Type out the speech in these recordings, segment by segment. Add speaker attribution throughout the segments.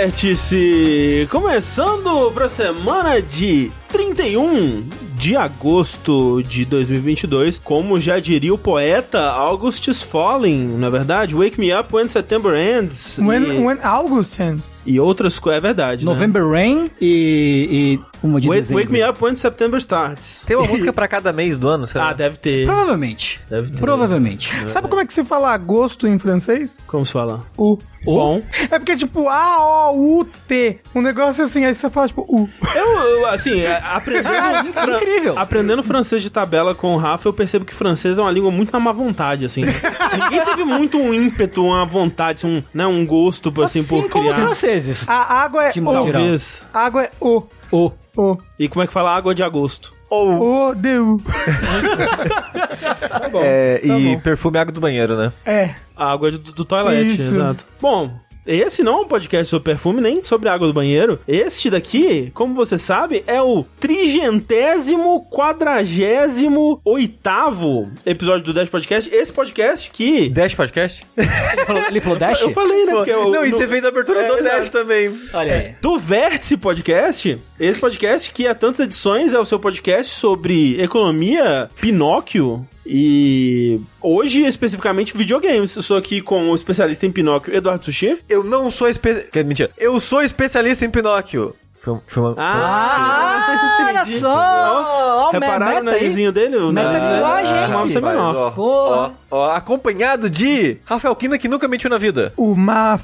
Speaker 1: Vértice! Começando para a semana de 31 de agosto de 2022, como já diria o poeta August is Falling, na é verdade, Wake Me Up When September Ends.
Speaker 2: When,
Speaker 1: e,
Speaker 2: when August ends.
Speaker 1: e outras coisas, é verdade. né?
Speaker 2: November Rain.
Speaker 3: E, e uma de
Speaker 1: Wake,
Speaker 3: dezembro.
Speaker 1: wake Me Up When September Starts.
Speaker 4: Tem uma música pra cada mês do ano, será?
Speaker 1: Ah, deve ter.
Speaker 3: Provavelmente.
Speaker 1: Deve ter.
Speaker 3: Provavelmente.
Speaker 2: Sabe como é que se fala agosto em francês?
Speaker 1: Como se fala?
Speaker 2: U.
Speaker 1: Bom.
Speaker 2: É porque, tipo, A-O-U-T. Um negócio assim, aí você fala, tipo, U.
Speaker 1: Eu, eu, assim, a- aprendendo. fran-
Speaker 3: incrível.
Speaker 1: Aprendendo francês de tabela com o Rafa, eu percebo que francês é uma língua muito na má vontade, assim. Ninguém teve muito um ímpeto, uma vontade, um, né, um gosto, assim, por
Speaker 3: como
Speaker 4: Ah.
Speaker 3: os
Speaker 1: criar.
Speaker 3: franceses.
Speaker 2: A água é
Speaker 3: Que
Speaker 2: O.
Speaker 3: moral.
Speaker 1: Talvez.
Speaker 2: Água é O.
Speaker 3: O.
Speaker 2: O.
Speaker 1: E como é que fala água de agosto?
Speaker 4: Ou.
Speaker 2: O, D, U.
Speaker 4: É, e perfume água do banheiro, né?
Speaker 2: É.
Speaker 1: A água do, do toilette,
Speaker 2: Isso.
Speaker 1: exato. Bom, esse não é um podcast sobre perfume, nem sobre água do banheiro. Este daqui, como você sabe, é o trigentésimo, quadragésimo, oitavo episódio do 10 Podcast. Esse podcast que...
Speaker 4: Dash Podcast?
Speaker 3: Ele falou, ele falou Dash?
Speaker 1: Eu falei, né? Porque eu,
Speaker 4: não, e você fez a abertura
Speaker 1: É,
Speaker 4: do
Speaker 1: exato.
Speaker 4: Dash também.
Speaker 3: Olha aí.
Speaker 1: Do Vértice Podcast, esse podcast que há tantas edições é o seu podcast sobre economia, Pinóquio e hoje especificamente videogames. Eu sou aqui com o especialista em Pinóquio, Eduardo Sushi.
Speaker 4: Eu não sou especialista. é Mentira. Eu sou especialista em Pinóquio. Foi, um- foi uma.
Speaker 1: Ah,
Speaker 3: olha
Speaker 1: entendi.
Speaker 3: só! Ó,
Speaker 1: Repararam o
Speaker 3: meta aí.
Speaker 1: narizinho dele? é, O
Speaker 3: Meta
Speaker 1: nariz-
Speaker 4: Ah,
Speaker 3: linguagem, hein,
Speaker 1: chamava
Speaker 3: filho?
Speaker 1: você um menor.
Speaker 3: Ah, Ó,
Speaker 4: acompanhado de Rafael Kina, que nunca mentiu na vida.
Speaker 2: Uma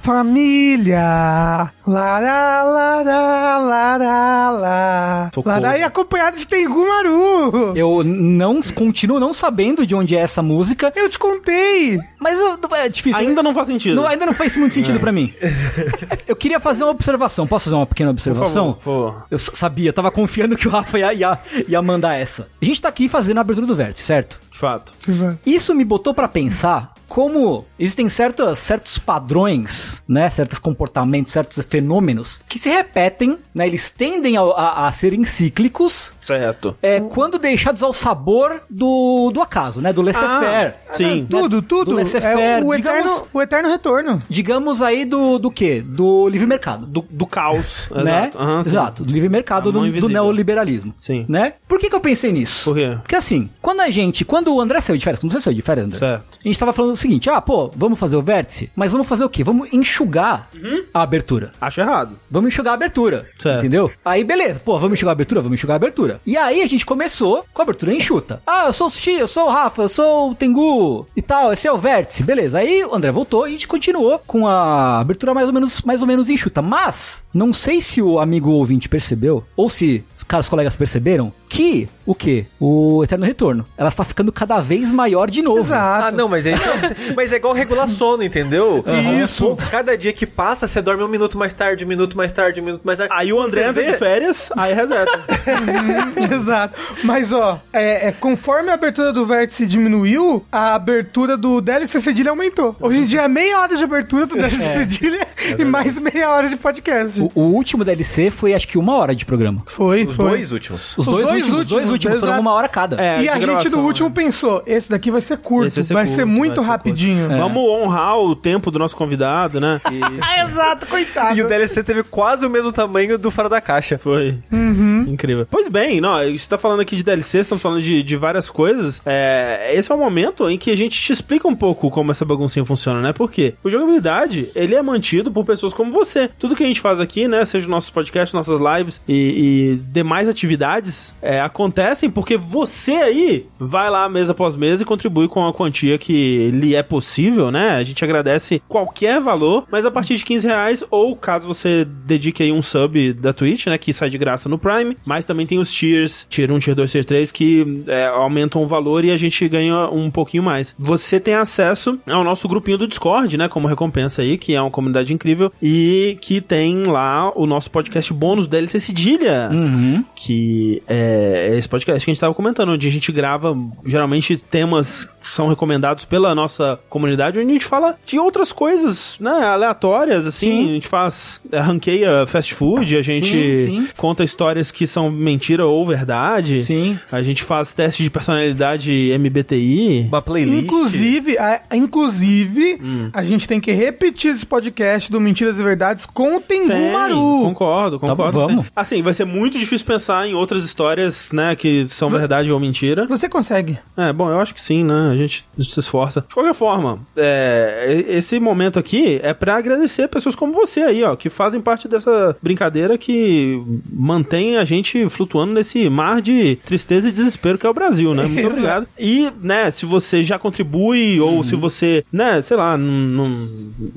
Speaker 2: família. Lará, lará, lará, lá.
Speaker 1: Socorro.
Speaker 2: Lará e acompanhado de Tengu Maru.
Speaker 3: Eu não continuo não sabendo de onde é essa música,
Speaker 2: Eu te contei.
Speaker 3: mas eu- é difícil.
Speaker 1: Ainda não faz sentido.
Speaker 3: Não, é ainda não faz muito
Speaker 1: É.
Speaker 3: sentido pra mim. Eu queria fazer uma observação. Posso fazer uma pequena
Speaker 1: Por
Speaker 3: observação?
Speaker 1: favor, por favor.
Speaker 3: Eu s- sabia, eu tava confiando que o Rafa ia, ia, ia mandar essa. A gente tá aqui fazendo a abertura do vértice, certo?
Speaker 1: De fato.
Speaker 3: Isso me botou pra pensar como existem certas, certos padrões, né? Certos comportamentos, certos fenômenos que se repetem, né? Eles tendem a, a, a serem cíclicos.
Speaker 1: Certo.
Speaker 3: É, quando deixados ao sabor do, do acaso, né? Do laissez-faire.
Speaker 1: Ah, sim.
Speaker 2: Tudo,
Speaker 3: Do
Speaker 2: tudo. É
Speaker 3: laissez-faire.
Speaker 2: o,
Speaker 3: digamos,
Speaker 2: eterno, o eterno retorno.
Speaker 3: digamos aí do, do quê? Do livre mercado.
Speaker 1: Do, do caos.
Speaker 3: né?
Speaker 1: Exato. Aham, sim.
Speaker 3: Exato, do livre mercado
Speaker 1: A mão
Speaker 3: do, do
Speaker 1: invisível.
Speaker 3: neoliberalismo.
Speaker 1: Sim.
Speaker 3: Né? Por que, que eu pensei nisso?
Speaker 1: Por quê?
Speaker 3: Porque assim, quando a gente, quando o André saiu de férias, quando você saiu de férias, André,
Speaker 1: Certo.
Speaker 3: a gente tava falando o seguinte, ah, pô, vamos fazer o vértice, mas vamos fazer o quê? Vamos enxugar
Speaker 1: Uhum.
Speaker 3: a abertura.
Speaker 1: Acho errado.
Speaker 3: Vamos enxugar a abertura,
Speaker 1: Certo.
Speaker 3: entendeu? Aí beleza, pô, vamos enxugar a abertura, vamos enxugar a abertura. E aí a gente começou com a abertura enxuta. Ah, eu sou o Sushi, eu sou o Rafa, eu sou o Tengu e tal, esse é o vértice, beleza. Aí o André voltou e a gente continuou com a abertura mais ou menos, mais ou menos enxuta. Mas, não sei se o amigo ouvinte percebeu, ou se os caros colegas perceberam, que o quê? O Eterno Retorno. Ela está ficando cada vez maior de novo.
Speaker 2: Exato.
Speaker 4: Ah, não, mas é, isso, mas é igual regular sono, entendeu? Isso. Cada dia que passa, você dorme um minuto mais tarde, um minuto mais tarde, um minuto mais tarde.
Speaker 1: Aí o
Speaker 4: Quando
Speaker 1: André
Speaker 4: você
Speaker 1: entra de
Speaker 4: vê,
Speaker 1: férias, aí reseta.
Speaker 2: Exato. Mas, ó, é, é, conforme a abertura do vértice diminuiu, a abertura do DLC Cedilha aumentou. Hoje em dia é meia hora de abertura do DLC Cedilha e mais meia hora de podcast.
Speaker 3: O, o último DLC foi acho que uma hora de programa.
Speaker 2: Foi,
Speaker 4: Os
Speaker 2: foi.
Speaker 4: dois últimos.
Speaker 3: Os, dois, últimos, os dois últimos foram
Speaker 2: exato.
Speaker 3: uma hora cada.
Speaker 1: É, de
Speaker 2: e a gente
Speaker 1: gravação,
Speaker 2: no último
Speaker 1: né?
Speaker 2: pensou, esse daqui vai ser curto,
Speaker 1: Esse
Speaker 2: vai ser,
Speaker 1: curto, É
Speaker 2: muito
Speaker 1: vai ser
Speaker 2: rapidinho.
Speaker 1: curto. Vamos honrar o tempo do nosso convidado, né?
Speaker 2: Ah, exato, coitado.
Speaker 4: E o DLC teve quase o mesmo tamanho do Fora da Caixa.
Speaker 1: Foi
Speaker 2: Uhum.
Speaker 1: incrível. Pois bem, não, você tá falando aqui de DLC, estamos falando de, de várias coisas. É, esse é o momento em que a gente te explica um pouco como essa baguncinha funciona, né? Porque o jogabilidade, ele é mantido por pessoas como você. Tudo que a gente faz aqui, né? Seja nossos podcasts, nossas lives e, e demais atividades, é, acontecem porque você aí vai lá mês após mês e contribui com a quantia que lhe é possível, né? A gente agradece qualquer valor, mas a partir de 15 reais, ou caso você dedique aí um sub da Twitch, né? Que sai de graça no Prime, mas também tem os tiers, tier 1, tier 2, tier 3, que é, aumentam o valor e a gente ganha um pouquinho mais. Você tem acesso ao nosso grupinho do Discord, né? Como recompensa aí, que é uma comunidade incrível,
Speaker 3: Hum.
Speaker 1: e que tem lá o nosso podcast bônus DLC Cedilha
Speaker 3: Uhum.
Speaker 1: que é é, esse podcast que a gente tava comentando, onde a gente grava geralmente temas que são recomendados pela nossa comunidade, onde a gente fala de outras coisas, né, aleatórias, assim,
Speaker 3: Sim.
Speaker 1: a gente faz, é, ranqueia fast food, a gente
Speaker 3: sim.
Speaker 1: conta histórias que são mentira ou verdade,
Speaker 3: Sim.
Speaker 1: a gente faz teste de personalidade MBTI,
Speaker 4: Uma playlist.
Speaker 2: Inclusive, a, inclusive
Speaker 1: Hum.
Speaker 2: a gente tem que repetir esse podcast do Mentiras e Verdades com o Tengu
Speaker 1: Tem,
Speaker 2: Maru.
Speaker 1: Concordo, concordo.
Speaker 3: Tá bom, vamos.
Speaker 1: Tem. Assim, vai ser muito difícil pensar em outras histórias, né, que são verdade ou mentira.
Speaker 2: Você consegue.
Speaker 1: É, bom, eu acho que sim, né? A gente, a gente se esforça. De qualquer forma, é, e- esse momento aqui é pra agradecer pessoas como você aí, ó, que fazem parte dessa brincadeira que mantém a gente flutuando nesse mar de tristeza e desespero que é o Brasil, né? Muito obrigado. E, né, se você já contribui ou
Speaker 3: Uhum.
Speaker 1: se você, né, sei lá, não- não-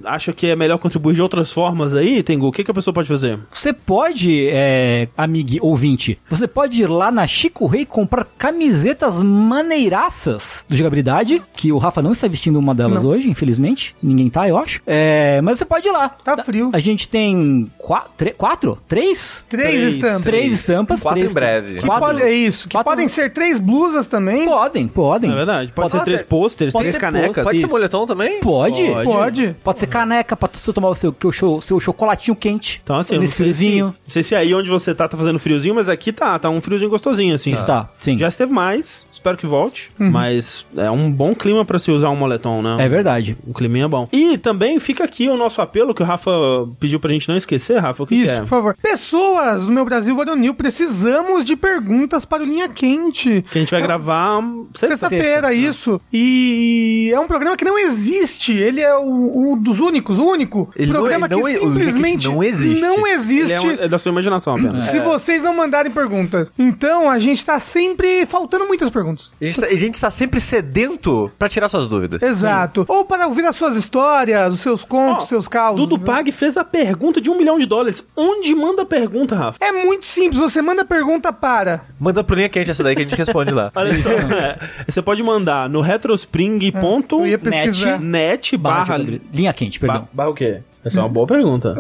Speaker 1: acha que é melhor contribuir de outras formas aí, Tengu, o que, que a pessoa pode fazer?
Speaker 3: Você pode, é, amigo ouvinte, você pode ir lá na Chico Rei comprar camisetas maneiraças do Jogabilidade, que o Rafa não está vestindo uma delas hoje, infelizmente. Ninguém tá, eu acho. É, mas você pode ir lá.
Speaker 2: Tá frio.
Speaker 3: A gente tem qua- tre- quatro? Três?
Speaker 2: Três,
Speaker 1: Três.
Speaker 2: estampas.
Speaker 3: Três estampas.
Speaker 4: Quatro
Speaker 3: três-
Speaker 4: em breve.
Speaker 2: Que
Speaker 3: Quatro,
Speaker 2: pode- é isso. Que
Speaker 3: quatro-
Speaker 2: podem ser três blusas também.
Speaker 3: Podem, podem.
Speaker 1: Na É verdade, pode,
Speaker 3: Pode
Speaker 1: ser
Speaker 3: ser-
Speaker 1: três pôsteres,
Speaker 3: pode
Speaker 1: três
Speaker 3: ser
Speaker 1: canecas.
Speaker 3: pôster,
Speaker 4: Pode ser
Speaker 1: isso.
Speaker 4: moletom também?
Speaker 3: Pode.
Speaker 1: Pode.
Speaker 2: Pode.
Speaker 3: Pode ser caneca pra você tomar o seu, que o seu, seu chocolatinho quente.
Speaker 1: Então, assim, eu não
Speaker 3: nesse
Speaker 1: sei, se,
Speaker 3: friozinho.
Speaker 1: não sei se aí onde você tá tá fazendo friozinho, mas aqui tá, tá um friozinho gostosinho, assim.
Speaker 3: Está, Tá. sim.
Speaker 1: Já esteve mais, espero que volte,
Speaker 2: Uhum.
Speaker 1: mas é um bom clima pra se usar um moletom, né?
Speaker 3: É verdade.
Speaker 1: O climinha é bom. E também fica aqui o nosso apelo que o Rafa pediu pra gente não esquecer, Rafa, o que
Speaker 2: Isso,
Speaker 1: que é?
Speaker 2: por favor. Pessoas do meu Brasil Varonil, precisamos de perguntas para o Linha Quente.
Speaker 1: Que a gente vai gravar um sexta.
Speaker 2: Sexta-feira, isso. E é um programa que não existe. Ele é o, o dos únicos, o único
Speaker 4: Ele não-
Speaker 2: programa
Speaker 4: ele não-
Speaker 2: que
Speaker 4: o Linha Quente
Speaker 2: simplesmente
Speaker 4: não existe.
Speaker 2: não
Speaker 1: Ele
Speaker 2: existe.
Speaker 1: é, um- é da sua imaginação apenas.
Speaker 2: Se vocês não mandarem perguntas. Então, a gente tá sempre faltando muitas perguntas.
Speaker 4: A gente, tá- a gente tá sempre sedento pra tirar suas dúvidas.
Speaker 2: Exato. Ou para ouvir as suas histórias, os seus
Speaker 1: Ó,
Speaker 2: contos, os seus causos.
Speaker 1: Dudu Pag fez a pergunta de um milhão de dólares. Onde manda a pergunta, Rafa?
Speaker 2: É muito simples, você manda pergunta para.
Speaker 4: Manda pro linha quente essa daí que a gente responde lá.
Speaker 1: Olha só. É. Você pode mandar no
Speaker 2: Hum. eu ia
Speaker 1: retrospring.net
Speaker 2: pesquisar.
Speaker 1: net barra
Speaker 3: Barra de- linha quente, perdão.
Speaker 1: Ba- barra o quê? Essa é uma boa pergunta.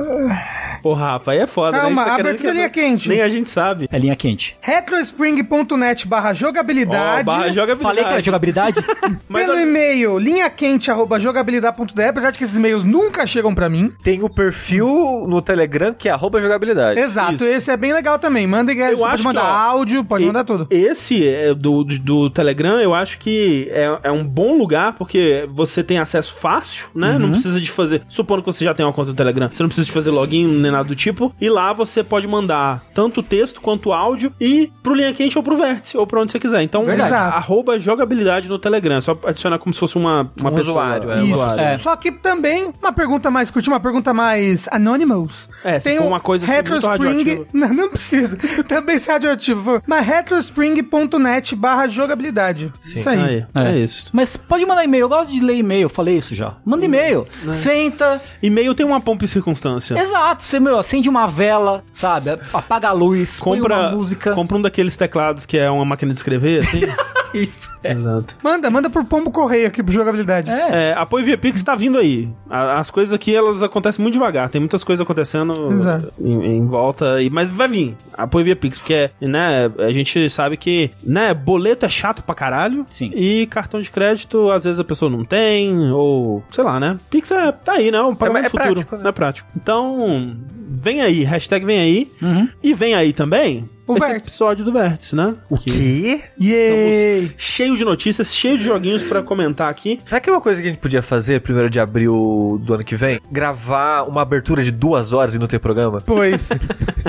Speaker 1: Ô, Rafa, aí é foda.
Speaker 2: Calma,
Speaker 1: né? A gente
Speaker 2: abertura
Speaker 1: querendo que-
Speaker 2: linha quente.
Speaker 1: Nem a gente sabe.
Speaker 3: É linha quente.
Speaker 2: retrospring.net barra
Speaker 1: Ó,
Speaker 2: jogabilidade.
Speaker 1: barra jogabilidade.
Speaker 3: Falei que era jogabilidade?
Speaker 1: Mas
Speaker 2: pelo
Speaker 1: olha-
Speaker 2: e-mail linhaquente.jogabilidade.de, apesar de que esses e-mails nunca chegam pra mim.
Speaker 4: Tem o perfil no Telegram que é arroba jogabilidade.
Speaker 2: Exato,
Speaker 1: Isso.
Speaker 2: esse é bem legal também. Manda você
Speaker 1: acho
Speaker 2: pode
Speaker 1: que,
Speaker 2: mandar
Speaker 1: ó,
Speaker 2: áudio, pode
Speaker 1: E-
Speaker 2: mandar tudo.
Speaker 1: Esse é, do, do, do Telegram, eu acho que é, é um bom lugar, porque você tem acesso fácil, né? Não precisa de fazer. Supondo que você já tem uma conta do Telegram, você não precisa de fazer login nem nada do tipo. E lá você pode mandar tanto texto quanto áudio e pro linha quente ou pro vértice, ou pra onde você quiser. Então,
Speaker 2: Verdade.
Speaker 1: arroba jogabilidade no Telegram. É Só adicionar como se fosse uma, uma
Speaker 4: Um
Speaker 1: pessoa.
Speaker 4: usuário, é, um
Speaker 1: Isso.
Speaker 4: usuário.
Speaker 3: É.
Speaker 2: Só que também, uma pergunta mais curtinha, uma pergunta mais anonymous.
Speaker 1: É, se for
Speaker 2: o
Speaker 1: uma coisa assim, muito radioativa.
Speaker 2: Não, não precisa. também ser radioativo. Mas retrospring.net barra jogabilidade. Isso Tá aí.
Speaker 1: Aí, é isso.
Speaker 3: Mas pode mandar e-mail. Eu gosto de ler e-mail. Falei isso já. Manda e-mail.
Speaker 1: Hum, né?
Speaker 3: Senta.
Speaker 1: E-mail tem uma pompa e circunstância.
Speaker 3: Exato. Você, meu, acende uma vela, sabe? Apaga a luz. põe
Speaker 1: Compra,
Speaker 3: uma música.
Speaker 1: compra um daqueles teclados que é uma máquina de escrever, assim.
Speaker 3: Isso.
Speaker 1: Exato.
Speaker 2: Manda, manda por pombo correio aqui pro jogabilidade.
Speaker 3: É.
Speaker 1: É, apoio via Pix tá vindo aí. A- As coisas aqui, elas acontecem muito devagar. Tem muitas coisas acontecendo
Speaker 2: Exato.
Speaker 1: em, em volta. e- Mas vai vir. Apoio via Pix, porque, né, a gente sabe que, né, boleto é chato pra caralho.
Speaker 3: Sim.
Speaker 1: E cartão de crédito, às vezes a pessoa não tem, ou, sei lá, né. Pix é, tá aí, né, um pagamento
Speaker 4: é
Speaker 1: futuro.
Speaker 4: prático, né?
Speaker 1: Não é prático. Então, vem aí. Hashtag vem aí.
Speaker 3: Uhum.
Speaker 1: E vem aí também...
Speaker 2: O
Speaker 1: esse
Speaker 2: Vértice.
Speaker 1: episódio do Vértice, né? O
Speaker 4: Que?
Speaker 2: Yay!
Speaker 1: cheio de notícias, cheio de joguinhos pra comentar aqui.
Speaker 4: Sabe que é uma coisa que a gente podia fazer primeiro de abril do ano que vem? Gravar uma abertura de duas horas e não ter programa?
Speaker 2: Pois.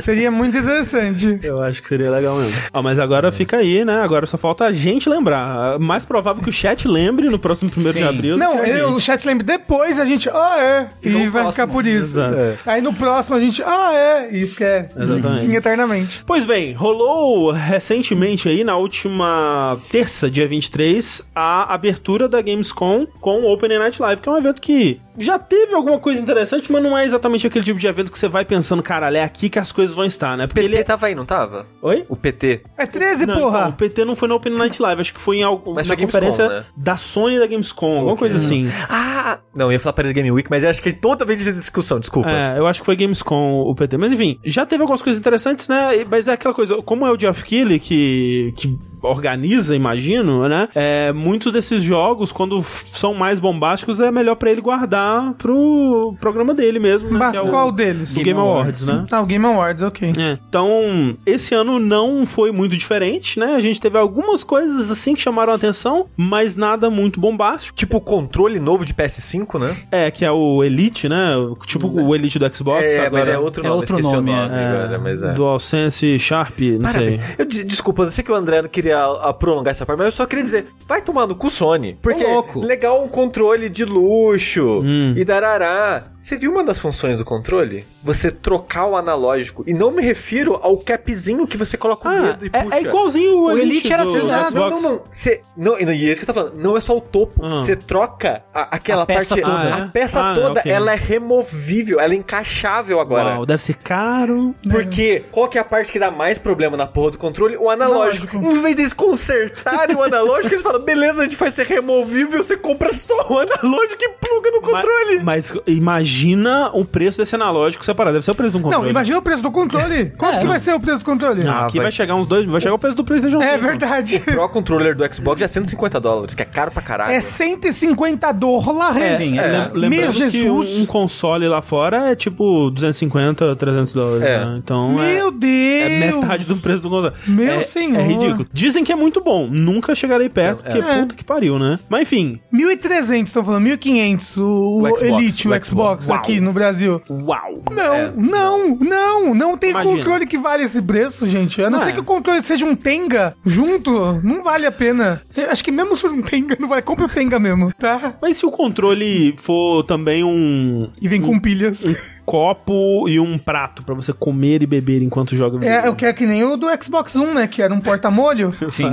Speaker 2: Seria muito interessante.
Speaker 1: Eu acho que seria legal mesmo. Ó, mas agora fica aí, né? Agora só falta a gente lembrar. Mais provável que o chat lembre no próximo 1 de
Speaker 3: Sim.
Speaker 1: abril.
Speaker 2: Não,
Speaker 1: Que a
Speaker 2: eu, o
Speaker 1: gente.
Speaker 2: chat lembra depois, a gente, ah, é,
Speaker 3: Fica
Speaker 2: e
Speaker 3: no
Speaker 2: vai
Speaker 3: próximo.
Speaker 2: ficar por isso.
Speaker 1: Exato.
Speaker 4: É.
Speaker 2: Aí no próximo a gente, ah, é, e esquece.
Speaker 1: Exatamente.
Speaker 2: Sim, eternamente.
Speaker 1: Pois bem, rolou recentemente aí, na última terça, dia 23, a abertura da Gamescom com o Open Night Live, que é um evento que já teve alguma coisa interessante, mas não é exatamente aquele tipo de evento que você vai pensando, caralho, é aqui que as coisas coisas vão estar, né?
Speaker 4: O
Speaker 1: Porque
Speaker 4: PT
Speaker 1: ele é...
Speaker 4: tava aí, não tava?
Speaker 1: Oi?
Speaker 4: O PT.
Speaker 2: É 13,
Speaker 1: Não,
Speaker 2: tá- porra!
Speaker 1: então, o PT não foi na Open Night Live, acho que foi em algum, na
Speaker 4: Mas foi Gamescom,
Speaker 1: conferência
Speaker 4: né?
Speaker 1: da Sony e da Gamescom, alguma coisa assim.
Speaker 4: Ah! Não, eu ia falar Paris Game Week, mas eu acho que toda vez essa discussão, desculpa.
Speaker 1: É, eu acho que foi Gamescom o PT. Mas enfim, já teve algumas coisas interessantes, né? E- Mas é aquela coisa, como é o Geoff Keighley que, que organiza, imagino, né? É, muitos desses jogos, quando f- são mais bombásticos, é melhor pra ele guardar pro programa dele mesmo, né?
Speaker 2: Mas
Speaker 1: Que é o-
Speaker 2: qual deles?
Speaker 1: do Game Awards, né?
Speaker 2: Ah, o Game Awards, ok.
Speaker 1: É. Então, esse ano não foi muito diferente, né? A gente teve algumas coisas assim que chamaram a atenção, mas nada muito bombástico.
Speaker 4: Tipo o controle novo de PS5, né?
Speaker 1: É, que é o Elite, né? O- Tipo o Elite do Xbox. agora.
Speaker 4: outro
Speaker 3: É outro
Speaker 4: esqueci o
Speaker 3: nome,
Speaker 1: é.
Speaker 4: agora, mas é.
Speaker 1: DualSense, Sharp, não
Speaker 4: Parabéns.
Speaker 1: sei.
Speaker 4: Eu, de- desculpa, eu sei que o André não queria a- a prolongar essa parte, mas eu só queria dizer, vai tomar no cu Sony. Porque
Speaker 3: Ô, louco.
Speaker 4: legal um controle de luxo
Speaker 1: Hum.
Speaker 4: e darará. Você viu uma das funções do controle? Você trocar o analógico. E não me refiro ao capzinho que você coloca o
Speaker 1: Ah,
Speaker 4: dedo e puxa.
Speaker 1: é, é igualzinho o
Speaker 3: O
Speaker 1: Elite,
Speaker 3: Elite era
Speaker 1: do, do
Speaker 3: cinza.
Speaker 1: Xbox.
Speaker 4: Não, não, não. Você, não, e não- e é isso que eu tô falando. Não é só o topo.
Speaker 1: Ah.
Speaker 4: Você troca a- aquela
Speaker 3: A peça
Speaker 4: parte.
Speaker 1: toda.
Speaker 4: A peça
Speaker 1: Ah,
Speaker 4: toda,
Speaker 1: ok.
Speaker 4: ela é removível, ela é encaixável agora.
Speaker 1: Uau, deve ser caro.
Speaker 4: Né? Porque qual que é a parte que dá mais problema na porra do controle? O analógico. Em vez deles consertarem o analógico, eles falam: beleza, a gente faz ser removível, você compra só o analógico e pluga no controle.
Speaker 1: Mas, mas imagina o preço desse analógico separado. Deve ser o preço de um controle.
Speaker 2: Não, imagina o preço do controle.
Speaker 1: É.
Speaker 2: Quanto que vai ser o preço do controle?
Speaker 1: Ah, aqui vai...
Speaker 4: vai-
Speaker 1: chegar uns dois. Vai chegar o preço do PlayStation
Speaker 2: é
Speaker 1: 5.
Speaker 2: verdade.
Speaker 4: Pro controller do Xbox já é 150 dólares, que é caro pra caralho.
Speaker 2: É 150 dólares.
Speaker 3: Sim, é.
Speaker 1: Lem- Lembrando
Speaker 2: Meu
Speaker 1: que
Speaker 2: Jesus.
Speaker 1: um, um console lá fora é tipo 250, 300 dólares.
Speaker 4: É.
Speaker 1: né? Então
Speaker 2: Meu
Speaker 1: é, é
Speaker 2: Deus.
Speaker 1: metade do preço do console.
Speaker 2: Meu
Speaker 1: é,
Speaker 2: senhor.
Speaker 1: É ridículo. Dizem que é muito bom. Nunca chegarei perto, porque
Speaker 2: É.
Speaker 1: puta que pariu, né? Mas enfim.
Speaker 2: 1.300, estão falando. 1.500 o,
Speaker 4: O
Speaker 2: o
Speaker 4: Xbox,
Speaker 2: Elite, o,
Speaker 4: o
Speaker 2: Xbox,
Speaker 4: Xbox.
Speaker 2: aqui no Brasil.
Speaker 1: Uau.
Speaker 2: Não, não, não, não, tem
Speaker 1: É. Imagina.
Speaker 2: controle que vale esse preço, gente. A não
Speaker 1: Não
Speaker 2: ser
Speaker 1: é.
Speaker 2: que o controle seja um Tenga junto, não vale a pena. Eu acho que mesmo se for um Tenga, não vale. Compre o Tenga mesmo, tá?
Speaker 1: Mas se o controle for também um,
Speaker 2: E vem com pilhas.
Speaker 1: um copo e um prato pra você comer e beber enquanto joga
Speaker 2: É, eu quero que nem o do Xbox One, né? Que era um porta-molho.
Speaker 1: Sim.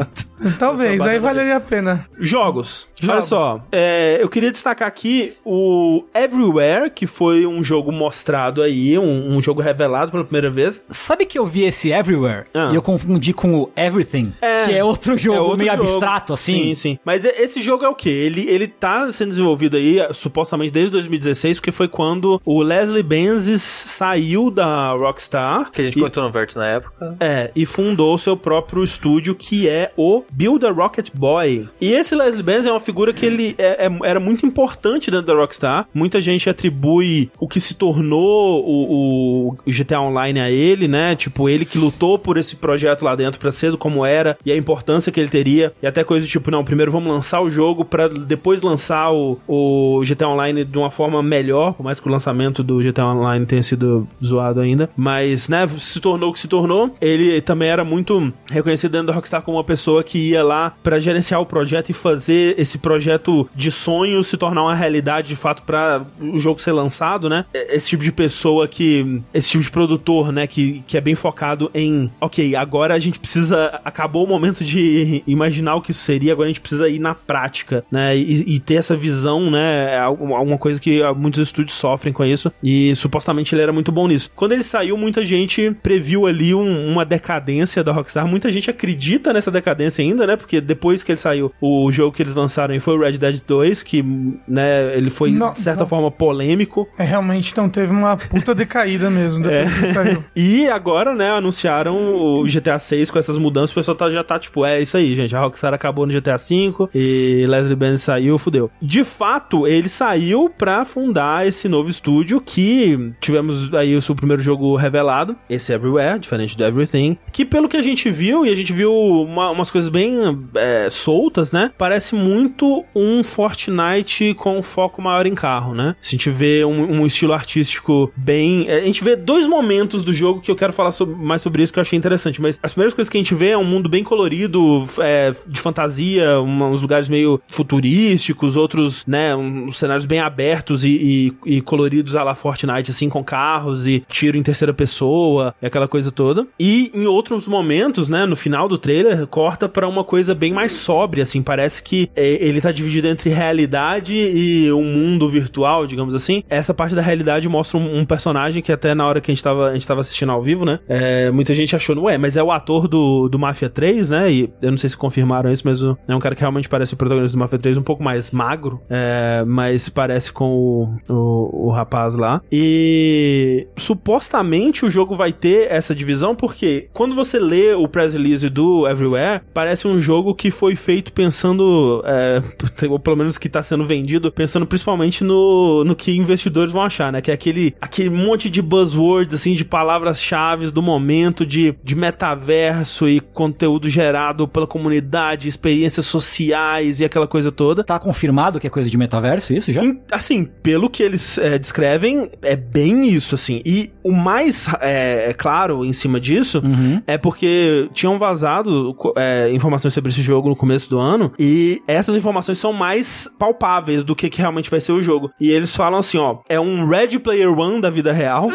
Speaker 2: Talvez,
Speaker 1: Essa
Speaker 2: aí
Speaker 1: barra
Speaker 2: valeria a pena.
Speaker 1: Jogos. Olha
Speaker 2: Jogos.
Speaker 1: só, é, eu queria destacar aqui o Everywhere, que foi um jogo mostrado aí, um, um jogo revelado pela primeira vez.
Speaker 3: Sabe que eu vi esse Everywhere
Speaker 1: Ah.
Speaker 3: e eu confundi com o Everything, que é outro jogo
Speaker 1: É outro
Speaker 3: meio
Speaker 1: jogo.
Speaker 3: abstrato, assim.
Speaker 1: Sim, sim. Mas é- esse jogo é o quê? Ele, ele tá sendo desenvolvido aí, eh, supostamente, desde 2016, porque foi quando o Leslie Benzies saiu da Rockstar.
Speaker 4: Que a gente
Speaker 1: e-
Speaker 4: contou no Verts na época.
Speaker 1: É, e fundou o seu próprio estúdio, que é o Build a Rocket Boy. E esse Leslie Benz é uma figura que ele é- é- era muito importante dentro da Rockstar. Muita gente atribui o que se tornou o, o GTA Online a ele, né? Tipo, ele que lutou por esse projeto lá dentro pra ser como era e a importância que ele teria. E até coisa tipo, não, primeiro vamos lançar o jogo pra depois lançar o, o GTA Online de uma forma melhor, por mais que o lançamento do GTA Online tenha sido zoado ainda. Mas, né, se tornou o que se tornou. Ele também era muito reconhecido dentro da Rockstar como uma pessoa que ia lá pra gerenciar o projeto e fazer esse projeto de sonho se tornar uma realidade de fato pra o jogo ser lançado, né? É- Esse tipo de pessoa que. Esse tipo de produtor, né? Que, que é bem focado em. Ok, agora a gente precisa. Acabou o momento de imaginar o que isso seria, agora a gente precisa ir na prática, né? E, e ter essa visão, né? É alguma alguma coisa que muitos estúdios sofrem com isso. E supostamente ele era muito bom nisso. Quando ele saiu, muita gente previu ali um- uma decadência da Rockstar. Muita gente acredita nessa decadência ainda, né? Porque depois que ele saiu, o jogo que eles lançaram aí foi o Red Dead 2, que, né, ele foi,
Speaker 2: Não,
Speaker 1: de certa
Speaker 2: não.
Speaker 1: forma, polêmico.
Speaker 2: É, realmente, então teve uma puta decaída mesmo depois
Speaker 1: É.
Speaker 2: que saiu.
Speaker 1: E agora, né, anunciaram o GTA 6 com essas mudanças, o pessoal tá- já tá tipo, é isso aí, gente, a Rockstar acabou no GTA 5 e Leslie Benz saiu, fudeu. De fato, ele saiu pra fundar esse novo estúdio que tivemos aí o seu primeiro jogo revelado, esse Everywhere, diferente do Everything, que pelo que a gente viu, e a gente viu uma- umas coisas bem é, soltas, né, parece muito um Fortnite com foco maior em carro, né? Se a gente vê um, um estilo artístico bem. é, A gente vê dois momentos do jogo que eu quero falar sobre- mais sobre isso que eu achei interessante. Mas as primeiras coisas que a gente vê é um mundo bem colorido, f- é, de fantasia, uma- uns lugares meio futurísticos, outros, né? um- Uns cenários bem abertos e, e- e coloridos à la Fortnite Light, assim, com carros e tiro em terceira pessoa e aquela coisa toda. E em outros momentos, né, no final do trailer, corta pra uma coisa bem mais sóbria, assim, parece que é, ele tá dividido entre realidade e um mundo virtual, digamos assim. Essa parte da realidade mostra um, um personagem que até na hora que a gente tava, a gente tava assistindo ao vivo, né, é, muita gente achou, ué, mas é o ator do, do Mafia 3, né, e eu não sei se confirmaram isso, mas o- é um cara que realmente parece o protagonista do Mafia 3, um pouco mais magro, é, mas parece com o, o, o rapaz lá. E supostamente o jogo vai ter essa divisão, porque quando você lê o press release do Everywhere, parece um jogo que foi feito pensando, é, ou pelo menos que tá sendo vendido, pensando principalmente no, no que investidores vão achar, né? Que é aquele, aquele monte de buzzwords, assim, de palavras-chave do momento, de, de metaverso e conteúdo gerado pela comunidade, experiências sociais e aquela coisa toda.
Speaker 3: Tá confirmado que é coisa de metaverso isso já?
Speaker 1: Em- Assim, pelo que eles é, descrevem, é bem isso, assim. E o mais é, é claro em cima disso
Speaker 3: Uhum.
Speaker 1: é porque tinham vazado co- é, informações sobre esse jogo no começo do ano e essas informações são mais palpáveis do que, que realmente vai ser o jogo. E eles falam assim, ó, é um Red Player One da vida real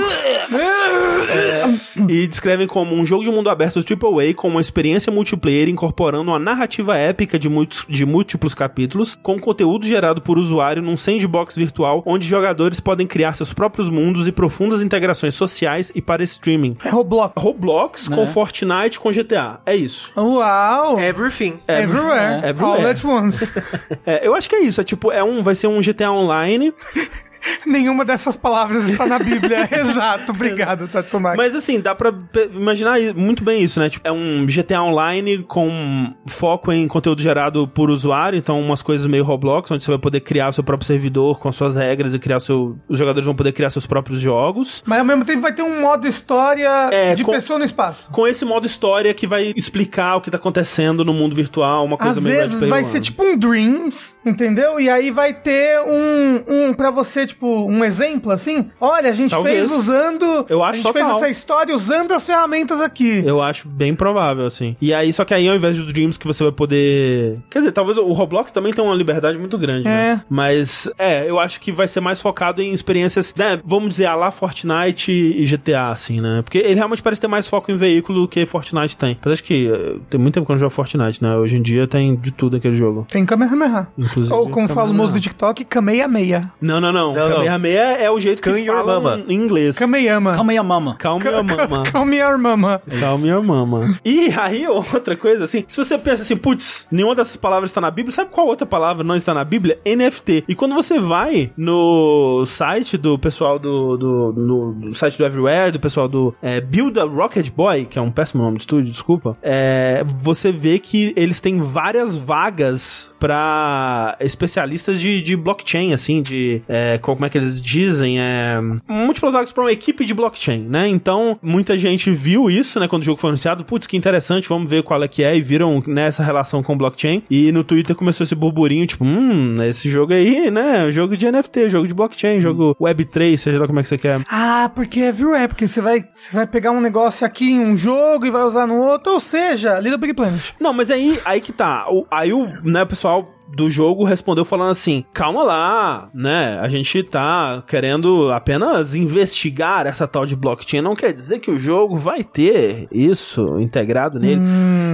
Speaker 1: e descrevem como um jogo de mundo aberto AAA com uma experiência multiplayer incorporando uma narrativa épica de, muitos, de múltiplos capítulos, com conteúdo gerado por usuário num sandbox virtual onde jogadores podem criar seus próprios mundos e profundas integrações sociais e para streaming.
Speaker 2: É Roblox.
Speaker 1: Roblox com Fortnite com GTA. É isso.
Speaker 2: Uau!
Speaker 4: Everything.
Speaker 2: Everywhere.
Speaker 1: é.
Speaker 2: All
Speaker 1: Everywhere.
Speaker 2: at once.
Speaker 1: É, eu acho que é isso. É tipo, é um, vai ser um GTA Online.
Speaker 2: Nenhuma dessas palavras está na Bíblia. Exato. Obrigado, Tatsumaki.
Speaker 1: Mas assim, dá pra pe- imaginar i- muito bem isso, né? Tipo, é um GTA Online com foco em conteúdo gerado por usuário, então umas coisas meio Roblox, onde você vai poder criar seu próprio servidor com suas regras e criar seu. Os jogadores vão poder criar seus próprios jogos.
Speaker 2: Mas ao mesmo tempo vai ter um modo história
Speaker 1: É,
Speaker 2: de
Speaker 1: com-
Speaker 2: pessoa no espaço.
Speaker 1: Com esse modo história que vai explicar o que tá acontecendo no mundo virtual, uma coisa
Speaker 2: Às
Speaker 1: meio
Speaker 2: vezes
Speaker 1: Red
Speaker 2: vai
Speaker 1: Player
Speaker 2: ser
Speaker 1: One.
Speaker 2: tipo um Dreams, entendeu? E aí vai ter um, um para você, tipo, um exemplo assim. Olha, a gente
Speaker 1: Talvez.
Speaker 2: fez usando.
Speaker 1: Eu acho
Speaker 2: a gente fez
Speaker 1: total.
Speaker 2: essa história usando as ferramentas aqui.
Speaker 1: Eu acho bem provável, assim. E aí, só que aí ao invés do Dreams que você vai poder. Quer dizer, talvez o Roblox também tenha uma liberdade muito grande, né? Mas, é, eu acho que vai ser mais focado em experiências, né? Vamos dizer, a lá Fortnite e GTA, assim, né? Porque ele realmente parece ter mais foco em veículo do que Fortnite tem. Mas acho que eh, tem muito tempo que eu não jogo Fortnite, né? Hoje em dia tem de tudo aquele jogo.
Speaker 2: Tem Kamehameha.
Speaker 1: Inclusive,
Speaker 2: Ou como fala o moço do TikTok, Kamehameha.
Speaker 1: Não, não, não.
Speaker 4: Não, não.
Speaker 1: Kamehameha é o jeito que
Speaker 4: Can your
Speaker 1: falam
Speaker 4: mama.
Speaker 1: em inglês.
Speaker 2: Kameyama.
Speaker 3: Calma aí, mama.
Speaker 1: Calma, your mama.
Speaker 2: Calm your mama.
Speaker 1: Calma, minha mama. E aí, outra coisa, assim, se você pensa assim, putz, nenhuma dessas palavras está na Bíblia, sabe qual outra palavra não está na Bíblia? NFT. E quando você vai no site do pessoal do. do no, no site do Everywhere, do pessoal do é, Build a Rocket Boy, que é um péssimo nome de estúdio, desculpa, é, você vê que eles têm várias vagas para especialistas de, de blockchain, assim, de. é, como é que eles dizem? É, múltiplas vagas para uma equipe de blockchain, né? Então, muita gente viu isso, né, quando o jogo foi anunciado. Putz, que interessante, vamos ver qual é que é. E viram nessa relação com blockchain. E no Twitter começou esse burburinho, tipo, hum, esse jogo aí, né? Jogo de NFT, jogo de blockchain, jogo Web3, seja lá como é que você quer.
Speaker 2: Ah, porque é everywhere, porque você vai, você vai pegar um negócio aqui em um jogo e vai usar no outro, ou seja, Little Big Planet.
Speaker 1: Não, mas aí, aí que tá. O- aí o né, o pessoal do jogo respondeu falando assim: calma lá, né? A gente tá querendo apenas investigar essa tal de blockchain. Não quer dizer que o jogo vai ter isso integrado nele.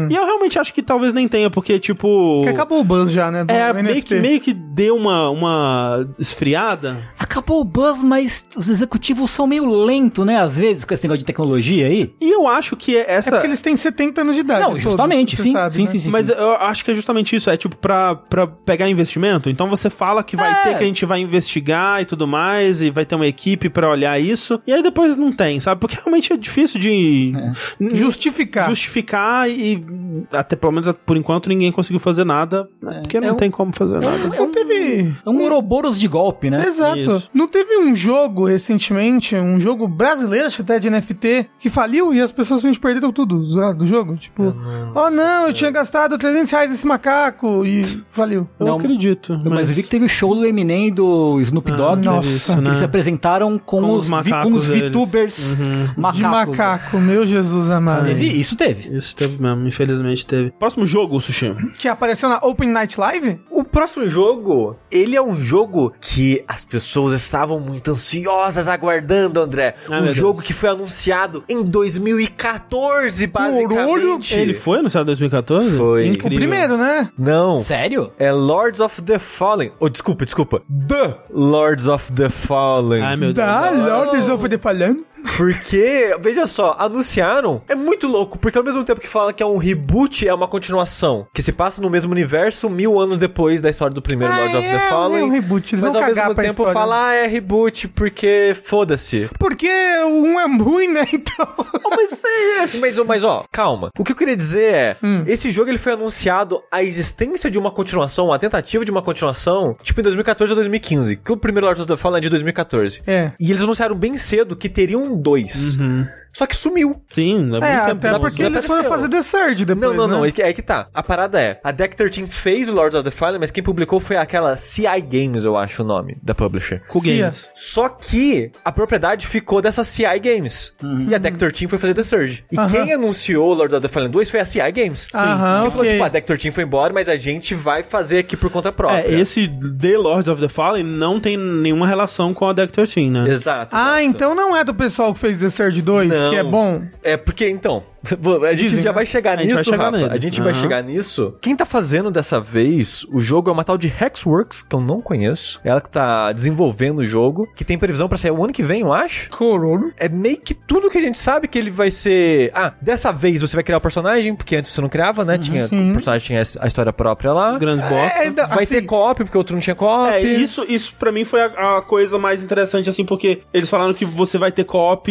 Speaker 1: E eu realmente acho que talvez nem tenha, porque, tipo.
Speaker 2: Que Hum. acabou o buzz já, né? do
Speaker 1: É,
Speaker 2: NFT.
Speaker 1: meio que, meio que deu uma, uma esfriada.
Speaker 3: Acabou o buzz, mas os executivos são meio lento, né? Às vezes, com esse negócio de tecnologia aí.
Speaker 1: E eu acho que
Speaker 2: É
Speaker 1: essa.
Speaker 2: porque eles têm 70 anos de idade.
Speaker 3: Não,
Speaker 2: todos,
Speaker 3: justamente,
Speaker 2: você
Speaker 3: sim,
Speaker 2: sabe,
Speaker 3: sim,
Speaker 2: né?
Speaker 3: sim, sim,
Speaker 1: Mas
Speaker 3: sim.
Speaker 1: eu acho que é justamente isso, é tipo pra, pra pegar investimento. Então você fala que vai
Speaker 3: É.
Speaker 1: ter, que a gente vai investigar e tudo mais, e vai ter uma equipe pra olhar isso, e aí depois não tem, sabe? Porque realmente é difícil de n-
Speaker 2: é Justificar.
Speaker 1: justificar e até pelo menos por enquanto ninguém conseguiu fazer nada, né? porque não
Speaker 3: É um-
Speaker 1: tem como fazer nada.
Speaker 2: Não teve.
Speaker 3: É um Ouroboros de golpe, né?
Speaker 2: Exato.
Speaker 1: Isso.
Speaker 2: Não teve um jogo recentemente, um jogo brasileiro, acho que até de NFT, que faliu e as pessoas simplesmente perderam tudo lá do jogo? Tipo, oh não, eu tinha gastado 300 reais nesse macaco e pariu.
Speaker 1: Eu
Speaker 3: Não,
Speaker 1: acredito.
Speaker 3: Mas... eu vi que teve o show do Eminem e do Snoop Dogg.
Speaker 1: teve
Speaker 3: nossa.
Speaker 1: isso,
Speaker 3: que
Speaker 1: né?
Speaker 3: Eles se apresentaram com,
Speaker 1: Com os
Speaker 3: os, vi- com
Speaker 1: macacos
Speaker 3: os
Speaker 1: deles.
Speaker 3: VTubers macacos.
Speaker 2: De macaco, meu Jesus amado.
Speaker 3: Teve? Isso teve.
Speaker 1: Isso teve mesmo, infelizmente teve. Próximo jogo, Sushi.
Speaker 2: Que apareceu na Open Night Live?
Speaker 4: O próximo jogo, ele é um jogo que as pessoas estavam muito ansiosas aguardando, André.
Speaker 1: Ah, meu
Speaker 4: um
Speaker 1: Deus.
Speaker 4: jogo que foi anunciado em 2014,
Speaker 2: Corolho?
Speaker 4: basicamente.
Speaker 1: Ele foi anunciado em 2014?
Speaker 4: Foi.
Speaker 2: O
Speaker 1: Incrível.
Speaker 2: primeiro, né?
Speaker 4: Não.
Speaker 3: Sério?
Speaker 4: É Lords of the Fallen. Oh, desculpa, desculpa. The Lords of the Fallen.
Speaker 1: Ai, meu Deus.
Speaker 2: Da Lords of the Fallen.
Speaker 4: Porque, veja só, anunciaram. É muito louco, porque ao mesmo tempo que fala que é um reboot, é uma continuação. Que se passa no mesmo universo mil anos depois da história do primeiro
Speaker 2: Ah,
Speaker 4: Lords of
Speaker 2: é,
Speaker 4: the Fallen.
Speaker 2: é um reboot, eles
Speaker 4: mas
Speaker 2: vão
Speaker 4: ao
Speaker 2: cagar
Speaker 4: mesmo
Speaker 2: pra
Speaker 4: tempo
Speaker 2: história.
Speaker 4: fala, ah, é reboot, porque foda-se.
Speaker 2: Porque o um é ruim, né? Então. é
Speaker 4: Mas, mas, ó, calma. O que eu queria dizer é,
Speaker 2: Hum.
Speaker 4: esse jogo ele foi anunciado a existência de uma continuação, a tentativa de uma continuação, tipo em 2014 ou 2015, que o primeiro Lords of the Fallen é de 2014.
Speaker 2: É. Uhum.
Speaker 4: E eles anunciaram bem cedo que teriam um dois. Só que sumiu.
Speaker 1: Sim, é muito
Speaker 2: É,
Speaker 1: tempo.
Speaker 2: até
Speaker 1: bom.
Speaker 2: porque eles foram fazer The Surge depois.
Speaker 4: Não, não,
Speaker 2: né?
Speaker 4: não, é que, é que tá. A parada é, a Deck 13 fez o Lords of the Fallen, mas quem publicou foi aquela CI Games, eu acho o nome da publisher.
Speaker 1: Cool Games.
Speaker 4: Só que a propriedade ficou dessa CI Games.
Speaker 1: Uhum.
Speaker 4: E a Deck 13 foi fazer The Surge. E
Speaker 2: Aham.
Speaker 4: quem anunciou Lords of the Fallen 2 foi a CI Games.
Speaker 2: Aham,
Speaker 4: Quem falou,
Speaker 2: ok.
Speaker 4: tipo, a Deck 13 foi embora, mas a gente vai fazer aqui por conta própria.
Speaker 1: É, esse The Lords of the Fallen não tem nenhuma relação com a Deck 13, né?
Speaker 4: Exato.
Speaker 2: Ah,
Speaker 4: exato.
Speaker 2: então não é do pessoal que fez The Surge 2,
Speaker 4: Não.
Speaker 2: que é bom.
Speaker 4: É, porque então. A gente
Speaker 2: Dizem,
Speaker 4: já
Speaker 2: né?
Speaker 4: vai chegar
Speaker 1: A gente
Speaker 4: nisso,
Speaker 1: vai chegar
Speaker 4: Rafa.
Speaker 1: nele.
Speaker 4: A gente vai
Speaker 1: Aham.
Speaker 4: chegar nisso. Quem tá fazendo dessa vez o jogo é uma tal de Hexworks, que eu não conheço. Ela que tá desenvolvendo o jogo, que tem previsão pra sair o ano que vem, eu acho.
Speaker 2: Cororo.
Speaker 4: É meio que tudo que a gente sabe que ele vai ser. Ah, dessa vez você vai criar o personagem, porque antes você não criava,
Speaker 1: Uhum.
Speaker 4: né? Tinha, o personagem tinha a história própria lá.
Speaker 1: Grande bosta.
Speaker 2: É, não,
Speaker 4: Vai
Speaker 2: assim,
Speaker 4: ter co-op, porque o outro não tinha co-op.
Speaker 1: É, isso, isso pra mim foi a, a coisa mais interessante, assim, porque eles falaram que você vai ter co-op,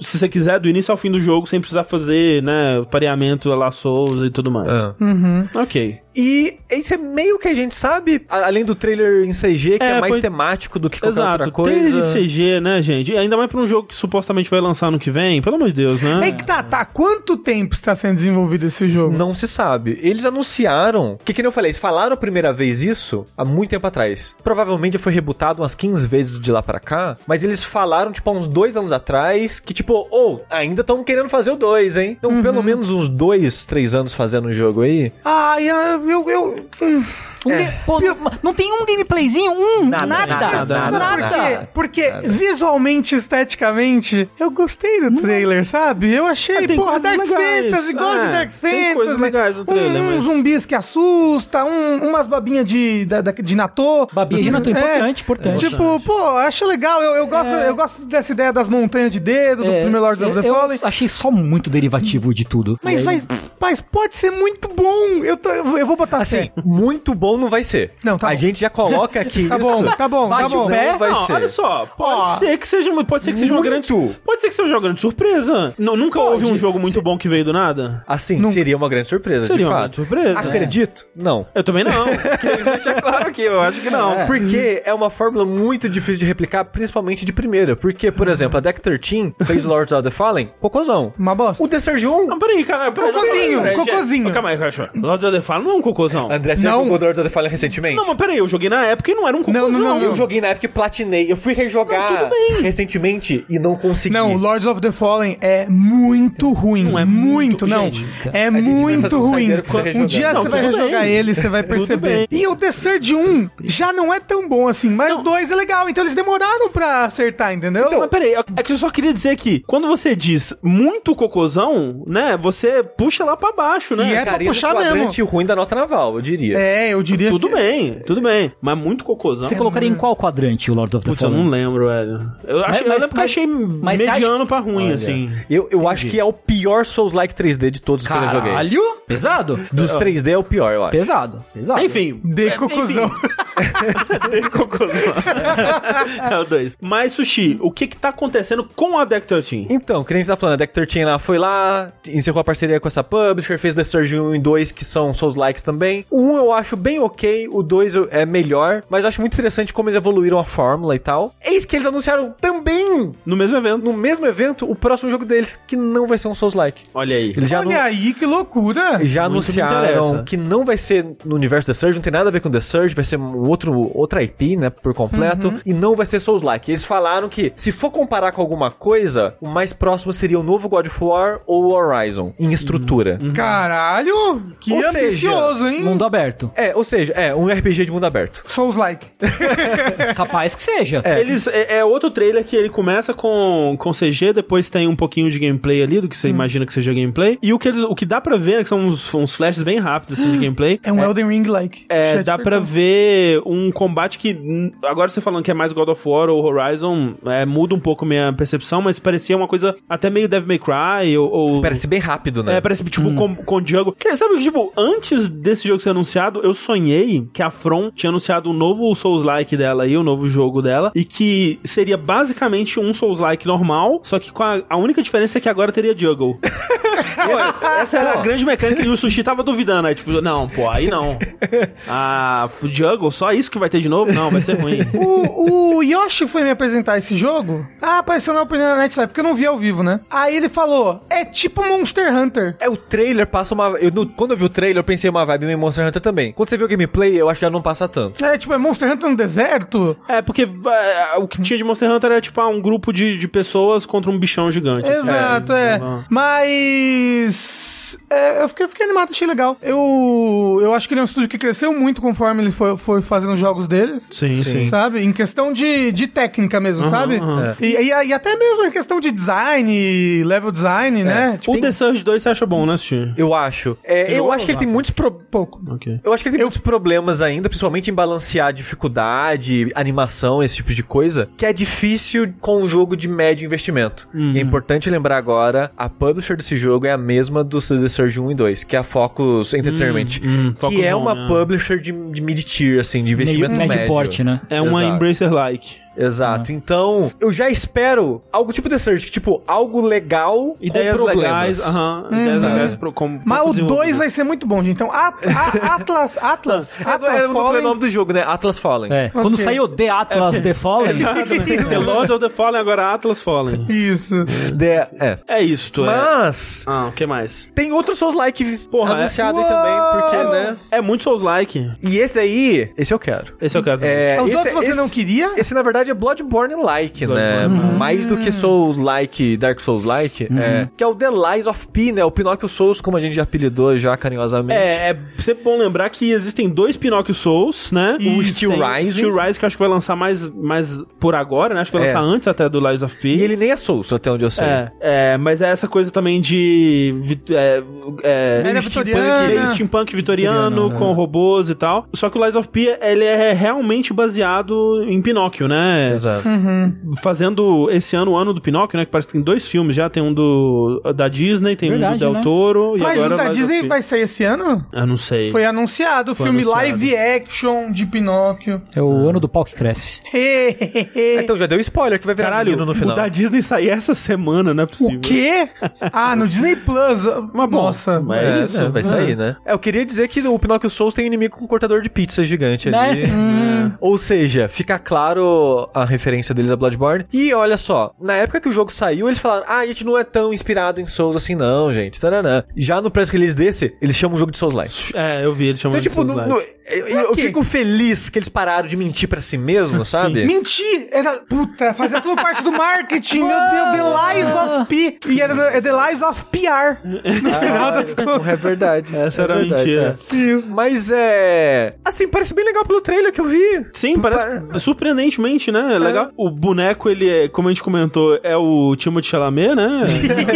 Speaker 1: se você quiser, do início ao fim do jogo, sem precisar fazer, né, pareamento, lá, Souls e tudo mais.
Speaker 4: Ah.
Speaker 2: Uhum.
Speaker 1: Ok.
Speaker 4: E isso é meio que a gente sabe, a- além do trailer em CG, que é,
Speaker 1: É,
Speaker 4: mais
Speaker 1: foi-
Speaker 4: temático do que qualquer outra
Speaker 1: Exato.
Speaker 4: coisa.
Speaker 1: Trailer de CG, né, gente? E ainda mais pra um jogo que supostamente vai lançar no que vem, pelo amor de Deus,
Speaker 4: Ah.
Speaker 1: né?
Speaker 2: É que tá, tá. Quanto tempo está sendo desenvolvido esse jogo?
Speaker 4: Não se sabe. Eles anunciaram. Que que nem eu falei, eles falaram a primeira vez isso há muito tempo atrás. Provavelmente já foi rebutado umas 15 vezes de lá pra cá. Mas eles falaram, tipo, há uns dois anos atrás, que, tipo, ou ainda estão querendo fazer o dois, hein?
Speaker 2: Uhum.
Speaker 4: Então, pelo menos uns dois, três anos fazendo o jogo aí.
Speaker 2: Ai, eu. eu, eu hum.
Speaker 3: Um ga- pô, não, não tem um gameplayzinho? Um?
Speaker 4: Nada,
Speaker 3: Nada.
Speaker 4: nada,
Speaker 2: Sabe
Speaker 4: nada,
Speaker 2: por
Speaker 4: nada.
Speaker 2: quê? Porque visualmente, esteticamente, eu gostei do trailer, sabe? Eu achei,
Speaker 3: Ah,
Speaker 1: É, tem
Speaker 2: porra,
Speaker 1: coisas
Speaker 2: Dark
Speaker 1: legais.
Speaker 2: Fantasy, gosto de
Speaker 1: É,
Speaker 2: Dark
Speaker 1: tem
Speaker 2: Fantasy.
Speaker 1: coisas legais no trailer,
Speaker 2: um,
Speaker 1: mas-
Speaker 2: zumbis que assusta, um- umas babinhas de, da, da- de Natô.
Speaker 3: Babinha de Natô,
Speaker 2: É.
Speaker 3: importante, importante.
Speaker 2: Tipo, pô, acho legal. Eu, eu gosto, eu gosto dessa ideia das montanhas de dedo, do
Speaker 3: É,
Speaker 2: primeiro Lords of
Speaker 3: eu- É.
Speaker 2: the Fallen. É.
Speaker 3: Eu achei só muito derivativo de tudo.
Speaker 2: Mas,
Speaker 3: E aí-
Speaker 2: mas, mas pode ser muito bom. Eu, tô- eu vou- eu vou botar
Speaker 4: Assim,
Speaker 2: assim.
Speaker 4: muito bom não vai ser.
Speaker 2: Não, tá
Speaker 4: A
Speaker 2: bom.
Speaker 4: gente já coloca aqui
Speaker 2: Tá
Speaker 4: isso.
Speaker 2: bom, tá bom, tá
Speaker 4: Bate o
Speaker 2: bom.
Speaker 4: pé, vai
Speaker 1: É, Não,
Speaker 4: ser.
Speaker 1: olha só, pode
Speaker 2: Ó,
Speaker 1: ser que seja, pode ser que seja uma grande,
Speaker 4: muito.
Speaker 1: pode ser que seja uma grande surpresa. Não, nunca houve um jogo muito bom que veio do nada.
Speaker 4: Assim,
Speaker 2: Nunca.
Speaker 4: seria uma grande surpresa,
Speaker 1: Seria
Speaker 4: de
Speaker 1: uma
Speaker 4: fato.
Speaker 1: grande surpresa. né?
Speaker 4: Acredito? Não.
Speaker 1: Eu também não. Queria deixar claro aqui, eu acho que não.
Speaker 4: Não, porque é uma fórmula muito difícil de replicar, principalmente de primeira. Porque, por exemplo, a Deck 13 fez Lords of the Fallen, cocôzão.
Speaker 2: Uma bosta.
Speaker 4: O The Surge 1,
Speaker 1: Não, peraí, cara. Peraí,
Speaker 2: Cocôzinho,
Speaker 1: não, peraí,
Speaker 2: cocôzinho.
Speaker 1: gente. Calma aí, cachorro. Lords of the Fallen não é um cocôzão.
Speaker 4: André, você
Speaker 2: Não.
Speaker 4: jogou Lords of the Fallen recentemente?
Speaker 1: Não, mas peraí, eu joguei na época e não era um cocôzão.
Speaker 2: não, não,
Speaker 4: Eu joguei na época e platinei. Eu fui rejogar recentemente e não consegui.
Speaker 2: Não, é Lords of the Fallen é muito ruim.
Speaker 1: Não, é muito-
Speaker 2: muito, não.
Speaker 1: gente,
Speaker 2: é
Speaker 4: vai fazer
Speaker 2: muito
Speaker 4: um
Speaker 2: ruim.
Speaker 4: saideiro pra você
Speaker 2: Um
Speaker 4: rejogar.
Speaker 2: dia
Speaker 1: Não,
Speaker 2: você vai
Speaker 1: tudo
Speaker 2: rejogar
Speaker 1: bem.
Speaker 2: ele, você vai
Speaker 1: bem.
Speaker 2: perceber. E o The Surge 1 já não é tão bom assim, mas o 2 é legal. Então eles demoraram pra acertar, entendeu?
Speaker 1: Mas peraí, é que eu só queria dizer que quando você diz muito cocôzão, né, você puxa lá pra baixo, né?
Speaker 2: E é pra
Speaker 4: Ficaria no
Speaker 2: puxar
Speaker 4: um quadrante ruim da nota naval, eu diria.
Speaker 2: é, eu diria
Speaker 1: Tudo
Speaker 2: que...
Speaker 1: bem, tudo bem. Mas muito cocôzão.
Speaker 3: Você colocaria em qual quadrante o Lord of the
Speaker 1: Putz, eu
Speaker 3: Fallen?
Speaker 1: não lembro, velho. Eu, achei, eu
Speaker 3: mas-
Speaker 1: lembro que eu
Speaker 3: mas-
Speaker 1: achei
Speaker 3: mas você
Speaker 1: mediano pra ruim, assim.
Speaker 4: Eu, eu acho que é o pior Souls-like 3D de todos que eu já joguei.
Speaker 3: Caralho! Pesado?
Speaker 4: Dos 3D é o pior, eu acho.
Speaker 3: Pesado, pesado.
Speaker 1: Enfim,
Speaker 2: De cocuzão.
Speaker 1: de cocôzão. é o dois. Mas, Sushi, o que que tá acontecendo com a Deck 13?
Speaker 4: Então, o que a gente tá falando, a Deck 13 lá foi lá, encerrou a parceria com essa publisher, fez The Surge 1 e 2, que são Souls Likes também. O 1 eu acho bem ok, o 2 eu- é melhor, mas eu acho muito interessante como eles evoluíram a fórmula e tal. Eis que eles anunciaram também também,
Speaker 1: No mesmo evento.
Speaker 4: no mesmo evento, o próximo jogo deles, que não vai ser um Souls-like.
Speaker 1: Olha aí.
Speaker 4: Eles já,
Speaker 2: Olha
Speaker 4: anu-
Speaker 2: aí, que loucura!
Speaker 4: já
Speaker 1: Muito me interessa.
Speaker 4: anunciaram que não vai ser no universo The Surge, não tem nada a ver com The Surge, vai ser um outro, outra IP, né, por completo,
Speaker 1: Uhum.
Speaker 4: e não vai ser Souls-like. Eles falaram que, se for comparar com alguma coisa, o mais próximo seria o novo God of War ou o Horizon, em estrutura.
Speaker 1: Uhum.
Speaker 2: Caralho! Que
Speaker 4: Ou seja,
Speaker 2: ambicioso, hein?
Speaker 3: Mundo aberto.
Speaker 4: É, ou seja, é um RPG de mundo aberto.
Speaker 2: Souls-like.
Speaker 3: Capaz que seja.
Speaker 1: Eles, é, é outro trailer que ele começa com, com CG, depois tem um pouquinho de gameplay ali, do que
Speaker 2: Hum.
Speaker 1: você imagina que seja gameplay. E o que, eles, o que dá pra ver, né, que são uns, uns flashes bem rápidos assim, de gameplay.
Speaker 2: É um Elden Ring-like. então.
Speaker 1: É,
Speaker 2: Chat
Speaker 1: dá pra
Speaker 2: cercado.
Speaker 1: ver um combate que. hum, Agora você falando que é mais God of War ou Horizon, é, muda um pouco minha percepção, mas parecia uma coisa até meio Devil May Cry ou. ou-
Speaker 4: Parece bem rápido, né?
Speaker 1: Uhum. É, parece tipo com, com o Django. Que, sabe que, tipo, antes desse jogo ser anunciado, eu sonhei que a From tinha anunciado um novo Souls-like dela aí, o um novo jogo dela, e que seria basicamente um Souls-like normal, só que com a, a única diferença é que agora teria Juggle. Pô, essa era a grande mecânica e o Sushi tava duvidando, aí tipo, não, pô, aí não. Ah, f- Juggle, só isso que vai ter de novo? Não, vai ser ruim.
Speaker 2: O, o Yoshi foi me apresentar esse jogo. Ah, apareceu na opinião da Net Live, porque eu não vi ao vivo, né? Aí ele falou: é tipo Monster Hunter.
Speaker 4: É, o trailer passa uma. Eu, no- quando eu vi o trailer, eu pensei uma vibe meio Monster Hunter também. Quando você vê o gameplay, eu acho que já não passa tanto.
Speaker 2: É tipo, é Monster Hunter no deserto?
Speaker 1: É, porque ah, o que tinha de Monster Hunter era tipo ah, um grupo de, de pessoas contra um bichão gigante.
Speaker 2: Exato, é.
Speaker 1: não.
Speaker 2: Mas. é, eu fiquei, fiquei animado, achei legal. Eu, eu acho que ele é um estúdio que cresceu muito conforme ele foi, foi fazendo os jogos deles.
Speaker 1: Sim, sim.
Speaker 2: Sabe? Em questão de, de técnica mesmo,
Speaker 1: Aham,
Speaker 2: sabe?
Speaker 1: aham.
Speaker 2: E, e- e até mesmo em questão de design, level design,
Speaker 1: É.
Speaker 2: né? Tipo,
Speaker 1: o The Surge 2 você acha bom, né, Sushi?
Speaker 4: Eu acho. É, eu acho que ele tem muitos. Pro...
Speaker 2: pouco.
Speaker 1: Ok.
Speaker 4: Eu acho que ele tem muitos problemas ainda, principalmente em balancear dificuldade, animação, esse tipo de coisa, que é difícil com um jogo de médio investimento.
Speaker 1: Uhum.
Speaker 4: E é importante lembrar agora, a publisher desse jogo é a mesma do The Surge 1 e 2, que é a Focus Entertainment.
Speaker 1: Hum, hum, Focus
Speaker 4: que é
Speaker 1: não,
Speaker 4: uma
Speaker 1: né?
Speaker 4: publisher de, de mid-tier, assim, de
Speaker 3: Meio
Speaker 4: investimento médio.
Speaker 3: médio porte, né?
Speaker 1: É uma
Speaker 4: Exato.
Speaker 1: Embracer-like.
Speaker 4: Exato.
Speaker 1: É.
Speaker 4: Então, eu já espero algo tipo The Surge, que, tipo, algo legal
Speaker 1: Ideias
Speaker 4: com problemas.
Speaker 1: legais, aham. ideias
Speaker 4: Uhum.
Speaker 1: legais pro, como.
Speaker 2: Mas
Speaker 1: pro
Speaker 2: o 2
Speaker 1: desenvolvimento.
Speaker 2: vai ser muito bom, gente. Então, At- A- Atlas, Atlas,
Speaker 4: Ah, não,
Speaker 2: Atlas
Speaker 4: eu não falei o
Speaker 2: Fallen.
Speaker 4: nome do jogo, né? Atlas Fallen.
Speaker 3: É. Quando
Speaker 2: Ok.
Speaker 3: saiu The Atlas The Fallen,
Speaker 1: Ah, É. tá The Lords of the Fallen, agora Atlas Fallen.
Speaker 2: Isso.
Speaker 4: The- é.
Speaker 1: É isso, tu é.
Speaker 4: Mas,
Speaker 1: Ah, o que mais?
Speaker 4: tem outro Souls-like
Speaker 1: Porra,
Speaker 4: anunciado aí
Speaker 1: é-
Speaker 4: também, porque, né?
Speaker 1: É muito Souls-like.
Speaker 4: E esse daí, esse eu quero.
Speaker 1: Esse é o caso.
Speaker 4: É,
Speaker 2: Os
Speaker 4: esse-
Speaker 2: outros você
Speaker 4: esse-
Speaker 2: não queria?
Speaker 4: Esse, na verdade, é Bloodborne-like, né?
Speaker 1: Bloodborne.
Speaker 4: Mais do que Souls-like, Dark Souls-like. é, que é o The Lies of P, né? O Pinóquio Souls, como a gente já apelidou já carinhosamente.
Speaker 1: É, é sempre bom lembrar que existem dois Pinóquio Souls, né?
Speaker 4: E o Steel
Speaker 1: Tem
Speaker 4: Rising.
Speaker 1: Steel Rise, que eu acho que vai lançar mais, mais por agora, né? Acho que vai
Speaker 4: É.
Speaker 1: lançar antes até do Lies of P.
Speaker 4: E ele nem é Souls, até onde eu sei.
Speaker 1: É, é, mas é essa coisa também de. vi- É, é,
Speaker 2: Era
Speaker 1: steampunk,
Speaker 2: vitoriana.
Speaker 1: meio steampunk vitoriano, é. com robôs e tal. Só que o Lies of P, ele é realmente baseado em Pinóquio, né?
Speaker 4: Exato.
Speaker 1: Fazendo esse ano o ano do Pinóquio, né? Que parece que tem dois filmes já. Tem um do da Disney, tem um
Speaker 3: Verdade,
Speaker 1: do Del
Speaker 3: né?
Speaker 1: Toro. e
Speaker 2: Mas
Speaker 1: agora
Speaker 2: o da
Speaker 1: Lies of
Speaker 2: Disney
Speaker 1: P.
Speaker 2: vai sair esse ano?
Speaker 1: Eu não sei.
Speaker 2: Foi anunciado o
Speaker 1: Foi
Speaker 2: filme
Speaker 1: anunciado.
Speaker 2: live action de Pinóquio.
Speaker 3: é o ano do pau que cresce.
Speaker 4: Então já deu spoiler que vai virar
Speaker 1: Caralho,
Speaker 4: menino no final.
Speaker 1: o da Disney sair essa semana, não é possível.
Speaker 2: o quê? Ah, no Disney Plus.
Speaker 1: Mas bom,
Speaker 2: Nossa.
Speaker 1: mas- É isso,
Speaker 4: né, vai
Speaker 1: né?
Speaker 4: sair, né? É, eu queria dizer que o Pinóquio Souls tem inimigo com um cortador de pizza gigante ali.
Speaker 3: Né?
Speaker 1: Hum.
Speaker 4: Ou seja, fica claro a referência deles a Bloodborne. E olha só, na época que o jogo saiu, eles falaram: ah, a gente não é tão inspirado em Souls assim, não, gente. Taranã. Já no press release desse, eles chamam o jogo de Souls Like.
Speaker 1: É, eu vi ele chamando
Speaker 4: Então, tipo,
Speaker 1: de
Speaker 4: no-
Speaker 1: Souls-like.
Speaker 4: no- eu, eu- eu
Speaker 2: quê?
Speaker 4: fico feliz que eles pararam de mentir pra si mesmo, sabe?
Speaker 2: Mentir! Era. Puta, fazia tudo parte do marketing. Meu Deus, The Lies of P. E era é The Lies of PR. No
Speaker 4: Ah,
Speaker 2: final das contas.
Speaker 4: É verdade.
Speaker 1: Essa era a mentira.
Speaker 2: Isso.
Speaker 4: Mas é. Assim, parece bem legal pelo trailer que eu vi.
Speaker 1: Sim, parece surpreendentemente, né? Legal. O boneco, ele é, como a gente comentou, é o Timothée Chalamet, né?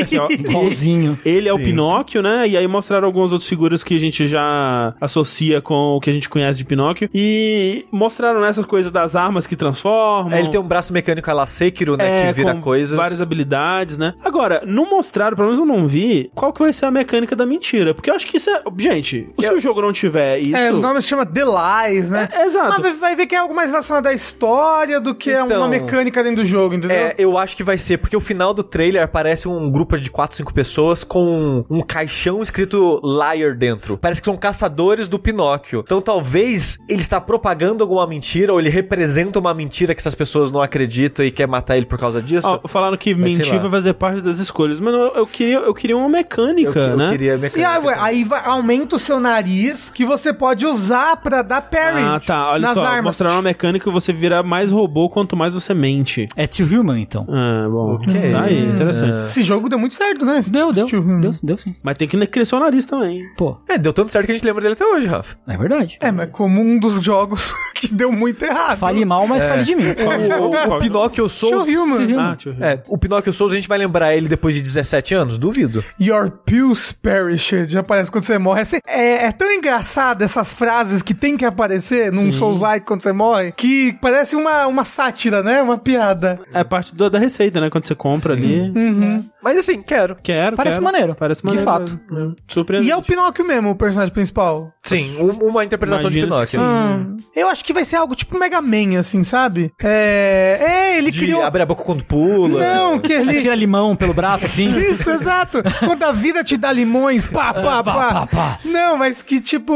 Speaker 1: Que é o-
Speaker 3: Igualzinho.
Speaker 1: ele é o Pinóquio, né? E aí mostraram algumas outras figuras que a gente já associa com o que a gente conhece de Pinóquio. E mostraram né, essa coisa das armas que transformam.
Speaker 4: É, ele tem um braço mecânico a la Sekiro, né?
Speaker 1: É,
Speaker 4: que vira
Speaker 1: com
Speaker 4: coisas.
Speaker 1: várias habilidades, né? Agora, não mostraram, pelo menos eu não vi, qual que vai ser a mecânica da mentira. Porque eu acho que isso é... Gente, se o jogo não tiver isso...
Speaker 2: É, o nome se chama The Lies, né?
Speaker 1: É, exato.
Speaker 2: Mas vai- vai ver que é algo mais relacionado à história do que é
Speaker 4: Então,
Speaker 2: uma mecânica dentro do jogo, entendeu?
Speaker 4: É, eu acho que vai ser, porque o final do trailer aparece um grupo de 4, 5 pessoas com um caixão escrito Liar dentro. Parece que são caçadores do Pinóquio. Então talvez ele está propagando alguma mentira, ou ele representa uma mentira que essas pessoas não acreditam e quer matar ele por causa disso.
Speaker 1: Ó, falaram que
Speaker 4: Mas sei
Speaker 1: mentir
Speaker 4: lá.
Speaker 1: vai fazer parte das escolhas, mas eu, eu queria, eu queria uma mecânica,
Speaker 4: eu,
Speaker 1: né?
Speaker 4: eu queria
Speaker 2: E
Speaker 4: mecânica.
Speaker 2: aí, ué, aí vai- aumenta o seu nariz que você pode usar pra dar parry
Speaker 1: Ah, tá. Olha
Speaker 2: nas
Speaker 1: só,
Speaker 2: armas.
Speaker 1: mostraram uma mecânica que você vira mais robô quanto mais você mente.
Speaker 3: É to human, então.
Speaker 1: Ah, bom.
Speaker 4: Ok.
Speaker 1: Tá
Speaker 3: É.
Speaker 1: aí, interessante.
Speaker 2: Esse jogo deu muito certo, né?
Speaker 3: Deu, deu.
Speaker 2: Tio, hum.
Speaker 3: Deu, deu sim.
Speaker 1: Mas tem que crescer o nariz também.
Speaker 3: Pô,
Speaker 4: É, deu tanto certo que a gente lembra dele até hoje, Rafa.
Speaker 3: é verdade.
Speaker 2: É, mas como um dos jogos que deu muito errado.
Speaker 3: Fale mal, mas É. fale de mim.
Speaker 1: é
Speaker 4: O, o Pinóquio Souls.
Speaker 2: Tio Human.
Speaker 1: Ah, deixa eu ver.
Speaker 4: É, o Pinóquio Souls a gente vai lembrar ele depois de 17 anos? Duvido.
Speaker 2: Your pills perished. Já aparece quando você morre. Assim, é, é tão engraçado essas frases que tem que aparecer num Souls-like quando você morre, que parece uma, uma sátira, né? Uma piada.
Speaker 1: É parte do- da receita, né? Quando você compra ali.
Speaker 2: Uhum.
Speaker 4: Mas assim, quero.
Speaker 1: Quero,
Speaker 3: Hum. Parece
Speaker 1: quero.
Speaker 3: maneiro.
Speaker 1: Parece
Speaker 3: De
Speaker 1: maneiro.
Speaker 3: fato.
Speaker 1: mesmo. É. Surpreendente.
Speaker 2: E é o Pinóquio mesmo, o personagem principal.
Speaker 4: Sim, um- uma interpretação
Speaker 1: Imagino
Speaker 4: de
Speaker 1: que
Speaker 4: Pinóquio. Ah,
Speaker 2: Hum. Eu acho que vai ser algo tipo Mega Man, assim, sabe? É, é ele
Speaker 4: De
Speaker 2: criou...
Speaker 4: abrir a boca quando pula.
Speaker 2: Não, que ele...
Speaker 3: Tira limão pelo braço, assim.
Speaker 2: Isso, exato. Quando a vida te dá limões, pá, pá, pá.
Speaker 3: pá, pá.
Speaker 2: Não, mas que tipo,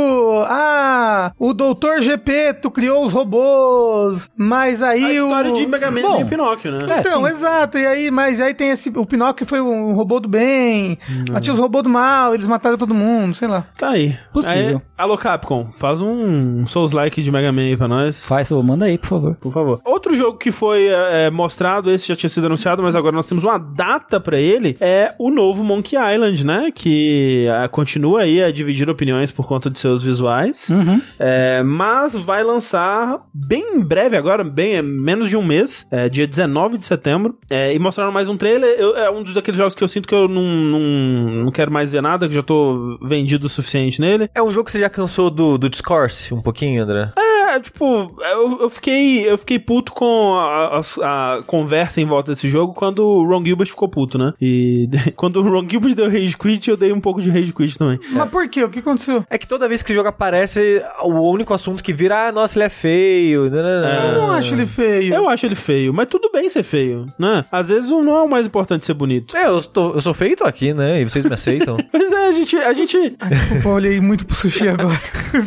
Speaker 2: ah, o doutor GP, tu criou os robôs, mas aí
Speaker 1: A história
Speaker 2: o...
Speaker 1: de Mega Man
Speaker 3: Bom,
Speaker 1: e Pinóquio, né?
Speaker 3: é.
Speaker 2: Então,
Speaker 3: sim.
Speaker 2: exato, e aí, mas aí tem esse, o Pinóquio foi um robô do bem, mas tinha os robôs do mal, eles mataram todo mundo, sei lá.
Speaker 1: Tá aí.
Speaker 3: Possível.
Speaker 1: Aí, alô, Capcom, faz um Souls-like de Mega Man aí pra nós.
Speaker 3: Faz, ô, manda aí, por favor.
Speaker 1: Por favor. Outro jogo que foi é, é, mostrado, esse já tinha sido anunciado, mas agora nós temos uma data pra ele, é o novo Monkey Island, né? Que ah, continua aí a dividir opiniões por conta de seus visuais,
Speaker 3: Uhum.
Speaker 1: É, mas vai lançar bem em breve agora, bem é, menos de um mês, é, dia 19 de setembro, É, e mostraram mais um trailer. Eu- é um dos daqueles jogos que eu sinto que eu não, não, não quero mais ver nada, que já tô vendido o suficiente nele.
Speaker 4: É um jogo que você já cansou do, do discourse um pouquinho, André?
Speaker 1: É, tipo, eu, eu fiquei, eu fiquei puto com a, a- a conversa em volta desse jogo quando o Ron Gilbert ficou puto, né? E quando o Ron Gilbert deu rage quit, eu dei um pouco de rage quit também.
Speaker 2: Mas por quê? O que aconteceu?
Speaker 4: É que toda vez que esse jogo aparece, o único assunto que vira, ah, nossa, ele é feio. né, nananã.
Speaker 2: Eu não acho ele feio.
Speaker 1: Eu acho ele feio, mas tudo bem ser feio, né? Às vezes o não é o mais importante ser bonito.
Speaker 4: É, eu, tô, eu sou feio e tô aqui, né? E vocês me aceitam.
Speaker 1: Mas é, a gente, a gente,
Speaker 2: Pô, olhei muito pro sushi agora.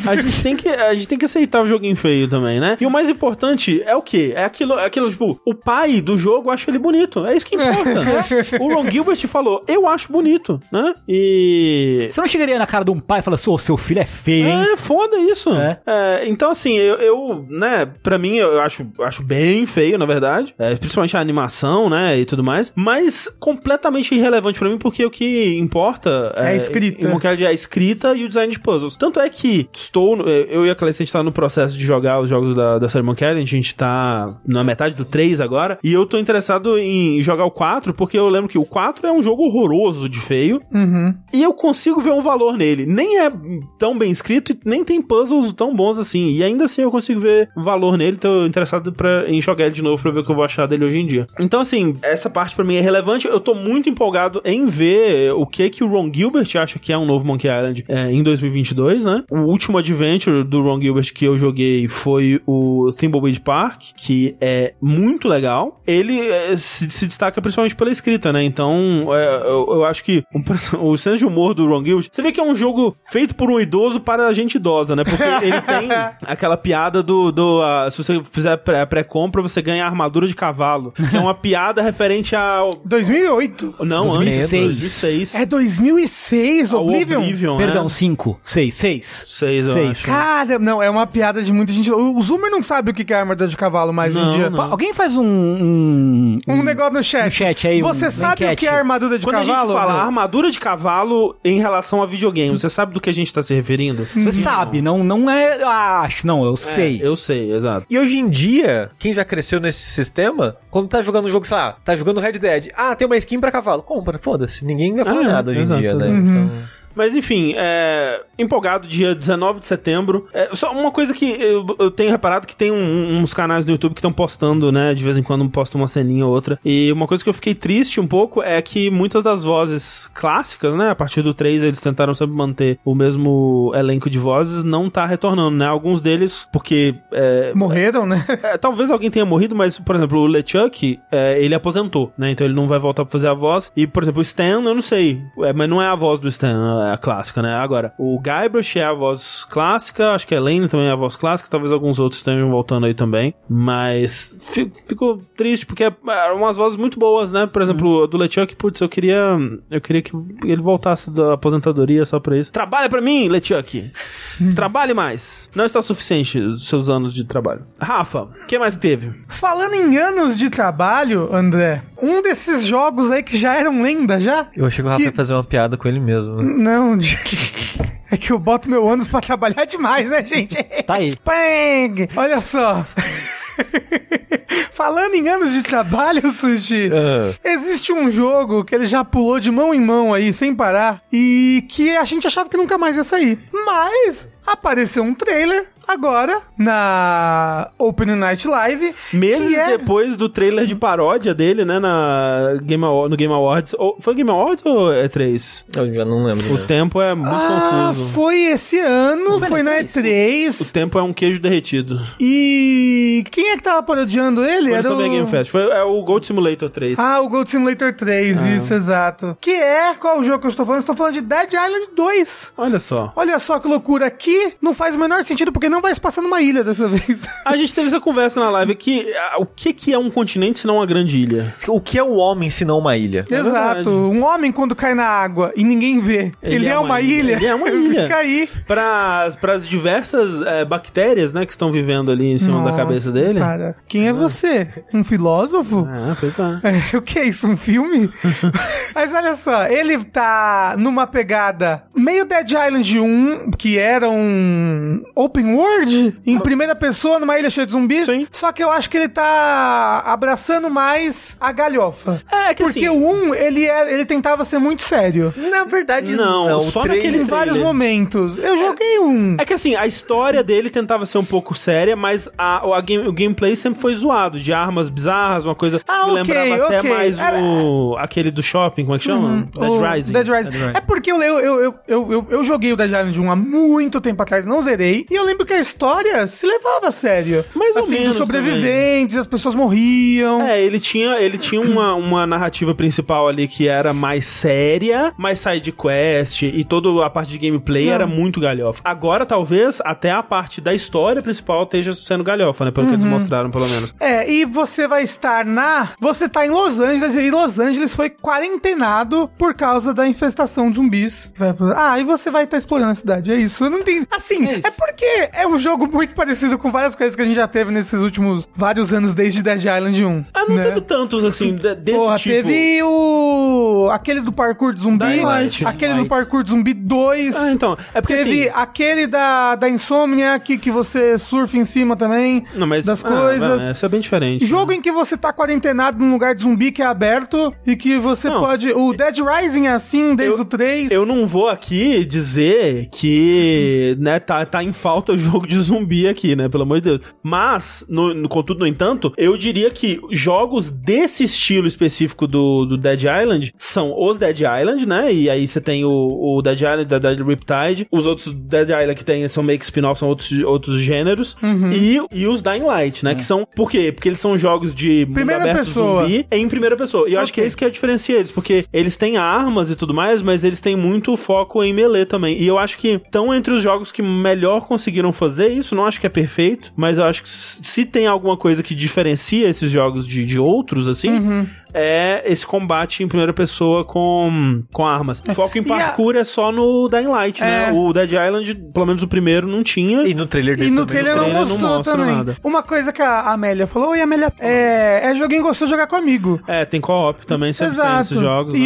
Speaker 1: a gente tem que, a gente tem que aceitar o joguinho feio também, né? E o mais importante é o quê? É aquilo, é aquilo tipo, o pai do jogo acha ele bonito. É isso que importa, né? O Ron Gilbert falou, eu acho bonito, né? E
Speaker 3: Você não chegaria na cara de um pai e falasse, ô, seu filho é feio, hein?
Speaker 1: É, foda isso.
Speaker 3: É.
Speaker 1: É, então, assim, eu, eu, né, pra mim, eu acho, acho bem feio, na verdade. É, principalmente a animação, né, e tudo mais. Mas completamente irrelevante pra mim, porque o que importa...
Speaker 2: É a escrita.
Speaker 1: Em Monkey Island é a escrita e o design de puzzles. Tanto é que estou... no- Eu e a Clarice, a gente tá no processo de jogar os jogos da, da série Monkey Island. A gente tá na metade do 3 agora. E eu tô interessado em jogar o 4, porque eu lembro que o 4 é um jogo horroroso de feio.
Speaker 2: Uhum.
Speaker 1: E eu consigo ver um valor nele. Nem é tão bem escrito e nem tem puzzles tão bons assim. E ainda assim eu consigo ver valor nele. Tô interessado pra, em jogar ele de novo pra ver o que eu vou achar dele hoje em dia. Então, assim, essa parte pra mim é relevante. Eu tô muito empolgado em ver o que que o Ron Gilbert acha que é um novo Monkey Island é, em 2022, né? O último adventure do Ron Gilbert que eu joguei foi o Thimbleweed Park, que é muito legal. Ele é, se, se destaca principalmente pela escrita, né? Então, é, eu, eu acho que o, perso- o senso de humor do Ron Gilbert... Você vê que é um jogo feito por um idoso para gente idosa, né? Porque ele tem aquela piada do... do ah, se você fizer pré- pré-compra, você ganha a armadura de cavalo. Que é uma piada referente ao...
Speaker 2: 2008.
Speaker 1: Não,
Speaker 3: 2006.
Speaker 1: antes. 2006.
Speaker 2: É 2006,
Speaker 1: Ao
Speaker 2: Oblivion?
Speaker 3: Perdão,
Speaker 1: né?
Speaker 3: cinco, seis, seis.
Speaker 1: Seis, eu
Speaker 3: Seis.
Speaker 1: acho.
Speaker 2: Cara, não, é uma piada de muita gente. O o Zoomer não sabe o que que é armadura de cavalo mais hoje em
Speaker 1: Não,
Speaker 2: dia.
Speaker 1: não. Hum.
Speaker 3: Fa- Alguém faz um... um-
Speaker 2: Um negócio no chat.
Speaker 3: No chat aí,
Speaker 2: Você
Speaker 3: um-
Speaker 2: sabe
Speaker 3: uma
Speaker 2: o que é
Speaker 3: enquete.
Speaker 2: armadura de
Speaker 1: Quando a
Speaker 2: cavalo?
Speaker 1: gente fala
Speaker 2: Não.
Speaker 1: armadura de cavalo em relação a videogame, você sabe do que a gente tá se referindo?
Speaker 4: Hum.
Speaker 3: Você sabe, não, não é... Ah, acho, não, eu sei.
Speaker 1: É, Eu sei, exato.
Speaker 4: E hoje em dia, quem já cresceu nesse sistema, quando tá jogando um jogo, sei lá, tá jogando Red Dead, ah, tem uma skin pra cavalo, compra, foda-se. Ninguém vai falar
Speaker 1: Ah, é,
Speaker 4: nada hoje em
Speaker 1: exato,
Speaker 4: dia, né?
Speaker 1: exato.
Speaker 4: Então,
Speaker 1: Mas enfim, é, empolgado, dia 19 de setembro. É, só uma coisa que eu, eu tenho reparado que tem um- uns canais no YouTube que estão postando, né? De vez em quando postam uma ceninha ou outra. E uma coisa que eu fiquei triste um pouco é que muitas das vozes clássicas, né? A partir do 3 eles tentaram sempre manter o mesmo elenco de vozes, não tá retornando, né? Alguns deles, porque é,
Speaker 2: Morreram, né?
Speaker 1: é, talvez alguém tenha morrido, mas, por exemplo, o LeChuck, é, ele aposentou, né? Então ele não vai voltar pra fazer a voz. E, por exemplo, o Stan, eu não sei. É, mas não é a voz do Stan, é a clássica, né? Agora, o Guybrush é a voz clássica, acho que a Elaine também é a voz clássica, talvez alguns outros estejam voltando aí também. Mas fi- ficou triste, porque eram umas vozes muito boas, né? Por exemplo, a do LeChuck, putz, eu queria, eu queria que ele voltasse da aposentadoria só pra isso. Trabalha pra mim, LeChuck! Hum. Trabalhe mais. Não está suficiente os seus anos de trabalho. Rafa, o que mais que teve?
Speaker 2: Falando em anos de trabalho, André, um desses jogos aí que já eram lenda, já?
Speaker 4: Eu achei que o Rafa ia fazer uma piada com ele mesmo. né?
Speaker 2: Não, de- é que eu boto meu ânus pra trabalhar demais, né, gente?
Speaker 3: Tá aí.
Speaker 2: Pang! Olha só. Falando em anos de trabalho, Sushi,
Speaker 4: Ah.
Speaker 2: existe um jogo que ele já pulou de mão em mão aí, sem parar, e que a gente achava que nunca mais ia sair. Mas apareceu um trailer agora na Open Night Live.
Speaker 1: Meses
Speaker 2: que é-
Speaker 1: depois do trailer de paródia dele, né, na Game Awa- no Game Awards. Ou- foi Game Awards ou E3?
Speaker 4: Eu já não lembro.
Speaker 1: O tempo é muito
Speaker 2: Ah,
Speaker 1: confuso.
Speaker 2: foi esse ano, foi na
Speaker 1: O
Speaker 2: E3.
Speaker 1: tempo é um queijo derretido.
Speaker 2: E quem é que tava parodiando ele?
Speaker 1: Foi sobre a Game Fest. Foi é, o Gold Simulator 3.
Speaker 2: um Ah, o Gold Simulator 3,
Speaker 1: É.
Speaker 2: isso, exato. Que é, qual o jogo que eu estou falando? Estou falando de Dead Island 2.
Speaker 1: Olha só.
Speaker 2: Olha só que loucura, aqui não faz o menor sentido porque não vai se passar numa ilha dessa vez.
Speaker 1: A gente teve essa conversa na live que ah, o que, que é um continente se não uma grande ilha?
Speaker 4: O que é o homem se não uma ilha?
Speaker 1: É verdade.
Speaker 2: Exato, um homem quando cai na água e ninguém vê, ele, é, uma ilha.
Speaker 1: Ele é uma ilha.
Speaker 2: Fica aí.
Speaker 1: Para as diversas eh, bactérias, né, que estão vivendo ali em cima da
Speaker 2: Nossa,
Speaker 1: cabeça dele.
Speaker 2: Cara, quem é você? Um filósofo?
Speaker 1: Ah, pois é.
Speaker 2: É, o que é isso? Um filme? Mas olha só, ele tá numa pegada meio Dead Island 1, que era um open world, em primeira pessoa, numa ilha cheia de zumbis.
Speaker 1: Sim.
Speaker 2: Só que eu acho que ele tá abraçando mais a galhofa.
Speaker 1: É, que
Speaker 2: Porque
Speaker 1: assim-
Speaker 2: o 1, ele, é- ele tentava ser muito sério.
Speaker 4: Na verdade,
Speaker 1: Não, só naquele
Speaker 2: Em vários
Speaker 1: Trailer.
Speaker 2: momentos. Eu joguei um.
Speaker 1: É que assim, a história dele tentava ser um pouco séria, mas a, o- a game- o gameplay sempre foi zoado, de armas bizarras, uma coisa
Speaker 2: Ah,
Speaker 1: que
Speaker 2: ok,
Speaker 1: lembrava até
Speaker 2: ok.
Speaker 1: mais
Speaker 2: Era- Uhum.
Speaker 1: o, aquele do shopping, como é que chama? Dead
Speaker 2: O
Speaker 1: Rising.
Speaker 2: Dead Rising. É porque eu, eu, eu, eu, eu, eu- eu joguei o Dead Island 1 há muito tempo atrás, não zerei. E eu lembro que a história se levava a sério.
Speaker 1: Mais ou
Speaker 2: assim,
Speaker 1: menos
Speaker 2: Dos sobreviventes, as pessoas morriam.
Speaker 1: É, ele tinha, ele tinha uma, uma narrativa principal ali que era mais séria, mais side quest e toda a parte de gameplay era muito galhofa. Agora, talvez, até a parte da história principal esteja sendo galhofa, né? Pelo
Speaker 2: Uhum.
Speaker 1: que eles mostraram, pelo menos.
Speaker 2: É, e você vai estar na. Você tá em Los Angeles e Los Angeles foi quarentenado por causa da infestação de zumbis. Vai pro- Ah, e você vai estar explorando a cidade. É isso. Eu não entendi. Assim, é, porque é um jogo muito parecido com várias coisas que a gente já teve nesses últimos vários anos desde Dead Island 1.
Speaker 1: Ah, não
Speaker 2: né?
Speaker 1: teve tantos, assim, de- desse
Speaker 2: Porra,
Speaker 1: tipo.
Speaker 2: teve o. aquele do parkour de zumbi.
Speaker 1: Dying Light.
Speaker 2: Aquele
Speaker 3: Dying
Speaker 2: do
Speaker 3: Light.
Speaker 2: parkour de zumbi 2.
Speaker 1: Ah, então, é porque,
Speaker 2: Teve
Speaker 1: assim-
Speaker 2: aquele da, da insônia que, que você surfa em cima também.
Speaker 1: Não, mas,
Speaker 2: Das
Speaker 1: ah,
Speaker 2: coisas.
Speaker 1: vai, Isso é bem diferente.
Speaker 2: Jogo em que você tá quarentenado num lugar de zumbi que é aberto e que você
Speaker 1: Não.
Speaker 2: pode. O Dead Rising é assim desde
Speaker 1: Eu-
Speaker 2: o 3.
Speaker 1: Eu não vou aqui dizer que, né, tá, tá em falta o jogo de zumbi aqui, né, pelo amor de Deus. Mas, no, no- contudo, no entanto, eu diria que jogos desse estilo específico do, do Dead Island são os Dead Island, né, e aí você tem o, o Dead Island, da Dead Riptide, os outros Dead Island que tem são meio que spin-off, são outros, outros gêneros,
Speaker 2: Uhum.
Speaker 1: e, e os Dying Light, né, que são, por quê? Porque eles são jogos de mundo
Speaker 2: É. Primeira
Speaker 1: aberto
Speaker 2: pessoa.
Speaker 1: zumbi, em primeira pessoa. E eu acho que é isso que diferencia eles, porque eles têm armas e tudo mais, mas eles têm muito foco em melee também. E eu acho que estão entre os jogos que melhor conseguiram fazer isso. Não acho que é perfeito, mas eu acho que s- se tem alguma coisa que diferencia esses jogos de, de outros, assim,
Speaker 2: Uhum.
Speaker 1: é esse combate em primeira pessoa com, com armas. O foco em
Speaker 2: E a-
Speaker 1: parkour é só no Dying Light, né?
Speaker 2: É.
Speaker 1: O Dead Island, pelo menos o primeiro, não tinha.
Speaker 4: E no trailer desse
Speaker 2: E no
Speaker 4: também
Speaker 2: trailer
Speaker 1: no
Speaker 2: não
Speaker 1: trailer não
Speaker 2: mostrou
Speaker 1: mostra
Speaker 2: também.
Speaker 1: nada.
Speaker 2: Uma coisa que a Amélia falou, oi Amélia, é, é joguinho gostoso jogar com amigo.
Speaker 1: É, tem co-op também, sempre tem
Speaker 2: Exato.
Speaker 1: esses jogos. né?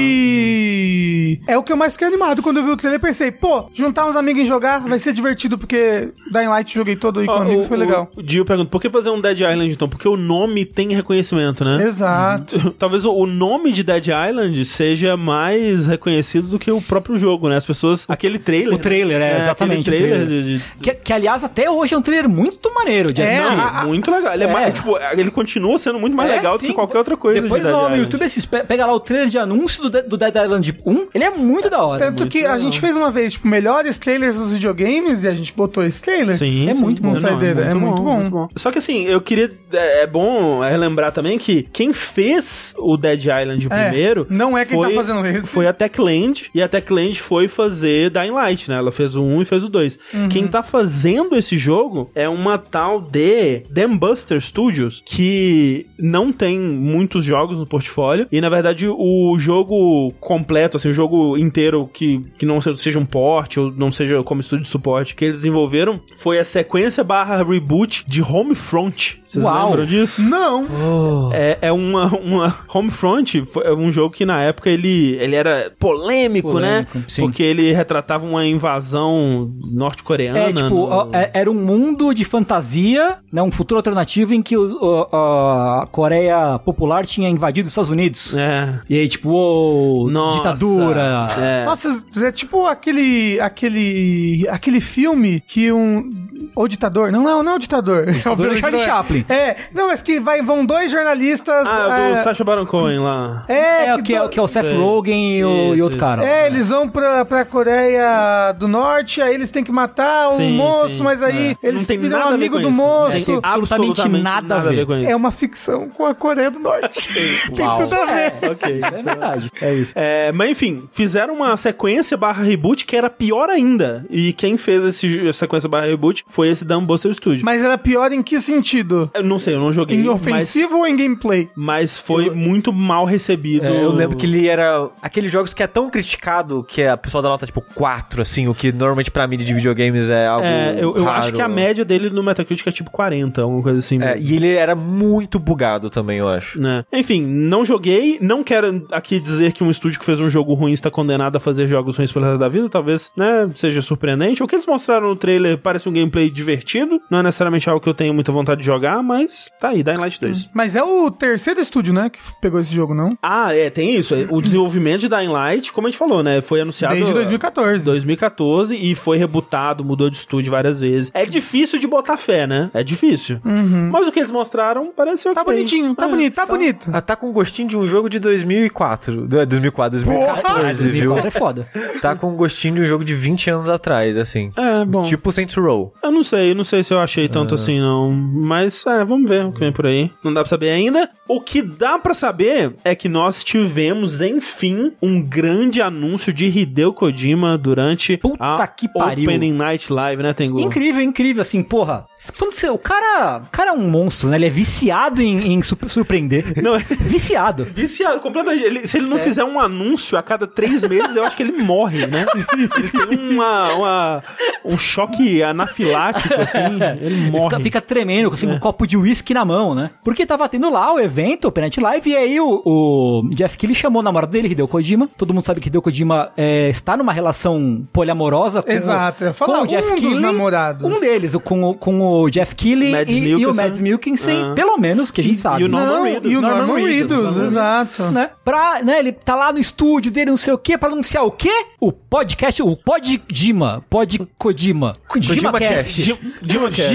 Speaker 2: E é o que eu mais fiquei animado quando eu vi o trailer. Eu pensei, pô, juntar uns amigos e jogar vai ser divertido, porque Dying Light joguei todo e com
Speaker 1: Ó,
Speaker 2: amigos foi legal.
Speaker 1: O Dio pergunta, por que fazer um Dead Island então? Porque o nome tem reconhecimento, né?
Speaker 2: Exato.
Speaker 1: Talvez talvez o- o nome de Dead Island seja mais reconhecido do que o próprio jogo, né? As pessoas. Aquele trailer.
Speaker 3: O trailer, é,
Speaker 1: aquele
Speaker 3: exatamente, o
Speaker 1: trailer
Speaker 3: trailer.
Speaker 1: de- de-
Speaker 3: Que, que, aliás, até hoje é um trailer muito maneiro de
Speaker 1: É,
Speaker 3: assistir.
Speaker 1: não, muito legal. Ele é,
Speaker 3: É.
Speaker 1: mais, tipo, ele continua sendo muito mais
Speaker 3: É,
Speaker 1: legal do
Speaker 3: sim.
Speaker 1: que qualquer outra coisa.
Speaker 3: Depois
Speaker 1: de
Speaker 3: vai
Speaker 1: Dead
Speaker 3: lá no
Speaker 1: Island.
Speaker 3: YouTube, assiste, pe- pega lá o trailer de anúncio do, De- do Dead Island 1. Ele é muito da hora.
Speaker 2: Tanto que a gente fez uma vez, tipo, melhores trailers dos videogames e a gente botou esse trailer.
Speaker 1: Sim,
Speaker 2: é
Speaker 1: sim.
Speaker 2: muito bom
Speaker 1: Não,
Speaker 2: sair dele. É muito bom.
Speaker 1: Só que assim, eu queria. É, é bom relembrar também que quem fez o Dead Island
Speaker 2: É,
Speaker 1: primeiro.
Speaker 2: não é quem
Speaker 1: foi,
Speaker 2: tá fazendo esse.
Speaker 1: Foi a Techland. E a Techland foi fazer Dying Light, né? Ela fez o 1 e fez o 2. Quem tá fazendo esse jogo é uma tal de Dambuster Studios, que não tem muitos jogos no portfólio. E na verdade, o jogo completo, assim, o jogo inteiro que, que não se- seja um porte ou não seja como estúdio de suporte que eles desenvolveram foi a sequência barra reboot de Homefront. Vocês
Speaker 3: Uau.
Speaker 1: lembram disso?
Speaker 2: Não.
Speaker 1: É, é uma, uma Homefront foi é um jogo que na época ele, ele era polêmico, né?
Speaker 3: Polêmico, sim.
Speaker 1: Porque ele retratava uma invasão norte-coreana.
Speaker 3: É, tipo,
Speaker 1: no-
Speaker 3: ó, é- era um mundo de fantasia, né? Um futuro alternativo em que os- ó, ó, a Coreia Popular tinha invadido os Estados Unidos.
Speaker 1: É.
Speaker 3: E aí, tipo, uou,
Speaker 1: Nossa.
Speaker 3: ditadura.
Speaker 1: É.
Speaker 2: Nossa, é tipo aquele, aquele, aquele filme que um... O ditador? Não, não, não é o ditador.
Speaker 3: é o Charlie Chaplin.
Speaker 2: É, não, mas que vai, vão dois jornalistas...
Speaker 1: Ah,
Speaker 2: é,
Speaker 1: do Sacha Baron Cohen lá.
Speaker 2: é,
Speaker 3: É, o que, é, o que é o Seth
Speaker 1: Sei.
Speaker 3: Rogen e, o, e
Speaker 1: Isso, isso.
Speaker 3: outro cara.
Speaker 2: É, eles vão pra, pra Coreia do Norte, aí eles têm que matar um
Speaker 1: Sim,
Speaker 2: moço,
Speaker 1: sim.
Speaker 2: mas aí
Speaker 1: É.
Speaker 2: eles
Speaker 1: Não tem
Speaker 2: viram
Speaker 1: nada a ver
Speaker 2: amigo
Speaker 1: com
Speaker 2: do
Speaker 1: isso.
Speaker 3: É,
Speaker 2: moço.
Speaker 3: tem absolutamente nada a ver com
Speaker 2: É uma ficção com a Coreia do Norte. tem
Speaker 3: Uau.
Speaker 2: tudo a ver.
Speaker 1: ok.
Speaker 3: É verdade. É isso.
Speaker 1: É, mas enfim, fizeram uma sequência barra reboot que era pior ainda. E quem fez esse, essa sequência barra reboot foi esse Dumbbuster Studio.
Speaker 2: Mas era pior em que sentido?
Speaker 1: eu não sei, eu não joguei.
Speaker 2: Em
Speaker 1: mas,
Speaker 2: ofensivo ou em gameplay?
Speaker 1: mas foi muito mal recebido.
Speaker 4: É, eu lembro que ele era aqueles jogos que é tão criticado que a pessoa dá nota tipo 4, assim, o que normalmente pra mídia de videogames é algo.
Speaker 1: É, eu, eu acho
Speaker 4: raro.
Speaker 1: que a média dele no Metacritic é tipo 40, alguma coisa assim.
Speaker 4: É, e ele era muito bugado também, eu acho.
Speaker 1: né? Enfim, não joguei. Não quero aqui dizer que um estúdio que fez um jogo ruim está condenado a fazer jogos ruins pelo resto da vida. Talvez, né, seja surpreendente. O que eles mostraram no trailer parece um gameplay divertido. Não é necessariamente algo que eu tenho muita vontade de jogar, mas tá aí, Dying Light 2.
Speaker 2: Mas é o terceiro estúdio, né, que pegou esse jogo, não?
Speaker 1: Ah, é, tem isso. O desenvolvimento de Dying Light, como a gente falou, né, foi anunciado...
Speaker 2: Desde 2014.
Speaker 1: 2014 e foi rebutado, mudou de estúdio várias vezes. É difícil de botar fé, né? É difícil.
Speaker 3: Uhum.
Speaker 1: Mas o que eles mostraram parece
Speaker 2: Tá
Speaker 1: ok.
Speaker 2: bonitinho, tá
Speaker 1: É,
Speaker 2: bonito, tá, bonito.
Speaker 4: Ah, tá com gostinho de um jogo de 2004. do- é, 2004, 2014, viu?
Speaker 3: 2004 é foda.
Speaker 4: Tá com gostinho de um jogo de 20 anos atrás, assim.
Speaker 1: É, bom.
Speaker 4: Tipo Saints Row.
Speaker 1: Eu não sei, eu não sei se eu achei tanto assim, não. Mas, é, vamos ver o que vem por aí. Não dá pra saber ainda. O que dá pra saber é que nós tivemos, enfim, um grande anúncio de Hideo Kojima durante
Speaker 3: Puta
Speaker 1: a
Speaker 3: que
Speaker 1: Ah,
Speaker 3: pariu.
Speaker 1: Opening Night Live, né, Tengu?
Speaker 3: Incrível, incrível, assim, porra. Quando você, o cara, o cara é um monstro, né? Ele é viciado em, em su- surpreender.
Speaker 1: Não, é
Speaker 3: Viciado.
Speaker 1: viciado, completamente. Ele- se ele
Speaker 3: É.
Speaker 1: não fizer um anúncio a cada três meses, eu acho que ele morre, né? Ele tem uma, uma- um choque anafilático, assim. Ele morre.
Speaker 3: Fica, fica tremendo,
Speaker 2: É.
Speaker 3: assim, com um copo de uísque na mão, né? Porque tava tendo lá o evento, o Penalty Live, e aí o, o Jeff Keighley chamou o namorado dele, Hideo Kojima. Todo mundo sabe que Hideo Kojima é, está numa relação poliamorosa com,
Speaker 2: Exato, eu ia
Speaker 3: o,
Speaker 2: falar,
Speaker 3: com o Jeff
Speaker 2: um dos
Speaker 3: Keighley.
Speaker 2: namorados.
Speaker 3: Um deles, o- com o, com o Jeff Keighley
Speaker 1: Mads
Speaker 3: e, e o
Speaker 1: Mikkelsen.
Speaker 3: Mads Mikkelsen,
Speaker 1: Ah.
Speaker 3: pelo menos, que a gente sabe.
Speaker 1: e o Ah, Norman
Speaker 2: não,
Speaker 1: Reedus.
Speaker 2: e o Norman,
Speaker 1: Norman
Speaker 2: Reedus,
Speaker 1: Reedus, Norman Reedus.
Speaker 2: exato.
Speaker 3: né? Pra, né, ele tá lá no estúdio dele, não sei o quê, pra anunciar o quê? O podcast, o Podjima, Podkodima.
Speaker 4: Kojimacast.
Speaker 3: Kojimacast.
Speaker 1: Dimacast.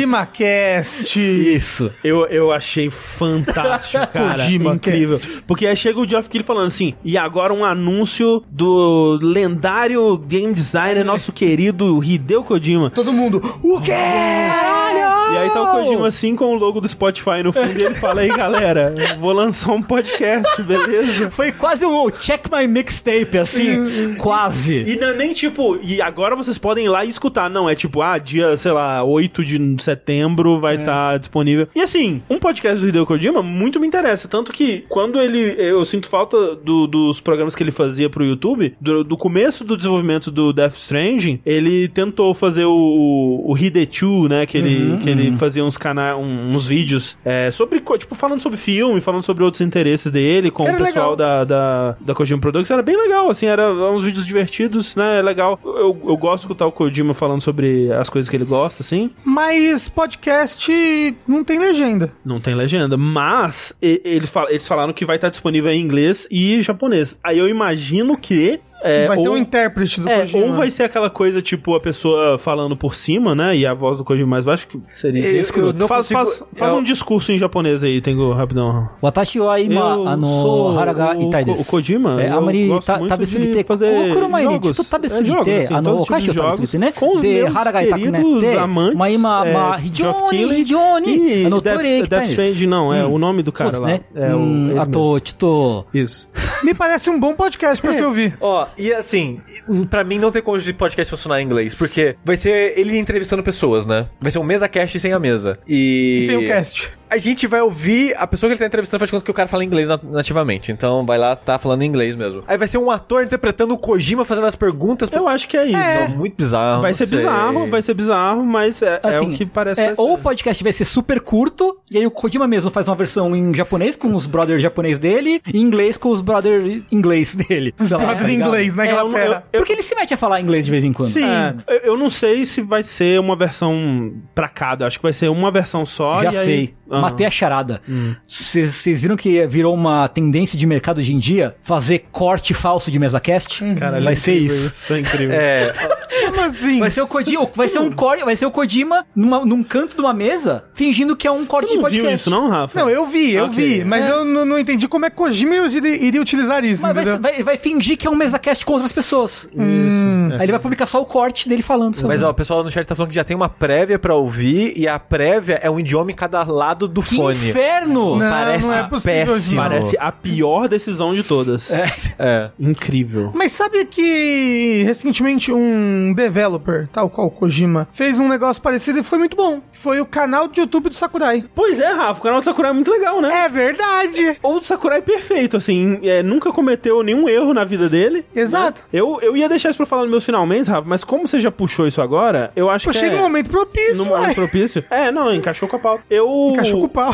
Speaker 2: GimaCast.
Speaker 3: Isso.
Speaker 1: Eu, eu achei fantástico, cara.
Speaker 2: Kojima
Speaker 1: incrível. Porque aí chega o Geoff Keighley falando assim, e agora um anúncio do lendário game designer, nosso querido Hideo Kojima.
Speaker 2: Todo mundo, o quê?
Speaker 1: E aí tá o Kojima assim com o logo do Spotify no fundo e ele fala, aí galera, eu vou lançar um podcast, beleza?
Speaker 3: Foi quase o check my mixtape, assim. quase.
Speaker 1: E não, é nem tipo, e agora vocês podem ir lá e escutar. Não, é tipo, ah, dia, sei lá, 8 de setembro vai estar disponível. E assim, um podcast do Hideo Kojima muito me interessa. Tanto que quando ele. Eu sinto falta do- dos programas que ele fazia pro YouTube, do, do começo do desenvolvimento do Death Stranding, ele tentou fazer o, o Hidechu, né? Que ele, que Ele fazia uns canais, uns vídeos é, sobre, co- tipo, falando sobre filme, falando sobre outros interesses dele, com
Speaker 2: Era
Speaker 1: o pessoal
Speaker 2: legal.
Speaker 1: da, da, da Kojima Productions. Era bem legal, assim, era uns vídeos divertidos, né? Legal. Eu, eu gosto de escutar o Kojima falando sobre as coisas que ele gosta, assim.
Speaker 2: Mas podcast não tem legenda.
Speaker 1: Não tem legenda, mas e- eles, fal- eles falaram que vai estar disponível em inglês e japonês. Aí eu imagino que. é,
Speaker 2: vai ter
Speaker 1: ou-
Speaker 2: um intérprete do
Speaker 1: é,
Speaker 2: Kojima.
Speaker 1: ou vai ser aquela coisa, tipo, a pessoa falando por cima, né? E a voz do Kojima mais baixo, que seria
Speaker 4: Eu- eu
Speaker 1: escroto.
Speaker 4: não
Speaker 1: faz
Speaker 4: consigo-
Speaker 1: faz- faz
Speaker 2: é
Speaker 4: eu-
Speaker 1: um discurso em japonês aí, Tengu, rapidão.
Speaker 3: Watashi wa
Speaker 1: Eu
Speaker 3: ima ano
Speaker 1: sou
Speaker 3: haraga
Speaker 1: o
Speaker 3: itai
Speaker 1: Ko-
Speaker 3: desu.
Speaker 1: o Kojima,
Speaker 3: É,
Speaker 1: eu
Speaker 3: amari
Speaker 1: gosto
Speaker 3: ta-
Speaker 1: muito
Speaker 3: tabesugite
Speaker 1: de fazer
Speaker 3: kokoro mai ne
Speaker 1: jogos.
Speaker 3: chito tabesugite
Speaker 1: É, jogos, assim,
Speaker 3: ano
Speaker 1: todos os
Speaker 3: okashi
Speaker 1: tipos de
Speaker 3: o tabesugite
Speaker 1: jogos,
Speaker 3: ne
Speaker 1: com os
Speaker 3: de
Speaker 1: meus
Speaker 3: haraga itakune
Speaker 1: queridos
Speaker 3: te
Speaker 1: amantes,
Speaker 3: ma ima
Speaker 1: é,
Speaker 3: ma
Speaker 1: Geoff
Speaker 3: hijoni
Speaker 1: Keighley
Speaker 3: hijoni
Speaker 1: e
Speaker 3: ano
Speaker 1: Death-
Speaker 3: torei tá
Speaker 1: Death Stranding, não,
Speaker 3: Hum.
Speaker 1: é o nome do cara
Speaker 3: né?
Speaker 1: lá. É o- ele
Speaker 3: a
Speaker 1: mesmo.
Speaker 3: to Hum, chito
Speaker 1: Isso.
Speaker 2: Me parece um bom podcast
Speaker 1: É.
Speaker 2: pra se ouvir.
Speaker 4: Ó, e assim, pra mim não tem como de podcast funcionar em inglês, porque vai ser ele entrevistando pessoas, né? Vai ser um mesa cast sem a mesa. E.
Speaker 2: Sem o cast.
Speaker 4: A gente vai ouvir a pessoa que ele tá entrevistando faz de conta que o cara fala inglês nat- nativamente. Então vai lá, tá falando inglês mesmo. Aí vai ser um ator interpretando o Kojima fazendo as perguntas.
Speaker 1: Eu acho que é isso.
Speaker 4: Não, muito bizarro.
Speaker 1: Vai
Speaker 4: não
Speaker 1: ser
Speaker 4: sei.
Speaker 1: bizarro, vai ser bizarro, mas é, é
Speaker 3: Assim,
Speaker 1: o que parece
Speaker 3: é,
Speaker 1: que vai ser.
Speaker 3: Ou o podcast vai ser super curto, e aí o Kojima mesmo faz uma versão em japonês com os brothers japonês dele, e em inglês com os brothers inglês dele. Os
Speaker 2: Brother Tá inglês né, na
Speaker 1: Tá É, eu não-
Speaker 2: Inglaterra.
Speaker 1: eu-
Speaker 3: Porque ele se mete a falar inglês de vez em quando.
Speaker 2: Sim.
Speaker 1: É, eu- eu não sei se vai ser uma versão pra cada. Acho que vai ser uma versão só.
Speaker 3: Já
Speaker 1: e aí-
Speaker 3: sei.
Speaker 1: Ah. Hum.
Speaker 3: Matei a charada. Vocês viram que virou uma tendência de mercado hoje em dia fazer corte falso de mesa cast?
Speaker 1: Caralho,
Speaker 3: vai
Speaker 1: é
Speaker 3: ser
Speaker 1: incrível
Speaker 3: isso.
Speaker 1: É incrível.
Speaker 4: É,
Speaker 2: Como assim?
Speaker 3: Vai ser o Kojima, vai ser um corte, vai ser o Kojima numa- num canto de uma mesa, fingindo que é um corte
Speaker 1: Você
Speaker 3: de
Speaker 1: não viu
Speaker 3: podcast.
Speaker 1: isso não, Rafa?
Speaker 2: Não, eu vi, eu
Speaker 1: Ok.
Speaker 2: vi. Mas eu n- não entendi como é que Kojima iria iria utilizar isso,
Speaker 3: Mas vai,
Speaker 2: entendeu?
Speaker 3: vai- vai fingir que é um mesa cast com outras pessoas. Aí ele vai publicar só o corte dele falando.
Speaker 4: mas
Speaker 3: sozinho.
Speaker 4: ó, o pessoal no chat tá falando que já tem uma prévia pra ouvir e a prévia é um idioma em cada lado do
Speaker 3: que
Speaker 4: fone.
Speaker 3: inferno!
Speaker 2: Não,
Speaker 4: parece
Speaker 2: não é possível,
Speaker 4: péssimo.
Speaker 2: não.
Speaker 1: Parece a pior decisão de todas.
Speaker 4: É.
Speaker 1: Incrível.
Speaker 2: Mas sabe que recentemente um developer, tal qual o Kojima, fez um negócio parecido e foi muito bom. Foi o canal de YouTube do Sakurai.
Speaker 1: Pois é, Rafa, o canal do Sakurai é muito legal, né?
Speaker 2: É verdade!
Speaker 1: Ou o Sakurai é perfeito, assim, é, nunca cometeu nenhum erro na vida dele.
Speaker 2: Exato.
Speaker 1: Eu, eu ia deixar isso pra falar nos meus finalmente, Rafa, mas como você já puxou isso agora, eu acho que.
Speaker 2: Puxei
Speaker 1: é-
Speaker 2: no Tipo, um momento propício,
Speaker 1: no
Speaker 2: ué.
Speaker 1: momento propício. É, não, encaixou com a pauta. Eu.
Speaker 2: Encaixou com o pau.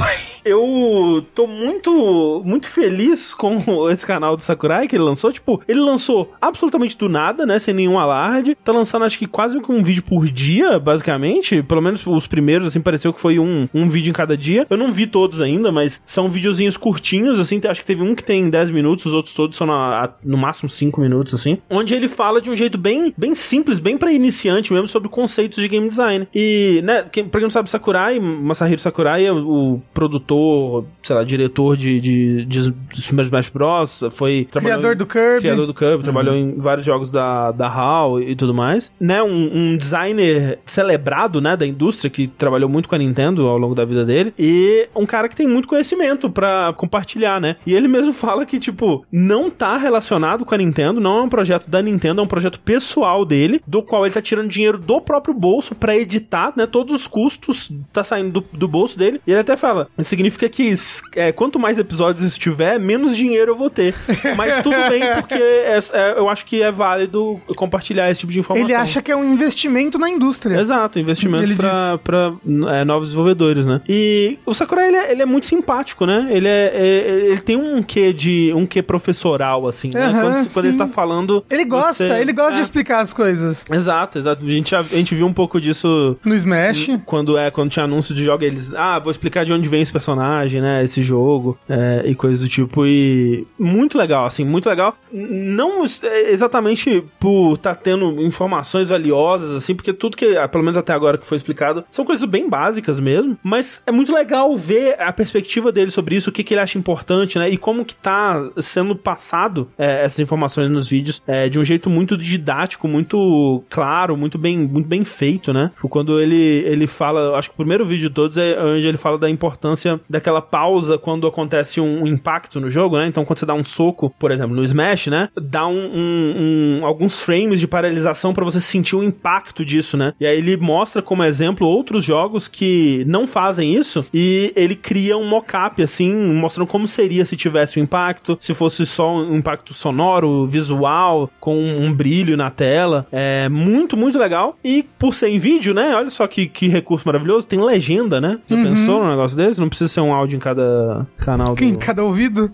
Speaker 1: Eu tô muito, muito feliz com esse canal do Sakurai que ele lançou. Tipo, ele lançou absolutamente do nada, né? Sem nenhum alarde. Tá lançando, acho que quase que um vídeo por dia, basicamente. Pelo menos os primeiros, assim, pareceu que foi um, um vídeo em cada dia. Eu não vi todos ainda, mas são videozinhos curtinhos, assim. te- Acho que teve um que tem 10 minutos, os outros todos são na- a- no máximo 5 minutos, assim. Onde ele fala de um jeito bem, bem simples, bem pra iniciante mesmo, sobre conceitos de game design. E, né, quem, pra quem não sabe, Sakurai, Masahiro Sakurai é o produtor, sei lá, diretor de, de, de Super Smash Bros. Foi trabalhou
Speaker 2: Criador
Speaker 1: em-
Speaker 2: do Kirby.
Speaker 1: Criador do Cub, trabalhou em vários jogos da, da HAL e tudo mais. Né, um, um designer celebrado, né, da indústria, que trabalhou muito com a Nintendo ao longo da vida dele. E um cara que tem muito conhecimento pra compartilhar, né? E ele mesmo fala que, tipo, não tá relacionado com a Nintendo, não é um projeto da Nintendo, é um projeto pessoal dele, do qual ele tá tirando dinheiro do próprio bolso pra editar, né? Todos os custos tá saindo do, do bolso dele. E ele até fala, significa que é, quanto mais episódios estiver, menos dinheiro eu vou ter. Mas tudo bem, porque é- é- eu acho que é válido compartilhar esse tipo de informação.
Speaker 2: Ele acha que é um investimento na indústria.
Speaker 1: Exato, investimento
Speaker 2: Ele
Speaker 1: pra, pra, é, novos desenvolvedores, né? E o Sakurai, ele é, ele é muito simpático, né? Ele, é, é- ele tem um quê de... um quê professoral, assim, né?
Speaker 2: Aham,
Speaker 1: Quando, você- quando ele
Speaker 2: sim.
Speaker 1: tá falando...
Speaker 2: Ele gosta,
Speaker 1: você-
Speaker 2: ele gosta
Speaker 1: É.
Speaker 2: de explicar as coisas.
Speaker 1: Exato, exato. A gente, já- a gente viu um pouco disso
Speaker 2: No Smash.
Speaker 1: quando é quando tinha anúncio de jogo eles ah vou explicar de onde vem esse personagem né esse jogo é, e coisas do tipo e muito legal assim muito legal N- não es- é, exatamente por tá tendo informações valiosas assim porque tudo que ah, pelo menos até agora que foi explicado são coisas bem básicas mesmo mas é muito legal ver a perspectiva dele sobre isso o que, que ele acha importante né e como que tá sendo passado é, essas informações nos vídeos é, de um jeito muito didático muito claro muito bem muito bem feito né Tipo, quando ele ele fala acho que o primeiro vídeo de todos é onde ele fala da importância daquela pausa quando acontece um, um impacto no jogo né então quando você dá um soco por exemplo no Smash né dá um, um- um- alguns frames de paralisação pra você sentir o impacto disso, né? E aí ele mostra como exemplo outros jogos que não fazem isso e ele cria um mock-up, assim, mostrando como seria se tivesse o impacto, se fosse só um impacto sonoro, visual, com um brilho na tela. É muito, muito legal. E por ser em vídeo, né? Olha só que, que recurso maravilhoso. Tem legenda, né? Já pensou num negócio desse? Não precisa ser um áudio em cada canal.
Speaker 2: Em
Speaker 1: Do...
Speaker 2: cada ouvido,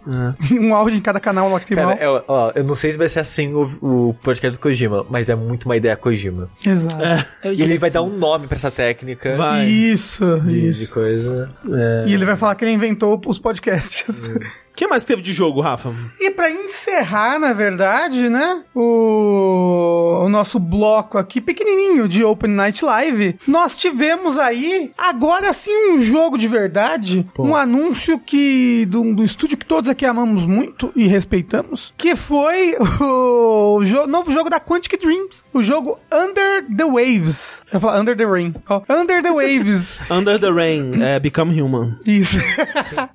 Speaker 1: É.
Speaker 2: um áudio em cada canal lacrimal.
Speaker 4: Cara, eu, ó, eu não sei se vai ser assim o, o podcast do Kojima, mas é muito uma ideia Kojima.
Speaker 2: Exato.
Speaker 3: Eu
Speaker 4: E ele vai dar um nome pra essa técnica
Speaker 1: É, Vai.
Speaker 2: Isso,
Speaker 4: de,
Speaker 2: isso.
Speaker 4: de coisa.
Speaker 2: E ele vai falar que ele inventou os podcasts.
Speaker 1: O que mais teve de jogo, Rafa?
Speaker 2: E pra encerrar, na verdade, né, o, o nosso bloco aqui pequenininho de Open Night Live, nós tivemos aí, agora sim, um jogo de verdade, um anúncio que do, do estúdio que todos aqui amamos muito e respeitamos, que foi o, jo- novo jogo da Quantic Dreams, o jogo Under the Waves. Eu falo Under the Rain. ó, Under the Waves.
Speaker 1: Under the Rain, é, Become Human.
Speaker 2: Isso.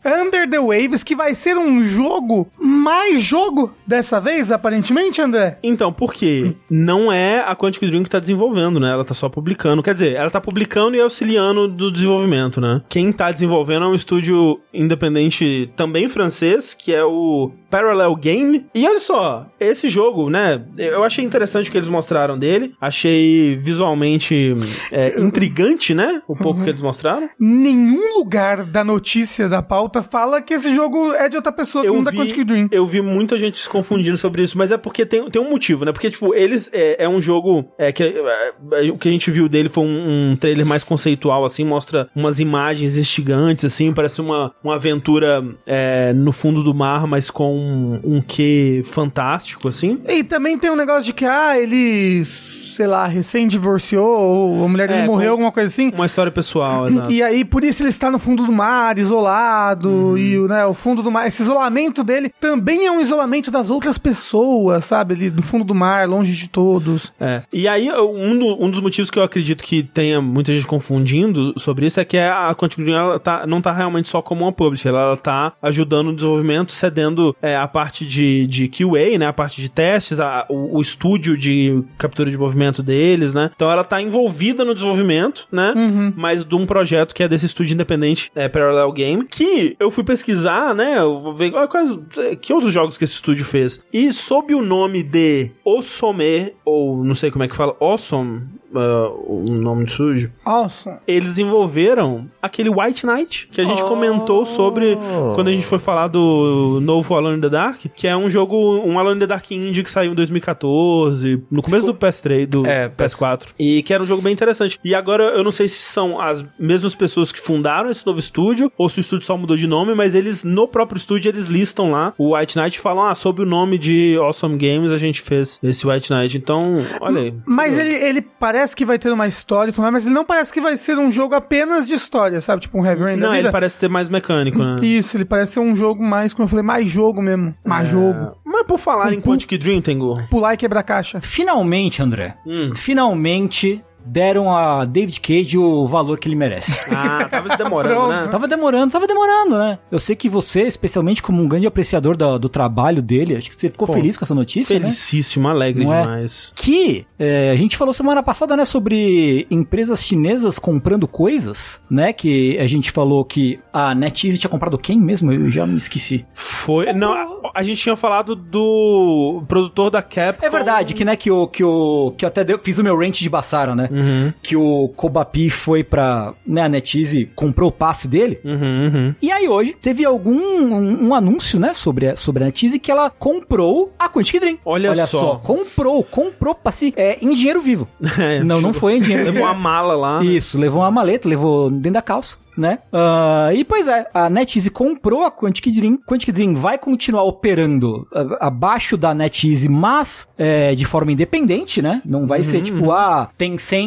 Speaker 2: Under the Waves, que vai ser um jogo, mais jogo dessa vez, aparentemente, André.
Speaker 1: Então, por quê? Não é a Quantic Dream que tá desenvolvendo, né? Ela tá só publicando. Quer dizer, ela tá publicando e auxiliando do desenvolvimento, né? Quem tá desenvolvendo é um estúdio independente também francês, que é o Parallel Game. E olha só, esse jogo, né? Eu achei interessante o que eles mostraram dele. Achei visualmente é, intrigante, né? O pouco que eles mostraram.
Speaker 2: Nenhum lugar da notícia da pauta fala que esse jogo é de outra pessoa, que não da Quantic Dream.
Speaker 1: Eu vi muita gente se confundindo sobre isso, mas é porque tem, tem um motivo, né? Porque, tipo, eles. É, é um jogo. É, que, é, é, o que a gente viu dele foi um, um trailer mais conceitual, assim, mostra umas imagens instigantes, assim, parece uma, uma aventura é, no fundo do mar, mas com um, um quê fantástico, assim.
Speaker 2: E também tem um negócio de que, ah, ele, sei lá, recém-divorciou, ou a mulher dele
Speaker 1: É,
Speaker 2: morreu,
Speaker 1: com-
Speaker 2: alguma coisa assim.
Speaker 1: Uma história pessoal, exato.
Speaker 2: E aí, por isso ele está no fundo do mar, isolado,
Speaker 1: Uhum.
Speaker 2: e o, né, o fundo do mar, esse isolamento dele também é um isolamento das outras pessoas, sabe? Ele no fundo do mar, longe de todos.
Speaker 1: É. E aí, um, do- um dos motivos que eu acredito que tenha muita gente confundindo sobre isso é que a Quantic Dream ela tá, não tá realmente só como uma publisher, ela, ela tá ajudando o desenvolvimento, cedendo é, a parte de, de QA, né, a parte de testes, a- o, o estúdio de captura de movimento deles, né. Então ela tá envolvida no desenvolvimento, né, mas de um projeto que é desse estúdio independente, é, Parallel Game, que eu fui pesquisar, né, eu vou ver ah, quais, que outros jogos que esse estúdio fez. E sob o nome de Osome, ou não sei como é que fala, Awesome, ah, o nome do estúdio,
Speaker 2: Awesome.
Speaker 1: eles desenvolveram aquele White Knight, que a gente comentou sobre
Speaker 4: Oh.
Speaker 1: quando a gente foi falar do novo Alone in the Dark, que é um jogo, um Alone in the Dark indie que saiu em 2014, no começo do PS3, do
Speaker 4: É,
Speaker 1: PS4, e que era um jogo bem interessante. E agora eu não sei se são as mesmas pessoas que fundaram esse novo estúdio, ou se o estúdio só mudou de nome, mas eles, no próprio estúdio, eles listam lá o White Knight e falam, ah, sob o nome de Awesome Games a gente fez esse White Knight. Então, olha aí.
Speaker 2: Mas
Speaker 3: É.
Speaker 2: ele, ele parece que vai ter uma história e tudo mais, mas ele não parece que vai ser um jogo apenas de história, sabe? Tipo um Heavy Rain
Speaker 1: Não,
Speaker 2: da vida.
Speaker 1: ele parece ter mais mecânico, né?
Speaker 2: Isso, ele parece ser um jogo mais, como eu falei, mais jogo mesmo. Mais
Speaker 3: É.
Speaker 2: jogo.
Speaker 1: Mas por falar em Quantic Dream, Tengu. Hum.
Speaker 2: Pular e quebrar caixa.
Speaker 3: Finalmente, André. Finalmente deram a David Cage o valor que ele merece.
Speaker 1: Ah, tava demorando,
Speaker 2: Pronto.
Speaker 1: né?
Speaker 3: Tava demorando, tava demorando, né? Eu sei que você, especialmente como um grande apreciador da- do, trabalho dele, acho que você ficou feliz com essa notícia, né?
Speaker 1: Felicíssimo, alegre
Speaker 3: Não é?
Speaker 1: demais.
Speaker 3: Que é, a gente falou semana passada, né, sobre empresas chinesas comprando coisas, né? Que a gente falou que a NetEase tinha comprado quem mesmo? Eu já me esqueci.
Speaker 1: Foi. Não,
Speaker 3: Tá
Speaker 1: a, a gente tinha falado do produtor da Capcom.
Speaker 3: É verdade, que né, que o que o que eu até deu- fiz o meu rant de Bassara, né?
Speaker 1: Uhum,
Speaker 3: Que o Kobapi foi pra, né, a NetEase comprou o passe dele.
Speaker 1: uhum, uhum.
Speaker 3: E aí hoje teve algum um, um anúncio, né, sobre a, sobre a NetEase que ela comprou a Quantic Dream.
Speaker 1: Olha só.
Speaker 3: comprou, comprou passe é, em dinheiro vivo.
Speaker 1: É,
Speaker 3: não, não
Speaker 1: chegou-
Speaker 3: foi em dinheiro
Speaker 1: Levou uma mala lá. né?
Speaker 3: Isso, levou uma maleta, levou dentro da calça, né? Ah, e pois é, a NetEase comprou a Quantic Dream. Quantic Dream vai continuar operando ah, abaixo da
Speaker 1: Uhum,
Speaker 3: NetEase, mas é, de forma independente, né? Não vai ser tipo, ah, Tencent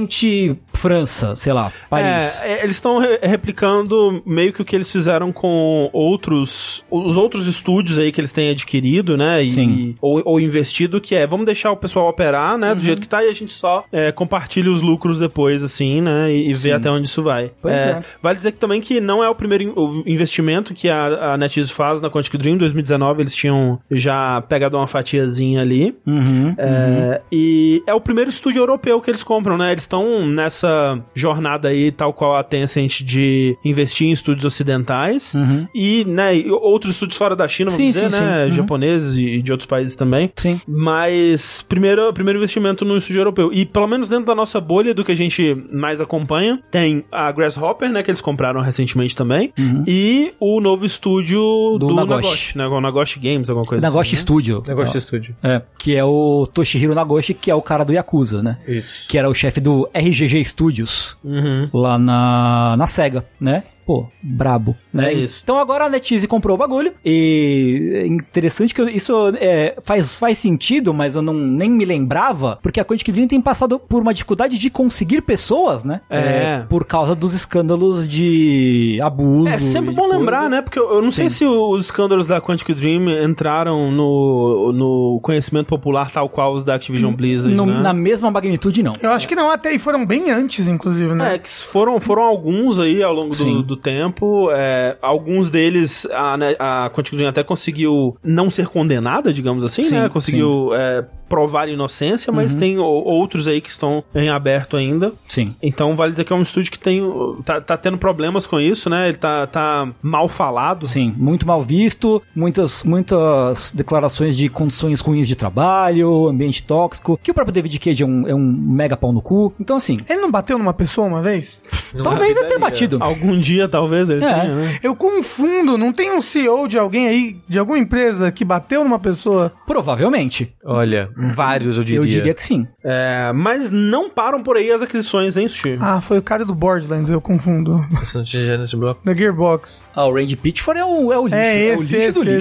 Speaker 3: França, sei lá, Paris.
Speaker 1: É, é, eles estão re- replicando meio que o que eles fizeram com outros os outros estúdios aí que eles têm adquirido, né? E,
Speaker 3: Sim.
Speaker 1: e- ou, ou investido, que é vamos deixar o pessoal operar, né? Do jeito que tá, e a gente só é, compartilha os lucros depois, assim, né? E, e vê até onde isso vai.
Speaker 2: Pois é.
Speaker 1: Vale dizer que também que não é o primeiro in- o investimento que a, a NetEase faz na Quantic Dream. Em 2019 eles tinham já pegado uma fatiazinha ali.
Speaker 3: Uhum.
Speaker 1: É, E é o primeiro estúdio europeu que eles compram, né? Eles estão nessa jornada aí, tal qual a Tencent, de investir em estúdios ocidentais.
Speaker 3: Uhum.
Speaker 1: E, né, e outros estúdios fora da China, vamos
Speaker 3: Sim,
Speaker 1: dizer,
Speaker 3: sim,
Speaker 1: né?
Speaker 3: sim. Uhum.
Speaker 1: Japoneses e de outros países também.
Speaker 3: Sim.
Speaker 1: Mas primeiro, primeiro investimento no estúdio europeu. E pelo menos dentro da nossa bolha, do que a gente mais acompanha, tem a Grasshopper, né? Que eles compraram recentemente também. E o novo estúdio do,
Speaker 3: Uhum. Do Nagoshi.
Speaker 1: Nagoshi. né? O Nagoshi Games, alguma coisa
Speaker 3: Nagoshi
Speaker 1: assim.
Speaker 3: Studio.
Speaker 4: Negócio de estúdio.
Speaker 3: É, que é o Toshihiro Nagoshi, que é o cara do Yakuza, né?
Speaker 4: Isso.
Speaker 3: Que era o chefe do RGG Studios,
Speaker 1: Né? Uhum.
Speaker 3: lá na, na SEGA, né? Pô, brabo, né?
Speaker 1: É isso.
Speaker 3: Então agora a NetEase comprou o bagulho e é interessante que eu- isso é, faz, faz sentido, mas eu não, nem me lembrava, porque a Quantic Dream tem passado por uma dificuldade de conseguir pessoas, né?
Speaker 1: É.
Speaker 3: por causa dos escândalos de abuso.
Speaker 1: É sempre
Speaker 3: e
Speaker 1: bom
Speaker 3: coisa.
Speaker 1: lembrar, né? Porque eu eu não sei se o- os escândalos da Quantic Dream entraram no, no conhecimento popular tal qual os da Activision Blizzard,
Speaker 3: No-
Speaker 1: né?
Speaker 3: Na mesma magnitude, não.
Speaker 2: Eu acho que não, até e foram bem antes, inclusive, né?
Speaker 1: É, que foram, foram alguns aí ao longo do,
Speaker 3: Sim.
Speaker 1: do tempo. é, alguns deles, a, né, a Quantic Dream até conseguiu não ser condenada, digamos assim,
Speaker 3: Sim, Uhum.
Speaker 1: né? Conseguiu é, provar inocência, mas tem o- outros aí que estão em aberto ainda.
Speaker 3: Sim.
Speaker 1: Então vale dizer que é um estúdio que tem, o- tá, tá tendo problemas com isso, né? Ele tá, tá mal falado.
Speaker 3: Sim, muito mal visto, muitas, muitas declarações de condições ruins de trabalho, ambiente tóxico, que o próprio David Cage é um, é um mega pau no cu. Então, assim,
Speaker 2: Ele não bateu numa pessoa uma vez?
Speaker 4: é
Speaker 3: talvez ele
Speaker 4: até
Speaker 3: tenha batido.
Speaker 1: Algum dia, talvez, ele
Speaker 3: É.
Speaker 1: tenha, né?
Speaker 2: Eu confundo, não tem um CEO de alguém aí, de alguma empresa, que bateu numa pessoa?
Speaker 3: Provavelmente.
Speaker 4: Olha, vários eu diria.
Speaker 3: Eu diria que sim.
Speaker 1: É, mas não param por aí as aquisições, hein, Sushi?
Speaker 2: Ah, foi o cara do Borderlands, eu confundo. Da Gearbox.
Speaker 3: Ah, o Randy Pitchford é o, é o lixo,
Speaker 2: é,
Speaker 3: é,
Speaker 2: esse,
Speaker 3: o lixo
Speaker 2: esse,
Speaker 3: do lixo.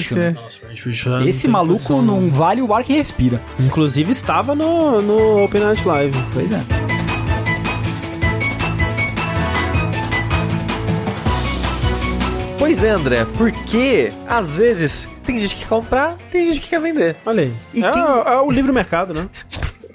Speaker 2: esse,
Speaker 3: né?
Speaker 2: esse.
Speaker 3: Esse maluco não vale o ar que respira.
Speaker 1: Inclusive estava no, no Open Night Live.
Speaker 3: Pois é.
Speaker 4: Pois é, André, porque às vezes tem gente que quer comprar, tem gente que quer vender.
Speaker 1: Olha aí.
Speaker 4: E
Speaker 1: é,
Speaker 4: quem-
Speaker 1: é o livre mercado, né?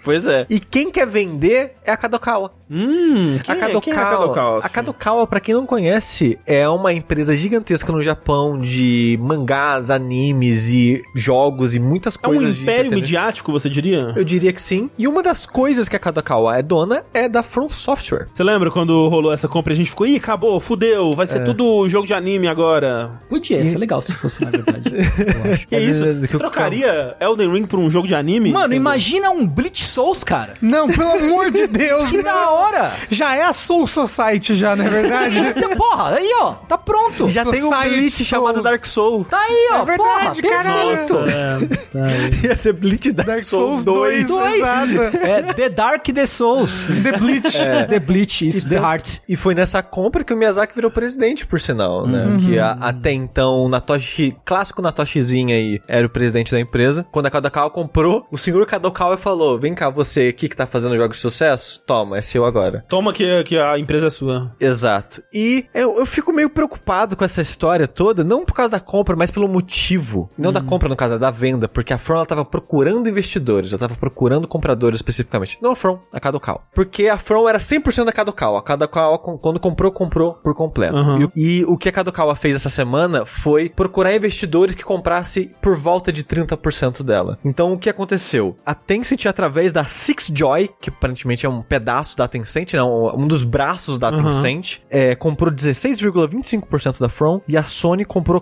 Speaker 4: Pois é. E quem quer vender é a Kadokawa.
Speaker 1: Hum, quem, é- quem é
Speaker 4: a
Speaker 1: a Kadokawa?
Speaker 4: Kadokawa, a Kadokawa, pra quem não conhece, é uma empresa gigantesca no Japão de mangás, animes e jogos e muitas
Speaker 1: É um
Speaker 4: coisas de
Speaker 1: império
Speaker 4: entretenimento.
Speaker 1: midiático, você diria?
Speaker 4: Eu diria que sim. E uma das coisas que a Kadokawa é dona é da From Software.
Speaker 1: Você lembra quando rolou essa compra e a gente ficou, ih, acabou, fudeu, vai ser tudo jogo de anime agora.
Speaker 3: Podia ser legal se fosse, na verdade. eu acho.
Speaker 1: Que
Speaker 4: É
Speaker 1: isso?
Speaker 4: verdade,
Speaker 1: Você
Speaker 4: que eu-
Speaker 1: trocaria Elden Ring por um jogo de anime?
Speaker 3: Mano, imagina um Blitz Souls, cara.
Speaker 2: Não, pelo amor de Deus,
Speaker 3: Que
Speaker 2: não.
Speaker 3: da hora!
Speaker 2: Já é a Soul Society já, não é verdade?
Speaker 3: Então, Porra, aí ó, tá pronto.
Speaker 4: Já tem um
Speaker 2: Society
Speaker 4: Bleach
Speaker 2: Souls.
Speaker 4: chamado Dark Soul.
Speaker 3: Tá aí ó,
Speaker 2: É verdade,
Speaker 3: porra,
Speaker 2: caralho.
Speaker 3: perfeito.
Speaker 1: Nossa, é, tá aí.
Speaker 4: Ia ser Bleach Dark,
Speaker 2: Dark
Speaker 4: Souls
Speaker 2: Souls 2.
Speaker 4: 2.
Speaker 3: Dois.
Speaker 2: Exato.
Speaker 3: É The Dark The Souls.
Speaker 2: The Bleach.
Speaker 3: The Bleach, isso, The Heart.
Speaker 4: E foi nessa compra que o Miyazaki virou presidente, por sinal, né? Que a- até então, o Natoshi, clássico Natoshizinha aí, era o presidente da empresa. Quando a Kadokawa comprou, o senhor Kadokawa falou, vem cá, você aqui que tá fazendo jogos de sucesso, toma, é seu agora.
Speaker 1: Toma que, que a empresa é sua.
Speaker 4: Exato. E eu, eu fico meio preocupado com essa história toda, não por causa da compra, mas pelo motivo. Não da compra, no caso, é da venda, porque a From ela tava procurando investidores, ela tava procurando compradores especificamente. Não a From, a Kadokawa. Porque a From era 100% da Kadokawa. A Kadokawa, com- quando comprou, comprou por completo.
Speaker 1: Uhum.
Speaker 4: E, e o que a Kadokawa fez essa semana foi procurar investidores que comprasse por volta de 30% dela. Então, o que aconteceu? A Tencent, através da Six Joy, que aparentemente é um pedaço da Tencent, não, um dos braços da
Speaker 1: Uhum.
Speaker 4: Tencent, é, comprou 16,25% da From e a Sony comprou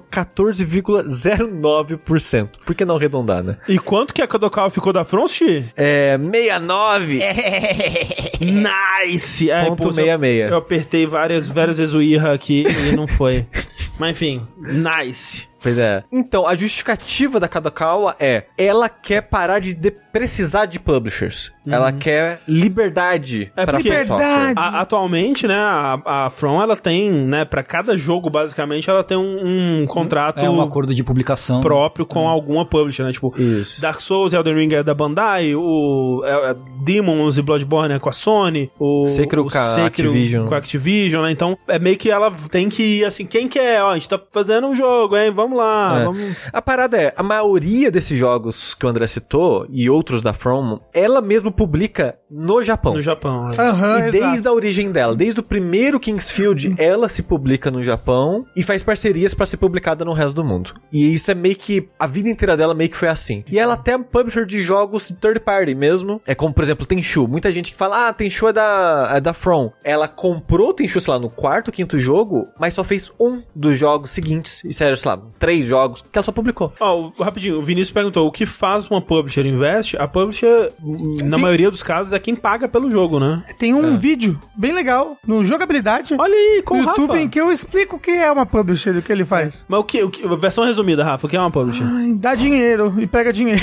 Speaker 4: 14,09%. Por que não arredondar, né?
Speaker 1: E quanto que a Kadokawa ficou da Front?
Speaker 4: É, 69!
Speaker 1: Nice! É,
Speaker 4: Ponto
Speaker 1: pô, eu-
Speaker 4: 66.
Speaker 1: Eu apertei várias, várias vezes o IRA aqui e não foi. Mas enfim, nice.
Speaker 4: Pois é. Então, a justificativa da Kadokawa é: ela quer parar de, de- precisar de publishers. Ela quer liberdade
Speaker 1: É
Speaker 4: pra
Speaker 1: porque-
Speaker 4: fazer software.
Speaker 2: Liberdade.
Speaker 1: A- atualmente, né, a, a From, ela tem, né, pra cada jogo, basicamente, ela tem um, um contrato
Speaker 3: É um acordo de
Speaker 2: Uhum.
Speaker 3: publicação.
Speaker 1: próprio com alguma publisher, né, tipo...
Speaker 4: Isso.
Speaker 1: Dark Souls, Elden Ring é da Bandai, o é, é, Demons e Bloodborne é com a Sony, o
Speaker 4: Sekiro
Speaker 1: o
Speaker 4: com a Activision.
Speaker 1: com a Activision, né? Então é meio que ela tem que ir assim, quem quer, ó, a gente tá fazendo um jogo, hein? Vamos lá,
Speaker 4: É.
Speaker 1: vamos.
Speaker 4: A parada é, a maioria desses jogos que o André citou e outros da From, ela mesma publica no Japão.
Speaker 1: No Japão, né?
Speaker 2: Aham,
Speaker 4: E
Speaker 2: exato. Uhum.
Speaker 4: desde a origem dela, desde o primeiro Kingsfield, ela se publica no Japão e faz parcerias pra ser publicada no resto do mundo. E isso é meio que a vida inteira dela meio que foi assim. E ela até é publisher de jogos third party mesmo. É como, por exemplo, Tenchu. Muita gente que fala: "Ah, Tenchu é da é da From". Ela comprou Tenchu, sei lá, no quarto, quinto jogo, mas só fez um dos jogos seguintes, e sério, sei lá, três jogos que ela só publicou.
Speaker 1: Ó, o- rapidinho, o Vinícius perguntou: o que faz uma publisher invest? A publisher, na maioria dos casos, é quem paga pelo jogo, né?
Speaker 2: Tem um vídeo bem legal no Jogabilidade
Speaker 1: Olha aí, com
Speaker 2: no
Speaker 1: o
Speaker 2: YouTube
Speaker 1: Rafa.
Speaker 2: em que eu explico o que é uma publisher e o que ele faz.
Speaker 1: Mas o que, o que- Versão resumida, Rafa, o que é uma publisher?
Speaker 2: Ai, Dá dinheiro e pega dinheiro.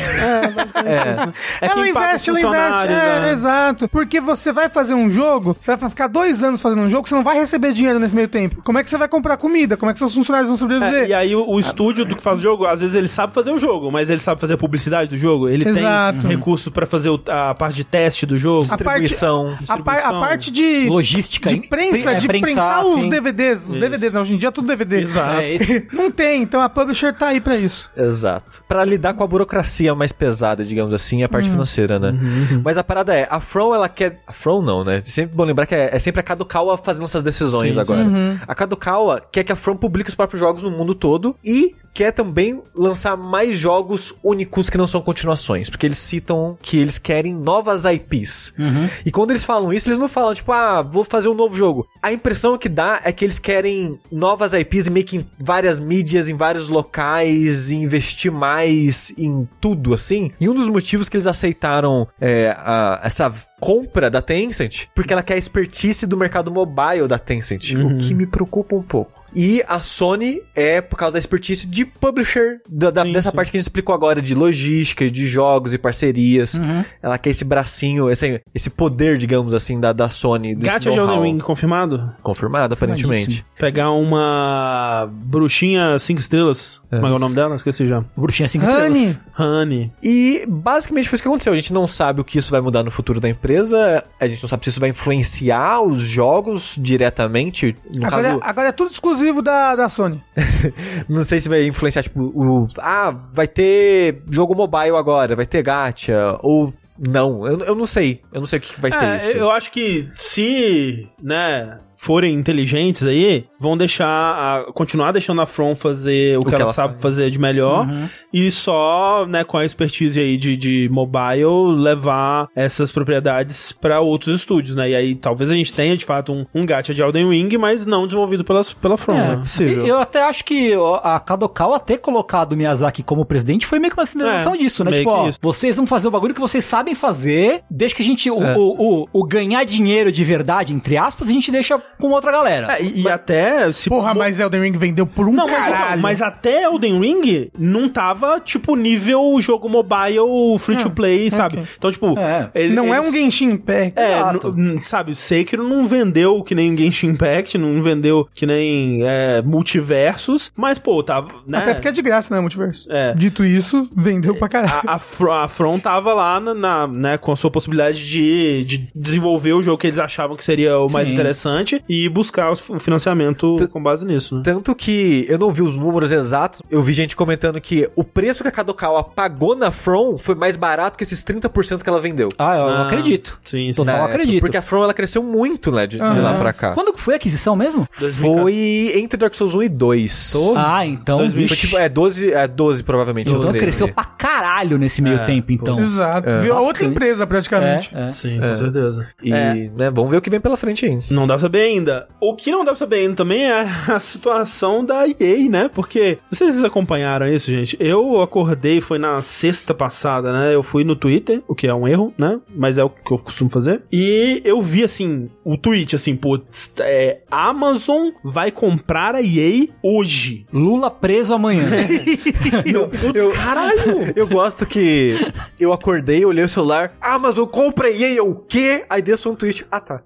Speaker 1: É
Speaker 2: ela
Speaker 1: quem paga
Speaker 2: investe,
Speaker 1: os
Speaker 2: ela investe. É,
Speaker 1: funcionários, né?
Speaker 2: exato. Porque você vai fazer um jogo, você vai ficar dois anos fazendo um jogo, você não vai receber dinheiro nesse meio tempo. Como é que você vai comprar comida? Como é que seus funcionários vão
Speaker 1: É,
Speaker 2: sobreviver?
Speaker 1: e aí o, o estúdio do que faz o jogo, às vezes ele sabe fazer o jogo, mas ele sabe fazer a publicidade do jogo, ele
Speaker 2: Exato.
Speaker 1: tem recurso pra fazer o- a parte de teste do jogo.
Speaker 2: A parte-
Speaker 4: Distribuição.
Speaker 2: a, par- a
Speaker 1: distribuição.
Speaker 2: parte de.
Speaker 3: Logística.
Speaker 2: De prensa,
Speaker 3: é,
Speaker 2: de prensar, os
Speaker 3: assim.
Speaker 2: DVDs. Os DVDs, não, hoje em dia é tudo DVD.
Speaker 1: Exato.
Speaker 3: É, esse-
Speaker 2: Não tem, então a publisher tá aí pra isso.
Speaker 4: Exato. Pra lidar com a burocracia mais pesada, digamos assim, a parte
Speaker 1: Uhum.
Speaker 4: financeira, né? Mas a parada é, a From ela quer. A From não, né? Sempre bom lembrar que é, é sempre a Kadokawa fazendo essas decisões
Speaker 1: Sim, Uhum.
Speaker 4: agora. A Kadokawa quer que a From publique os próprios jogos no mundo todo e quer também lançar mais jogos únicos que não são continuações, porque eles citam que eles querem novas IPs. E quando eles falam isso, eles não falam tipo, ah, vou fazer um novo jogo. A impressão que dá é que eles querem novas IPs e meio que em várias mídias, em vários locais, e investir mais em tudo assim. E um dos motivos que eles aceitaram é, a- essa compra da Tencent, porque ela quer a expertise do mercado mobile da Tencent,
Speaker 1: Uhum.
Speaker 4: o que me preocupa um pouco. E a Sony é por causa da expertise de publisher, da- da-
Speaker 1: Sim,
Speaker 4: dessa
Speaker 1: sim.
Speaker 4: parte que a gente explicou agora, de logística, de jogos e parcerias.
Speaker 1: Uhum.
Speaker 4: Ela quer esse bracinho, esse, esse poder, digamos assim, da, da Sony. desse
Speaker 1: Gacha de
Speaker 4: know-how.
Speaker 1: Elden Ring confirmado?
Speaker 4: Confirmado, aparentemente.
Speaker 1: Pegar uma bruxinha cinco estrelas. Como é que é o nome dela? Esqueci já.
Speaker 3: Bruxinha 5
Speaker 2: Honey.
Speaker 3: estrelas.
Speaker 1: Honey.
Speaker 4: E basicamente foi isso que aconteceu. A gente não sabe o que isso vai mudar no futuro da empresa, a gente não sabe se isso vai influenciar os jogos diretamente. No
Speaker 2: Agora,
Speaker 4: caso,
Speaker 2: agora é tudo exclusivo da, da Sony.
Speaker 4: Não sei se vai influenciar, tipo, o. Ah, vai ter jogo mobile agora, vai ter gacha, ou não. Eu, eu não sei. Eu não sei o que que vai ser
Speaker 1: É,
Speaker 4: isso.
Speaker 1: Eu acho que se, né, forem inteligentes aí, vão deixar a- continuar deixando a From fazer o, que, ela, Uhum.
Speaker 4: ela
Speaker 1: sabe fazer de melhor e só, né, com a expertise aí de, de mobile levar essas propriedades pra outros estúdios, né? E aí talvez a gente tenha de fato um, um gacha de Elden Ring, mas não desenvolvido pelas, pela From, né?
Speaker 3: É, eu até acho que ó, a Kadokawa ter colocado o Miyazaki como presidente foi meio que uma sinalização
Speaker 1: É,
Speaker 3: disso, né?
Speaker 1: meio
Speaker 3: Tipo,
Speaker 1: que
Speaker 3: ó,
Speaker 1: isso.
Speaker 3: vocês vão fazer o bagulho que vocês sabem fazer, deixa que a gente. O,
Speaker 4: É.
Speaker 3: o, o- o ganhar dinheiro de verdade, entre aspas, a gente deixa com outra galera.
Speaker 1: É, e, e até se
Speaker 2: Porra, mas Elden Ring vendeu por um
Speaker 1: Não, mas,
Speaker 2: caralho.
Speaker 1: então, mas até Elden Ring não tava, tipo, nível jogo mobile free to play, sabe? Então, tipo,
Speaker 3: É.
Speaker 1: ele-
Speaker 2: não Ah, é
Speaker 1: eles-
Speaker 2: um Genshin Impact.
Speaker 1: É,
Speaker 2: Exato.
Speaker 1: n- n- sabe, Sekiro não vendeu que nem Genshin Impact, não vendeu que nem é, Multiversos, mas, pô, tava. Né?
Speaker 2: Até porque é de graça, né, Multiverso?
Speaker 1: É. Ah,
Speaker 2: Dito isso, vendeu pra caralho.
Speaker 1: A, a, Fro- a From tava lá na, na- né, com a sua possibilidade de, de desenvolver o jogo que eles achavam que seria o mais
Speaker 3: Sim.
Speaker 1: interessante e buscar os- o financiamento
Speaker 4: Tu-
Speaker 1: com base nisso, né?
Speaker 4: Tanto que eu não vi os números exatos, eu vi gente comentando que o preço que a Kadokawa pagou na From foi mais barato que esses 30% que ela vendeu.
Speaker 3: Ah, eu
Speaker 1: Ah,
Speaker 3: acredito.
Speaker 1: Sim, sim.
Speaker 3: Total. eu
Speaker 4: Na
Speaker 3: acredito.
Speaker 4: Porque a From ela cresceu muito, né, de, de lá
Speaker 2: Aham.
Speaker 4: pra cá.
Speaker 3: Quando que foi a aquisição mesmo?
Speaker 1: 2014?
Speaker 4: Foi entre Dark Souls 1 e 2.
Speaker 3: Ah, então.
Speaker 1: 2000.
Speaker 4: Foi tipo, é 12, é 12 provavelmente. ou
Speaker 3: Então
Speaker 4: 13.
Speaker 3: cresceu pra caralho nesse meio
Speaker 1: né? É,
Speaker 3: tempo, então.
Speaker 2: Exato. Viu a outra
Speaker 3: Bastante.
Speaker 2: empresa, praticamente.
Speaker 3: É, é.
Speaker 1: Sim, com certeza.
Speaker 4: E, né, vamos ver o que vem pela frente aí.
Speaker 1: Não dá pra saber ainda. O que não dá pra saber ainda também é a situação da EA, né? Porque vocês acompanharam isso, gente? Eu acordei, foi na sexta passada, né? Eu fui no Twitter, o que é um erro, né? Mas é o que eu costumo fazer. E eu vi, assim, o tweet, assim, putz, é, Amazon vai comprar a EA hoje.
Speaker 3: Lula preso amanhã.
Speaker 1: Eu, putz, caralho!
Speaker 4: Eu gosto que eu acordei, olhei o celular, Amazon, comprei, e aí eu, o quê? Aí desço um tweet, ah tá.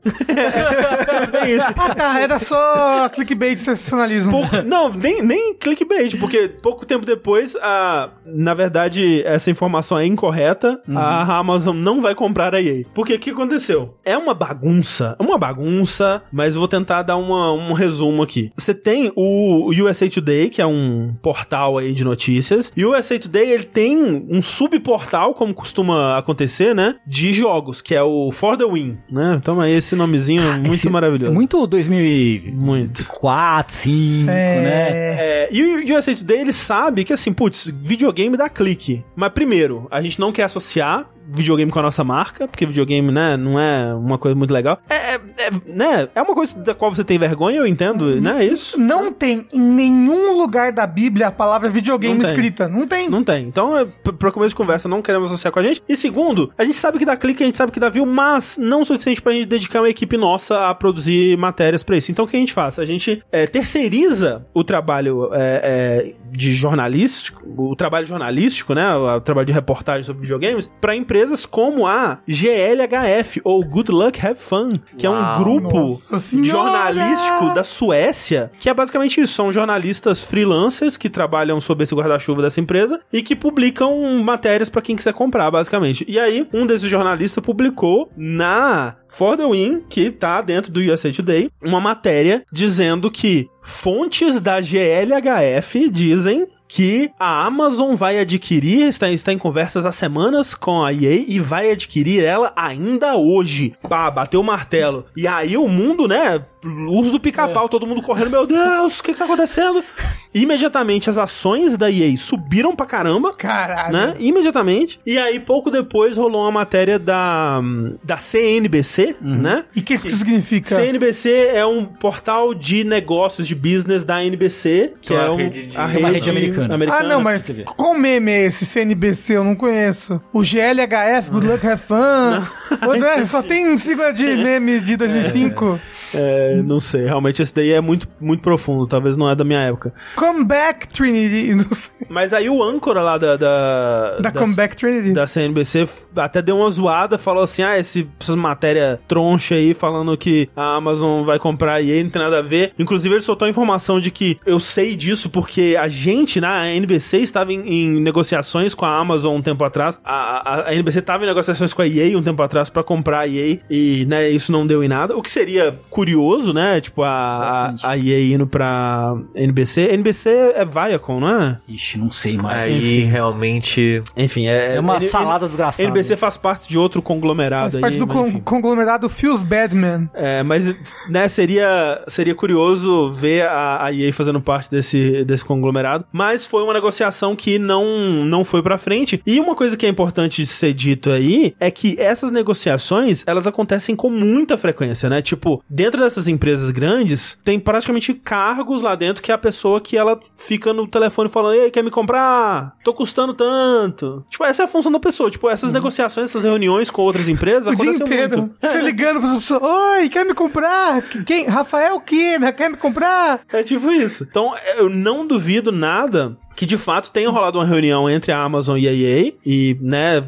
Speaker 1: É isso.
Speaker 2: Ah tá, era só clickbait sensacionalismo.
Speaker 1: Pouco- não, nem, nem clickbait, porque pouco tempo depois, a, na verdade, essa informação é incorreta.
Speaker 3: Uhum.
Speaker 1: A Amazon não vai comprar a EA. Porque o que aconteceu? É uma bagunça, é uma bagunça, mas eu vou tentar dar uma, um resumo aqui. Você tem o USA Today, que é um portal aí de notícias, e o USA Today ele tem um subportal, como costuma acontecer, né? De jogos, que é o For the Win, né? Então é esse nomezinho muito
Speaker 3: Esse-
Speaker 1: maravilhoso.
Speaker 3: É Muito 2004,
Speaker 1: muito.
Speaker 3: 5, né?
Speaker 1: É, e o USA Today ele sabe que assim, putz, videogame dá clique. Mas primeiro, a gente não quer associar videogame com a nossa marca, porque videogame, né, não é uma coisa muito legal. É, é, é, né, é uma coisa da qual você tem vergonha, eu entendo, né, isso?
Speaker 2: Não tem em nenhum lugar da Bíblia a palavra videogame
Speaker 1: Não tem.
Speaker 2: escrita. Não tem.
Speaker 1: Não tem. Então, é, p- pra começo de conversa, não queremos associar com a gente. E segundo, a gente sabe que dá clique, a gente sabe que dá view, mas não o suficiente pra gente dedicar uma equipe nossa a produzir matérias pra isso. Então, o que a gente faz? A gente é, terceiriza o trabalho é, é, de jornalístico, o trabalho jornalístico, né? O, o trabalho de reportagem sobre videogames, pra empresas como a GLHF, ou Good Luck Have Fun, que é um
Speaker 4: Uau,
Speaker 1: grupo
Speaker 2: Nossa Senhora!
Speaker 1: jornalístico da Suécia, que é basicamente isso, são jornalistas freelancers que trabalham sob esse guarda-chuva dessa empresa e que publicam matérias pra quem quiser comprar, basicamente. E aí, um desses jornalistas publicou na For The Win, que tá dentro do USA Today, uma matéria dizendo que fontes da GLHF dizem que a Amazon vai adquirir, está, está em conversas há semanas com a EA e vai adquirir ela ainda hoje. Pá, bateu o martelo. E aí o mundo, né, uso do pica-pau, todo mundo correndo, meu Deus, o que que tá acontecendo? Imediatamente as ações da EA subiram pra caramba
Speaker 2: Caralho.
Speaker 1: né? Imediatamente. E aí, pouco depois, rolou uma matéria da, da CNBC, né?
Speaker 2: E o que, que isso significa?
Speaker 1: CNBC é um portal de negócios, de business da NBC, que,
Speaker 4: Que é
Speaker 1: é,
Speaker 4: uma
Speaker 1: um,
Speaker 4: rede
Speaker 1: a
Speaker 4: de- que é
Speaker 1: rede,
Speaker 4: uma
Speaker 3: rede americana.
Speaker 2: Ah, não, mas
Speaker 3: TV.
Speaker 2: qual meme é esse CNBC? Eu não conheço. O GLHF, Good Luck Have Fun. Ô, velho, só tem um sigla de meme de 2005.
Speaker 1: É, não sei, realmente esse daí é muito, muito profundo, talvez não é da minha época.
Speaker 2: Comeback Trinity. Não sei.
Speaker 1: Mas aí o âncora lá da... Da,
Speaker 2: Da
Speaker 1: da-
Speaker 2: Comeback Trinity.
Speaker 1: da CNBC f- até deu uma zoada, falou assim: ah, esse, essas matérias troncha aí falando que a Amazon vai comprar a EA, não tem nada a ver. Inclusive, ele soltou a informação de que eu sei disso porque a gente na NBC estava em, em negociações com a Amazon um tempo atrás. A, a, a NBC estava em negociações com a EA um tempo atrás pra comprar a EA e né, isso não deu em nada. O que seria curioso, né? Tipo, a,
Speaker 3: Bastante.
Speaker 1: a, a EA indo pra NBC. NBC é Viacom, não é?
Speaker 3: Ixi, não sei mais.
Speaker 4: Aí realmente.
Speaker 1: Enfim, é.
Speaker 3: é uma
Speaker 1: N-
Speaker 3: salada desgraçada.
Speaker 1: NBC faz parte de outro conglomerado
Speaker 2: Faz parte
Speaker 1: aí,
Speaker 2: do
Speaker 1: mas
Speaker 2: con-
Speaker 1: enfim.
Speaker 2: conglomerado Feels Badman.
Speaker 1: É, mas né, seria, seria curioso ver a, a EA fazendo parte desse, desse conglomerado. Mas foi uma negociação que não, não foi pra frente. E uma coisa que é importante ser dito aí é que essas negociações elas acontecem com muita frequência, né? Tipo, dentro dessas empresas grandes, tem praticamente cargos lá dentro que é a pessoa que ela fica no telefone falando: Ei, quer me comprar? Tô custando tanto. Tipo, essa é a função da pessoa. Tipo, essas negociações, essas reuniões com outras empresas
Speaker 2: Uhum. O dia
Speaker 1: acontecem
Speaker 2: inteiro.
Speaker 1: muito.
Speaker 2: Você ligando pras pessoas. Oi, quer me comprar? Quem? Rafael Kina, quer me comprar?
Speaker 1: É tipo isso. Então, eu não duvido nada que de fato tenha rolado uma reunião entre a Amazon e a EA e, né,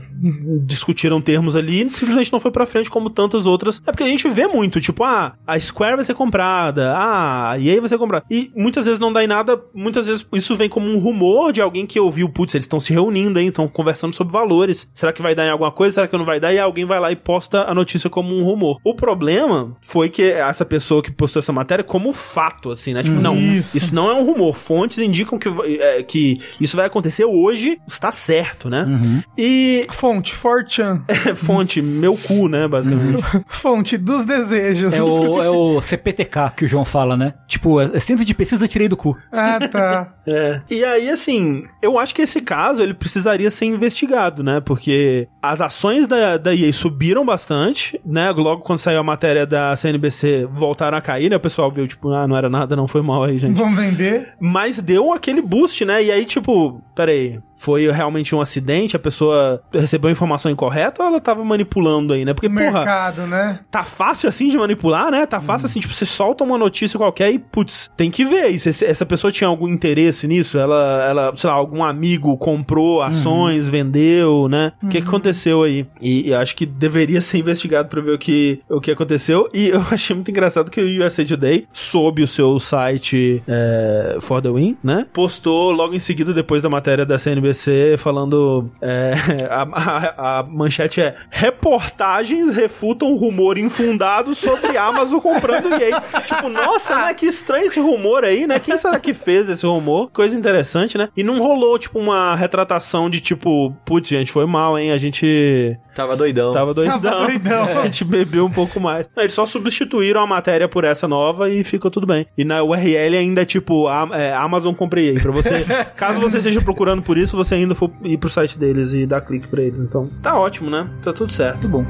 Speaker 1: discutiram termos ali e simplesmente não foi pra frente como tantas outras. É porque a gente vê muito, tipo, ah, a Square vai ser comprada, ah, a EA vai ser comprada. E muitas vezes não dá em nada, muitas vezes isso vem como um rumor de alguém que ouviu, putz, eles estão se reunindo, hein, estão conversando sobre valores. Será que vai dar em alguma coisa? Será que não vai dar? E alguém vai lá e posta a notícia como um rumor. O problema foi que essa pessoa que postou essa matéria como fato, assim, né? Tipo, não,
Speaker 2: Isso.
Speaker 1: isso não é um rumor. Fontes indicam que, é, que que isso vai acontecer hoje, está certo, né?
Speaker 3: Uhum.
Speaker 1: E
Speaker 2: Fonte, Fortran.
Speaker 1: é fonte, meu cu, né, basicamente.
Speaker 2: Fonte dos desejos.
Speaker 3: É o, é o CPTK que o João fala, né? Tipo, é é centro de pesquisa tirei do cu.
Speaker 2: Ah, tá.
Speaker 1: É. E aí, assim, eu acho que esse caso ele precisaria ser investigado, né? Porque as ações da, da EA subiram bastante, né? Logo quando saiu a matéria da CNBC, voltaram a cair, né? O pessoal viu, tipo, ah, não era nada, não foi mal aí, gente.
Speaker 2: Vamos vender?
Speaker 1: Mas deu aquele boost, né? E aí, tipo, peraí, foi realmente um acidente? A pessoa recebeu a informação incorreta ou ela tava manipulando aí, né? Porque,
Speaker 2: O
Speaker 1: porra,
Speaker 2: mercado, né?
Speaker 1: tá fácil assim de manipular, né? Tá fácil assim, tipo, você solta uma notícia qualquer e, putz, tem que ver. E se esse- essa pessoa tinha algum interesse nisso? Ela, ela sei lá, algum amigo comprou ações, vendeu, né? O que, que aconteceu aí? E, eu acho que deveria ser investigado pra ver o que, o que aconteceu. E eu achei muito engraçado que o USA Today, sob o seu site é, For The Win, né? Postou logo em seguida, depois da matéria da CNBC, falando... é, a, a- a manchete é Reportagens refutam rumor infundado sobre Amazon comprando EA. tipo, nossa, né? Que estranho esse rumor aí, né? Quem será que fez esse rumor? Coisa interessante, né? E não rolou, tipo, uma retratação de tipo... Putz, gente, foi mal, hein? A gente...
Speaker 4: Tava doidão.
Speaker 1: Tava doidão.
Speaker 2: Tava doidão.
Speaker 1: É, a gente bebeu um pouco mais. Eles só substituíram a matéria por essa nova e ficou tudo bem. E na URL ainda é tipo a- é, Amazon comprei aí. Pra você, caso você esteja procurando por isso, você ainda for ir pro site deles e dar clique pra eles. Então tá ótimo, né? Tá tudo certo.
Speaker 3: Muito bom.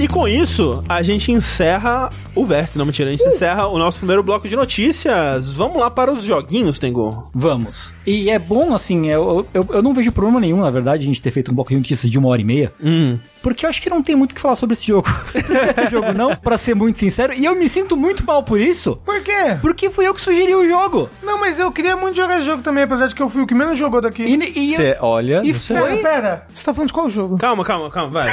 Speaker 1: E com isso, a gente encerra o Vértice. Não, mentira, a
Speaker 2: Uh!
Speaker 1: gente encerra o nosso primeiro bloco de notícias. Vamos lá para os joguinhos, Tengu.
Speaker 3: Vamos. E é bom, assim, eu, eu, eu não vejo problema nenhum, na verdade, a gente ter feito um bloco de notícias de uma hora e meia.
Speaker 1: Hum.
Speaker 3: Porque eu acho que não tem muito o que falar sobre esse jogo. esse jogo não, pra ser muito sincero. E eu me sinto muito mal por isso,
Speaker 2: Por quê?
Speaker 3: porque fui eu que sugeri o jogo.
Speaker 2: Não, mas eu queria muito jogar esse jogo também, apesar de que eu fui o que menos jogou daqui.
Speaker 3: E, e,
Speaker 4: Você olha.
Speaker 1: é
Speaker 3: e
Speaker 4: você-
Speaker 2: Pera,
Speaker 3: foi...
Speaker 2: pera. Você tá falando de qual jogo?
Speaker 1: Calma, calma, calma, vai.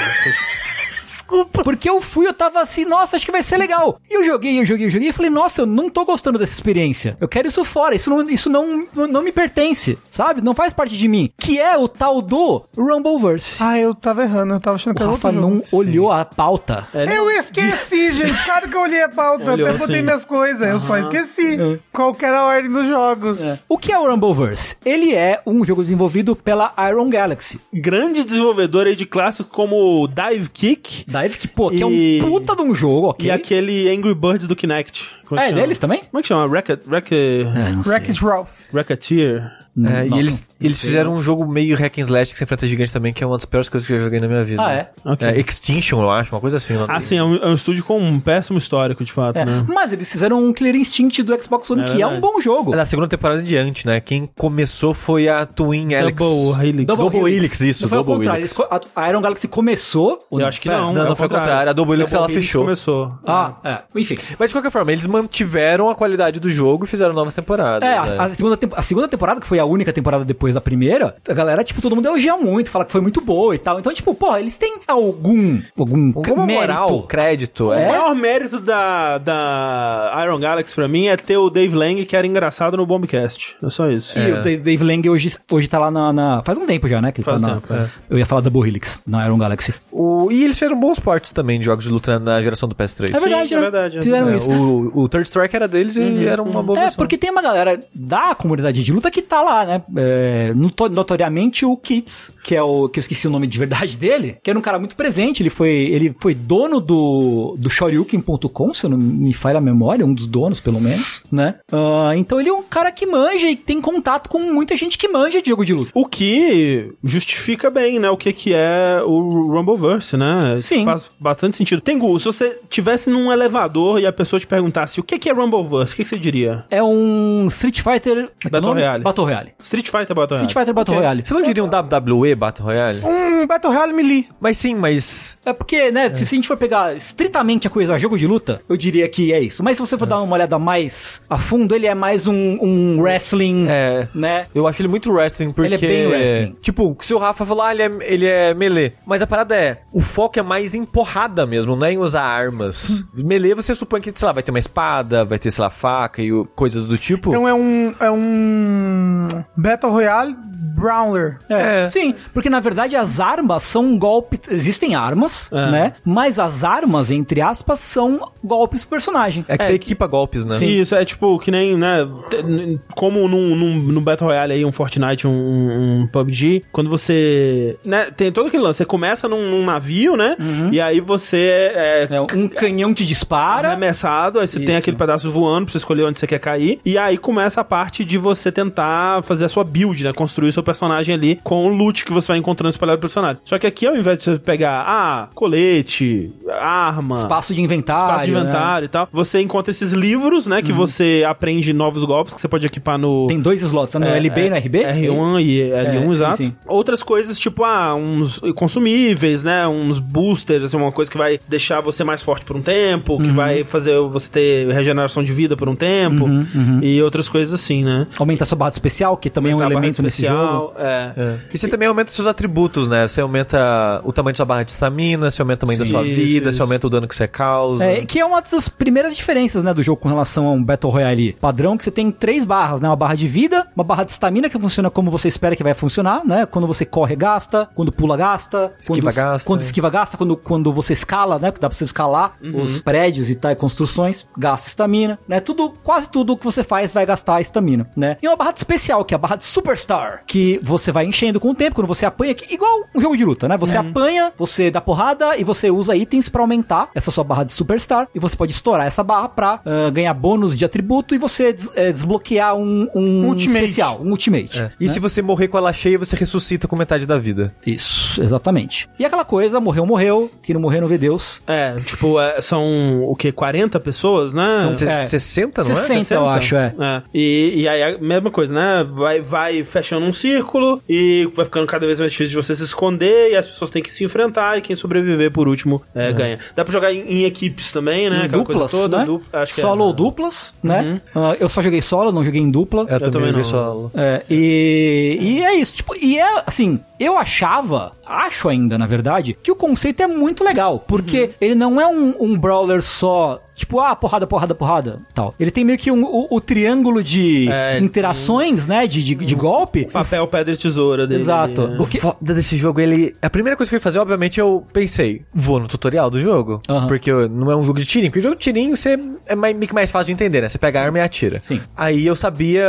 Speaker 3: Desculpa. Porque eu fui, eu tava assim, nossa, acho que vai ser legal. E eu joguei, eu joguei, eu joguei e falei, nossa, eu não tô gostando dessa experiência. Eu quero isso fora, isso não, isso não, não me pertence, sabe? Não faz parte de mim. Que é o tal do Rumbleverse.
Speaker 2: Ah, eu tava errando, eu tava achando
Speaker 1: Ah,
Speaker 2: que
Speaker 3: o
Speaker 2: era outro
Speaker 3: Rafa
Speaker 2: jogo.
Speaker 3: não né? olhou a pauta.
Speaker 1: É. né?
Speaker 2: Eu esqueci, gente. Claro que eu olhei a pauta,
Speaker 1: Olhou,
Speaker 2: até
Speaker 3: assim.
Speaker 2: botei
Speaker 1: sim.
Speaker 2: minhas coisas. Eu só esqueci. Qual que era a ordem dos jogos?
Speaker 3: O que é o Rumbleverse? Ele é um jogo desenvolvido pela Iron Galaxy.
Speaker 1: Grande desenvolvedor aí de clássicos como Dive Kick,
Speaker 3: Dave que, pô, que é um
Speaker 1: E-
Speaker 3: puta de um jogo, ok?
Speaker 1: E aquele Angry Birds do Kinect. Como
Speaker 4: Ah,
Speaker 3: É
Speaker 1: que chama?
Speaker 3: deles também?
Speaker 1: Como é que chama? Racket, racket,
Speaker 2: Wreck-It Ralph.
Speaker 1: Racketeer?
Speaker 4: É, e eles, eles fizeram um jogo meio hack and slash que você enfrenta gigante também, que é uma das piores coisas que eu já joguei na minha vida.
Speaker 3: Ah, é?
Speaker 1: Ok.
Speaker 4: É, Extinction, eu acho, uma coisa assim.
Speaker 1: Ah, sim, é um, é um estúdio com um péssimo histórico, de fato,
Speaker 3: É,
Speaker 1: né?
Speaker 3: Mas eles fizeram um Killer Instinct do Xbox One,
Speaker 1: É
Speaker 3: que é um
Speaker 1: verdade.
Speaker 3: bom jogo.
Speaker 4: Da segunda temporada em diante, né? Quem começou foi a Twin
Speaker 3: Tá
Speaker 4: Alex.
Speaker 1: É Double Helix.
Speaker 4: Double, Helix, isso.
Speaker 3: Não foi ao
Speaker 4: Double
Speaker 3: contrário.
Speaker 4: Helix.
Speaker 3: eles co- A a Iron Galaxy começou. ou
Speaker 1: Eu acho que
Speaker 3: Pera,
Speaker 1: não.
Speaker 4: Não, não,
Speaker 1: é o
Speaker 4: foi o contrário. A Double Helix ela fechou.
Speaker 1: Começou.
Speaker 3: Ah, é. Enfim.
Speaker 4: Mas de qualquer forma, eles mantiveram a qualidade do jogo e fizeram novas temporadas.
Speaker 3: É,
Speaker 4: né?
Speaker 3: a, a segunda tempo- a segunda temporada, que foi a única temporada depois da primeira, a galera, tipo, todo mundo elogia muito, fala que foi muito boa e tal. Então, tipo, pô, eles têm algum. Algum,
Speaker 4: Alguma moral,
Speaker 3: mérito.
Speaker 4: crédito.
Speaker 1: O
Speaker 4: É.
Speaker 1: maior mérito da, da Iron Galaxy pra mim é ter o Dave Lang, que era engraçado no Bombcast. É só isso.
Speaker 3: E o Da- Dave Lang hoje, hoje tá lá na, na- Faz um tempo já, né? Que ele
Speaker 1: Faz
Speaker 3: tá na-
Speaker 1: tempo, é.
Speaker 3: Eu ia falar da Borrelix, não Iron Galaxy.
Speaker 4: O- e eles fizeram bons portes também de jogos de luta na geração do PS3.
Speaker 3: É verdade,
Speaker 1: é
Speaker 3: né?
Speaker 1: verdade, é
Speaker 3: Fizeram
Speaker 4: É,
Speaker 3: isso.
Speaker 4: o, o Third Strike era deles e era uma boa
Speaker 3: É,
Speaker 4: versão.
Speaker 3: porque tem uma galera da comunidade de luta que tá lá, né? É, noto- notoriamente o Kits, que é o. que eu esqueci o nome de verdade dele, que era um cara muito presente. Ele foi, ele foi dono do, do Shoryuken.com, se eu não me falha a memória, um dos donos, pelo menos, né? Ah, então ele é um cara que manja e tem contato com muita gente que manja de jogo de luta.
Speaker 1: O que justifica bem, né? O que, que é o Rumbleverse, né? Isso
Speaker 3: Sim.
Speaker 1: Faz bastante sentido. Tengu, se você tivesse num elevador e a pessoa te perguntasse o que, que é Rumbleverse, o que, que você diria?
Speaker 3: É um Street Fighter. é que
Speaker 1: Battle
Speaker 3: o nome?
Speaker 1: Royale. Ah,
Speaker 3: Battle Royale.
Speaker 1: Street Fighter Battle Royale.
Speaker 3: Street Fighter Battle Royale.
Speaker 4: Você não diria um WWE Battle Royale?
Speaker 3: Hum.
Speaker 2: Um Battle Royale Melee.
Speaker 4: Mas sim, mas.
Speaker 3: É porque, né, se a gente for pegar estritamente a coisa jogo de luta, eu diria que é isso. Mas se você for dar uma olhada mais a fundo, ele é mais um, um wrestling,
Speaker 4: É.
Speaker 3: né?
Speaker 4: Eu acho ele muito wrestling, porque.
Speaker 3: Ele é bem wrestling.
Speaker 4: Tipo, se o Rafa falar, ah, ele é, ele é melee. Mas a parada é, o foco é mais mais em porrada mesmo, não é em usar armas.
Speaker 3: Hum.
Speaker 4: Melee você supõe que, sei lá, vai ter uma espada, vai ter, sei lá, faca e o- coisas do tipo.
Speaker 2: Então é um. É um. Battle Royale Brawler.
Speaker 3: É. Sim, porque na verdade as armas são golpes. Existem armas, né? Mas as armas, entre aspas, são golpes pro personagem.
Speaker 4: é que você equipa golpes, né?
Speaker 1: Isso, é tipo, que nem, né? te- n- Como num, num, num Battle Royale aí, um Fortnite, um, um PUBG, quando você. Né, tem todo aquele lance, você começa num, num navio, né?
Speaker 3: Uhum.
Speaker 1: E aí você é,
Speaker 3: É, um canhão te dispara.
Speaker 1: arremessado, aí você tem
Speaker 3: Isso.
Speaker 1: aquele pedaço voando pra você escolher onde você quer cair. E aí começa a parte de você tentar fazer a sua build, né? Construir o seu personagem ali com o loot que você vai encontrando espalhado pelo personagem. Só que aqui, ao invés de você pegar, ah, colete, arma.
Speaker 3: Espaço de inventário.
Speaker 1: Espaço de
Speaker 3: né? Uhum.
Speaker 1: inventário e tal. Você encontra esses livros, né? Que você aprende novos golpes que você pode equipar no.
Speaker 3: Tem dois slots, tá no
Speaker 1: É,
Speaker 3: LB e no RB?
Speaker 1: R1 e L1,
Speaker 3: É,
Speaker 1: exato.
Speaker 3: sim, sim.
Speaker 1: Outras coisas, tipo, ah, uns consumíveis, né? Uns boosters, assim, uma coisa que vai deixar você mais forte por um tempo,
Speaker 3: Uhum.
Speaker 1: que vai fazer você ter regeneração de vida por um tempo,
Speaker 3: Uhum,
Speaker 1: e outras coisas assim, né?
Speaker 3: Aumenta sua barra de especial, que também é um
Speaker 1: Tá, barra
Speaker 3: elemento nesse jogo.
Speaker 1: especial, É.
Speaker 4: E você também aumenta seus atributos, né? Você aumenta o tamanho da sua barra de estamina, você aumenta o tamanho da sua
Speaker 1: Isso,
Speaker 4: vida,
Speaker 1: isso.
Speaker 4: você aumenta o dano que você causa.
Speaker 3: É, que é uma das primeiras diferenças, né, do jogo com relação a um Battle Royale padrão, que você tem três barras, né, uma barra de vida, uma barra de estamina que funciona como você espera que vai funcionar, né, quando você corre gasta, quando pula gasta,
Speaker 4: Esquiva
Speaker 3: quando,
Speaker 4: gasta,
Speaker 3: quando
Speaker 4: é.
Speaker 3: esquiva gasta, quando, quando você escala, né, que dá pra você escalar os prédios e tal, e construções, gasta estamina, né, tudo, quase tudo que você faz vai gastar a estamina, né, e uma barra de especial, que é a barra de superstar, que você vai enchendo com o tempo, quando você apanha, que- igual um jogo de luta, né, você apanha, você dá porrada e você usa itens pra aumentar essa sua barra de superstar, e você pode estourar essa barra pra ah, ganhar bônus de atributo e você des- eh, desbloquear um, um
Speaker 2: Ultimate.
Speaker 3: especial, um ultimate.
Speaker 4: É. E se você morrer com ela cheia, você ressuscita com metade da vida.
Speaker 3: Isso, exatamente. E aquela coisa, morreu, morreu, que não morrer não vê Deus.
Speaker 1: É, tipo, é, são o quê? 40 pessoas, né?
Speaker 4: São se-
Speaker 3: É.
Speaker 4: 60, não
Speaker 3: 60.
Speaker 4: é?
Speaker 2: Então.
Speaker 3: eu acho, é.
Speaker 1: E, e aí a mesma coisa, né? Vai, vai fechando um círculo e vai ficando cada vez mais difícil de você se esconder e as pessoas têm que se enfrentar e quem sobreviver por último é, ganha. Dá pra jogar em, em equipes também, né?
Speaker 3: Em
Speaker 1: Aquela
Speaker 3: duplas,
Speaker 1: coisa toda.
Speaker 3: né?
Speaker 1: du- acho que é,
Speaker 3: solo
Speaker 1: Uhum.
Speaker 3: ou duplas, né? Ah, eu só joguei solo, não joguei em dupla.
Speaker 4: Eu,
Speaker 1: também
Speaker 4: também
Speaker 1: não.
Speaker 4: vi só.
Speaker 3: É, e, e é isso, tipo, e é assim, eu achava, acho ainda, na verdade, que o conceito é muito legal, porque
Speaker 1: Uhum.
Speaker 3: ele não é um, um brawler só, tipo, ah, porrada, porrada, porrada, tal. Ele tem meio que um- o, o triângulo de
Speaker 1: É,
Speaker 3: interações, né, de, de, de
Speaker 1: um
Speaker 3: golpe.
Speaker 1: Papel, pedra e tesoura dele.
Speaker 3: Exato.
Speaker 1: né?
Speaker 4: O que... foda desse jogo, ele. A primeira coisa que eu fui fazer, obviamente, eu pensei, vou no tutorial do jogo.
Speaker 3: Aham.
Speaker 4: Porque eu- não é um jogo de tirinho. Porque o jogo de tirinho você é mais, meio que mais fácil de entender, né? Você pega a arma e atira.
Speaker 3: Sim.
Speaker 4: Aí eu sabia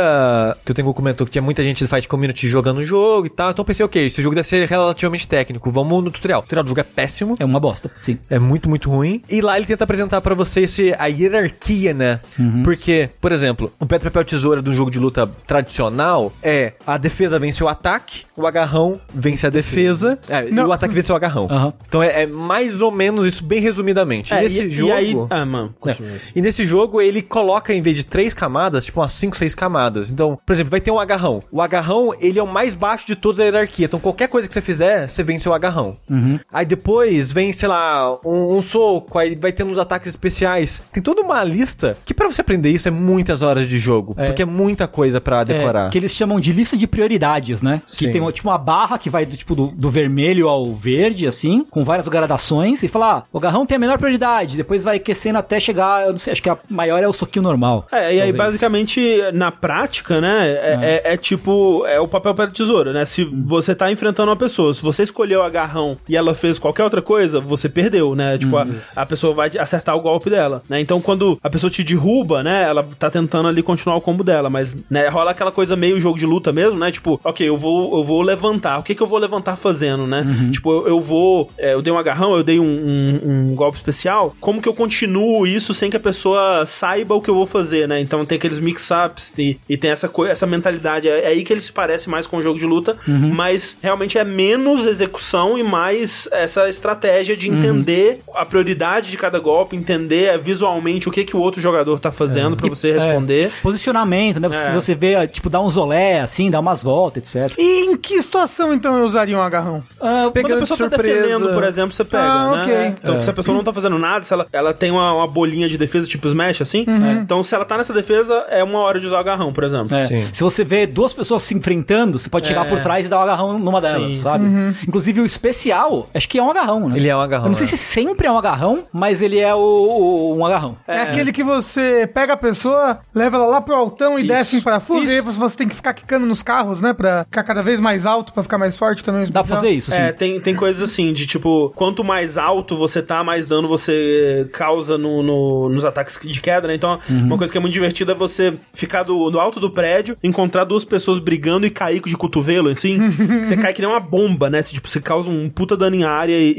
Speaker 4: que o Tengu comentou que tinha muita gente do Fight Community jogando o jogo e tal. Então eu pensei, ok, esse jogo deve ser relativamente técnico. Vamos no tutorial. O tutorial do jogo é péssimo.
Speaker 3: É uma bosta, sim.
Speaker 4: É muito, muito ruim. E lá ele tenta apresentar pra você esse, a hierarquia, né? Porque, por exemplo, o pedra, papel, tesoura de um jogo de luta tradicional é a defesa vence o ataque, o agarrão vence a defesa, é, e
Speaker 2: Não.
Speaker 4: o ataque vence o agarrão.
Speaker 3: Aham.
Speaker 4: Então é, é mais ou menos isso, bem resumidamente.
Speaker 1: É,
Speaker 4: E nesse
Speaker 1: e,
Speaker 4: jogo...
Speaker 1: E aí... Ah, mano.
Speaker 4: É.
Speaker 1: Continua isso.
Speaker 4: E nesse jogo ele coloca em vez de três camadas, tipo umas cinco, seis camadas. Então, por exemplo, vai ter um agarrão. O agarrão, ele é o mais baixo de toda a hierarquia. Então, qualquer coisa que você fizer, você vence o agarrão.
Speaker 1: Uhum.
Speaker 4: Aí depois vem, sei lá, um, um soco, aí vai ter uns ataques especiais. Tem toda uma lista que pra você aprender isso é muitas horas de jogo, porque é muita coisa pra decorar.
Speaker 3: É, que eles chamam de lista de prioridades, né?
Speaker 4: Sim.
Speaker 3: Que tem tipo uma barra que vai do tipo do, do vermelho ao verde, assim, com várias gradações, e fala, ah, o garrão tem a menor prioridade, depois vai aquecendo até chegar, eu não sei, acho que a maior é o soquinho normal.
Speaker 1: É, e aí
Speaker 3: Talvez.
Speaker 1: basicamente, na prática, né, é, é- é tipo, é o papel para tesoura, né? Se você tá enfrentando uma pessoa, se você escolheu o agarrão e ela fez qualquer outra coisa, você perdeu, né? Tipo, a, a pessoa vai acertar o golpe dela, né? Então, quando a pessoa te derruba, né, ela tá tentando ali continuar o combo dela, mas, né, rola aquela coisa meio jogo de luta mesmo, né? Tipo, ok, eu vou, eu vou levantar, o que que eu vou levantar fazendo, né? Tipo, eu, eu vou, é, eu dei um agarrão, eu dei um, um- um golpe especial, como que eu continuo isso sem que a pessoa saiba o que eu vou fazer, né? Então tem aqueles mix-ups e, e tem essa, coi- essa mentalidade. É, é aí que ele se parece mais com o jogo de luta, mas realmente é menos execução e mais essa estratégia de entender a prioridade de cada golpe, entender a visualmente o que, que o outro jogador tá fazendo pra você responder.
Speaker 3: Posicionamento, né? Você,
Speaker 1: É.
Speaker 3: você vê, tipo, dar um zolé, assim, dar umas voltas, etc.
Speaker 2: E em que situação então eu usaria um agarrão?
Speaker 3: Ah,
Speaker 1: Quando a
Speaker 4: Pegando de
Speaker 1: pessoa tá
Speaker 4: surpresa.
Speaker 1: defendendo, por exemplo, você pega,
Speaker 2: Ah,
Speaker 1: né?
Speaker 2: ok.
Speaker 1: Então,
Speaker 3: É.
Speaker 1: se a pessoa não tá fazendo nada, se ela, ela tem uma, uma bolinha de defesa, tipo Smash, assim,
Speaker 2: Uhum.
Speaker 1: então se ela tá nessa defesa, é uma hora de usar o agarrão, por exemplo.
Speaker 3: É.
Speaker 4: Sim.
Speaker 3: Se você vê duas pessoas se enfrentando, você pode chegar por trás e dar um agarrão numa delas,
Speaker 1: Sim,
Speaker 3: sabe? Inclusive o especial, acho que é um agarrão, né?
Speaker 4: Ele é um agarrão,
Speaker 3: Eu não sei
Speaker 4: é.
Speaker 3: se sempre é um agarrão, mas ele é o, o- um agarrão.
Speaker 2: É. aquele que você pega a pessoa, leva ela lá pro altão e
Speaker 1: Isso.
Speaker 2: desce em parafuso, e aí você- você tem que ficar quicando nos carros, né? Pra ficar cada vez mais alto, pra ficar mais forte também.
Speaker 3: Dá pra fazer isso, assim.
Speaker 1: É, tem, tem coisas assim, de tipo, quanto mais alto você tá, mais dano você causa no, no- nos ataques de queda, né? Então,
Speaker 3: Uhum.
Speaker 1: uma coisa que é muito divertida é você ficar do, no alto do prédio, encontrar duas pessoas brigando e cair de cotovelo, assim. que você cai que nem uma bomba, né? Você, tipo, você causa um puta dano em área e,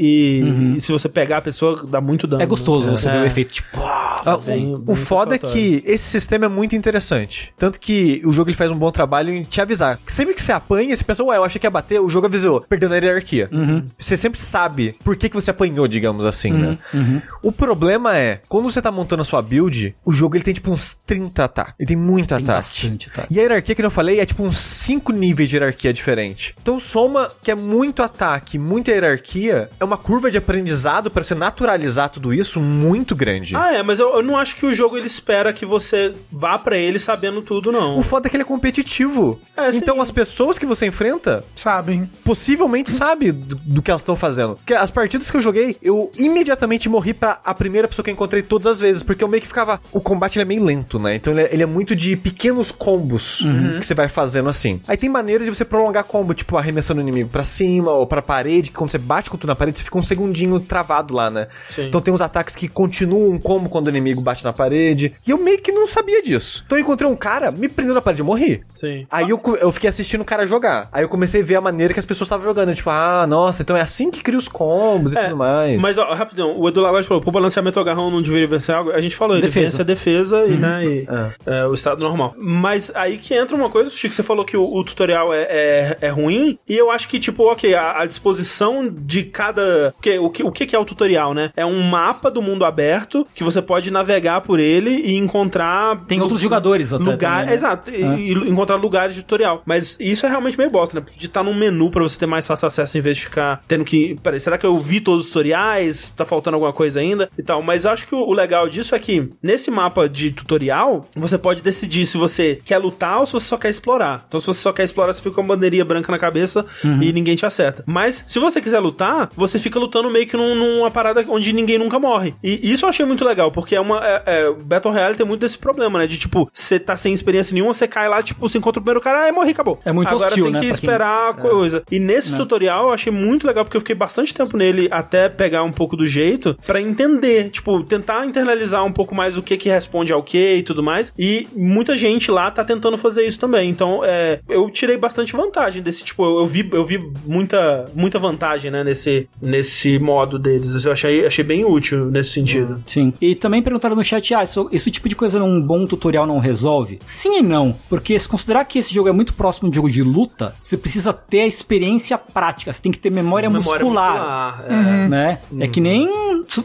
Speaker 1: e- e se você pegar a pessoa, dá muito dano.
Speaker 3: Uhum. É gostoso
Speaker 1: né?
Speaker 3: você
Speaker 1: É.
Speaker 3: ver o efeito, tipo... ah,
Speaker 4: Ah,
Speaker 1: Bem-
Speaker 4: o,
Speaker 1: bem
Speaker 4: o foda é que esse sistema é muito interessante. Tanto que o jogo ele faz um bom trabalho em te avisar. Que Sempre que você apanha, você pensa, ué, eu achei que ia bater, o jogo avisou, perdendo a hierarquia. Você sempre sabe por que, que você apanhou, digamos assim, né? O problema é, quando você tá montando a sua build, o jogo ele tem tipo uns 30 ataques. Ele tem muito ataque.
Speaker 3: bastante ataque.
Speaker 4: E a hierarquia que eu falei é tipo uns 5 níveis de hierarquia diferente. Então soma que é muito ataque, muita hierarquia, é uma curva de aprendizado pra você naturalizar tudo isso muito grande.
Speaker 1: Ah, é, mas eu, eu não acho que o jogo ele espera que você vá pra ele sabendo tudo, não.
Speaker 4: O foda é que ele é competitivo.
Speaker 1: É, sim.
Speaker 4: então as pessoas que você enfrenta
Speaker 2: Sabem.
Speaker 4: possivelmente sabem do, do que elas estão fazendo. Porque as partidas que eu joguei, eu imediatamente morri pra a primeira pessoa que eu encontrei todas as vezes. Porque eu meio que ficava. O combate ele é meio lento, né? Então ele é, ele é muito de pequenos combos que você vai fazendo assim. Aí tem maneiras de você prolongar combo, tipo arremessando o inimigo pra cima ou pra parede. Que quando você bate com tudo na parede, você fica um segundinho travado lá, né?
Speaker 1: Sim.
Speaker 4: Então tem uns ataques que continuam um combo quando o inimigo bate na parede. E eu meio que não sabia disso. Então eu encontrei um cara, me prendeu na parede, eu morri.
Speaker 1: Sim.
Speaker 4: Aí eu, co- eu fiquei assistindo o cara jogar. Aí eu comecei a ver a maneira que as pessoas estavam jogando. Tipo, ah, nossa, então é assim que cria os combos e
Speaker 1: É,
Speaker 4: tudo mais.
Speaker 1: Mas, ó, rapidão, o Edu Lagos falou: pro balanceamento o agarrão não deveria vencer algo. A gente falou, ele
Speaker 3: Defesa.
Speaker 1: vence a defesa e, né, e, é, o estado normal. Mas aí que entra uma coisa, Chico, você falou que o, o tutorial é, é, é ruim, e eu acho que, tipo, ok, a, a disposição de cada. Porque, o que, o que que é o tutorial, né? É um mapa do mundo aberto que você pode navegar por ele e encontrar.
Speaker 3: Tem outros jogadores até
Speaker 1: Lugar,
Speaker 3: também, né?
Speaker 1: Exato, e, e encontrar lugares de tutorial. Mas isso é realmente meio bosta, né? Porque de estar num menu pra você ter mais fácil acesso em vez de ficar tendo que. Peraí, será que eu vi todos os tutoriais? Tá faltando alguma coisa ainda e tal. Mas eu acho que o, o legal disso é que nesse mapa de tutorial, você pode decidir se você quer lutar ou se você só quer explorar. Então, se você só quer explorar, você fica com uma bandeirinha branca na cabeça
Speaker 3: Uhum.
Speaker 1: e ninguém te acerta. Mas se você quiser lutar, você fica lutando meio que num- numa parada onde ninguém nunca morre. E isso eu achei muito legal, porque é uma. É, é, Battle Royale tem muito desse problema, né? De tipo, você tá sem experiência nenhuma, você cai lá, tipo, você encontra o primeiro cara, aí morri, acabou.
Speaker 3: É muito
Speaker 1: Agora
Speaker 3: hostil,
Speaker 1: tem
Speaker 3: né,
Speaker 1: que
Speaker 3: pra quem-
Speaker 1: esperar a coisa. E nesse tutorial eu achei muito legal, porque eu fiquei bastante tempo nele até pegar um pouco do jeito, pra entender, tipo, tentar internalizar um pouco mais o que que responde ao que e tudo mais. E muita gente lá tá tentando fazer isso também. Então, é, eu tirei bastante vantagem desse, tipo, eu, eu vi, eu vi muita, muita vantagem, né, nesse, nesse modo deles. Eu achei, achei bem útil nesse sentido.
Speaker 3: Sim. E também perguntaram no chat, ah, isso, esse tipo de coisa num bom tutorial não resolve? Sim e não. Porque se considerar que esse jogo é muito próximo de um jogo de luta, você precisa ter a experiência prática, você tem que ter memória, é muscular.
Speaker 1: muscular, é.
Speaker 3: Né? É que nem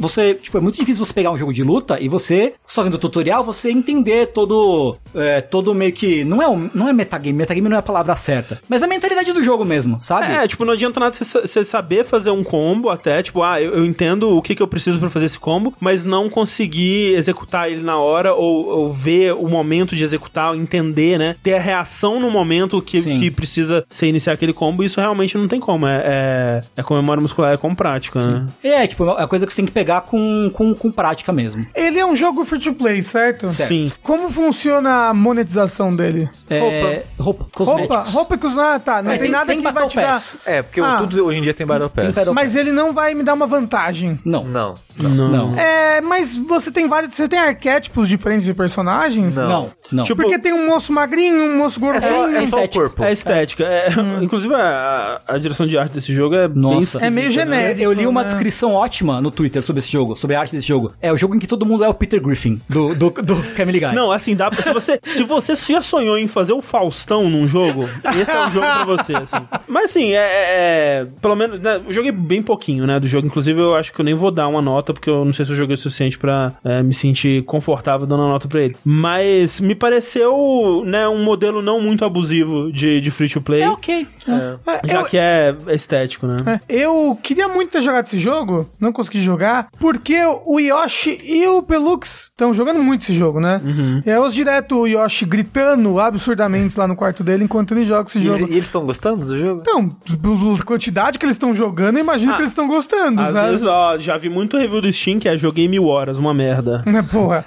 Speaker 3: você, tipo, é muito difícil você pegar um jogo de luta e você, só vendo o tutorial, você entender todo, é, todo meio que, não é, um, não é metagame, metagame não é a palavra certa, mas a mentalidade do jogo mesmo, sabe?
Speaker 1: É, tipo, não adianta nada você sa- você saber fazer um combo até, tipo, ah, eu, eu entendo o que, que eu preciso pra fazer esse combo, mas não conseguir executar ele na hora ou, ou ver o momento de executar, entender, né? Ter a reação no momento que,
Speaker 3: Sim.
Speaker 1: que precisa você iniciar aquele combo, isso realmente não tem como. É, é, é com memória muscular, é com prática, né?
Speaker 3: É, tipo, é uma coisa que você tem que pegar com, com, com prática mesmo.
Speaker 2: Ele é um jogo free to play, certo?
Speaker 3: Certo.
Speaker 1: Sim.
Speaker 2: Como funciona a monetização dele?
Speaker 3: É, roupa, cosméticos.
Speaker 2: Roupa, roupa que os. Ah, tá. Não
Speaker 3: É,
Speaker 2: tem,
Speaker 3: tem-
Speaker 2: nada
Speaker 3: tem
Speaker 2: que vai
Speaker 3: Battle
Speaker 2: te dar.
Speaker 3: Pass.
Speaker 4: É, porque o-
Speaker 2: Ah.
Speaker 4: tudo hoje em dia tem Battle Pass.
Speaker 3: Tem Battle-
Speaker 2: Mas ele não vai me dar uma vantagem.
Speaker 3: Não.
Speaker 4: Não.
Speaker 1: Não.
Speaker 3: Não.
Speaker 2: É, mas você tem vários. Você tem arquétipos diferentes de personagens?
Speaker 4: Não.
Speaker 3: Não. Não.
Speaker 1: Tipo,
Speaker 2: Porque tem um moço magrinho, um moço
Speaker 4: Só-
Speaker 2: gordinho.
Speaker 4: é só o
Speaker 3: estética.
Speaker 4: corpo.
Speaker 1: É estética. É, Inclusive, a, a direção de arte desse jogo é bem
Speaker 3: Nossa.
Speaker 2: É meio genérico.
Speaker 3: Eu li uma
Speaker 2: né?
Speaker 3: descrição ótima no Twitter sobre esse jogo, sobre a arte desse jogo. É o jogo em que todo mundo é o Peter Griffin, do, do, do Family Guy.
Speaker 1: Não, assim, dá pra, se você se você já sonhou em fazer o Faustão num jogo, esse é o jogo pra você, assim. Mas assim, é, é- é- pelo menos, né, eu joguei bem pouquinho, né, do jogo, inclusive eu acho que eu nem vou dar uma nota porque eu não sei se eu joguei o suficiente suficiente pra é, me sentir confortável dando a nota pra ele. Mas me pareceu, né, um modelo não muito abusivo de, de free to play.
Speaker 3: É ok.
Speaker 1: Já que é estético, né?
Speaker 2: É, Eu queria muito ter jogado esse jogo, não consegui jogar, porque o Yoshi e o Pelux estão jogando muito esse jogo, né?
Speaker 1: Uhum.
Speaker 2: E aí eu ouço direto o Yoshi gritando absurdamente lá no quarto dele enquanto ele joga esse
Speaker 4: E,
Speaker 2: jogo.
Speaker 4: eles- e eles estão gostando do jogo?
Speaker 2: Então, pela quantidade que eles estão jogando, eu imagino que eles estão gostando,
Speaker 1: Ah, Às
Speaker 2: sabe?
Speaker 1: vezes, ó, já vi muito review do Steam que é joguei mil horas, uma merda.
Speaker 2: Né, porra.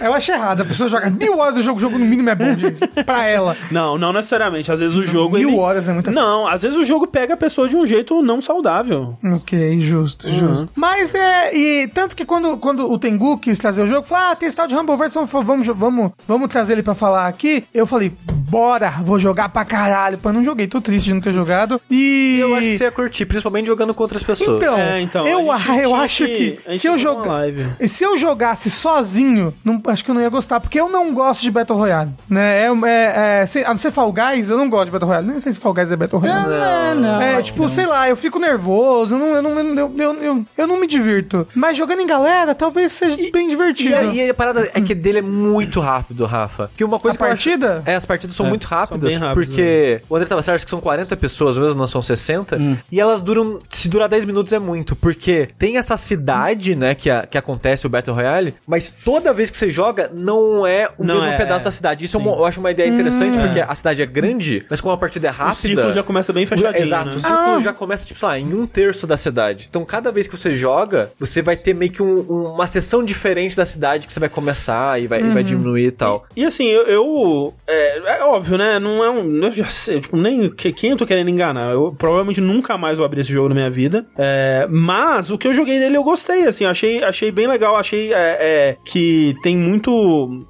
Speaker 2: Eu acho errado. A pessoa joga mil horas do jogo, o jogo no mínimo é bom, gente. Pra ela.
Speaker 1: Não, não necessariamente. Às vezes o jogo.
Speaker 2: mil
Speaker 1: ele-
Speaker 2: horas é muita
Speaker 1: Não, às vezes o jogo pega a pessoa de um jeito não saudável.
Speaker 2: Ok, justo,
Speaker 4: Uhum.
Speaker 2: justo. Mas é. E tanto que quando, quando o Tengu quis trazer o jogo, falou: Ah, tem esse tal de Rumbleverse, vamos, vamos, vamos, vamos trazer ele pra falar aqui. Eu falei: Bora, vou jogar pra caralho. Pô, não joguei, tô triste de não ter jogado. E.
Speaker 4: Eu acho que você ia curtir, principalmente jogando com outras pessoas.
Speaker 2: Então,
Speaker 1: É, então,
Speaker 2: eu,
Speaker 1: a gente
Speaker 2: ah, eu
Speaker 1: tinha
Speaker 2: acho
Speaker 1: que-
Speaker 2: que,
Speaker 1: a gente
Speaker 2: se
Speaker 1: tinha
Speaker 2: eu
Speaker 1: que fazer uma
Speaker 2: jogar,
Speaker 1: live.
Speaker 2: e se eu jogasse sozinho, não- acho que eu não ia gostar, porque eu não gosto de Battle Royale, né? É, é- é- se- a não ser Fall Guys, eu não gosto de Battle Royale. Nem sei se Fall Guys é Battle Royale.
Speaker 3: Não, não.
Speaker 2: É, tipo, sei lá, eu fico nervoso, eu não, eu, não, eu, eu, eu, eu não me divirto. Mas jogando em galera, talvez seja bem divertido.
Speaker 4: E a, e a parada é que dele é muito rápido, Rafa. Que uma coisa
Speaker 2: A
Speaker 4: que eu acho-
Speaker 2: partida?
Speaker 4: É, as partidas são muito rápidas,
Speaker 1: bem rápidas, né?
Speaker 4: porque o André tava certo acho que são 40 pessoas mesmo, não são 60.
Speaker 2: Hum.
Speaker 4: E elas duram, se durar 10 minutos é muito, porque tem essa cidade, né, que, a- que acontece o Battle Royale, mas toda vez que você joga, não é o
Speaker 1: Não
Speaker 4: mesmo
Speaker 1: é,
Speaker 4: pedaço
Speaker 1: é.
Speaker 4: da cidade. Isso é uma- eu acho uma ideia interessante,
Speaker 2: Hum.
Speaker 4: porque a cidade é grande, mas como a partida é
Speaker 1: O
Speaker 4: rápida...
Speaker 1: ciclo já começa bem fechadinho.
Speaker 4: Exato,
Speaker 1: né?
Speaker 4: o círculo
Speaker 2: Ah.
Speaker 4: já começa, tipo, sei lá, em um terço da cidade. Então, cada vez que você joga, você vai ter meio que um- uma seção diferente da cidade que você vai começar e vai,
Speaker 2: Uhum.
Speaker 4: e vai diminuir e tal.
Speaker 1: E assim, eu. eu- é, é óbvio, né? Não é um. Eu já sei, tipo, nem. que- Quem eu tô querendo enganar? Eu provavelmente nunca mais vou abrir esse jogo na minha vida. É, mas o que eu joguei nele eu gostei, assim. eu Achei, achei bem legal. Achei é, é, que tem muito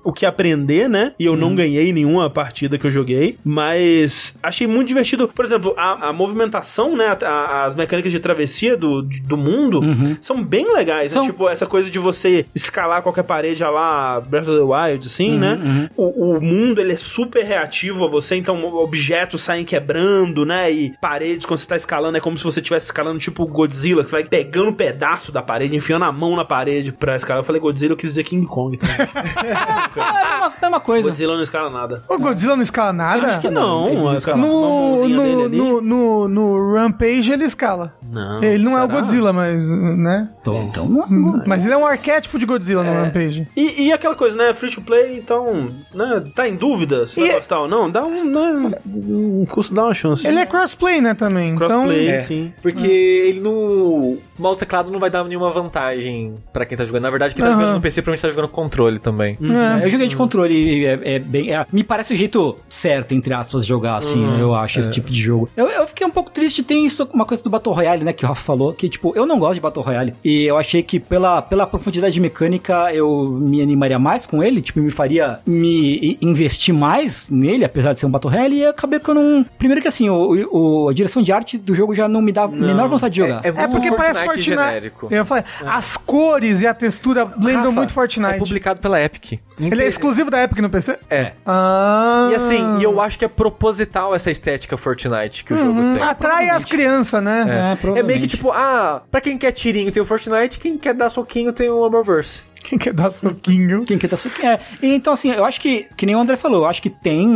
Speaker 1: o que aprender, né? E eu
Speaker 4: Uhum.
Speaker 1: não ganhei nenhuma partida que eu joguei. Mas achei muito divertido. Por exemplo, a, a movimentação, né? a- a- as mecânicas de travessia do, do mundo
Speaker 2: Uhum.
Speaker 1: são bem legais. né?
Speaker 3: São.
Speaker 1: Tipo, essa coisa de você escalar qualquer parede a lá, Breath of the Wild,
Speaker 2: Uhum,
Speaker 1: assim, né? O, o mundo, ele é super reativo a você, então objetos saem quebrando, né? E paredes, quando você tá escalando, é como se você estivesse escalando tipo Godzilla, que você vai pegando um pedaço da parede, enfiando a mão na parede pra escalar. Eu falei Godzilla, eu quis dizer King Kong. Tá?
Speaker 3: É uma, é uma coisa.
Speaker 1: Godzilla não escala nada.
Speaker 2: O Godzilla não escala nada?
Speaker 1: Acho que não.
Speaker 3: ele não
Speaker 1: a-
Speaker 3: escala.
Speaker 1: a
Speaker 2: No,
Speaker 1: mãozinha dele
Speaker 2: no,
Speaker 1: ali.
Speaker 2: no, no, no Rampage ele escala.
Speaker 1: Não,
Speaker 2: Ele não é o
Speaker 1: será?
Speaker 2: Godzilla, mas. né?
Speaker 3: Então, não-
Speaker 2: Mas ele é um arquétipo de Godzilla
Speaker 4: É.
Speaker 2: no Rampage.
Speaker 1: E, e aquela coisa, né? Free to play, então, né? Tá em dúvida se vai
Speaker 2: E-
Speaker 1: gostar ou não? Dá um, né? Um custo, dá uma chance.
Speaker 2: Ele é crossplay, né, também.
Speaker 1: Crossplay,
Speaker 4: É,
Speaker 2: Então,
Speaker 1: sim.
Speaker 4: Porque ele não. O mouse e teclado não vai dar nenhuma vantagem pra quem tá jogando. Na verdade, quem tá
Speaker 2: Aham.
Speaker 4: jogando no PC provavelmente tá jogando com controle também.
Speaker 1: Hum.
Speaker 3: É, eu joguei de controle e é, é bem. é- me parece o jeito certo, entre aspas, de jogar, assim, eu acho, esse tipo de jogo. Eu, eu fiquei um pouco triste, tem isso, uma coisa do Battle Royale, né, que o Rafa falou, que, tipo, eu não gosto de Battle Royale. E eu achei que pela, pela profundidade mecânica eu me animaria mais com ele, tipo, me faria me i- investir mais nele, apesar de ser um Battle Royale, e acabei que eu não. Primeiro que assim, o, o- a direção de arte do jogo já não me dá a menor vontade de jogar.
Speaker 2: É porque
Speaker 4: muito
Speaker 2: parece Fortnite.
Speaker 4: genérico. É.
Speaker 2: Eu falei, as cores e a textura lembram
Speaker 4: Rafa,
Speaker 2: muito Fortnite.
Speaker 4: É publicado pela Epic.
Speaker 2: Ele é exclusivo da Epic no PC?
Speaker 4: É.
Speaker 2: Ah. Uhum.
Speaker 4: E assim, e eu acho que é proposital essa estética Fortnite que o jogo tem.
Speaker 2: Atrai as crianças, né?
Speaker 4: É meio que tipo, ah, pra quem quer tirinho tem o Fortnite, quem quer dar soquinho tem o Armorverse.
Speaker 2: Quem quer dar soquinho?
Speaker 3: Quem quer tá suqui- é. E, Então, assim, eu acho que, que nem o André falou, eu acho que tem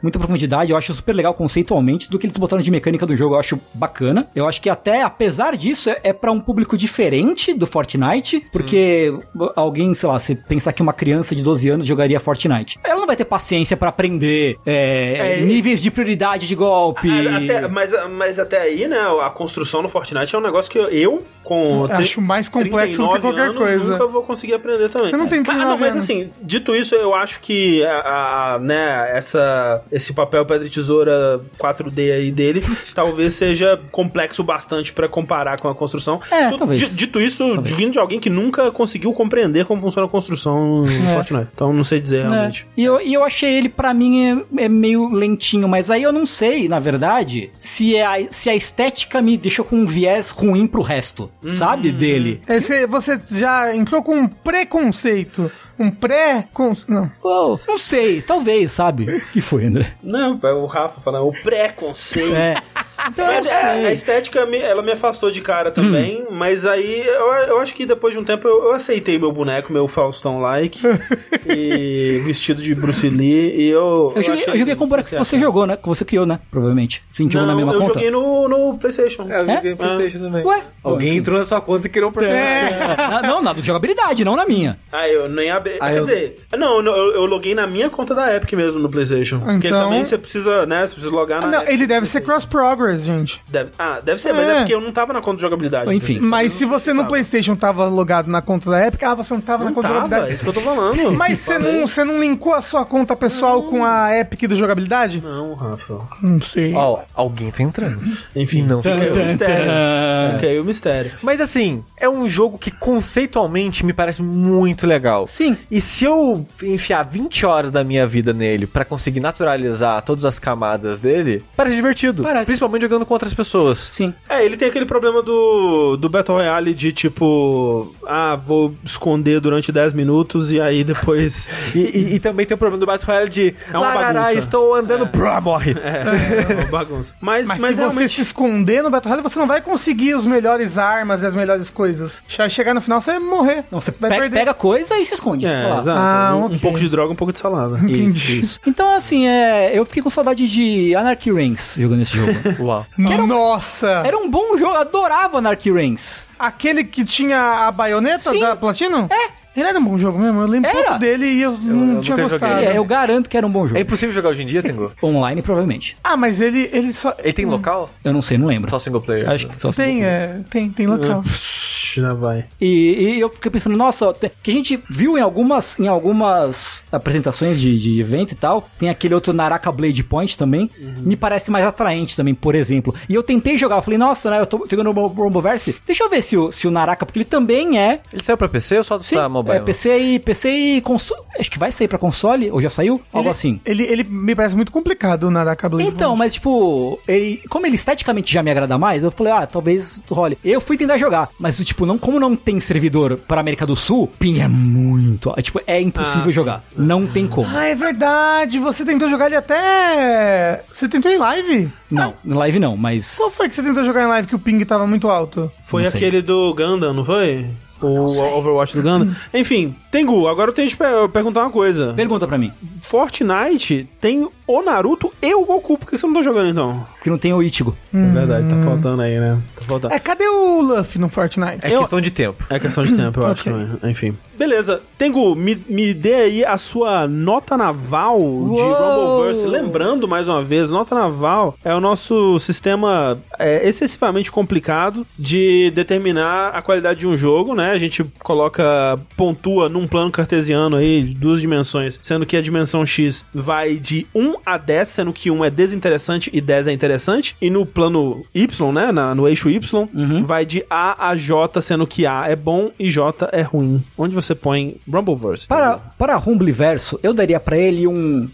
Speaker 3: muita profundidade, eu acho super legal conceitualmente do que eles botaram de mecânica do jogo, eu acho bacana. Eu acho que até, apesar disso, é, é para um público diferente do Fortnite, porque alguém, sei lá, se pensar que uma criança de 12 anos jogaria Fortnite, ela não vai ter paciência pra aprender é,
Speaker 1: É, e-
Speaker 3: níveis de prioridade de golpe.
Speaker 1: A- até- mas, mas até aí, né, a construção no Fortnite é um negócio que eu- eu, com. tri-
Speaker 2: Acho mais complexo do que
Speaker 1: 39
Speaker 2: qualquer
Speaker 1: anos,
Speaker 2: coisa.
Speaker 1: nunca vou conseguir aprender também. É.
Speaker 2: Você não tem
Speaker 1: mas,
Speaker 2: 39
Speaker 1: não, mas
Speaker 2: anos.
Speaker 1: assim, dito isso, eu acho que a- a, a, né, essa, esse papel pedra e tesoura 4D aí dele talvez seja complexo bastante pra comparar com a construção.
Speaker 3: É,
Speaker 1: Tu-
Speaker 3: talvez.
Speaker 1: di- Dito isso, vindo de alguém que nunca conseguiu compreender como funciona a construção
Speaker 2: É.
Speaker 1: no Fortnite. Então não sei dizer
Speaker 3: É.
Speaker 1: realmente.
Speaker 3: E eu, e eu achei ele, pra mim, é, é meio lentinho, mas aí eu não sei, na verdade, se é a, se a estética me deixou com um viés ruim pro resto,
Speaker 1: Uhum.
Speaker 3: sabe? Dele.
Speaker 2: Esse- É, você já entrou com um preconceito. Um pré... -con... Não.
Speaker 3: Uou, não sei, talvez, sabe? que foi, né? André?
Speaker 1: Não, o Rafa falando, o preconceito.
Speaker 3: É.
Speaker 5: lá.
Speaker 1: É, é, a estética, me- ela me afastou de cara também, mas aí eu, eu acho que depois de um tempo eu, eu aceitei meu boneco, meu Faustão like, e vestido de Bruce Lee, e eu...
Speaker 3: Eu joguei,
Speaker 1: achei-
Speaker 3: eu joguei com o buraco que você jogou, né? Que você criou, né? Provavelmente. Sentiu
Speaker 1: Não,
Speaker 3: na mesma
Speaker 1: eu
Speaker 3: conta?
Speaker 1: joguei no, no Playstation.
Speaker 4: É, eu joguei
Speaker 3: É?
Speaker 4: no Playstation também.
Speaker 3: Ué?
Speaker 4: Alguém
Speaker 3: Enfim.
Speaker 4: entrou na sua conta e criou um personagem.
Speaker 1: É.
Speaker 3: Ah, não, na do jogabilidade, não na minha.
Speaker 1: Ah, eu nem abri.
Speaker 4: Ah,
Speaker 1: Quer
Speaker 4: eu-
Speaker 1: dizer, não, não, eu, eu loguei na minha conta da Epic mesmo no PlayStation. Porque
Speaker 2: Então- Ah,
Speaker 1: também você precisa, né? Você precisa logar na.
Speaker 4: Ah,
Speaker 2: Não,
Speaker 4: é
Speaker 1: Epic.
Speaker 2: ele deve ser cross progress, gente.
Speaker 1: Deve- ah, deve ser, mas
Speaker 2: É.
Speaker 1: é porque eu não tava na conta de jogabilidade.
Speaker 3: Enfim.
Speaker 2: Mas se você no PlayStation tava logado na conta da Epic, ah, você não tava
Speaker 1: Não
Speaker 2: na conta da
Speaker 1: tava, é
Speaker 2: jogabilidade.
Speaker 1: isso que eu tô falando.
Speaker 2: Mas você
Speaker 1: Falei.
Speaker 2: não, você não linkou a sua conta pessoal com a Epic do jogabilidade?
Speaker 1: Não, Rafa.
Speaker 2: Não sei.
Speaker 4: Ó, alguém tá entrando.
Speaker 1: Enfim, não. Fica aí o
Speaker 3: Tan, tan,
Speaker 1: mistério.
Speaker 3: tan.
Speaker 1: Fica aí o mistério.
Speaker 4: Mas assim, é um jogo que conceitualmente me parece muito legal.
Speaker 3: Sim.
Speaker 4: E se eu enfiar 20 horas da minha vida nele pra conseguir naturalizar todas as camadas dele, parece divertido.
Speaker 3: Parece.
Speaker 4: Principalmente jogando com outras pessoas.
Speaker 3: Sim.
Speaker 1: É, ele tem aquele problema do, do Battle Royale de tipo. Ah, vou esconder durante 10 minutos e aí depois.
Speaker 4: E, e- e também tem o problema do Battle Royale de
Speaker 1: É uma
Speaker 4: "Larará,
Speaker 1: bagunça."
Speaker 4: estou andando, brá, morre.
Speaker 1: É, uma bagunça. Mas,
Speaker 2: Mas,
Speaker 1: mas, é
Speaker 2: se
Speaker 1: realmente.
Speaker 2: você se esconder no Battle Royale, você não vai conseguir as melhores armas e as melhores coisas. Vai chegar no final, você vai morrer.
Speaker 3: Não, você
Speaker 2: vai
Speaker 3: pe- pega coisa e se esconde. fica
Speaker 1: É,
Speaker 3: lá.
Speaker 1: exato.
Speaker 2: Ah,
Speaker 1: um, um
Speaker 2: ok.
Speaker 1: pouco de droga, um pouco de salada.
Speaker 3: Isso, isso. Então, assim, é, eu fiquei com saudade de Anarchy Reigns jogando esse jogo.
Speaker 4: Uau.
Speaker 2: Nossa!
Speaker 3: Era um bom jogo, eu adorava Anarchy Reigns.
Speaker 2: Aquele que tinha a baioneta
Speaker 3: Sim.
Speaker 2: da Platino? É. Ele era um bom jogo mesmo, eu lembro
Speaker 3: Era.
Speaker 2: pouco dele e eu, não
Speaker 4: eu
Speaker 2: tinha
Speaker 4: nunca joguei.
Speaker 2: gostado.
Speaker 4: Ah,
Speaker 3: É, eu garanto que era um bom jogo.
Speaker 4: É impossível jogar hoje em dia, Tengu?
Speaker 3: Online, provavelmente.
Speaker 2: Ah, mas ele, ele só...
Speaker 4: Ele tem local?
Speaker 3: Eu não sei, não lembro.
Speaker 4: Só single player?
Speaker 3: Hum. Acho que só
Speaker 2: Tem, é, tem, tem local.
Speaker 1: Psh, Já vai.
Speaker 3: E, e eu fiquei pensando, nossa, tem- que a gente viu em algumas, em algumas apresentações de, de evento e tal. Tem aquele outro Naraka Blade Point também.
Speaker 2: Uhum.
Speaker 3: Me parece mais atraente também, por exemplo. E eu tentei jogar, eu falei, nossa, né? Eu tô jogando o Romboverse. Deixa eu ver se o, se o Naraka, porque ele também é.
Speaker 4: Ele saiu pra PC ou só
Speaker 3: Sim,
Speaker 4: tá mobile?
Speaker 3: é PC e PC e console. Acho que vai sair pra console, ou já saiu? Algo
Speaker 2: Ele-
Speaker 3: assim.
Speaker 2: Ele, ele me parece muito complicado o Naraka Blade.
Speaker 3: Então,
Speaker 2: Bond.
Speaker 3: mas tipo, ele, como ele esteticamente já me agrada mais, eu falei, ah, talvez role. Eu fui tentar jogar, mas tipo, não, como não tem servidor para América do Sul, ping é muito, é, tipo, é impossível jogar. Não tem como.
Speaker 2: Ah, é verdade, você tentou jogar ele até... Você tentou em live?
Speaker 3: Não, em live não, mas
Speaker 2: Qual foi que você tentou jogar em live que o ping tava muito alto?
Speaker 1: Foi
Speaker 3: Não sei.
Speaker 1: aquele do Gundam, não foi? O Overwatch do Gundam. Enfim, Tengu, agora eu tenho que te per- perguntar uma coisa.
Speaker 3: pergunta pra mim,
Speaker 1: Fortnite tem o Naruto e o Goku. Por que você não tá jogando então?
Speaker 3: porque não tem o Ichigo.
Speaker 1: É verdade, tá faltando aí, né? Tá faltando.
Speaker 2: É, cadê o Luffy no Fortnite?
Speaker 4: É
Speaker 1: Eu-
Speaker 4: questão de tempo.
Speaker 1: É questão de tempo, eu acho
Speaker 2: Ok.
Speaker 1: também. Enfim. Beleza. Tengu, me, me dê aí a sua nota naval de Rumbleverse. Lembrando, mais uma vez, nota naval é o nosso sistema é, excessivamente complicado de determinar a qualidade de um jogo, né? A gente coloca, pontua num plano cartesiano aí, duas dimensões, sendo que a dimensão X vai de 1 a 10, sendo que 1 é desinteressante e 10 é interessante. E no plano Y, né? na- no eixo Y,
Speaker 3: Uhum.
Speaker 1: vai de A a J, sendo que A é bom e J é ruim. Onde você põe Rumbleverse?
Speaker 3: Para
Speaker 1: Tá?
Speaker 3: para Verso, eu daria pra ele um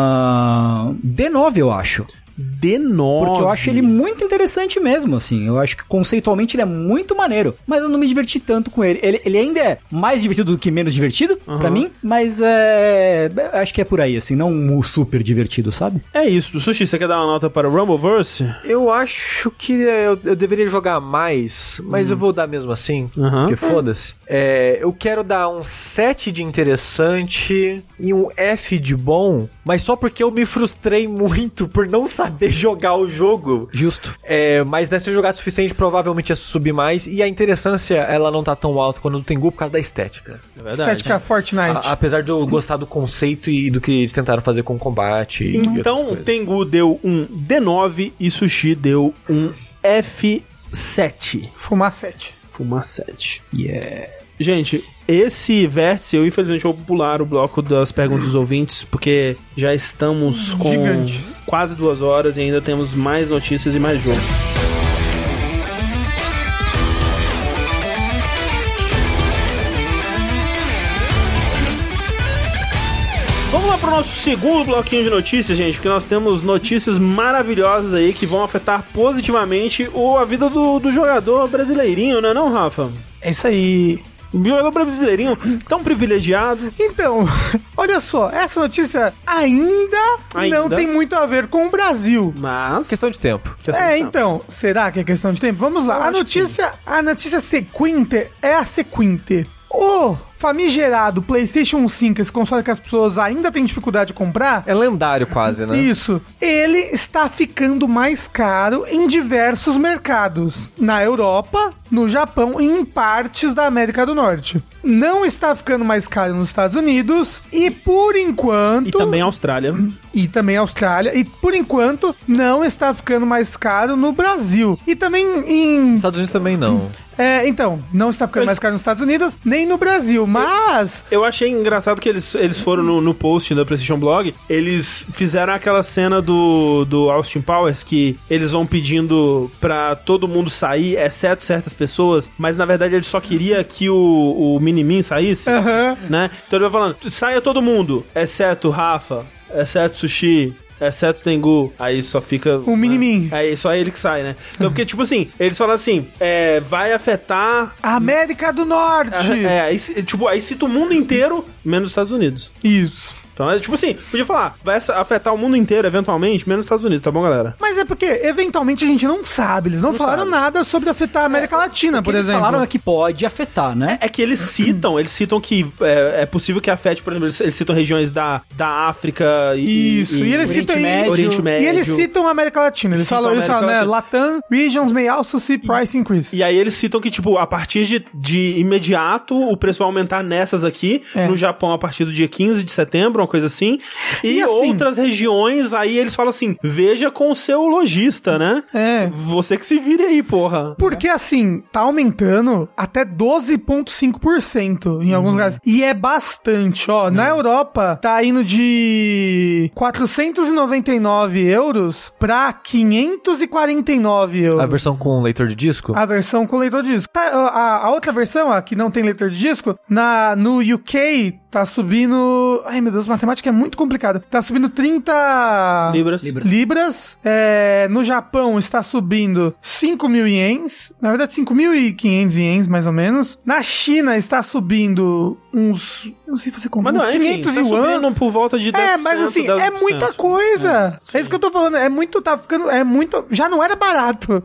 Speaker 3: ah, D9, eu acho.
Speaker 1: De 9.
Speaker 3: Porque eu acho ele muito interessante mesmo, assim. Eu acho que conceitualmente ele é muito maneiro. Mas eu não me diverti tanto com ele. Ele, ele ainda é mais divertido do que menos divertido, pra mim. Mas é. eu Acho que é por aí, assim. Não um super divertido, sabe?
Speaker 1: É isso. Sushi, você quer dar uma nota para o Rumbleverse?
Speaker 4: Eu acho que é, eu, eu deveria jogar mais, mas eu vou dar mesmo assim.
Speaker 1: Aham.
Speaker 4: Que foda-se. É, eu quero dar um 7 de interessante e um F de bom, mas só porque eu me frustrei muito por não saber jogar o jogo.
Speaker 3: Justo.
Speaker 4: É, mas né, se eu jogar o suficiente, provavelmente ia subir mais. E a interessância, ela não tá tão alta quando tem Tengu por causa da estética.
Speaker 1: É
Speaker 2: Estética Fortnite.
Speaker 4: A- apesar de eu gostar do conceito e do que eles tentaram fazer com o combate. e outras
Speaker 1: Então,
Speaker 4: coisas.
Speaker 1: Tengu deu um D9 e Sushi deu um F7.
Speaker 2: Fumar 7.
Speaker 1: Fumar 7.
Speaker 3: Yeah.
Speaker 1: Gente, esse vértice, eu infelizmente vou pular o bloco das perguntas dos ouvintes, porque já estamos com
Speaker 2: Gigantes.
Speaker 1: quase duas horas e ainda temos mais notícias e mais jogo. Vamos lá pro nosso segundo bloquinho de notícias, gente, porque nós temos notícias maravilhosas aí que vão afetar positivamente o, a vida do, do jogador brasileirinho, não é não, né Rafa?
Speaker 2: É isso aí.
Speaker 1: Um jogador brasileirinho tão privilegiado.
Speaker 2: Então, olha só, essa notícia ainda,
Speaker 1: Ainda?
Speaker 2: não tem muito a ver com o Brasil.
Speaker 1: Mas.
Speaker 4: Questão de tempo.
Speaker 1: Tá
Speaker 2: É, então, será que é questão de tempo? Vamos lá. A notícia, a notícia sequinte é a sequinte. O famigerado PlayStation 5, esse console que as pessoas ainda têm dificuldade de comprar,
Speaker 4: É lendário quase, né?
Speaker 2: Isso. Ele está ficando mais caro em diversos mercados. Na Europa, no Japão e em partes da América do Norte. Não está ficando mais caro nos Estados Unidos e, por enquanto...
Speaker 1: E também a Austrália.
Speaker 2: E também Austrália. E, por enquanto, não está ficando mais caro no Brasil. E também em...
Speaker 4: Nos Estados Unidos também não.
Speaker 2: é, então, não está ficando
Speaker 1: Mas-
Speaker 2: mais caro nos Estados Unidos, nem no Brasil. Mas...
Speaker 1: Eu achei engraçado que eles, eles foram no, no post da PlayStation Blog, eles fizeram aquela cena do, do Austin Powers que eles vão pedindo pra todo mundo sair, exceto certas pessoas, mas na verdade ele só queria que o, o Minimin saísse,
Speaker 2: Aham.
Speaker 1: né? Então ele vai falando, saia todo mundo, exceto Rafa, exceto Sushi... Exceto Tengu, aí só fica. né?
Speaker 2: O Minimin.
Speaker 1: Aí só ele que sai, né? Então, porque, tipo assim, eles falam assim: é, vai afetar
Speaker 2: América do Norte.
Speaker 1: é, aí, se- tipo, aí cita o mundo inteiro, menos os Estados Unidos.
Speaker 2: Isso.
Speaker 1: Então, é, tipo assim, podia falar, vai essa- afetar o mundo inteiro, eventualmente, menos os Estados Unidos, tá bom, galera?
Speaker 2: Mas é porque, eventualmente, a gente não sabe. Eles não, falaram
Speaker 1: sabe.
Speaker 2: nada sobre afetar a América Latina, Ah, por
Speaker 3: eles
Speaker 2: exemplo.
Speaker 3: falaram é que pode afetar, né?
Speaker 1: É que eles citam, eles citam que é, é possível que afete, por exemplo, eles, eles citam regiões da, da África e...
Speaker 2: Isso, e, eles
Speaker 3: Oriente
Speaker 2: citam
Speaker 3: Médio.
Speaker 1: Oriente
Speaker 2: E
Speaker 1: Médio.
Speaker 2: eles citam a América Latina. Eles
Speaker 1: Citam
Speaker 2: falam
Speaker 1: a
Speaker 2: isso,
Speaker 1: América
Speaker 2: né? Latam regions may also see price increase.
Speaker 1: E aí eles citam que, tipo, a partir de, de imediato, o preço vai aumentar nessas aqui,
Speaker 2: É.
Speaker 1: no Japão a partir do dia 15 de setembro, uma coisa assim. E,
Speaker 2: E assim-
Speaker 1: outras regiões, aí eles falam assim, veja com o seu lojista, né?
Speaker 2: É.
Speaker 1: Você que se vire aí, porra.
Speaker 4: Uhum.
Speaker 2: Porque assim, tá aumentando até 12,5% em
Speaker 4: Uhum.
Speaker 2: alguns lugares. E é bastante, ó. Na Europa, tá indo de 499 euros pra 549 euros.
Speaker 4: A versão com leitor de disco?
Speaker 2: A versão com leitor de disco. Tá, a, a outra versão, a que não tem leitor de disco, na, no UK tá subindo. Ai meu Deus, matemática é muito complicada. Tá subindo 30
Speaker 1: Libras.
Speaker 3: Libras.
Speaker 2: libras. É, no Japão está subindo 5 mil ienes. Na verdade, 5.500 ienes, mais ou menos. Na China está subindo uns. eu Não sei fazer como.
Speaker 1: Mas
Speaker 2: Uns
Speaker 1: não, enfim,
Speaker 2: 500
Speaker 1: tá
Speaker 2: yuan.
Speaker 1: subindo por volta de 10%.
Speaker 2: É, mas assim, é
Speaker 1: 10%.
Speaker 2: muita coisa. É, isso que eu tô falando. É muito, tá ficando. É muito. Já não era barato.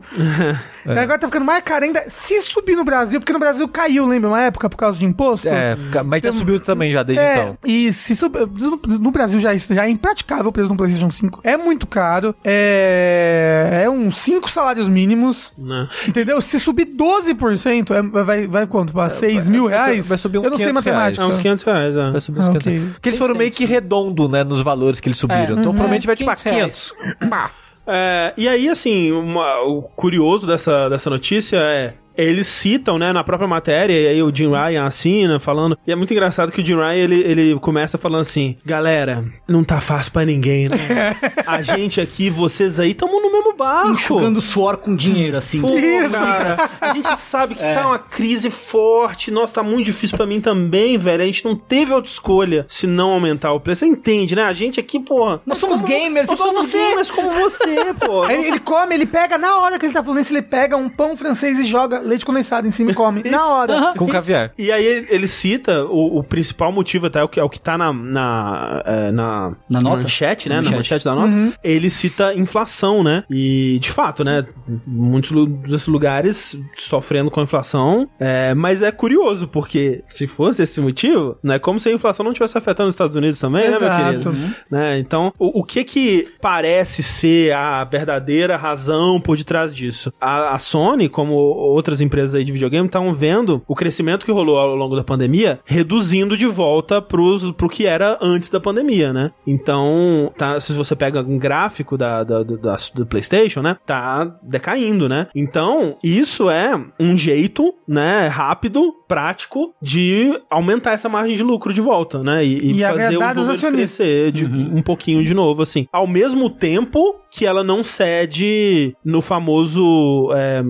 Speaker 1: É.
Speaker 2: Agora tá ficando mais caro ainda. Se subir no Brasil, porque no Brasil caiu, lembra? Uma época por causa de imposto?
Speaker 4: É, ca- mas já subiu também já desde
Speaker 2: É,
Speaker 4: então.
Speaker 2: e se sub... no- no Brasil já, é- já é impraticável o preço de um PlayStation 5. É muito caro. É. É uns 5 salários mínimos.
Speaker 1: Né?
Speaker 2: Entendeu? Se subir 12%, é- vai, vai quanto? Pra 6 mil
Speaker 4: vai su-
Speaker 2: reais?
Speaker 4: vai subir uns
Speaker 2: Eu não sei
Speaker 4: 500
Speaker 2: matemática.
Speaker 1: É uns 500 reais, é.
Speaker 4: Vai subir uns
Speaker 2: Ah,
Speaker 4: 500.
Speaker 2: ok.
Speaker 4: Porque eles foram meio que redondo, né, nos valores que eles subiram. então provavelmente vai tipo a
Speaker 3: 500
Speaker 4: 500. Pá.
Speaker 1: É, e aí, assim, uma- o curioso dessa, dessa notícia é. Eles citam, né, na própria matéria, e aí o Jim Ryan assina, falando. E é muito engraçado que o Jim Ryan, ele, ele começa falando assim: Galera, não tá fácil pra ninguém, né? A gente aqui, vocês aí, tamo no mesmo barco.
Speaker 3: Enxugando suor com dinheiro, assim.
Speaker 1: Pô,
Speaker 2: Isso.
Speaker 1: cara. A gente sabe que tá uma crise forte. Nossa, tá muito difícil pra mim também, velho. A gente não teve outra escolha se não aumentar o preço. Você entende, né? A gente aqui, porra.
Speaker 3: Nós somos gamers,
Speaker 1: nós
Speaker 3: eu sou
Speaker 1: somos
Speaker 3: você.
Speaker 1: gamers como você, pô.
Speaker 2: Aí Ele, ele come, ele pega, na hora que ele tá falando isso, ele pega um pão francês e joga leite condensado em cima e come. Na hora.
Speaker 4: Com caviar.
Speaker 1: E aí ele, ele cita o, o principal motivo, até é o que, é o que tá na. Na, é, na,
Speaker 3: Na nota?
Speaker 1: manchete, né?
Speaker 3: Na
Speaker 1: Na manchete
Speaker 3: manchete.
Speaker 1: da nota. Ele cita inflação, né? E, de fato, né? Muitos lu- desses lugares sofrendo com a inflação. É, mas é curioso, porque se fosse esse motivo, né? Como se a inflação não estivesse afetando os Estados Unidos também, né, meu
Speaker 2: Exato.
Speaker 1: querido? Né? Então, o, o que que parece ser a verdadeira razão por detrás disso? A, a Sony, como outras empresas aí de videogame, estavam vendo o crescimento que rolou ao longo da pandemia, reduzindo de volta pros, pro que era antes da pandemia, né? Então, tá, se você pega um gráfico da, da, da- da- do PlayStation, né? Tá decaindo, né? Então, isso é um jeito, né? Rápido, prático, de aumentar essa margem de lucro de volta, né? E, e fazer
Speaker 2: E
Speaker 1: os
Speaker 2: agradar os
Speaker 1: números
Speaker 2: acionistas.
Speaker 1: crescer de- um pouquinho de novo, assim. Ao mesmo tempo que ela não cede no famoso é,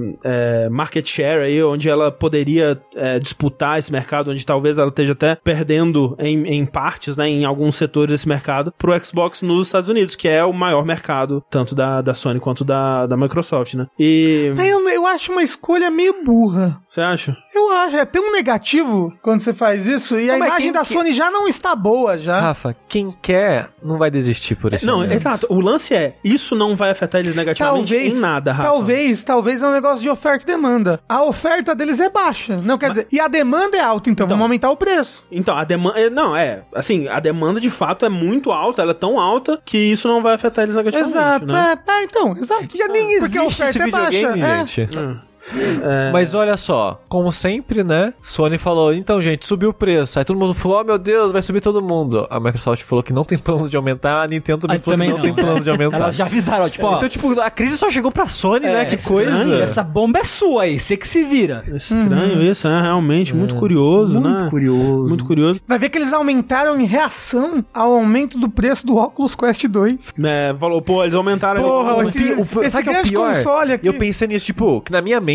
Speaker 1: é, market share aí, onde ela poderia é, disputar esse mercado, onde talvez ela esteja até perdendo em, em partes, né, em alguns setores desse mercado, pro Xbox nos Estados Unidos, que é o maior mercado, tanto da, da Sony quanto da, da Microsoft, né? E...
Speaker 2: Aí eu, eu acho uma escolha meio burra.
Speaker 1: Você acha?
Speaker 2: Eu acho, é tão negativo quando você faz isso e a
Speaker 4: Não, mas
Speaker 2: imagem
Speaker 4: quem
Speaker 2: da
Speaker 4: que-
Speaker 2: Sony já não está boa já.
Speaker 4: Rafa, quem quer não vai desistir por esse é
Speaker 1: Não,
Speaker 4: momento.
Speaker 1: exato. O lance é, isso não vai afetar eles negativamente
Speaker 2: Talvez,
Speaker 1: em nada, Rafa.
Speaker 2: talvez, talvez é um negócio de oferta e demanda. A oferta deles é baixa, não quer dizer, e a demanda é alta, então, vamos aumentar o preço.
Speaker 1: Então, a demanda. Não, é. Assim, a demanda de fato é muito alta, ela é tão alta que isso não vai afetar eles negativamente.
Speaker 2: Exato,
Speaker 1: né?
Speaker 2: é, é, então, exato.
Speaker 4: Já nem
Speaker 2: Porque
Speaker 4: existe
Speaker 2: a
Speaker 4: esse
Speaker 2: oferta é baixa,
Speaker 4: videogame,
Speaker 2: é.
Speaker 4: gente. Mas olha só, como sempre, né? Sony falou, então, gente, subiu o preço. Aí todo mundo falou, oh, meu Deus, vai subir todo mundo. A Microsoft falou que não tem plano de aumentar, a Nintendo Ah, também
Speaker 3: Aí
Speaker 4: falou que
Speaker 3: também
Speaker 4: não,
Speaker 3: não,
Speaker 4: tem
Speaker 3: né?
Speaker 4: plano de aumentar.
Speaker 3: Elas já avisaram, ó, tipo, ó.
Speaker 4: Então, tipo, a crise só chegou pra Sony, né?
Speaker 3: é,
Speaker 4: Que
Speaker 3: essa-
Speaker 4: coisa.
Speaker 3: Essa bomba é sua aí, você que se vira.
Speaker 1: É Estranho
Speaker 2: Uhum.
Speaker 1: isso, né? Realmente,
Speaker 2: É.
Speaker 1: muito curioso, né?
Speaker 3: Muito curioso.
Speaker 1: Muito curioso.
Speaker 2: Vai ver que eles aumentaram em reação ao aumento do preço do Oculus Quest 2.
Speaker 1: É, falou, pô, eles aumentaram.
Speaker 2: Porra,
Speaker 1: o
Speaker 2: esse-
Speaker 4: pi- o-
Speaker 2: esse
Speaker 4: sabe que é o
Speaker 2: grande
Speaker 4: pior?
Speaker 2: console aqui.
Speaker 4: Eu pensei nisso, tipo, que na minha mente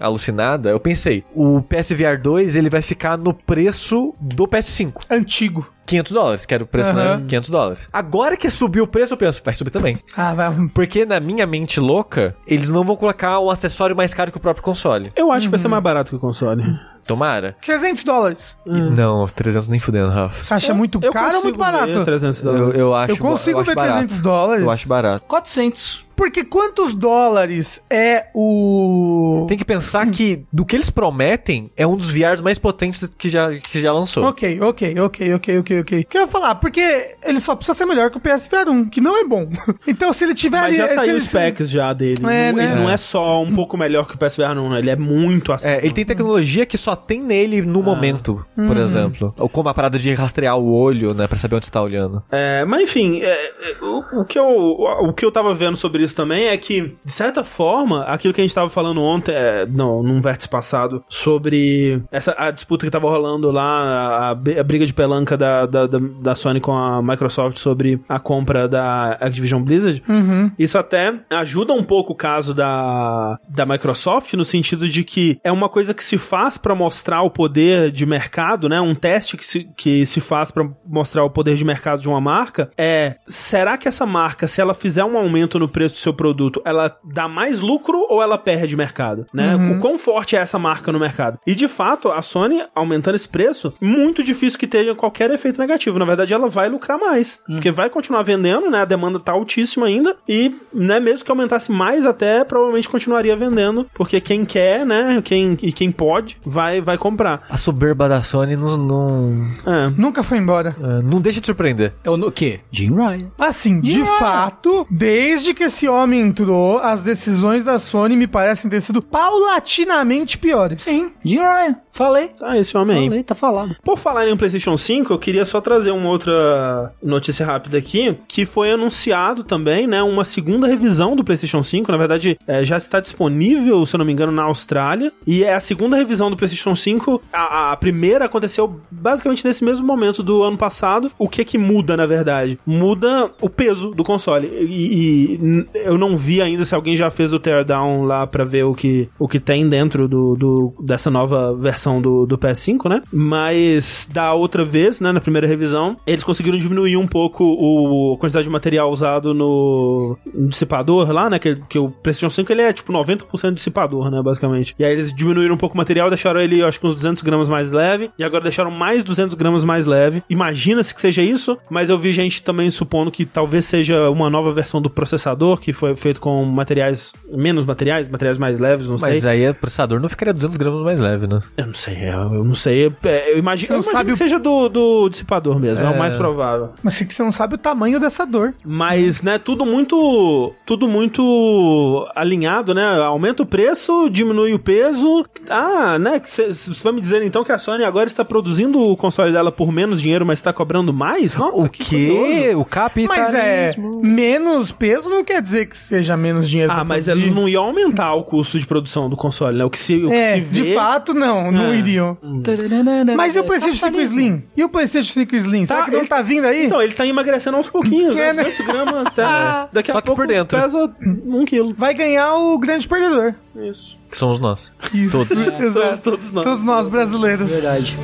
Speaker 4: alucinada, eu pensei, o PSVR 2, ele vai ficar no preço do PS5.
Speaker 2: Antigo.
Speaker 4: 500 dólares, que era o preço, né?
Speaker 2: Aham.
Speaker 4: 500 dólares. Agora que subiu o preço, eu penso, vai subir também.
Speaker 2: Ah, vai.
Speaker 4: Porque na minha mente louca, eles não vão colocar um acessório mais caro que o próprio console.
Speaker 1: Eu acho que vai
Speaker 2: Uhum.
Speaker 1: ser mais barato que o console.
Speaker 4: Tomara.
Speaker 2: 300 dólares.
Speaker 4: E Não, 300 nem fudendo, Rafa.
Speaker 2: Você acha muito caro ou
Speaker 1: consigo
Speaker 2: é muito barato?
Speaker 1: ver 300 dólares.
Speaker 4: Eu, eu acho
Speaker 2: Eu consigo
Speaker 4: eu acho
Speaker 2: ver
Speaker 4: barato.
Speaker 2: 300 dólares.
Speaker 4: Eu acho barato.
Speaker 3: 400.
Speaker 2: Porque quantos dólares é o.
Speaker 4: Tem que pensar que do que eles prometem é um dos VRs mais potentes que já, que já lançou.
Speaker 2: Ok, ok, ok, ok, ok, ok. O que eu ia falar? Porque ele só precisa ser melhor que o PSVR 1, que não é bom. Então, se ele tiver
Speaker 1: Mas
Speaker 2: ali.
Speaker 1: já
Speaker 2: se
Speaker 1: saiu
Speaker 2: ele-
Speaker 1: os packs já dele.
Speaker 2: É,
Speaker 1: não,
Speaker 2: né?
Speaker 1: Ele não é só um pouco melhor que o PSVR, não. Ele é muito assim.
Speaker 4: É, ele tem tecnologia que só tem nele no momento, por exemplo. Ou como a parada de rastrear o olho, né, pra saber onde você tá olhando.
Speaker 1: É, mas enfim, é, é, o, o que eu, o, o que eu tava vendo sobre isso também é que, de certa forma, aquilo que a gente tava falando ontem, é, não, num vértice passado, sobre essa, a disputa que tava rolando lá, a, b- a briga de pelanca da, da, da, da Sony com a Microsoft sobre a compra da Activision Blizzard,
Speaker 2: Uhum.
Speaker 1: isso até ajuda um pouco o caso da, da Microsoft, no sentido de que é uma coisa que se faz pra mostrar o poder de mercado, né? Um teste que se, que se faz pra mostrar o poder de mercado de uma marca é: será que essa marca, se ela fizer um aumento no preço do seu produto, ela dá mais lucro ou ela perde mercado? Né? O quão forte é essa marca no mercado? E de fato, a Sony, aumentando esse preço, muito difícil que tenha qualquer efeito negativo. Na verdade, ela vai lucrar mais. Porque vai continuar vendendo, né? A demanda tá altíssima ainda. E, né, mesmo que aumentasse mais até, provavelmente continuaria vendendo. Porque quem quer, né? Quem, e quem pode, vai, vai comprar.
Speaker 4: A soberba da Sony não, não,
Speaker 1: É.
Speaker 2: Nunca foi embora.
Speaker 4: é, não deixa de surpreender.
Speaker 3: É o no- o quê? Jim Ryan.
Speaker 2: Assim, de
Speaker 3: Yeah.
Speaker 2: fato, desde que esse homem entrou, as decisões da Sony me parecem ter sido paulatinamente piores. Sim.
Speaker 3: Jim Ryan. Falei.
Speaker 1: Ah, esse homem aí.
Speaker 3: Falei, tá falado.
Speaker 1: Por falar em PlayStation 5, eu queria só trazer uma outra notícia rápida aqui, que foi anunciado também, né, uma segunda revisão do PlayStation 5. Na verdade, é, já está disponível, se eu não me engano, na Austrália. E é a segunda revisão do PlayStation 5. A, a primeira aconteceu basicamente nesse mesmo momento do ano passado. O que que muda, na verdade? Muda o peso do console. E, e n- eu não vi ainda se alguém já fez o teardown lá pra ver o que, o que tem dentro do, do- dessa nova versão do, do PS5, né? Mas da outra vez, né, na primeira revisão, eles conseguiram diminuir um pouco o, a quantidade de material usado no, no dissipador lá, né? Que, que o PlayStation 5 ele é tipo 90% dissipador, né? Basicamente. E aí eles diminuíram um pouco o material, deixaram ele, eu acho que uns 200 gramas mais leve. E agora deixaram mais 200 gramas mais leve. Imagina-se que seja isso, mas eu vi gente também supondo que talvez seja uma nova versão do processador, que foi feito com materiais, menos materiais, materiais mais leves, não
Speaker 4: Mas
Speaker 1: sei.
Speaker 4: aí o processador não ficaria 200 gramas mais leve, né?
Speaker 1: Eu não sei, é, eu, eu não sei. Eu, eu imagino,
Speaker 2: Você não
Speaker 1: eu imagino
Speaker 2: sabe
Speaker 1: que
Speaker 2: o-
Speaker 1: seja do, do dissipador mesmo, é o mais provável.
Speaker 2: Mas é que você não sabe o tamanho dessa dor.
Speaker 1: Mas, né, tudo muito. Tudo muito alinhado, né? Aumenta o preço, diminui o peso. Ah, né? que cê- cê- Você vai me dizer então que a Sony agora está produzindo o console dela por menos dinheiro, mas está cobrando mais? Nossa,
Speaker 4: o
Speaker 1: que
Speaker 4: quê?
Speaker 1: curioso.
Speaker 4: O tá
Speaker 2: Mas é,
Speaker 4: capitalismo.
Speaker 2: menos peso não quer dizer que seja menos dinheiro.
Speaker 1: Ah,
Speaker 2: pra
Speaker 1: mas
Speaker 2: produzir.
Speaker 1: eles não iam aumentar o custo de produção do console, né? O que se, o que
Speaker 2: É,
Speaker 1: se vê.
Speaker 2: de fato, não, não
Speaker 1: É.
Speaker 3: É
Speaker 2: iriam. Mas e o PlayStation 5 Slim? E o PlayStation Chico Slim? Será
Speaker 1: Tá,
Speaker 2: que não
Speaker 1: ele-
Speaker 2: tá vindo aí?
Speaker 1: Então, ele tá emagrecendo aos pouquinhos, né?
Speaker 2: É, né?
Speaker 1: 200 gramas até. Daqui a
Speaker 4: Só que
Speaker 1: pouco
Speaker 4: por dentro.
Speaker 1: pesa um quilo.
Speaker 2: Vai ganhar o grande perdedor.
Speaker 1: Isso.
Speaker 4: Que somos nós.
Speaker 2: Isso.
Speaker 4: Todos.
Speaker 1: Somos
Speaker 2: Exato.
Speaker 1: todos nós.
Speaker 2: Todos nós brasileiros.
Speaker 3: Verdade.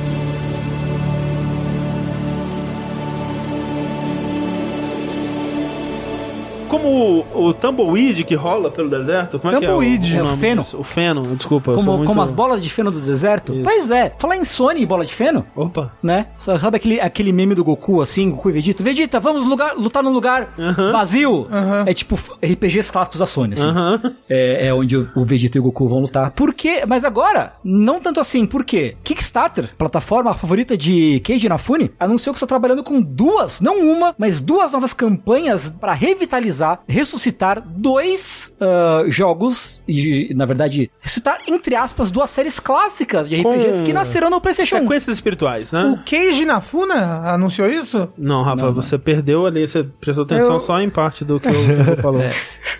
Speaker 1: Como o, o tumbleweed que rola pelo deserto, como é que é? o-
Speaker 2: Tumbleweed.
Speaker 1: o
Speaker 3: É o
Speaker 1: nome
Speaker 3: feno.
Speaker 1: disso? O feno, desculpa. eu
Speaker 3: Como,
Speaker 1: sou muito...
Speaker 3: como as bolas de feno do deserto?
Speaker 1: Isso.
Speaker 3: Pois é. Falar em Sony e bola de feno,
Speaker 1: Opa.
Speaker 3: né? Sabe sabe aquele, aquele meme do Goku, assim, Goku e Vegeta? Vegeta, vamos lugar- lutar num lugar
Speaker 1: Aham.
Speaker 3: vazio.
Speaker 2: Aham.
Speaker 3: É tipo RPGs clássicos da Sony, assim.
Speaker 1: Aham.
Speaker 3: É, é onde o Vegeta e o Goku vão lutar. Por quê? Mas agora, não tanto assim. Por quê? Kickstarter, plataforma favorita de Keiji Inafune, anunciou que está trabalhando com duas, não uma, mas duas novas campanhas para revitalizar, ressuscitar dois ah, jogos e, na verdade, ressuscitar, entre aspas, duas séries clássicas de
Speaker 1: Com
Speaker 3: RPGs que nasceram no PlayStation 1.
Speaker 1: Sequências espirituais, né?
Speaker 2: O Keiji Nafuna anunciou isso?
Speaker 1: Não, Rafa, você perdeu ali, você prestou atenção
Speaker 2: Eu-
Speaker 1: só em parte do que o Tengu falou.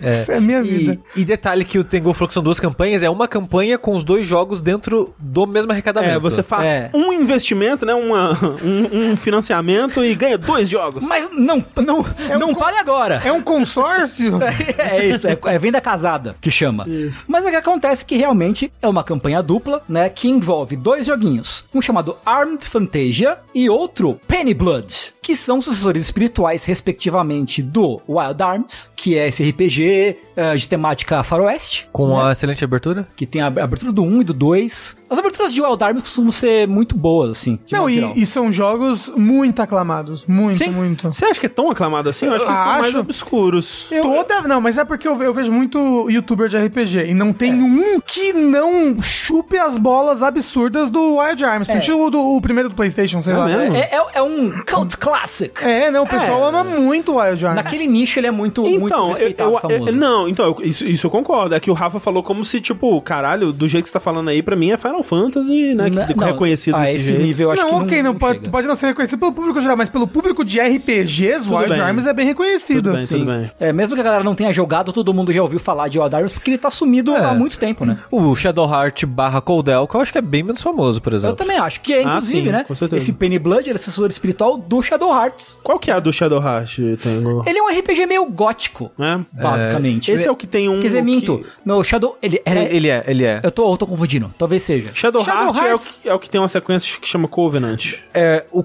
Speaker 2: Isso é minha
Speaker 4: E,
Speaker 2: vida.
Speaker 4: e detalhe que o Tengu falou que são duas campanhas, é uma campanha com os dois jogos dentro do mesmo arrecadamento.
Speaker 1: É, você faz
Speaker 3: É.
Speaker 1: um investimento, né? Uma, um, um financiamento e ganha dois jogos.
Speaker 3: Mas não, não, não pare agora.
Speaker 2: É um consórcio?
Speaker 3: é isso, é, é venda casada que chama.
Speaker 1: Isso.
Speaker 3: Mas é que acontece que realmente é uma campanha dupla, né? Que envolve dois joguinhos. Um chamado Armed Fantasia e outro Penny Blood. Que são sucessores espirituais, respectivamente, do Wild Arms, que é esse RPG eh, de temática faroeste.
Speaker 4: Com a excelente abertura?
Speaker 3: Que tem a ab- abertura do 1 e do 2. As aberturas de Wild Arms costumam ser muito boas, assim. de
Speaker 2: Não,
Speaker 3: modo geral.
Speaker 2: e, e são jogos muito aclamados. Muito,
Speaker 3: Sim.
Speaker 2: muito.
Speaker 1: Você acha que é tão aclamado assim? Eu acho que eles são mais
Speaker 2: Acho.
Speaker 1: obscuros.
Speaker 2: Toda. Não, mas é porque eu, ve- eu vejo muito youtuber de RPG. E não tem um que não chupe as bolas absurdas do Wild Arms. Principalmente o, do, o primeiro do PlayStation, sei
Speaker 1: É
Speaker 2: lá.
Speaker 1: mesmo?
Speaker 3: É, é- é um cult classic.
Speaker 2: É, não, o pessoal ama muito o Wild Arms.
Speaker 3: Naquele nicho ele é muito, muito
Speaker 1: Então, eu-
Speaker 3: respeitado,
Speaker 1: eu- eu-
Speaker 3: famoso.
Speaker 1: não, então, eu- isso, isso eu concordo. É que o Rafa falou como se, tipo, caralho, do jeito que você tá falando aí, pra mim é Final Fantasy, né?
Speaker 3: Não,
Speaker 1: que
Speaker 3: não.
Speaker 1: é reconhecido
Speaker 3: Ah,
Speaker 1: desse
Speaker 3: esse
Speaker 1: jeito.
Speaker 3: nível eu acho
Speaker 2: não,
Speaker 3: que
Speaker 2: ok, não, pode,
Speaker 3: chega.
Speaker 2: pode não ser reconhecido pelo público geral, mas pelo público de RPGs, o Wild
Speaker 1: bem.
Speaker 2: Arms é bem reconhecido.
Speaker 1: Tudo bem,
Speaker 2: sim.
Speaker 1: tudo bem.
Speaker 3: É, mesmo que a galera não tenha jogado, todo mundo já ouviu falar de Wild Arms, porque ele tá sumido
Speaker 4: É.
Speaker 3: há muito tempo, né?
Speaker 4: O Shadowheart barra Coldel, que eu acho que é bem menos famoso, por
Speaker 3: Eu
Speaker 4: exemplo.
Speaker 3: também acho, que é, inclusive,
Speaker 1: Ah, sim,
Speaker 3: né?
Speaker 1: com certeza.
Speaker 3: Esse Penny Blood ele é assessor espiritual do Shadow Hearts.
Speaker 1: Qual que é a do Shadowheart, Tango?
Speaker 3: Ele é um RPG meio gótico,
Speaker 1: Né?
Speaker 3: basicamente.
Speaker 1: Esse é o que tem um...
Speaker 3: Quer dizer,
Speaker 1: que-
Speaker 3: minto. Não, o Shadow. Ele, ele-
Speaker 4: Ele é, ele é.
Speaker 3: Eu tô, eu tô confundindo, talvez seja.
Speaker 1: Shadowheart é, o
Speaker 2: Shadowhearts.
Speaker 1: que- é o que tem uma sequência que chama Covenant.
Speaker 4: É, o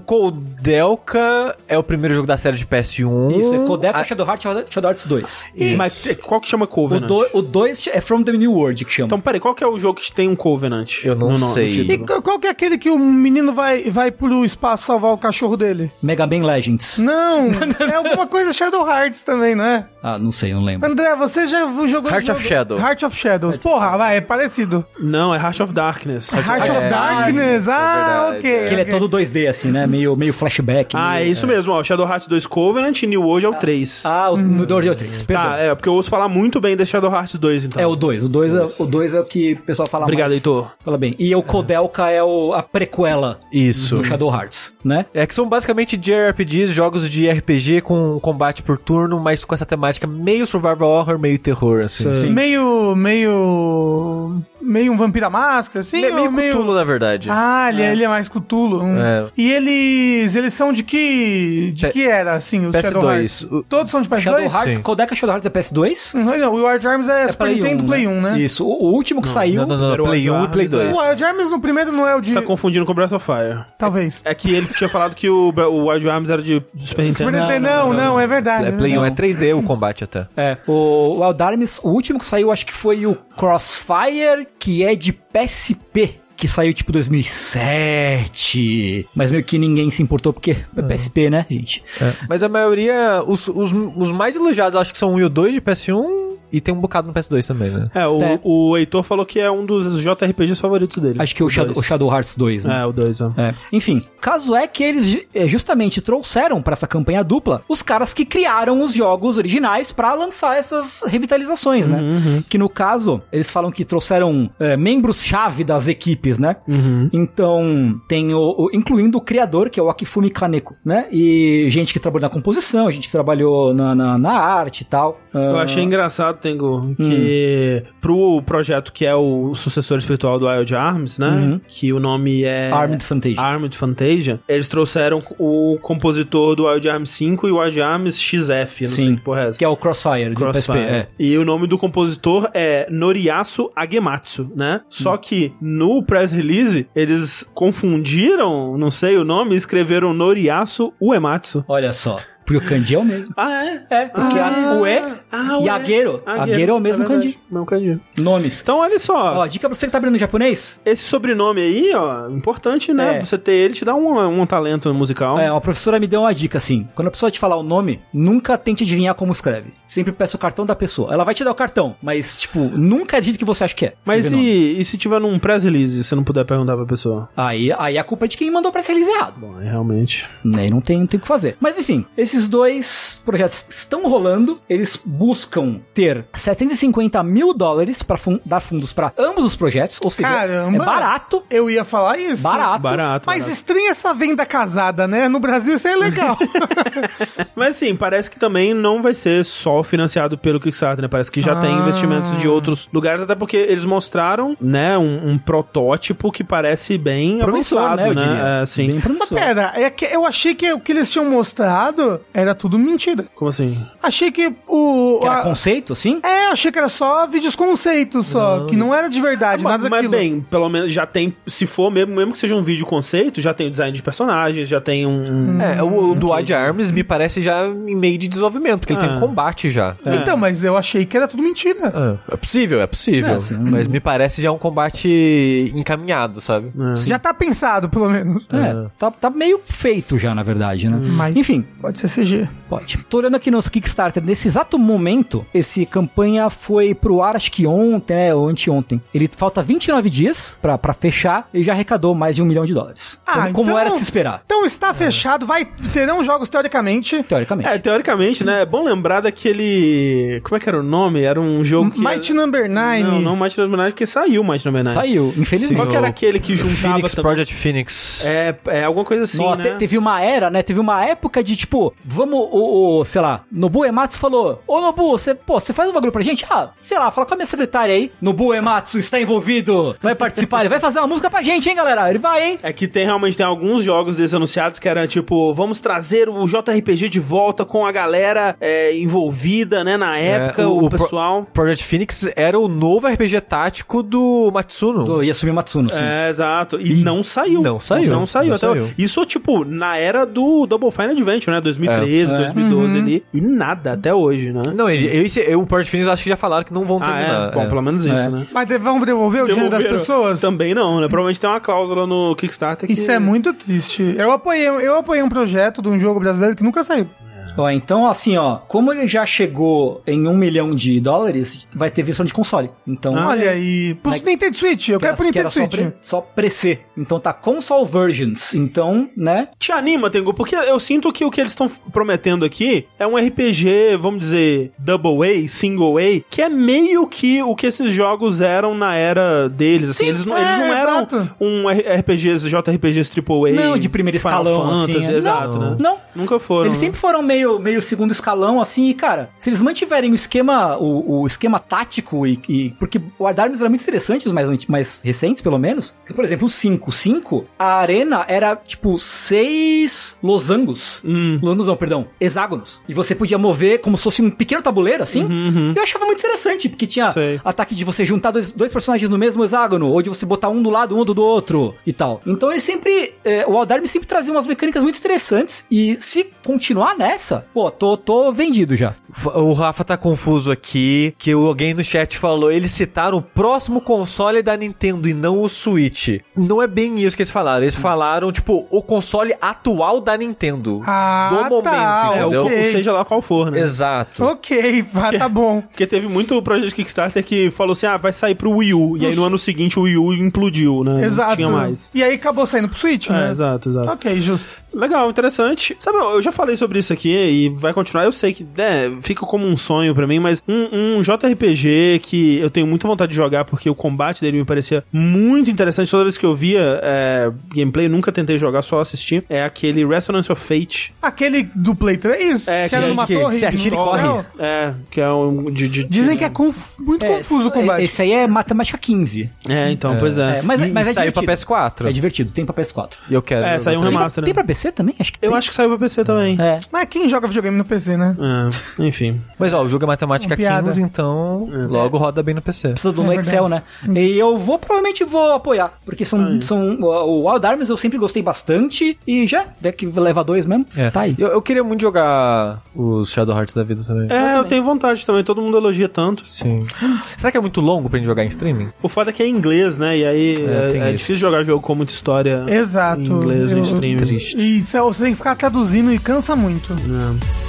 Speaker 4: Coldelka é o primeiro jogo da série de PS1.
Speaker 3: Isso,
Speaker 1: Hum.
Speaker 3: é Codeca,
Speaker 4: A-
Speaker 1: Ah.
Speaker 3: Shadow Hearts Shadow Shadow Hearts 2.
Speaker 1: Mas te- qual que chama
Speaker 3: O
Speaker 1: Covenant?
Speaker 3: 2 o dois é From the New World que chama.
Speaker 1: Então, peraí, qual que é o jogo que tem um Covenant?
Speaker 4: Eu não
Speaker 1: no- no
Speaker 4: sei.
Speaker 2: E
Speaker 1: título?
Speaker 2: qu- qual que é aquele que o menino vai, vai pro espaço salvar o cachorro dele?
Speaker 3: Mega Man Legends.
Speaker 2: Não, é alguma coisa Shadow Hearts também, não é?
Speaker 3: Ah, não sei, não lembro.
Speaker 2: André, você já jogou...
Speaker 4: Heart
Speaker 2: jogo-
Speaker 4: of Shadow.
Speaker 2: Heart of Shadows. Porra, vai, é parecido.
Speaker 1: Não, é Heart of Darkness.
Speaker 2: Heart of
Speaker 4: é,
Speaker 2: Darkness,
Speaker 4: é
Speaker 2: ah,
Speaker 4: verdade,
Speaker 2: ok.
Speaker 4: é.
Speaker 3: Que ele é
Speaker 2: ok.
Speaker 3: todo 2D, assim, né? Meio, meio flashback.
Speaker 1: Ah, é
Speaker 3: meio-
Speaker 1: isso mesmo, ó. Shadowhearts 2 Covenant e New World é o 3.
Speaker 3: Ah, o, no 2 é o 3, perdão.
Speaker 1: Tá, é, porque eu ouço falar muito bem desse Shadowhearts 2, então.
Speaker 3: É o 2. O 2 é, o dois é o que o pessoal fala
Speaker 1: Obrigado,
Speaker 3: mais.
Speaker 1: Heitor.
Speaker 3: Fala bem. E o Kodelka é o, a prequela
Speaker 4: Isso.
Speaker 3: do Shadow Hearts, né?
Speaker 4: É que são basicamente JRPGs, jogos de RPG com combate por turno, mas com essa temática meio survival horror, meio terror, assim.
Speaker 1: Sim.
Speaker 2: Meio, meio... Meio um Vampira Máscara, assim?
Speaker 4: Me- meio
Speaker 2: ou meio...
Speaker 4: Cthulhu, na verdade.
Speaker 2: Ah, ele é, ele é mais Cthulhu. hum.
Speaker 4: É.
Speaker 2: E eles eles são de que de
Speaker 4: Pe-
Speaker 2: que era, assim, os
Speaker 4: PS2.
Speaker 2: Shadow Hearts?
Speaker 4: O-
Speaker 2: Todos são de PS2?
Speaker 3: Shadow Hearts,
Speaker 4: Sim.
Speaker 3: Kodelka Shadow Hearts é PS2?
Speaker 2: Não, não, o Wild Arms é, Super
Speaker 3: um,
Speaker 2: Nintendo Play 1, né?
Speaker 3: Isso. O, o último que saiu. é.
Speaker 4: Não, não, não,
Speaker 1: Battle
Speaker 4: Play 1 e
Speaker 1: Arms,
Speaker 4: Play 2.
Speaker 2: O Wild Arms no primeiro não é o de...
Speaker 1: Tá confundindo com Breath of Fire.
Speaker 2: Talvez.
Speaker 1: É que ele tinha falado que o, o Wild Arms era de do Super
Speaker 2: Super
Speaker 1: Nintendo.
Speaker 2: Nintendo,
Speaker 3: não,
Speaker 2: não,
Speaker 3: não,
Speaker 2: não, é verdade.
Speaker 4: É Play
Speaker 2: né?
Speaker 4: 1, é 3D o combate até.
Speaker 3: É, o Wild Arms, o último que saiu, acho que foi o Crossfire, que é de PSP. Que saiu tipo 2007. Mas meio que ninguém se importou porque é PSP, né, gente?
Speaker 4: Mas a maioria, os, os, os mais elogiados, acho que são o 1 e o 2 de PS1 e tem um bocado no PS2 também, né?
Speaker 1: É, o,
Speaker 3: É.
Speaker 1: o Heitor falou que é um dos JRPGs favoritos dele.
Speaker 3: Acho que é o, Shadow, o
Speaker 1: dois.
Speaker 3: Shadow Hearts 2, né?
Speaker 1: É, o 2, ó.
Speaker 3: É. Enfim, caso é que eles ju- é, justamente trouxeram pra essa campanha dupla os caras que criaram os jogos originais pra lançar essas revitalizações, né?
Speaker 1: Uhum.
Speaker 3: Que no caso, eles falam que trouxeram é, membros-chave das equipes, né?
Speaker 1: uhum.
Speaker 3: Então, tem o, o- incluindo o criador, que é o Akifumi Kaneko, né? E gente que trabalhou na composição, gente que trabalhou na, na, na arte e tal.
Speaker 1: Eu
Speaker 3: Ah, Hum.
Speaker 1: achei engraçado Tengu, que pro projeto que é o sucessor espiritual do Wild Arms, né?
Speaker 3: Uhum.
Speaker 1: Que o nome é...
Speaker 3: Armed Fantasia.
Speaker 1: Armored Fantasia, eles trouxeram o compositor do Wild Arms 5 e o Wild Arms XF, não sei
Speaker 3: Sim.
Speaker 1: que porra é essa.
Speaker 3: Que é o Crossfire, do PSP. É.
Speaker 1: E o nome do compositor é Noriyasu Agematsu, né? Só que no press release eles confundiram, não sei o nome, e escreveram Noriyasu Uematsu.
Speaker 3: Olha só. Porque o kanji é o mesmo.
Speaker 1: Ah, é?
Speaker 3: É, porque
Speaker 1: Ah.
Speaker 3: a, o E
Speaker 1: Ah,
Speaker 3: e a Guero. A Guero é o mesmo
Speaker 1: verdade,
Speaker 3: kanji.
Speaker 1: Mesmo kanji.
Speaker 3: Nomes.
Speaker 1: Então, olha só.
Speaker 3: Ó, dica pra você que tá aprendendo japonês.
Speaker 1: Esse sobrenome aí, ó, importante, né?
Speaker 3: É.
Speaker 1: Você ter ele te dá um, um talento musical.
Speaker 3: É, a professora me deu uma dica assim. Quando a pessoa te falar o nome, nunca tente adivinhar como escreve. Sempre peça o cartão da pessoa. Ela vai te dar o cartão, mas, tipo, nunca é do jeito que você acha que é.
Speaker 1: Mas
Speaker 3: escrever nome.
Speaker 1: e, e se tiver num press release e você não puder perguntar pra pessoa?
Speaker 3: Aí, aí a culpa é de quem mandou pra ser eles errado.
Speaker 1: Bom, é realmente.
Speaker 3: Né, não tem, não tem o que fazer. Mas enfim, esses dois projetos estão rolando. Eles buscam ter 750 mil dólares para dar fundos para ambos os projetos. Ou seja,
Speaker 2: Caramba.
Speaker 3: é barato.
Speaker 2: Eu ia falar isso.
Speaker 3: Barato.
Speaker 1: Barato. né?
Speaker 2: Mas
Speaker 1: barato.
Speaker 2: estranha essa venda casada, né? No Brasil isso é legal.
Speaker 1: Mas assim, parece que também não vai ser só financiado pelo Kickstarter, né? Parece que já tem
Speaker 2: Ah.
Speaker 1: investimentos de outros lugares, até porque eles mostraram, né, um, um protótipo que parece bem
Speaker 3: Promissor,
Speaker 1: avançado,
Speaker 3: né? Eu diria.
Speaker 1: né? É, sim.
Speaker 3: Bem
Speaker 2: Mas
Speaker 3: promissor.
Speaker 2: pera, é que eu achei que o que eles tinham mostrado era tudo mentira.
Speaker 1: Como assim?
Speaker 2: Achei que o.
Speaker 3: Que era
Speaker 2: a-
Speaker 3: conceito, assim?
Speaker 2: É, achei que era só vídeos conceitos só, que não era Ah, de verdade,
Speaker 1: É, mas,
Speaker 2: nada
Speaker 1: mas
Speaker 2: daquilo.
Speaker 1: bem, pelo menos já tem, se for mesmo, mesmo que seja um vídeo conceito, já tem o design de personagens, já tem um...
Speaker 4: É, o, o do
Speaker 2: Hum,
Speaker 4: Wide Arms me parece já em meio de desenvolvimento, porque ele
Speaker 1: Ah.
Speaker 4: tem combate já.
Speaker 2: Então, mas eu achei que era tudo mentira.
Speaker 4: É, é possível, é possível.
Speaker 3: É, sim.
Speaker 4: Mas me parece já um combate encaminhado, sabe?
Speaker 2: Já tá pensado, pelo menos.
Speaker 3: É, tá, tá meio feito já, na verdade, né?
Speaker 2: Hum. Mas-
Speaker 3: Enfim,
Speaker 2: Pode ser CG.
Speaker 3: Pode. Tô olhando aqui no nosso Kickstarter. Nesse exato momento, esse campanha foi pro ar, acho que ontem, né? Ou anteontem. Ele falta 29 dias pra, pra fechar e já arrecadou mais de um milhão de dólares.
Speaker 2: Ah,
Speaker 3: como, como
Speaker 2: então-
Speaker 3: era de se esperar,
Speaker 2: Então está fechado, vai terão jogos teoricamente.
Speaker 3: teoricamente.
Speaker 1: É, teoricamente, né? É bom lembrar daquele. Como é que era o nome? Era um jogo que.
Speaker 2: Mighty Number 9.
Speaker 1: Não, não Mighty Number 9, porque saiu Mighty Number 9.
Speaker 3: Saiu, infelizmente.
Speaker 1: né? Qual que era aquele que juntava
Speaker 4: Phoenix,
Speaker 1: também?
Speaker 4: Project Phoenix.
Speaker 1: É, é alguma coisa assim,
Speaker 3: Ó,
Speaker 1: né?
Speaker 3: te- teve uma era, né? Teve uma época de tipo, vamos, o, o- sei lá, Nobu Ematsu falou: Ô Nobu, você, pô, você faz um bagulho pra gente? Ah, sei lá, fala com a minha secretária aí. Nobu Ematsu está envolvido, vai participar, ele vai fazer uma música pra gente, hein, galera? Ele vai, hein?
Speaker 1: É que tem realmente tem alguns jogos desses anunciados que era tipo, vamos trazer o JRPG de volta com a galera é, envolvida, né? Na época, o,
Speaker 4: É, o pro-
Speaker 1: pessoal.
Speaker 4: Project Phoenix era o novo RPG tático do Matsuno.
Speaker 3: Do Yasumi Matsuno, sim.
Speaker 1: É, exato. E, não saiu.
Speaker 4: não saiu.
Speaker 1: Não saiu.
Speaker 4: Não
Speaker 1: até
Speaker 4: saiu.
Speaker 1: Isso, tipo, na era do Double Fine Adventure, né? 2013,
Speaker 3: É.
Speaker 2: Uhum.
Speaker 1: 2012 ali. E nada até hoje, né?
Speaker 4: Não, ele, esse, eu- o Project Phoenix acho que já falaram que não vão
Speaker 1: ah,
Speaker 4: terminar.
Speaker 1: é. Bom,
Speaker 4: é.
Speaker 1: pelo menos isso,
Speaker 3: É.
Speaker 1: né?
Speaker 2: Mas de- vão devolver o dinheiro das
Speaker 1: Devolveram.
Speaker 2: pessoas?
Speaker 1: Também não, né? Provavelmente tem uma cláusula no Kickstarter que...
Speaker 2: Isso é muito triste. Eu apoiei, eu apoiei um projeto de um jogo brasileiro que nunca saiu.
Speaker 3: Ó, então assim, ó, como ele já chegou em um milhão de dólares, vai ter versão de console. Então,
Speaker 1: Ah,
Speaker 2: Olha aí. Pro
Speaker 3: Mas-
Speaker 2: Nintendo Switch, eu
Speaker 3: que era-
Speaker 2: quero pro
Speaker 3: que era
Speaker 2: Nintendo
Speaker 3: só,
Speaker 2: Switch.
Speaker 3: pre, só pre-C. Então tá console versions. Então, né?
Speaker 1: Te anima, Tengu, porque eu sinto que o que eles estão prometendo aqui é um RPG, vamos dizer, double A, single A, que é meio que o que esses jogos eram na era deles. Assim,
Speaker 2: Sim,
Speaker 1: eles, não-
Speaker 2: é,
Speaker 1: eles não
Speaker 2: exato.
Speaker 1: eram um R- RPGs, JRPGs AAA.
Speaker 3: Não, de primeiro
Speaker 1: Final
Speaker 3: escalão,
Speaker 1: Fantasy,
Speaker 3: assim. é.
Speaker 1: Exato,
Speaker 3: não,
Speaker 1: né?
Speaker 3: Não.
Speaker 1: Nunca foram.
Speaker 3: Eles
Speaker 1: né?
Speaker 3: sempre foram meio, meio segundo escalão, assim, e, cara, se eles mantiverem o esquema, o, o esquema tático e, e- Porque o Wild Arms era muito interessante, os mais, anti- mais recentes, pelo menos. Por exemplo, o 5. 5, a arena era, tipo, seis losangos.
Speaker 1: Hum.
Speaker 3: Losangos não, perdão. Hexágonos. E você podia mover como se fosse um pequeno tabuleiro, assim.
Speaker 1: Uhum.
Speaker 3: Eu achava muito interessante, porque tinha
Speaker 1: Sei.
Speaker 3: ataque de você juntar dois, dois personagens no mesmo hexágono, ou de você botar um do lado, um do outro e tal. Então ele sempre. é, o Aldarme sempre trazia umas mecânicas muito interessantes. E se continuar nessa, pô, tô, tô vendido já.
Speaker 4: F- O Rafa tá confuso aqui, que o- alguém no chat falou, eles citaram o próximo console da Nintendo e não o Switch. Não é bem isso que eles falaram. Eles falaram, tipo, o console atual da Nintendo.
Speaker 2: Ah,
Speaker 4: do momento,
Speaker 2: tá,
Speaker 1: É,
Speaker 4: entendeu?
Speaker 1: o
Speaker 2: ok.
Speaker 1: que- seja lá qual for, né?
Speaker 4: Exato.
Speaker 2: Ok, vá, tá bom.
Speaker 1: Porque teve muito projeto de Kickstarter que falou assim, ah, vai sair pro Wii U. E aí no ano seguinte o Wii U implodiu, né? Não
Speaker 2: Exato.
Speaker 1: tinha mais.
Speaker 2: E aí acabou saindo pro Switch,
Speaker 1: É,
Speaker 2: né?
Speaker 1: exato, exato.
Speaker 2: Ok, justo.
Speaker 1: Legal, interessante. Sabe, eu já falei sobre isso aqui fazer e vai continuar. Eu sei que né, fica como um sonho pra mim, mas um, um JRPG que eu tenho muita vontade de jogar porque o combate dele me parecia muito interessante. Toda vez que eu via é, gameplay, eu nunca tentei jogar, só assisti. É aquele Resonance of Fate.
Speaker 2: Aquele do Play 3?
Speaker 1: É,
Speaker 2: que era
Speaker 1: que-
Speaker 2: numa
Speaker 4: que
Speaker 2: torre?
Speaker 4: se atira e
Speaker 2: no
Speaker 4: corre.
Speaker 2: final?
Speaker 1: É, que é um. De, de-
Speaker 2: Dizem que é conf- muito confuso o combate.
Speaker 3: Esse aí é matemática 15.
Speaker 1: É, então, pois é.
Speaker 3: É, mas,
Speaker 4: E-
Speaker 3: mas
Speaker 4: e
Speaker 3: é
Speaker 4: saiu pra
Speaker 3: divertido.
Speaker 4: PS4.
Speaker 3: É divertido, tem pra PS4.
Speaker 4: E eu quero.
Speaker 1: É, saiu um
Speaker 4: eu gostaria-
Speaker 1: remaster. Massa, né?
Speaker 3: Tem pra PC também? Acho que
Speaker 1: Eu
Speaker 3: tem.
Speaker 1: acho que saiu pra PC também.
Speaker 3: É.
Speaker 2: Mas quem joga videogame no PC, né?
Speaker 1: É, enfim.
Speaker 4: Mas ó, o jogo é matemática
Speaker 2: Uma piada.
Speaker 4: 15, então logo roda bem no PC.
Speaker 3: Precisa do
Speaker 2: É
Speaker 3: um
Speaker 2: verdade.
Speaker 3: Excel, né? E eu vou, provavelmente vou apoiar. Porque são. são o o Wild Arms eu sempre gostei bastante. E já, até que leva dois mesmo.
Speaker 4: É.
Speaker 3: Tá aí.
Speaker 4: Eu, eu queria muito jogar os Shadow Hearts da vida também.
Speaker 1: É, eu tenho vontade também, todo mundo elogia tanto.
Speaker 4: Sim. Será que é muito longo pra gente jogar em streaming?
Speaker 1: O foda é que é em inglês, né? E aí
Speaker 4: É,
Speaker 1: é,
Speaker 4: tem
Speaker 1: é
Speaker 4: isso.
Speaker 1: difícil jogar jogo com muita
Speaker 2: É,
Speaker 1: história
Speaker 2: Exato.
Speaker 1: em inglês é no
Speaker 2: Eu-
Speaker 1: stream.
Speaker 4: Triste.
Speaker 2: E sei lá, você tem que ficar traduzindo e cansa muito.
Speaker 1: é?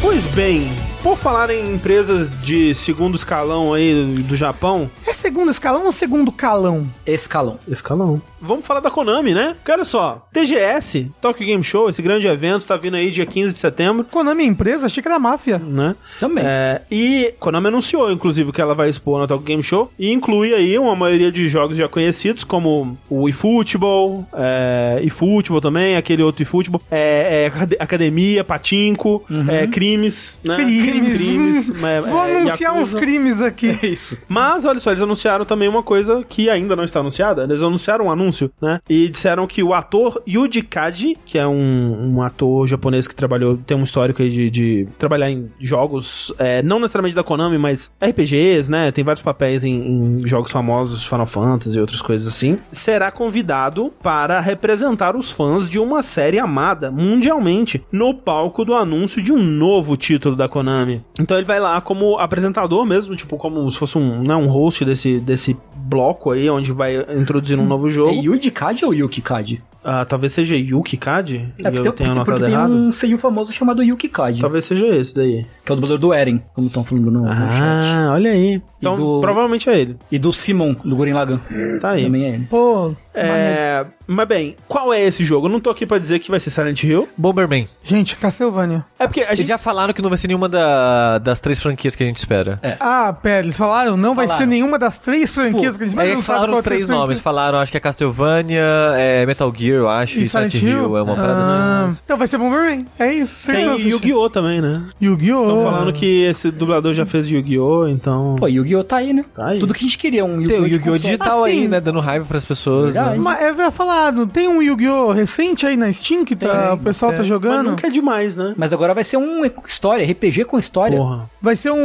Speaker 1: Pois bem, por falar em empresas de segundo escalão aí do Japão.
Speaker 2: É segundo escalão ou segundo calão?
Speaker 3: Escalão.
Speaker 1: Escalão. Vamos falar da Konami, né? Porque olha só, TGS, Tokyo Game Show, esse grande evento, tá vindo aí dia 15 de setembro,
Speaker 2: Konami é empresa, achei que era máfia.
Speaker 1: né?
Speaker 3: Também.
Speaker 1: É, e Konami anunciou, inclusive, que ela vai expor na Tokyo Game Show e inclui aí uma maioria de jogos já conhecidos, como o eFootball, é, eFootball também, aquele outro eFootball, é, é, acad- Academia, Patinco, é, Crimes, né?
Speaker 2: Uhum. Crimes.
Speaker 1: Crimes, é,
Speaker 2: Vou
Speaker 1: é,
Speaker 2: anunciar uns
Speaker 1: Yakuza.
Speaker 2: crimes aqui. É isso.
Speaker 1: Mas olha só, eles anunciaram também uma coisa que ainda não está anunciada. Eles anunciaram um anúncio, né? E disseram que o ator Yuji Kaji, que é um, um ator japonês que trabalhou, tem um histórico aí de, de trabalhar em jogos, é, não necessariamente da Konami, mas RPGs, né? Tem vários papéis em, em jogos famosos, Final Fantasy e outras coisas assim. Será convidado para representar os fãs de uma série amada mundialmente no palco do anúncio de um novo título da Konami. Então ele vai lá como apresentador mesmo, tipo, como se fosse um, né, um host desse, desse bloco aí, onde vai introduzir um novo
Speaker 3: É
Speaker 1: jogo.
Speaker 3: Yuji Kadi ou Yuki Kadi?
Speaker 1: Ah, talvez seja Yuki Kadi,
Speaker 3: É porque,
Speaker 1: eu tenho
Speaker 3: porque, porque
Speaker 1: anotado
Speaker 3: tem
Speaker 1: errado.
Speaker 3: um seio famoso chamado Yuki Kadi,
Speaker 1: Talvez seja esse daí.
Speaker 3: que é o dublador do Eren, como estão falando no, no chat.
Speaker 1: Ah, olha aí. Então,
Speaker 3: do-
Speaker 1: provavelmente é ele.
Speaker 3: E do Simon, do Guren Lagan.
Speaker 1: Tá aí.
Speaker 3: Também é ele.
Speaker 2: Pô,
Speaker 1: É, mas bem, qual é esse jogo? Eu não tô aqui pra dizer que vai ser Silent Hill.
Speaker 4: Bomberman.
Speaker 2: gente, Castlevania.
Speaker 1: É porque a
Speaker 4: Eles
Speaker 1: gente
Speaker 4: já falaram que não vai ser nenhuma da- das três franquias que a gente espera.
Speaker 3: É.
Speaker 2: Ah, pera, eles falaram, não vai
Speaker 3: Falaram.
Speaker 2: ser nenhuma das três
Speaker 4: Pô,
Speaker 2: franquias que a gente
Speaker 4: aí é
Speaker 2: não
Speaker 4: que
Speaker 2: sabe
Speaker 4: falaram
Speaker 2: qual
Speaker 4: os três
Speaker 2: três franquias.
Speaker 4: nomes. Falaram, acho que é Castlevania, é Metal Gear, eu acho, e, Silent, Hill. É uma parada assim.
Speaker 2: ah, Então vai ser Bomberman. É isso,
Speaker 1: tem
Speaker 2: certeza.
Speaker 1: Yu-Gi-Oh! também, né?
Speaker 2: Yu-Gi-Oh!
Speaker 1: Estão falando que esse dublador já fez Yu-Gi-Oh! Então.
Speaker 3: Pô, Yu-Gi-Oh! tá aí, né?
Speaker 1: Tá aí.
Speaker 3: Tudo que a gente queria, um
Speaker 4: Tem o
Speaker 3: de
Speaker 4: Yu-Gi-Oh!
Speaker 3: console.
Speaker 4: digital
Speaker 2: Assim.
Speaker 4: aí, né? Dando raiva pras pessoas. né?
Speaker 3: Verdade.
Speaker 2: Mas eu ia falar, não tem um Yu-Gi-Oh! recente aí na Steam que tá, o pessoal tá
Speaker 1: Mas
Speaker 2: jogando?
Speaker 1: nunca é demais, né?
Speaker 3: Mas agora vai ser um história, RPG com história.
Speaker 1: Porra.
Speaker 2: Vai ser um,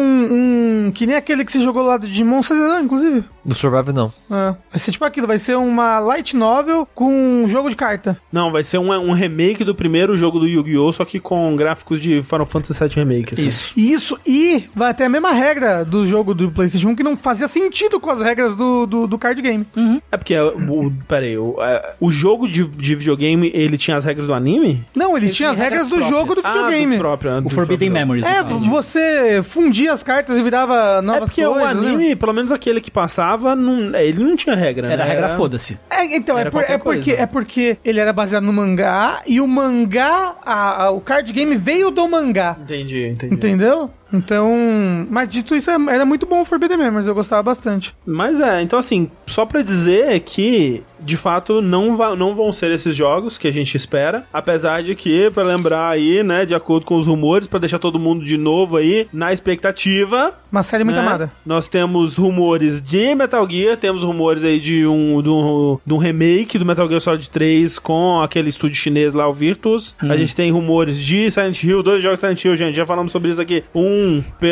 Speaker 2: um- Que nem aquele que você jogou lá do Digimon, você zerou, inclusive.
Speaker 4: No Survive, não.
Speaker 2: Ah, vai ser tipo aquilo, vai ser uma light novel com um jogo de carta.
Speaker 1: Não, vai ser um, um remake do primeiro jogo do Yu-Gi-Oh! Só que com gráficos de Final Fantasy VII Remake. assim.
Speaker 3: Isso.
Speaker 2: Isso, e vai ter a mesma regra do jogo do PlayStation 1 que não fazia sentido com as regras do, do, do card game.
Speaker 1: É porque, é, o, peraí, o, é, o jogo de, de videogame, ele tinha as regras do anime?
Speaker 2: Não, ele tinha as
Speaker 3: tinha
Speaker 2: regras
Speaker 3: regras
Speaker 2: do jogo do
Speaker 1: Ah,
Speaker 2: videogame.
Speaker 1: do próprio,
Speaker 3: O
Speaker 1: do
Speaker 3: Forbidden
Speaker 1: próprio.
Speaker 3: Memories.
Speaker 2: é,
Speaker 3: no caso.
Speaker 2: você fundia as cartas e virava
Speaker 1: É
Speaker 2: novas
Speaker 1: porque o
Speaker 2: coisas. né?
Speaker 1: anime, pelo menos aquele que passava, não, ele não tinha regra. né?
Speaker 3: Era a regra foda-se.
Speaker 2: É, então, é,
Speaker 1: Era
Speaker 2: por-
Speaker 1: qualquer
Speaker 2: é porque,
Speaker 1: coisa.
Speaker 2: é porque ele era baseado no mangá e o mangá, a- a- o card game veio do mangá.
Speaker 1: Entendi, entendi.
Speaker 2: Entendeu? Então. Mas dito isso, é- era muito bom o Forbidden Memories, eu gostava bastante.
Speaker 1: Mas é, então assim, só pra dizer que, de fato, não, va- não vão ser esses jogos que a gente espera. Apesar de que, pra lembrar aí, né, de acordo com os rumores, pra deixar todo mundo de novo aí na expectativa.
Speaker 2: Uma série muito
Speaker 1: né,
Speaker 2: amada.
Speaker 1: Nós temos rumores de Metal Gear, temos rumores aí de um, de um, de um remake do Metal Gear Solid 3 com aquele estúdio chinês lá, o Virtus. A gente tem rumores de Silent Hill, dois jogos Silent Hill, gente, já falamos sobre isso aqui. Um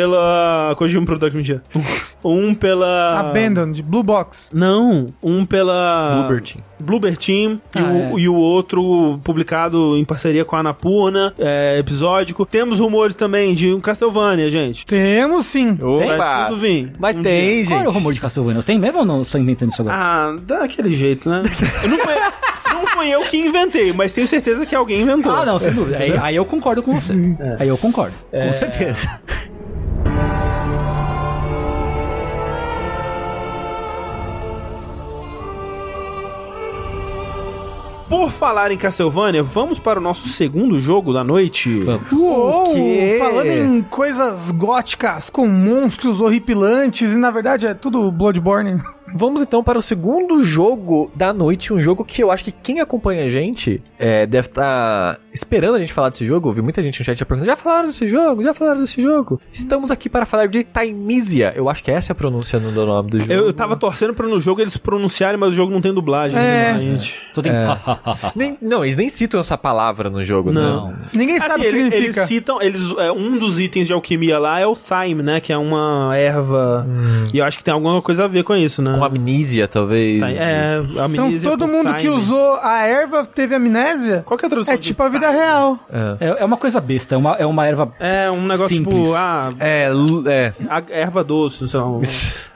Speaker 1: pela Kojima Productions, mentira. Um pela...
Speaker 2: Abandoned, Blue Box.
Speaker 1: Não, um pela.
Speaker 4: Bloober Team.
Speaker 1: Bloober Team e,
Speaker 3: Ah,
Speaker 1: o, e o outro publicado em parceria com a Anapurna, é, episódico. Temos rumores também de um Castlevania, gente.
Speaker 2: Temos sim.
Speaker 1: Vai tudo vir.
Speaker 4: Mas
Speaker 1: Um
Speaker 4: tem,
Speaker 1: dia.
Speaker 4: gente.
Speaker 3: Qual era o rumor de Castlevania? Tem mesmo ou não? Você tá inventando isso agora?
Speaker 1: Ah, daquele jeito, né? Eu não, fui, não fui eu que inventei, mas tenho certeza que alguém inventou.
Speaker 3: Ah, não, sem dúvida. Aí, aí eu concordo com você. Aí eu concordo. Com certeza.
Speaker 1: Por falar em Castlevania, vamos para o nosso segundo jogo da noite.
Speaker 2: Uou!
Speaker 4: quê?
Speaker 2: Falando em coisas góticas com monstros horripilantes, e na verdade é tudo Bloodborne.
Speaker 4: Vamos então para o segundo jogo da noite, um jogo que eu acho que quem acompanha a gente é, deve estar esperando a gente falar desse jogo. Eu vi muita gente no chat já perguntando, já falaram desse jogo? Já falaram desse jogo? Estamos aqui para falar de Timisia. Eu acho que essa é a pronúncia do nome do jogo.
Speaker 1: Eu, eu tava torcendo pra no jogo eles pronunciarem, mas o jogo não tem dublagem.
Speaker 2: É.
Speaker 1: né, gente.
Speaker 3: Só tem.
Speaker 4: Nem- não, eles nem citam essa palavra no jogo,
Speaker 1: Não.
Speaker 4: né?
Speaker 2: Ninguém sabe
Speaker 1: Assim,
Speaker 2: o que
Speaker 1: ele- eles,
Speaker 2: significa.
Speaker 1: citam, eles, é, um dos itens de alquimia lá é o thyme, né? Que é uma erva.
Speaker 2: Hum.
Speaker 1: E eu acho que tem alguma coisa a ver com isso, né?
Speaker 4: Com amnísia, talvez.
Speaker 1: É,
Speaker 2: Então
Speaker 1: amnésia
Speaker 2: todo
Speaker 1: por
Speaker 2: mundo que
Speaker 1: thyme.
Speaker 2: usou a erva teve amnésia?
Speaker 1: Qual que é a tradução
Speaker 2: É
Speaker 1: de
Speaker 2: tipo a vida real.
Speaker 4: É.
Speaker 3: É, é uma coisa besta, é uma, é uma erva.
Speaker 1: É um negócio
Speaker 3: Simples.
Speaker 1: tipo, ah,
Speaker 4: É, l- é.
Speaker 1: a- erva doce, sei lá, um-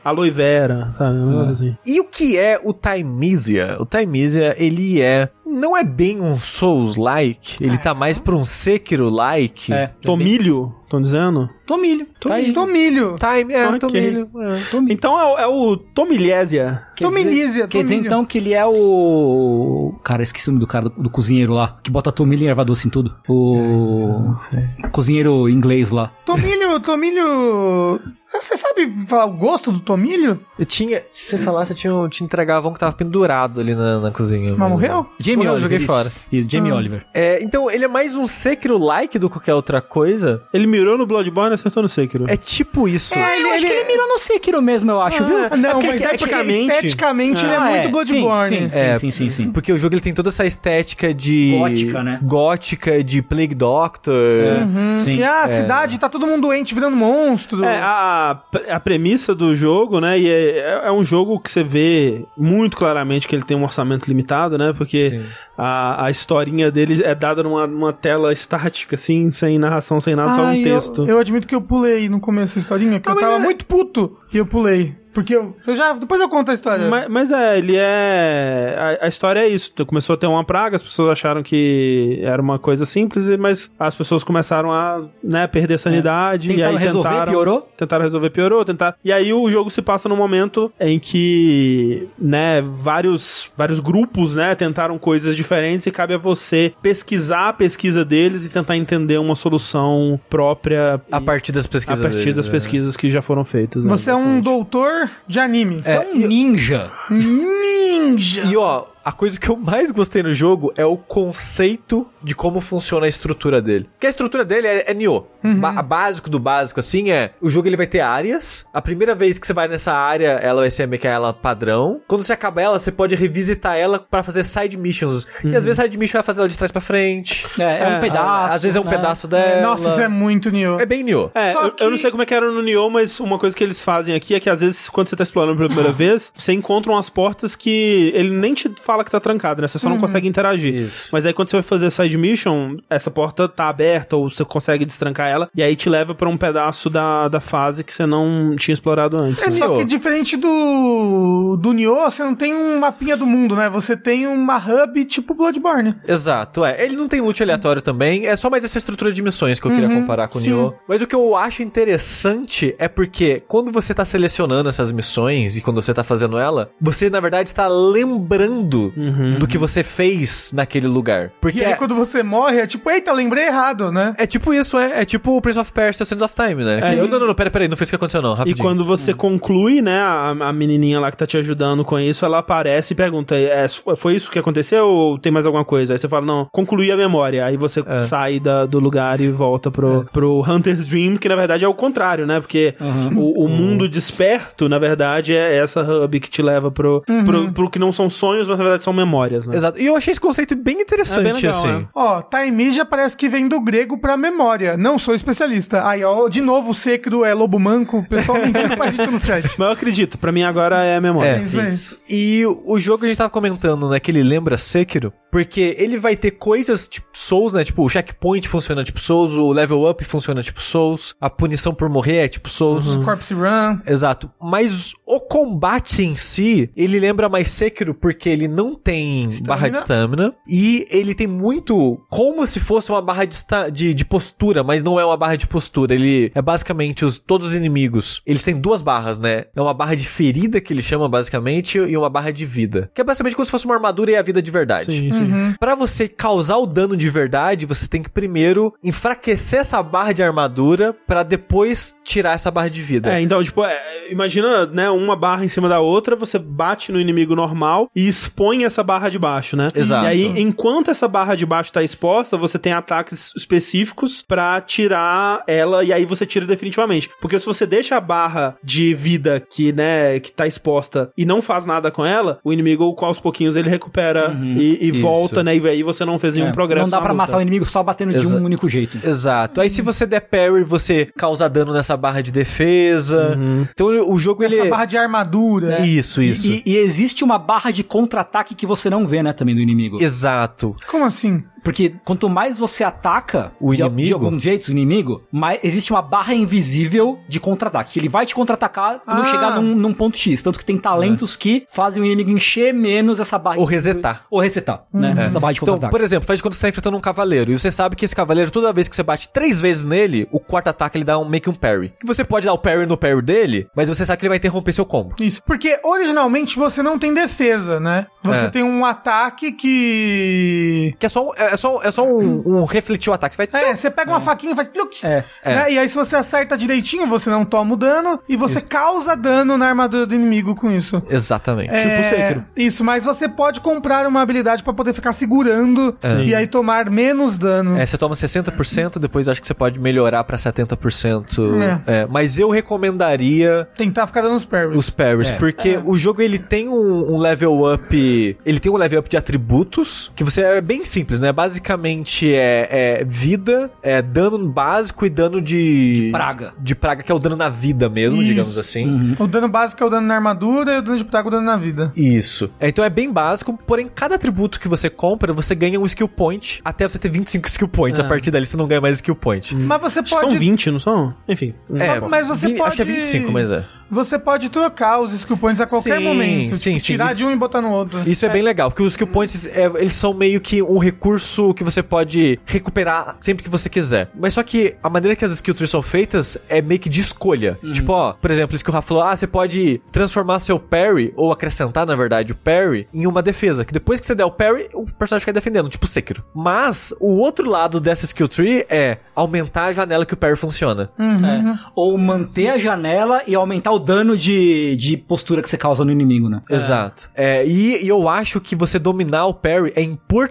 Speaker 1: aloe vera, sabe? Um
Speaker 2: Ah.
Speaker 1: negócio assim.
Speaker 4: E o que é o Timisia? O Timisia, ele é. Não é bem um Souls-like,
Speaker 1: Ah,
Speaker 4: ele
Speaker 1: é?
Speaker 4: tá mais pra um Sekiro-like.
Speaker 3: É,
Speaker 1: Tomilho, tô dizendo?
Speaker 3: Tomilho. Tá aí.
Speaker 2: Tomilho.
Speaker 4: Time, é,
Speaker 1: Ok.
Speaker 4: tomilho.
Speaker 3: Tomilho.
Speaker 1: Então é, o- é o Tomilésia.
Speaker 3: Quer dizer-
Speaker 2: Tomilísia,
Speaker 3: Quer dizer
Speaker 2: tomilho.
Speaker 3: então que ele é o. Cara, esqueci o nome do cara, do, do cozinheiro lá, que bota tomilho e erva doce em tudo. O. Cozinheiro inglês lá.
Speaker 2: Tomilho, tomilho. Você sabe falar o gosto do tomilho?
Speaker 4: Eu tinha. Se você falasse, eu tinha, eu te entregava um que tava pendurado ali na, na cozinha.
Speaker 2: Mas morreu?
Speaker 3: Jamie
Speaker 4: Não, eu
Speaker 3: Oliver.
Speaker 4: joguei
Speaker 3: isso.
Speaker 4: fora.
Speaker 3: Isso, Ah. Jamie Oliver.
Speaker 4: É, então, ele é mais um Sekiro-like do que qualquer outra coisa.
Speaker 1: Ele mirou no Bloodborne e acertou no Sekiro.
Speaker 4: É tipo isso.
Speaker 3: É, eu acho que ele Ah, mirou no Sekiro mesmo, eu acho, viu?
Speaker 1: É
Speaker 2: Não,
Speaker 1: porque
Speaker 2: mas é porque
Speaker 1: esteticamente-
Speaker 2: esteticamente ele é
Speaker 3: Ah,
Speaker 2: muito Bloodborne.
Speaker 3: Sim, sim,
Speaker 4: É.
Speaker 3: sim, sim, sim.
Speaker 4: Porque o jogo ele tem toda essa estética de.
Speaker 3: Gótica, né?
Speaker 4: Gótica, de Plague Doctor.
Speaker 3: É. Sim.
Speaker 2: E
Speaker 3: ah,
Speaker 2: a cidade tá todo mundo doente, virando monstro.
Speaker 1: É, a, a premissa do jogo, né? E é, é um jogo que você vê muito claramente que ele tem um orçamento limitado, né? Porque
Speaker 4: Sim.
Speaker 1: a, a historinha dele é dada numa, numa tela estática, assim, sem narração, sem nada, só
Speaker 2: Ai,
Speaker 1: um
Speaker 2: Ah, eu-
Speaker 1: texto.
Speaker 2: Eu, admito que eu pulei no começo da historinha, que
Speaker 1: Ah,
Speaker 2: eu
Speaker 1: mas
Speaker 2: tava
Speaker 1: é-
Speaker 2: muito puto e eu pulei. Porque eu, eu já. Depois eu conto a história.
Speaker 1: Mas, mas é, ele é. A, a história é isso. Tu Começou a ter uma praga, as pessoas acharam que era uma coisa simples, e- mas as pessoas começaram a né, perder a sanidade. e
Speaker 3: É. Tentaram
Speaker 1: aí
Speaker 3: resolver,
Speaker 1: tentaram,
Speaker 3: piorou?
Speaker 1: Tentaram resolver, piorou, tentaram. E aí o jogo se passa num momento em que, né, vários, vários grupos, né, tentaram coisas diferentes e cabe a você pesquisar a pesquisa deles e tentar entender uma solução própria
Speaker 4: A partir das
Speaker 1: a
Speaker 4: pesquisas.
Speaker 1: partir
Speaker 4: deles,
Speaker 1: das
Speaker 4: né?
Speaker 1: pesquisas que já foram feitas. né,
Speaker 2: Você é um doutor de anime.
Speaker 3: Você é um ninja.
Speaker 2: Ninja!
Speaker 4: E ó, a coisa que eu mais gostei no jogo é o conceito de como funciona a estrutura dele. Porque a estrutura dele é, é Nioh.
Speaker 3: Uhum.
Speaker 4: Ba- a básico do básico, assim, é... O jogo ele vai ter áreas. A primeira vez que você vai nessa área, ela vai ser meio que ela padrão. Quando você acaba ela, você pode revisitar ela pra fazer side missions. E às vezes side mission vai fazer ela de trás pra frente.
Speaker 3: Uhum. É, é um pedaço.
Speaker 4: Às vezes é um
Speaker 3: né?
Speaker 4: pedaço dela.
Speaker 2: Nossa, isso é muito Nioh.
Speaker 4: É bem Nioh.
Speaker 1: É,
Speaker 2: Só
Speaker 1: eu,
Speaker 2: que-
Speaker 1: eu não sei como é que era no Nioh, mas uma coisa que eles fazem aqui é que às vezes, quando você tá explorando pela primeira vez, você encontra umas portas que ele nem te fala que tá trancado, né? Você
Speaker 2: Uhum.
Speaker 1: só não consegue interagir.
Speaker 4: Isso.
Speaker 1: Mas aí quando você vai fazer side mission, essa porta tá aberta ou você consegue destrancar ela, e aí te leva pra um pedaço da, da fase que você não tinha explorado antes.
Speaker 2: É,
Speaker 1: né?
Speaker 2: só
Speaker 4: Nioh.
Speaker 2: que diferente do do Nioh, você não tem um mapinha do mundo, né? Você tem uma hub tipo Bloodborne.
Speaker 4: Exato, é. Ele não tem loot aleatório também, é só mais essa estrutura de missões que eu
Speaker 1: Uhum,
Speaker 4: queria comparar com o Nioh. Mas o que eu acho interessante é porque quando você tá selecionando essas missões e quando você tá fazendo ela, você na verdade está lembrando
Speaker 1: Uhum.
Speaker 4: do que você fez naquele lugar. Porque
Speaker 2: E aí
Speaker 4: é,
Speaker 2: quando você morre, é tipo, eita, lembrei errado, né?
Speaker 4: é tipo isso, é. É tipo o Prince of Persia Sands of Time, né? Que- Não, não, não, pera, pera aí, não foi isso que aconteceu não,
Speaker 1: É, E
Speaker 4: rapidinho.
Speaker 1: quando você conclui, né, a, a menininha lá que tá te ajudando com isso, ela aparece e pergunta: "É, foi isso que aconteceu ou tem mais alguma coisa? Aí você fala: não, concluí a memória. Aí você
Speaker 4: É.
Speaker 1: sai da- do lugar e volta pro, pro Hunter's Dream, que na verdade é o contrário, né? Porque
Speaker 4: Uhum.
Speaker 1: o, o mundo desperto, na verdade, é essa hub que te leva pro, pro, pro que não são sonhos, mas na verdade são memórias, né?
Speaker 4: Exato. E eu achei esse conceito bem interessante,
Speaker 1: É bem legal,
Speaker 4: assim.
Speaker 1: né?
Speaker 2: Ó, time já parece que vem do grego pra memória. Não sou especialista. Aí, ó, de novo, o Sekiro é lobo manco. O pessoal mentiu pra gente no chat.
Speaker 1: Mas eu acredito, pra mim agora é a memória.
Speaker 4: É.
Speaker 2: Isso aí.
Speaker 4: E o jogo que a gente tava comentando, né, que ele lembra Sekiro, porque ele vai ter coisas tipo Souls, né, tipo o checkpoint funciona tipo Souls, o level up funciona tipo Souls, a punição por morrer é tipo Souls.
Speaker 2: Corpse Run.
Speaker 4: Exato. Mas o combate em si, ele lembra mais Sekiro porque ele não não tem barra de stamina. E ele tem muito como se fosse uma barra de, sta- de, de postura, mas não é uma barra de postura. Ele é basicamente os, todos os inimigos. Eles têm duas barras, né? É uma barra de ferida que ele chama, basicamente, e uma barra de vida. Que é basicamente como se fosse uma armadura e a vida de verdade.
Speaker 1: Sim, sim.
Speaker 2: Uhum.
Speaker 4: Pra você causar o dano de verdade, você tem que primeiro enfraquecer essa barra de armadura pra depois tirar essa barra de vida.
Speaker 1: É, então, tipo, é, imagina, né, uma barra em cima da outra, você bate no inimigo normal e expõe essa barra de baixo, né?
Speaker 4: Exato.
Speaker 1: E aí, enquanto essa barra de baixo tá exposta, você tem ataques específicos pra tirar ela e aí você tira definitivamente. Porque se você deixa a barra de vida que, né, que tá exposta e não faz nada com ela, o inimigo, com aos pouquinhos, ele recupera e, e
Speaker 4: Uhum. isso.
Speaker 1: volta, né? E aí você não fez nenhum
Speaker 3: É,
Speaker 1: progresso
Speaker 3: Não dá
Speaker 1: na
Speaker 3: pra
Speaker 1: luta.
Speaker 3: matar o inimigo só batendo de
Speaker 4: Exa-
Speaker 3: um único jeito.
Speaker 4: Exato. Aí se você der parry, você causa dano nessa barra de defesa. Então o jogo ele É.
Speaker 2: Essa barra de né? armadura.
Speaker 4: Isso, isso.
Speaker 3: E, e existe uma barra de contra-ataque que você não vê, né, também do inimigo.
Speaker 4: Exato.
Speaker 2: Como assim?
Speaker 3: Porque quanto mais você ataca
Speaker 4: O
Speaker 3: de,
Speaker 4: inimigo?
Speaker 3: de algum jeito o inimigo, mais existe uma barra invisível de contra-ataque. que Ele vai te contra-atacar quando
Speaker 2: Ah.
Speaker 3: chegar num, num ponto X. Tanto que tem talentos que fazem o inimigo encher menos essa barra.
Speaker 4: É. Ou resetar.
Speaker 3: Ou resetar, né? Essa barra de
Speaker 4: Então,
Speaker 3: contra-ataque.
Speaker 4: por exemplo, faz de quando você tá enfrentando um cavaleiro. E você sabe que esse cavaleiro, toda vez que você bate três vezes nele, o quarto ataque ele dá um, meio que um parry. Que você pode dar o parry no parry dele, mas você sabe que ele vai interromper seu combo.
Speaker 2: Isso. Porque originalmente você não tem defesa, né? Você
Speaker 4: É.
Speaker 2: tem um ataque que.
Speaker 4: Que é só, um- é só, é só um, um refletir o ataque. Você vai.
Speaker 2: É, você pega uma faquinha e faz. Pluk,
Speaker 3: É,
Speaker 4: é.
Speaker 2: né? E aí, se você acerta direitinho, você não toma o dano e você causa dano na armadura do inimigo com isso. É,
Speaker 4: Exatamente.
Speaker 3: É.
Speaker 1: Tipo Sekiro.
Speaker 2: Isso, mas você pode comprar uma habilidade pra poder ficar segurando e aí tomar menos dano.
Speaker 4: É, você toma 60%, depois acho que você pode melhorar pra 70%. É. mas eu recomendaria
Speaker 2: Tentar ficar dando os parries.
Speaker 4: os parries,
Speaker 2: É.
Speaker 4: porque o jogo ele tem um, um level up, ele tem um level up de atributos, que você é bem simples, né? Basicamente é, é vida, é dano básico e dano de...
Speaker 3: praga.
Speaker 4: De praga, que é o dano na vida mesmo,
Speaker 2: Isso.
Speaker 4: digamos assim.
Speaker 2: O dano básico é o dano na armadura e o dano de praga é o dano na vida.
Speaker 4: Isso. É, Então é bem básico, porém cada atributo que você compra, você ganha um skill point, até você ter 25 skill points.
Speaker 2: É.
Speaker 4: A partir dali você não ganha mais skill point.
Speaker 2: Mas você
Speaker 1: São
Speaker 2: pode.
Speaker 1: 20, não são? Enfim.
Speaker 4: É,
Speaker 2: mas você
Speaker 4: vi- Acho que é
Speaker 2: pode-
Speaker 4: 25, mas é.
Speaker 2: Você pode trocar os skill points a qualquer
Speaker 4: Sim,
Speaker 2: momento.
Speaker 4: sim, sim.
Speaker 2: tirar
Speaker 4: Isso-
Speaker 2: de um e botar no outro.
Speaker 4: Isso é, bem legal, porque os skill points, é, eles são meio que um recurso que você pode recuperar sempre que você quiser. Mas só que a maneira que as skill trees são feitas é meio que de escolha. Tipo, ó, por exemplo, isso que o Rafa falou, ah, você pode transformar seu parry, ou acrescentar, na verdade, o parry, em uma defesa, que depois que você der o parry, o personagem fica defendendo, tipo Sekiro. Mas, o outro lado dessa skill tree é aumentar a janela que o parry funciona.
Speaker 3: É. Ou manter a janela e aumentar o dano de, de postura que você causa no inimigo, né?
Speaker 4: Exato. É, e, e eu acho que você dominar o parry é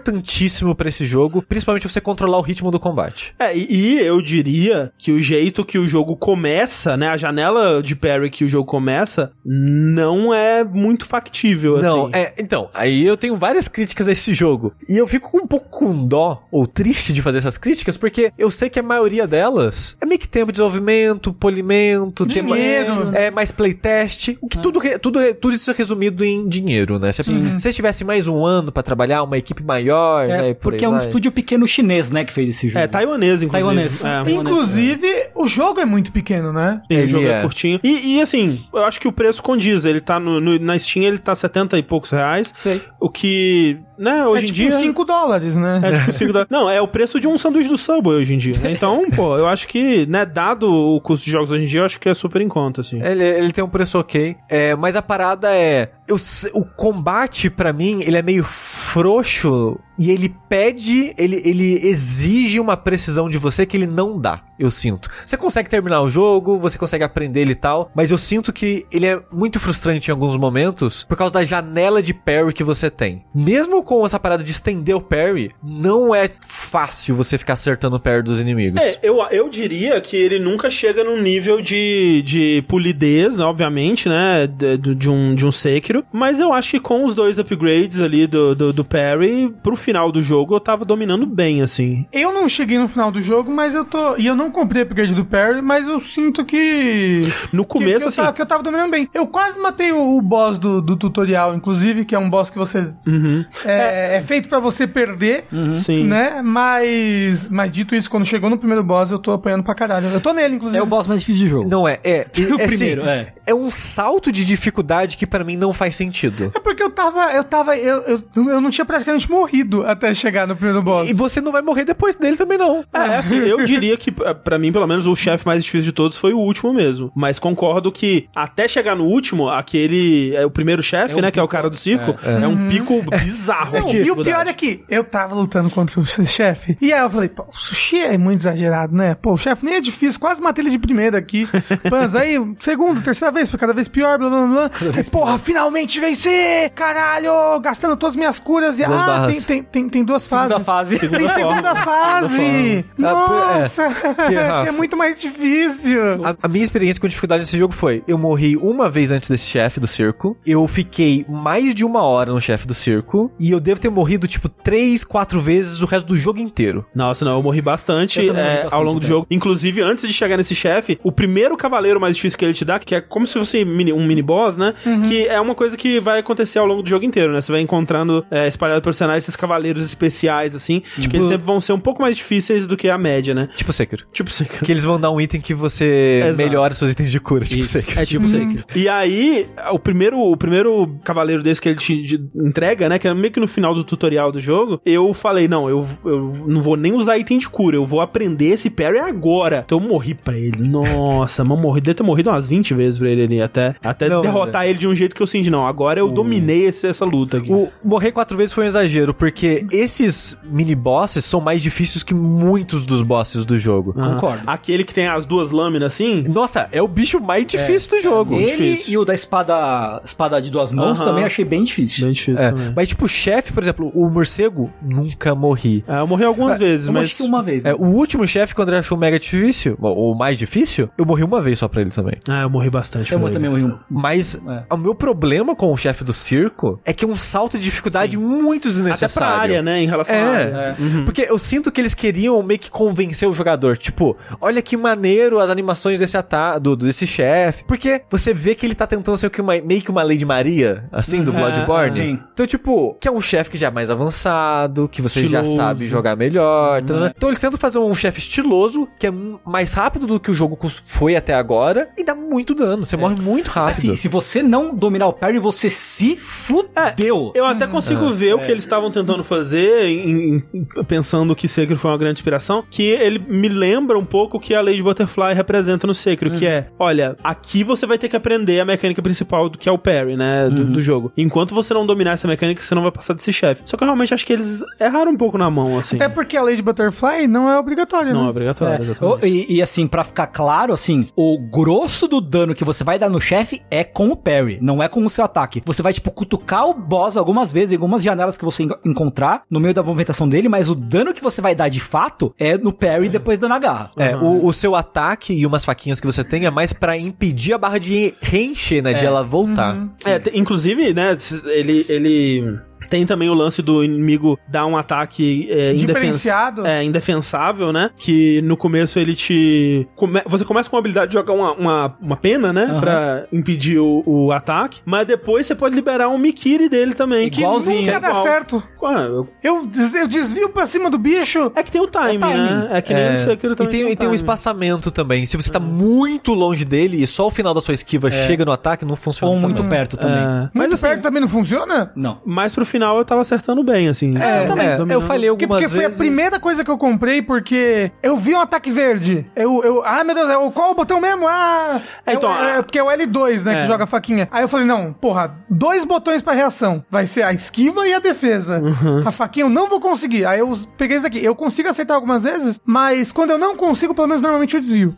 Speaker 4: importantíssimo pra esse jogo, principalmente você controlar o ritmo do combate.
Speaker 1: É, e, e eu diria que o jeito que o jogo começa, né? A janela de parry que o jogo começa não é muito factível,
Speaker 3: Tipo
Speaker 4: Não,
Speaker 1: assim.
Speaker 4: é, então, aí eu tenho várias críticas a esse jogo. E eu fico um pouco com dó ou triste de fazer essas críticas, porque eu sei que a maioria delas é meio que tempo de desenvolvimento, polimento, tempo-
Speaker 2: Dinheiro.
Speaker 4: é mais playtest,
Speaker 3: É.
Speaker 4: o que tudo, re- tudo, re- tudo isso é resumido em dinheiro, né? Se a pessoa- se vocês tivessem mais um ano pra trabalhar, uma equipe maior, né?
Speaker 3: É,
Speaker 4: e por
Speaker 3: porque
Speaker 4: aí
Speaker 3: é um
Speaker 4: vai. tá
Speaker 3: estúdio pequeno chinês, né, que fez esse jogo.
Speaker 1: É, taiwanês, inclusive.
Speaker 3: Taiwanês.
Speaker 1: É,
Speaker 2: Inclusive, o jogo é muito pequeno, né?
Speaker 1: Sim, o
Speaker 4: Ele
Speaker 1: jogo é,
Speaker 4: é.
Speaker 1: curtinho. E, e, assim, eu acho que o preço condiz. Ele tá no, no- na Steam, ele tá 70 e poucos reais.
Speaker 3: Sei.
Speaker 1: O que, né,
Speaker 2: É
Speaker 1: hoje em
Speaker 2: tipo
Speaker 1: dia.
Speaker 2: 5 dólares, né?
Speaker 1: É tipo 5 dólares. Não, é o preço de um sanduíche do Subway hoje em dia. né? Então, pô, eu acho que, né, dado o custo de jogos hoje em dia, eu acho que é super em conta, assim.
Speaker 4: Ele, ele tem um preço ok. É, mas a parada é. eu s- o combate, pra mim, ele é meio frouxo e ele pede, ele, ele exige uma precisão de você que ele não dá, eu sinto. Você consegue terminar o jogo, você consegue aprender ele e tal, mas eu sinto que ele é muito frustrante em alguns momentos por causa da janela de parry que você tem. Mesmo com essa parada de estender o parry, não é fácil você ficar acertando o parry dos inimigos.
Speaker 1: É, eu, eu diria que ele nunca chega num nível de, de polidez, né, obviamente, né? De, do- de um, de um Sekiro. Mas eu acho que com os dois upgrades ali do, do, do Parry, pro final do jogo eu tava dominando bem, assim.
Speaker 2: Eu não cheguei no final do jogo, mas eu tô. E eu não comprei upgrade do Perry, mas eu sinto que.
Speaker 1: No
Speaker 2: que,
Speaker 1: começo,
Speaker 2: que eu
Speaker 1: assim.
Speaker 2: tava, que eu tava dominando bem. Eu quase matei o, o boss do, do tutorial, inclusive, que é um boss que você.
Speaker 1: Uhum,
Speaker 2: É, é feito pra você perder.
Speaker 1: Sim.
Speaker 2: Né? Mas, mas dito isso, quando chegou no primeiro boss, eu tô apanhando pra caralho. Eu tô nele,
Speaker 1: É
Speaker 2: inclusive.
Speaker 3: É o boss mais difícil do jogo.
Speaker 4: Não é, é.
Speaker 3: O
Speaker 4: é, assim,
Speaker 3: primeiro, é.
Speaker 4: é um salto de dificuldade que pra mim não faz sentido.
Speaker 2: É porque eu tava. Eu tava. Eu, eu, eu não tinha praticamente morrido até chegar no primeiro boss.
Speaker 4: E você não vai morrer depois dele também, não.
Speaker 1: É, é assim, eu diria que, pra pra mim, pelo menos, o chefe mais difícil de todos foi o último mesmo. Mas concordo que até chegar no último, aquele. É o primeiro
Speaker 2: um
Speaker 1: chefe, né? Que é o cara do circo. É, um pico bizarro.
Speaker 2: Não, e o pior Uhum. é que eu tava lutando contra o chefe. E aí eu falei, pô, o sushi é muito exagerado, né? Pô, o chefe nem é difícil, quase matei ele de primeira aqui. Mas aí, segunda, terceira vez, foi cada vez pior, blá blá blá. Aí, porra, finalmente venci! Caralho! Gastando todas as minhas curas e.
Speaker 4: Duas
Speaker 2: ah,
Speaker 4: barras.
Speaker 2: tem, tem, tem, tem duas fases.
Speaker 3: fase.
Speaker 2: Tem segunda fase!
Speaker 4: forma.
Speaker 2: Nossa!
Speaker 4: Que
Speaker 2: É,
Speaker 4: Rafa.
Speaker 2: muito mais difícil!
Speaker 4: A, a minha experiência com dificuldade nesse jogo foi: eu morri uma vez antes desse chefe do circo, eu fiquei mais de uma hora no chefe do circo, e eu devo ter morrido, tipo, três, quatro vezes o resto do jogo inteiro.
Speaker 1: Nossa, não, eu morri bastante,
Speaker 3: Eu também
Speaker 1: é,
Speaker 3: morri bastante,
Speaker 1: ao longo do
Speaker 3: cara.
Speaker 1: jogo. Inclusive, antes de chegar nesse chefe, o primeiro cavaleiro mais difícil que ele te dá, que é como se fosse mini- um mini-boss, né?
Speaker 3: Uhum.
Speaker 1: Que é uma coisa que vai acontecer ao longo do jogo inteiro, né? Você vai encontrando é, espalhado pelo cenário esses cavaleiros especiais, assim,
Speaker 3: Tipo
Speaker 1: que eles sempre vão ser um pouco mais difíceis do que a média, né?
Speaker 4: Tipo Sekiro.
Speaker 1: Tipo, você...
Speaker 4: Que eles vão dar um item que você
Speaker 1: Exato.
Speaker 4: melhora seus itens de cura, tipo Sekiro.
Speaker 3: É tipo Sekiro.
Speaker 1: E aí, o primeiro, o primeiro cavaleiro desse que ele te de- entrega, né? Que é meio que no final do tutorial do jogo, eu falei, não, eu, eu não vou nem usar item de cura, eu vou aprender esse parry agora. Então eu morri pra ele. Nossa, mas morri, deve ter morrido umas 20 vezes pra ele ali, até, até
Speaker 4: Não,
Speaker 1: derrotar ele de um jeito que eu senti, não, agora eu dominei esse- essa luta aqui.
Speaker 4: O morrer quatro vezes foi um exagero, porque esses mini-bosses são mais difíceis que muitos dos bosses do jogo.
Speaker 1: Ah,
Speaker 3: Concordo.
Speaker 1: Aquele que tem as duas lâminas assim,
Speaker 4: Nossa, é o bicho mais
Speaker 1: É
Speaker 4: difícil do é um jogo.
Speaker 3: Ele
Speaker 1: difícil.
Speaker 3: e o da espada, espada de duas mãos
Speaker 1: Aham.
Speaker 3: também achei bem difícil.
Speaker 1: bem difícil
Speaker 4: É,
Speaker 1: também.
Speaker 4: mas tipo, o chefe, por exemplo, o morcego, nunca morri.
Speaker 1: É, eu morri algumas vezes,
Speaker 3: Eu
Speaker 1: mas...
Speaker 3: acho que uma vez. né?
Speaker 4: É, o último chefe que o André achou mega difícil, ou o mais difícil, eu morri uma vez só pra ele também.
Speaker 1: Ah, eu morri bastante.
Speaker 3: Eu
Speaker 1: pra ele.
Speaker 3: também morri um.
Speaker 4: Mas
Speaker 3: É.
Speaker 4: o meu problema com o chefe do circo é que é um salto de dificuldade
Speaker 1: Até
Speaker 4: muito
Speaker 1: pra
Speaker 4: desnecessário.
Speaker 1: área, né? Em relação à área. Uhum.
Speaker 4: É,
Speaker 3: Uhum.
Speaker 4: porque eu sinto que eles queriam meio que convencer o jogador. Tipo, olha que maneiro as animações desse atado, desse chefe. Porque você vê que ele tá tentando ser o que uma- meio que uma Lady Maria, assim, do
Speaker 1: É,
Speaker 4: Bloodborne.
Speaker 3: Uhum. sim.
Speaker 4: Então, tipo, que é um chefe que já é mais avançado, que você
Speaker 1: Estiloso.
Speaker 4: já sabe jogar melhor.
Speaker 3: Uhum.
Speaker 4: tá, né? Então, eles tentam fazer um chefe estiloso, que é m- mais rápido do que o jogo cus- foi até agora, e dá muito dano. Você morre muito É rápido.
Speaker 3: É. Assim, se você não dominar o parry, você se fudeu.
Speaker 1: É,
Speaker 3: É,
Speaker 1: Eu até consigo ver o que eles estavam tentando fazer, em- em- pensando que Sekiro foi uma grande inspiração, que ele me lembra um pouco o que a Lady Butterfly representa no Sekiro,
Speaker 3: Uhum.
Speaker 1: que é, olha, aqui você vai ter que aprender a mecânica principal do que é o parry, né,
Speaker 3: Uhum.
Speaker 1: do, do jogo. Enquanto você não dominar essa mecânica, você não vai passar desse chefe. Só que eu realmente acho que eles erraram um pouco na mão, assim.
Speaker 2: Até É porque a Lady Butterfly não é obrigatória,
Speaker 1: Não, é
Speaker 2: né?
Speaker 1: obrigatório,
Speaker 3: É, o-
Speaker 1: exatamente.
Speaker 3: e, e assim, pra ficar claro, assim, o grosso do dano que você vai dar no chefe é com o parry, não é com o seu ataque. Você vai, tipo, cutucar o boss algumas vezes, em algumas janelas que você en- encontrar no meio da movimentação dele, mas o dano que você vai dar de fato é no parry depois dando a garra.
Speaker 4: É, o, o seu ataque e umas faquinhas que você tem é mais pra impedir a barra de reencher, né? De ela voltar.
Speaker 3: Uhum.
Speaker 1: É, te- inclusive, né, ele, ele tem também o lance do inimigo dar um ataque é, indefens-
Speaker 2: Diferenciado.
Speaker 1: é, indefensável, né? Que no começo ele te. come- Você começa com a habilidade de jogar uma, uma, uma pena, né?
Speaker 3: Aham.
Speaker 1: Pra impedir o, o ataque. Mas depois você pode liberar um Mikiri dele também. que
Speaker 3: Igualzinho.
Speaker 1: nunca
Speaker 2: Nunca dá
Speaker 1: é igual.
Speaker 2: certo.
Speaker 1: Ué,
Speaker 2: Eu, des- eu desvio pra cima do bicho.
Speaker 1: É que tem o time,
Speaker 2: timing.
Speaker 1: né? É que nem
Speaker 4: É,
Speaker 1: o Sekiro
Speaker 4: e
Speaker 1: também. né?
Speaker 4: tem, e tem um
Speaker 1: time.
Speaker 4: espaçamento também. Se você tá muito longe dele e só o final da sua esquiva chega no ataque, não funciona.
Speaker 3: Ou muito
Speaker 4: também.
Speaker 3: perto também.
Speaker 1: É,
Speaker 2: Mas
Speaker 1: mas
Speaker 2: Muito
Speaker 1: assim,
Speaker 2: perto também não funciona?
Speaker 3: Não.
Speaker 1: mas pro final eu tava acertando bem, assim.
Speaker 4: É, eu, também. eu
Speaker 1: dominando.
Speaker 4: falei
Speaker 2: Porque,
Speaker 4: algumas
Speaker 2: porque foi a
Speaker 4: vezes.
Speaker 2: primeira coisa que eu comprei, porque eu vi um ataque verde. Eu, eu, ah, meu Deus, é o- qual o botão mesmo? Ah!
Speaker 1: É, então,
Speaker 2: é, o- é
Speaker 1: a-
Speaker 2: porque é o L2, né,
Speaker 1: É.
Speaker 2: que joga a faquinha. Aí eu falei, não, porra, dois botões pra reação. Vai ser a esquiva e a defesa.
Speaker 1: Uhum.
Speaker 2: A faquinha eu não vou conseguir. Aí eu peguei isso daqui. Eu consigo acertar algumas vezes, mas quando eu não consigo, pelo menos normalmente eu desvio.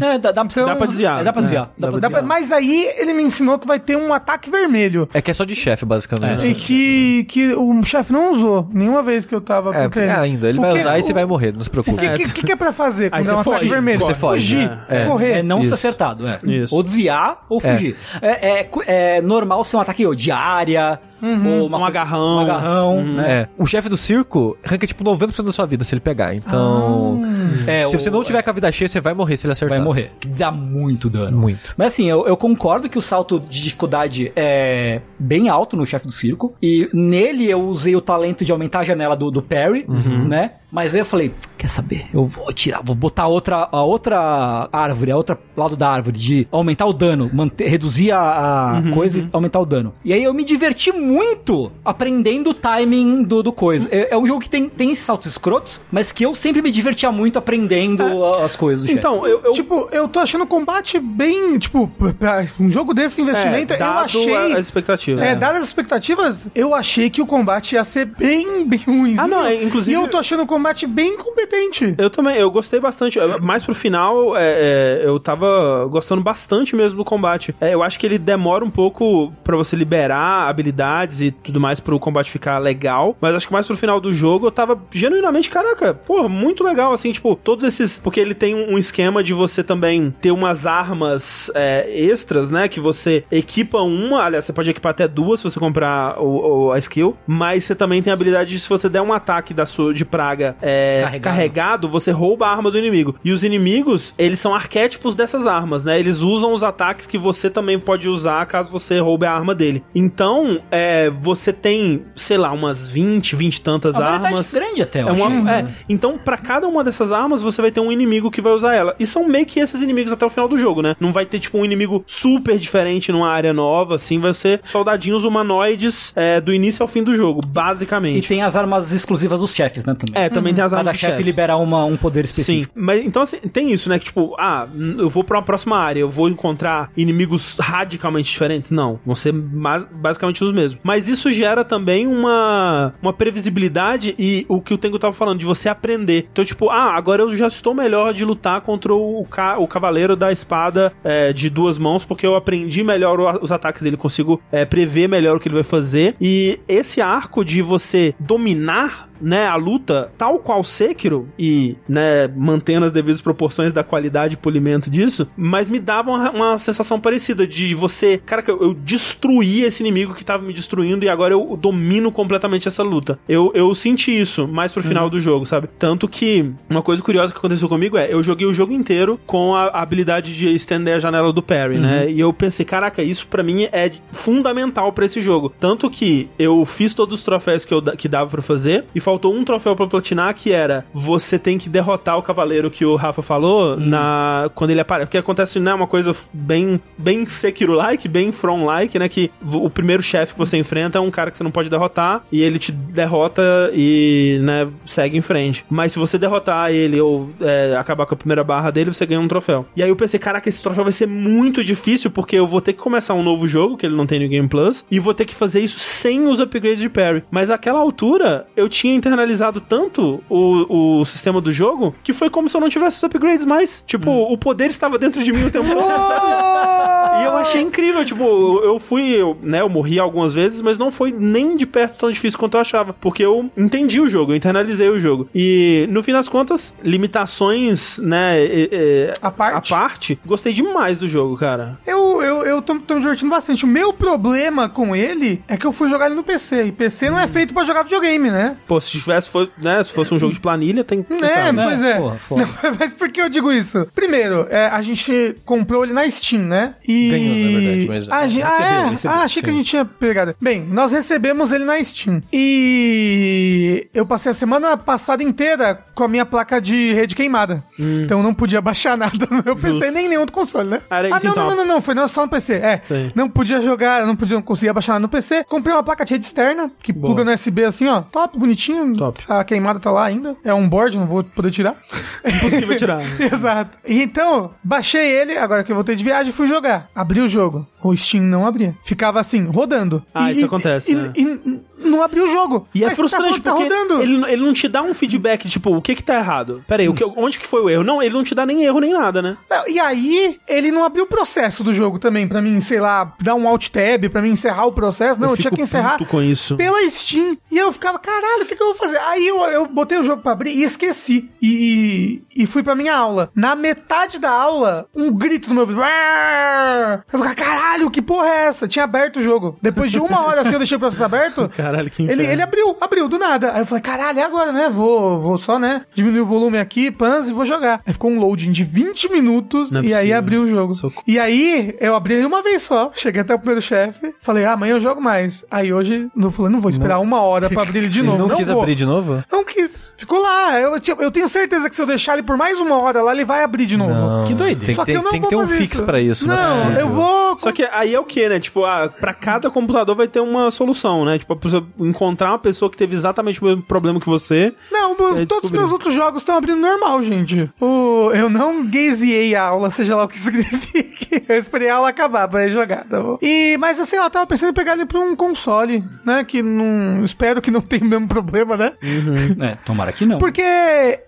Speaker 3: É, dá, dá,
Speaker 1: Dá pra desviar.
Speaker 3: É, dá pra
Speaker 1: É,
Speaker 3: desviar.
Speaker 1: dá pra
Speaker 2: Dá pra- mas aí ele me ensinou que vai ter um ataque vermelho.
Speaker 4: É que é só de chefe,
Speaker 2: E
Speaker 4: basicamente.
Speaker 2: que, que o chefe não usou nenhuma vez que eu tava
Speaker 4: É, porque
Speaker 2: ele.
Speaker 4: ainda. Ele
Speaker 2: O
Speaker 4: vai
Speaker 2: que-
Speaker 4: usar e você
Speaker 2: o-
Speaker 4: vai morrer, não se
Speaker 2: O
Speaker 4: preocupe.
Speaker 2: que, que, que, que é pra fazer
Speaker 1: Aí
Speaker 2: quando
Speaker 1: você
Speaker 2: é um ataque
Speaker 1: foge,
Speaker 2: vermelho?
Speaker 1: você
Speaker 4: foge,
Speaker 2: Fugir,
Speaker 1: né? É.
Speaker 2: correr.
Speaker 3: É não
Speaker 4: Isso.
Speaker 3: ser acertado, é.
Speaker 1: Isso.
Speaker 3: Ou desviar ou fugir. É, é cu- é normal ser um ataque ou de área, ou uma
Speaker 1: Um
Speaker 3: coisa-
Speaker 1: agarrão.
Speaker 3: Um agarrão, né?
Speaker 4: É, o chefe do circo arranca tipo 90% da sua vida se ele pegar. Então.
Speaker 3: É,
Speaker 4: se
Speaker 3: o-
Speaker 4: você não tiver com a vida cheia, você vai morrer se ele acertar.
Speaker 3: Vai morrer. Que dá muito dano.
Speaker 4: Muito.
Speaker 3: Mas assim, eu, eu concordo que o salto de dificuldade é bem
Speaker 1: Uhum.
Speaker 3: alto no chefe do circo. E nele eu usei o talento de aumentar a janela do, do parry, né? Mas aí eu falei, quer saber? Eu vou tirar, vou botar outra, a outra árvore, a outra lado da árvore, de aumentar o dano, manter, reduzir a,
Speaker 1: Uhum,
Speaker 3: a coisa e aumentar o dano. E aí eu me diverti muito aprendendo o timing do, do coisa. É, é um jogo que tem, tem esses saltos escrotos, mas que eu sempre me divertia muito aprendendo a- as coisas. do
Speaker 1: Então, eu. eu
Speaker 2: Tipo, eu tô achando o combate bem, tipo, pra- pra um jogo desse investimento, eu
Speaker 1: é, dado
Speaker 2: achei...
Speaker 1: a- as expectativas.
Speaker 2: É, dadas as expectativas, eu achei que o combate ia ser bem, bem ruim.
Speaker 1: Ah, não, é, inclusive-
Speaker 2: E eu tô achando o combate bem competente.
Speaker 1: Eu também, eu gostei bastante. Eh, Mais pro final, eh, eh, eu tava gostando bastante mesmo do combate. Eh, eu acho que ele demora um pouco pra você liberar habilidades e tudo mais pro combate ficar legal. Mas acho que mais pro final do jogo eu tava genuinamente, caraca, pô, muito legal. Assim, tipo, todos esses. Porque ele tem um um esquema de você também ter umas armas eh, extras, né? Que você equipa uma, aliás, você pode equipar até duas se você comprar o, o- a skill. Mas você também tem a habilidade de se você der um ataque da sua, de praga eh,
Speaker 3: Carregado.
Speaker 1: carregado carregado, você rouba a arma do inimigo. E os inimigos, eles são arquétipos dessas armas, né? Eles usam os ataques que você também pode usar caso você roube a arma dele. Então, é, você tem, sei lá, umas 20, 20 e tantas
Speaker 3: Uma variedade
Speaker 1: armas.
Speaker 3: grande até, eu
Speaker 1: É uma-
Speaker 3: achei.
Speaker 1: é, então, pra cada uma dessas armas, você vai ter um inimigo que vai usar ela. E são meio que esses inimigos até o final do jogo, né? Não vai ter, tipo, um inimigo super diferente numa área nova, assim. Vai ser soldadinhos humanoides é, do início ao fim do jogo,
Speaker 3: E
Speaker 1: basicamente.
Speaker 3: tem as armas exclusivas dos chefes, né, também.
Speaker 1: É, também tem as armas
Speaker 3: Cada
Speaker 1: dos
Speaker 3: chefe
Speaker 1: chefes.
Speaker 3: libera uma, um poder
Speaker 1: Sim,
Speaker 3: específico.
Speaker 1: mas então assim, tem isso, né? Que tipo, ah, n- eu vou pra uma próxima área, eu vou encontrar inimigos radicalmente diferentes? Não, vão ser mas- basicamente os mesmos. Mas isso gera também uma, uma previsibilidade e o que o Tengo tava falando, de você aprender. Então, tipo, ah, agora eu já estou melhor de lutar contra o, ca o cavaleiro da espada é, de duas mãos, porque eu aprendi melhor o- os ataques dele, consigo é, prever melhor o que ele vai fazer. E esse arco de você dominar né, a luta, tal qual Sekiro, e, né, mantendo as devidas proporções da qualidade e polimento disso, mas me dava uma, uma sensação parecida de você, cara, que eu, eu destruí esse inimigo que tava me destruindo e agora eu domino completamente essa luta. Eu, eu senti isso mais pro final do jogo, sabe? Tanto que uma coisa curiosa que aconteceu comigo é, eu joguei o jogo inteiro com a, a habilidade de estender a janela do parry, né? E eu pensei, caraca, isso pra mim é fundamental pra esse jogo. Tanto que eu fiz todos os troféus que, eu, da- que dava pra fazer e faltou um troféu pra platinar que era você tem que derrotar o cavaleiro que o Rafa falou na quando ele aparece. Porque acontece, né, uma coisa f- bem bem Sekiro-like, bem From-like, né, que v- o primeiro chefe que você enfrenta é um cara que você não pode derrotar e ele te derrota e, né, segue em frente. Mas se você derrotar ele ou é, acabar com a primeira barra dele, você ganha um troféu. E aí eu pensei, caraca, esse troféu vai ser muito difícil porque eu vou ter que começar um novo jogo, que ele não tem no Game Plus, e vou ter que fazer isso sem os upgrades de parry. Mas àquela altura, eu tinha internalizado tanto o, o sistema do jogo que foi como se eu não tivesse os upgrades mais. Tipo, o poder estava dentro de mim o tempo todo. sabe? E eu achei incrível, tipo, eu- eu fui, eu, né, eu morri algumas vezes, mas não foi nem de perto tão difícil quanto eu achava, porque eu entendi o jogo, eu internalizei o jogo. E, no fim das contas, limitações, né, e- e-
Speaker 2: A parte.
Speaker 1: a parte, gostei demais do jogo, cara.
Speaker 2: Eu, eu, eu tô, tô me divertindo bastante. O meu problema com ele é que eu fui jogar ele no PC. E PC não é feito pra jogar videogame, né?
Speaker 1: Pô, se tivesse, fo- né, se fosse um jogo de planilha, tem que
Speaker 2: É,
Speaker 1: né?
Speaker 2: pois é.
Speaker 3: Porra, foda.
Speaker 2: Não, mas por que eu digo isso? Primeiro, é, a gente comprou ele na Steam, né? E.
Speaker 4: Ganhou, na verdade, mas-
Speaker 2: a gente, ah, é?
Speaker 4: Recebeu, recebeu,
Speaker 2: ah, achei que a
Speaker 4: sim.
Speaker 2: gente tinha pegado. Bem, nós recebemos ele na Steam. E. Eu passei a semana passada inteira com a minha placa de rede queimada.
Speaker 4: Hum.
Speaker 2: Então eu não podia baixar nada no meu PC, nem em nenhum outro console, né?
Speaker 1: Era
Speaker 2: ah,
Speaker 1: isso,
Speaker 2: não,
Speaker 1: então.
Speaker 2: não, não, não, não, foi não, só no PC. É.
Speaker 1: Sim.
Speaker 2: Não podia jogar, não podia, não conseguia baixar nada no PC. Comprei uma placa de rede externa, que
Speaker 1: Boa.
Speaker 2: pluga no USB assim, ó. Top, bonitinho.
Speaker 1: Top.
Speaker 2: A queimada tá lá ainda. É um board, não vou poder tirar.
Speaker 1: É Impossível tirar.
Speaker 2: Exato. E Então, baixei ele, agora que eu voltei de viagem, fui jogar. Abri o jogo. O Steam não abria. Ficava assim, rodando.
Speaker 1: Ah, isso acontece,
Speaker 2: E,
Speaker 1: né?
Speaker 2: e- e não abriu o jogo.
Speaker 1: E é
Speaker 2: Mas tá
Speaker 1: frustrante
Speaker 2: falando que tá
Speaker 1: porque
Speaker 2: rodando.
Speaker 1: ele, ele não te dá um feedback, tipo, o que que tá errado? Pera aí, o que, onde que foi o erro? Não, ele não te dá nem erro nem nada, né?
Speaker 2: Não, E aí, ele não abriu o processo do jogo também, pra mim, sei lá, dar um alt tab, pra mim encerrar o processo. Não, eu, tinha
Speaker 1: fico
Speaker 2: que encerrar
Speaker 1: puto com isso.
Speaker 2: pela Steam. E eu ficava, caralho, o que, que eu vou fazer? Aí eu, eu botei o jogo pra abrir e esqueci. E, e, e fui pra minha aula. Na metade da aula, um grito no meu ouvido. "Uar!" Eu ficava, caralho, que porra é essa? Tinha aberto o jogo. Depois de uma hora assim, eu deixei o processo aberto.
Speaker 1: Caralho, que
Speaker 2: Ele,
Speaker 1: inferno.
Speaker 2: ele abriu, abriu, do nada. Aí eu falei, caralho, é agora, né? Vou, vou só, né? Diminuir o volume aqui, pans, e vou jogar. Aí ficou um loading de 20 minutos
Speaker 1: Não é
Speaker 2: e aí
Speaker 1: possível.
Speaker 2: abriu o jogo.
Speaker 1: Socorro.
Speaker 2: E aí, eu abri ele uma vez só. Cheguei até o primeiro chefe. Falei, ah, amanhã eu jogo mais. Aí hoje, eu falei, não vou esperar uma hora era pra abrir ele de
Speaker 4: Ele
Speaker 2: novo.
Speaker 4: não, quis
Speaker 2: vou.
Speaker 4: abrir de novo?
Speaker 2: Não quis. Ficou lá. Eu, tinha- eu tenho certeza que se eu deixar ele por mais uma hora lá, ele vai abrir de novo.
Speaker 1: que doideira.
Speaker 4: Tem, que
Speaker 2: Só que
Speaker 4: ter-
Speaker 2: eu não
Speaker 4: tem que
Speaker 2: vou
Speaker 4: ter um
Speaker 2: fazer
Speaker 4: fix pra isso, não, é
Speaker 2: Não,
Speaker 4: possível.
Speaker 2: eu vou.
Speaker 1: Só que aí é o que, né? Tipo, ah, pra cada computador vai ter uma solução, né? Tipo, a pessoa encontrar uma pessoa que teve exatamente o mesmo problema que você.
Speaker 2: Não,
Speaker 1: É,
Speaker 2: todos os
Speaker 1: descobri.
Speaker 2: meus outros jogos estão abrindo normal, gente. O, eu não gazeei a aula, seja lá o que isso signifique. Eu esperei a aula acabar pra ir jogar, tá bom? E, mas assim, eu tava pensando em pegar ele pra um console, né? Que não. Espero que não tenha o mesmo problema, né?
Speaker 1: Uhum.
Speaker 5: É, tomara que não.
Speaker 2: Porque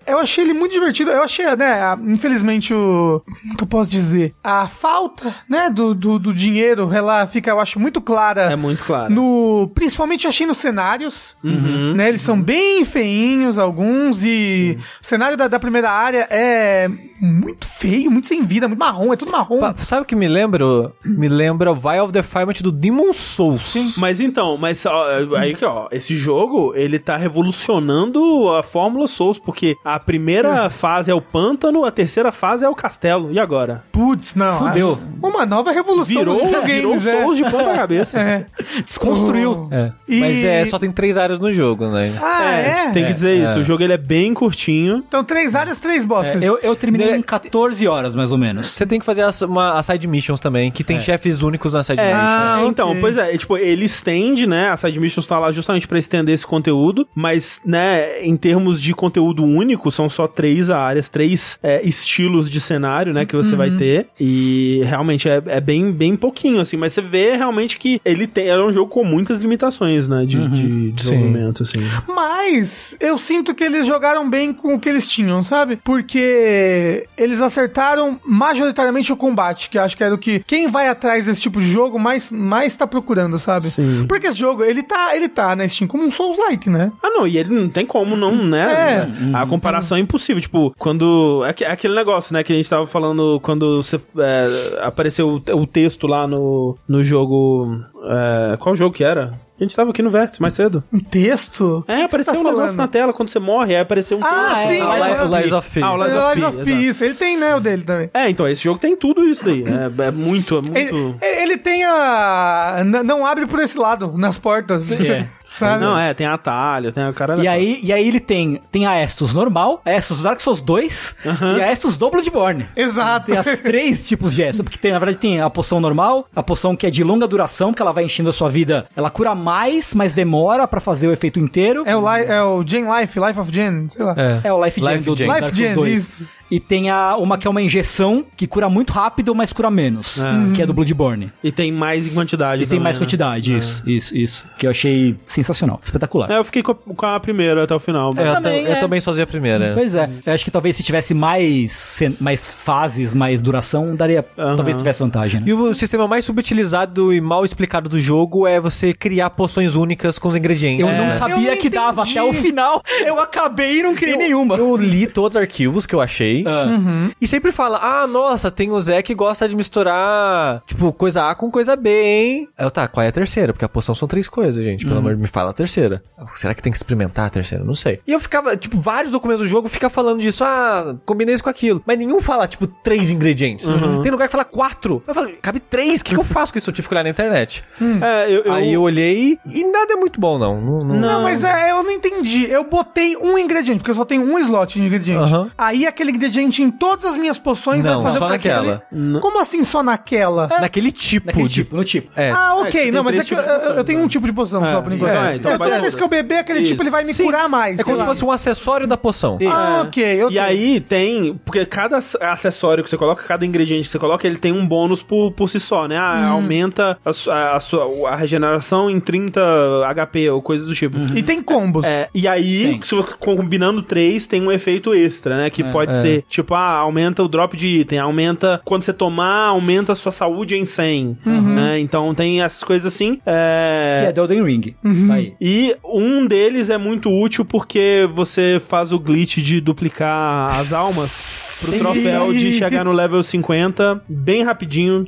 Speaker 2: eu achei ele muito divertido. Eu achei, né? a- Infelizmente, o. O que eu posso dizer? A falta, né? Do, do, do dinheiro, ela fica, eu acho, muito clara.
Speaker 1: É muito claro.
Speaker 2: No, principalmente eu achei nos cenários, né? Eles são bem feinhos alguns e o cenário da, da primeira área é muito feio, muito sem vida, muito marrom, é tudo marrom.
Speaker 4: Pa- Sabe o que me lembra? Me lembra o Vial of Defilement do Demon Souls.
Speaker 1: Mas então, mas ó, aí que ó, esse jogo, ele tá revolucionando a Fórmula Souls, porque a primeira fase é o pântano, a terceira fase é o castelo. E agora?
Speaker 2: Putz, não.
Speaker 3: Fudeu.
Speaker 2: é Uma nova revolução
Speaker 1: Virou,
Speaker 2: dos
Speaker 1: virou
Speaker 2: videogames, é.
Speaker 1: Souls de ponta cabeça.
Speaker 2: É.
Speaker 3: Desconstruiu.
Speaker 4: É.
Speaker 2: E-
Speaker 4: Mas é, só tem três áreas no jogo, né?
Speaker 2: Ah, é?
Speaker 1: Tem que dizer isso. O jogo ele é bem curtinho.
Speaker 2: Então, três áreas, três bosses.
Speaker 3: É, Eu, eu terminei
Speaker 4: Né?
Speaker 3: em 14 horas, mais ou menos.
Speaker 4: Você tem que fazer as, uma, as side missions também, que tem chefes únicos na side
Speaker 1: É,
Speaker 4: missions.
Speaker 2: Ah, ok.
Speaker 1: então, pois é, tipo, ele estende, né? A side missions tá lá justamente pra estender esse conteúdo, mas, né, em termos de conteúdo único, são só três áreas, três é, estilos de cenário, né, que você
Speaker 2: Uhum.
Speaker 1: vai ter. E realmente é, é bem, bem pouquinho, assim, mas você vê realmente que ele tem, é um jogo com muitas limitações, né? De,
Speaker 2: Uhum.
Speaker 1: de desenvolvimento, assim.
Speaker 2: Mas eu sinto que eles jogaram bem com o que eles tinham, sabe? Porque eles acertaram majoritariamente o combate, que eu acho que era o que quem vai atrás desse tipo de jogo mais, mais tá procurando, sabe?
Speaker 1: Sim.
Speaker 2: Porque esse jogo, ele tá, ele tá na Steam como um Souls-like, né?
Speaker 1: Ah, não, e ele não tem como não, né?
Speaker 2: Uhum.
Speaker 1: A comparação é impossível. Tipo, quando. É aque- é aquele negócio, né? Que a gente tava falando quando você, é, apareceu o, te- o texto lá no, no jogo. é, qual jogo que era? A gente tava aqui no Vértice mais cedo.
Speaker 2: Um texto?
Speaker 1: É,
Speaker 2: O que você
Speaker 1: apareceu
Speaker 2: tá
Speaker 1: um negócio na
Speaker 2: falando?
Speaker 1: tela quando você morre, aí apareceu um
Speaker 2: Ah,
Speaker 1: texto.
Speaker 2: sim, mas
Speaker 4: o Lies of P.
Speaker 1: Ah, o Lies of P.
Speaker 2: Lies of P,
Speaker 1: exato.
Speaker 2: isso. Ele tem, né, o dele também.
Speaker 1: É, então, esse jogo tem tudo isso daí. né? É, muito, é
Speaker 2: Ele,
Speaker 1: muito.
Speaker 2: ele tem a... n- Não abre por esse lado, nas portas.
Speaker 3: É.
Speaker 2: Sabe?
Speaker 1: Não, é, tem atalho, tem a cara
Speaker 3: E aí, e aí ele tem, tem a Estus normal, a Estus Dark Souls 2 e a Estus do Bloodborne.
Speaker 2: Exato.
Speaker 3: Tem as três tipos de Estus, porque tem, na verdade tem a poção normal, a poção que é de longa duração, que ela vai enchendo a sua vida, ela cura mais, mas demora pra fazer o efeito inteiro.
Speaker 2: É o, li, é o Gen Life, Life of Gen, sei lá.
Speaker 4: É.
Speaker 3: É o Life Gem
Speaker 4: Life
Speaker 3: do
Speaker 4: Gem.
Speaker 3: Dark
Speaker 2: Life
Speaker 3: Souls
Speaker 2: Gem,
Speaker 3: 2.
Speaker 2: isso.
Speaker 3: E tem a, uma que é uma injeção que cura muito rápido, mas cura menos,
Speaker 1: Ah.
Speaker 3: que é do Bloodborne.
Speaker 1: E tem mais em quantidade.
Speaker 3: E tem
Speaker 1: também,
Speaker 3: mais
Speaker 1: né?
Speaker 3: quantidade, isso, isso, isso. Que eu achei sensacional, espetacular.
Speaker 1: É, eu fiquei com a, com a primeira até o final.
Speaker 4: É, eu,
Speaker 3: também,
Speaker 4: tam- eu
Speaker 3: é.
Speaker 4: também só usei a primeira.
Speaker 3: Pois é, eu acho que talvez se tivesse mais, cen- mais fases, mais duração, daria.
Speaker 1: Aham.
Speaker 3: Talvez tivesse vantagem. né?
Speaker 4: E o sistema mais subutilizado e mal explicado do jogo é você criar poções únicas com os ingredientes.
Speaker 3: Eu
Speaker 4: né?
Speaker 3: não
Speaker 1: É.
Speaker 3: sabia
Speaker 2: Eu não
Speaker 3: que dava
Speaker 2: entendi.
Speaker 3: até o final. Eu acabei e não criei nenhuma.
Speaker 4: Eu li todos os arquivos que eu achei.
Speaker 3: Ah.
Speaker 4: E sempre fala: Ah, nossa, tem o Zé que gosta de misturar, tipo, coisa A com coisa B, hein? Aí eu, tá, qual é a terceira? Porque a poção são três coisas, gente.
Speaker 3: Uhum.
Speaker 4: Pelo amor de me fala a terceira. Será que tem que experimentar a terceira? Não sei. E eu ficava, tipo, vários documentos do jogo fica falando disso. Ah, combinei isso com aquilo. Mas nenhum fala, tipo, três ingredientes.
Speaker 3: Uhum.
Speaker 4: Tem lugar que fala quatro. Eu falo, cabe três? O que, que eu faço com isso? Eu tive que olhar na internet.
Speaker 3: Hum.
Speaker 1: É, eu, eu-
Speaker 4: Aí eu olhei e nada é muito bom, não. Não, não-
Speaker 2: Não, mas é, eu não entendi. Eu botei um ingrediente, porque eu só tenho um slot de ingrediente.
Speaker 4: Aham.
Speaker 2: Aí aquele ingrediente em todas as minhas poções
Speaker 4: Não,
Speaker 2: vai fazer
Speaker 4: só
Speaker 2: o preço
Speaker 4: naquela.
Speaker 2: dele? Como assim só naquela?
Speaker 4: Naquele tipo
Speaker 3: Naquele
Speaker 4: de.
Speaker 3: tipo, no tipo.
Speaker 4: É.
Speaker 2: Ah,
Speaker 1: É, que
Speaker 2: ok.
Speaker 1: tem
Speaker 2: não, mas é
Speaker 1: três
Speaker 2: que eu,
Speaker 1: tipos de poção,
Speaker 2: eu- eu tenho um
Speaker 1: né?
Speaker 2: tipo de poção
Speaker 1: É,
Speaker 2: só por enquanto.
Speaker 1: é, então
Speaker 2: Eu- toda
Speaker 1: vai-
Speaker 2: vez que eu beber aquele
Speaker 1: Isso.
Speaker 2: tipo, ele vai me
Speaker 4: Sim.
Speaker 2: curar mais.
Speaker 4: É como se
Speaker 2: sei lá.
Speaker 4: fosse um acessório da poção.
Speaker 2: Ah, ok. eu
Speaker 1: É. E
Speaker 2: tenho.
Speaker 1: aí tem, porque cada ac- acessório que você coloca, cada ingrediente que você coloca, ele tem um bônus por, por si só, né? Ah, Aumenta a, su- a, a sua a regeneração em 30 HP ou coisa do tipo.
Speaker 2: E tem combos.
Speaker 1: É, e aí, se você combinando três, tem um efeito extra, né? Que pode ser, tipo, ah, aumenta o drop de item, aumenta quando você tomar, aumenta a sua saúde em 100, né? Então tem essas coisas assim. É...
Speaker 3: Que é The Elden Ring. Tá aí.
Speaker 1: E um deles é muito útil porque você faz o glitch de duplicar as almas pro troféu de chegar no level 50 bem rapidinho.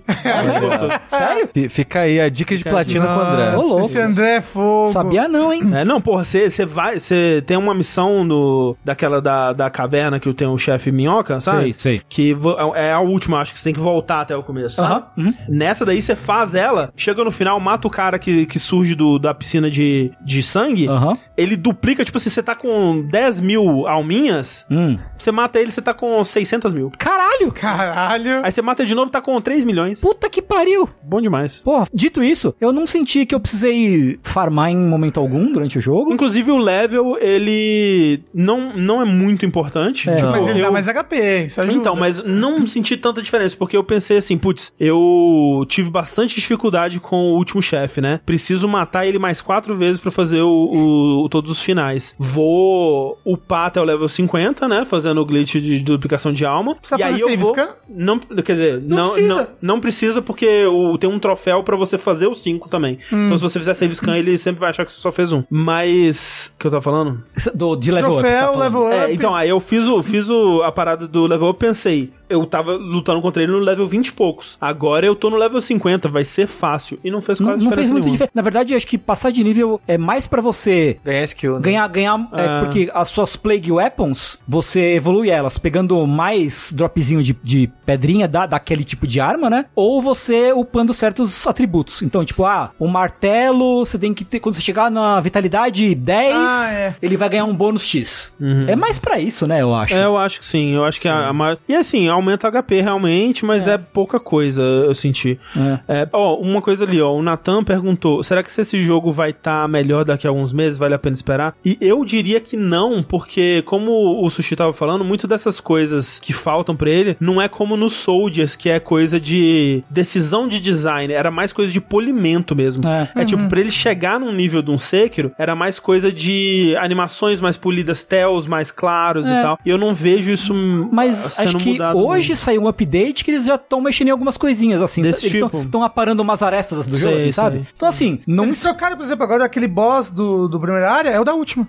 Speaker 4: Sério? Fica aí a dica de platina com o André.
Speaker 2: Nossa,
Speaker 3: Ô, louco.
Speaker 2: Esse André é fogo.
Speaker 3: Sabia não, hein?
Speaker 1: É, não, porra, você vai. Você tem uma missão no, daquela da, da caverna que tem o chefe minhoca, sabe?
Speaker 5: Sei, sei.
Speaker 1: Que vo- é a última, acho que você tem que voltar até o começo. sabe?
Speaker 3: Uhum.
Speaker 1: Nessa daí você faz ela, chega no final, mata o cara que, que surge do, da piscina de, de sangue,
Speaker 3: Ah.
Speaker 5: Aham.
Speaker 1: ele duplica, tipo assim, você tá com 10 mil alminhas,
Speaker 5: Hum.
Speaker 1: você mata ele, você tá com 600 mil.
Speaker 3: Caralho!
Speaker 2: Caralho.
Speaker 1: Aí você mata ele de novo, tá com 3 milhões.
Speaker 3: Puta que pariu!
Speaker 1: Bom demais.
Speaker 3: Porra, dito isso, eu não senti que eu precisei farmar em momento algum durante o jogo.
Speaker 1: Inclusive o level, ele não, não é muito importante.
Speaker 3: É,
Speaker 1: tipo,
Speaker 2: Mas ele
Speaker 1: eu-
Speaker 2: dá mais HP, isso ajuda.
Speaker 1: Então, mas não senti tanta diferença, porque eu pensei assim, putz, eu tive bastante dificuldade com o último chefe, né? Preciso matar ele mais quatro vezes pra fazer o, o- o- todos os finais. Vou upar até o level 50, né? Fazendo o glitch de duplicação de alma.
Speaker 2: Precisa
Speaker 1: e aí
Speaker 2: fazer
Speaker 1: eu
Speaker 2: save
Speaker 1: vou...
Speaker 2: scan?
Speaker 1: Não, quer dizer, não, não
Speaker 3: precisa.
Speaker 1: precisa. Não, precisa, porque o- tem um troféu pra você fazer os cinco também.
Speaker 2: Hum.
Speaker 1: Então se você fizer save scan, ele sempre vai achar que você só fez um. Mas... O que eu tava falando?
Speaker 3: Do, de level up. você tá
Speaker 2: Troféu,
Speaker 3: falando.
Speaker 2: level up.
Speaker 1: É, então, aí eu fiz, o, fiz o, a parada do level up, pensei, eu tava lutando contra ele no level 20 e poucos. Agora eu tô no level 50, vai ser fácil. E não fez
Speaker 3: Não,
Speaker 1: quase
Speaker 3: não
Speaker 1: diferença
Speaker 3: fez muito
Speaker 1: nenhuma.
Speaker 3: diferença. Na verdade, acho que passar de nível é mais pra você
Speaker 4: Ganhar skill, né?
Speaker 3: ganhar, ganhar. é,
Speaker 1: Ah.
Speaker 3: porque as suas Plague Weapons, você evolui elas pegando mais dropzinho de, de pedrinha da, daquele tipo de arma, né? Ou você upando certos atributos. Então, tipo, ah, o martelo, você tem que ter. Quando você chegar na vitalidade 10,
Speaker 2: Ah, é.
Speaker 3: ele vai ganhar um bônus X. É mais pra isso, né? Eu acho.
Speaker 1: É, eu acho que sim. Eu acho que a, a maior... E assim, aumenta o HP realmente, mas é, pouca coisa, eu senti.
Speaker 3: É.
Speaker 1: É, ó, uma coisa ali, ó. O Natan perguntou: será que se esse jogo vai estar melhor daqui a alguns meses? Vale a pena esperar? E eu diria que não, porque, como o Sushi tava falando, muito dessas coisas que faltam pra ele não é como no Soldiers, que é coisa de decisão de design, era mais coisa de polimento mesmo.
Speaker 3: É.
Speaker 1: É tipo, pra ele chegar num nível de um Sekiro, era mais coisa de animações mais polidas, tells mais claros
Speaker 3: É.
Speaker 1: e tal. E eu não vejo isso hum,
Speaker 3: Mas
Speaker 1: sendo
Speaker 3: acho que
Speaker 1: mudado
Speaker 3: hoje saiu um update que eles já estão mexendo em algumas coisinhas, assim.
Speaker 1: Desse
Speaker 3: eles
Speaker 1: tipo.
Speaker 3: estão aparando umas arestas do
Speaker 1: Sei,
Speaker 3: jogo, assim,
Speaker 1: sei.
Speaker 3: sabe? Então, assim, não
Speaker 2: Eles trocaram, por exemplo, agora aquele boss do, do primeira área é o da última.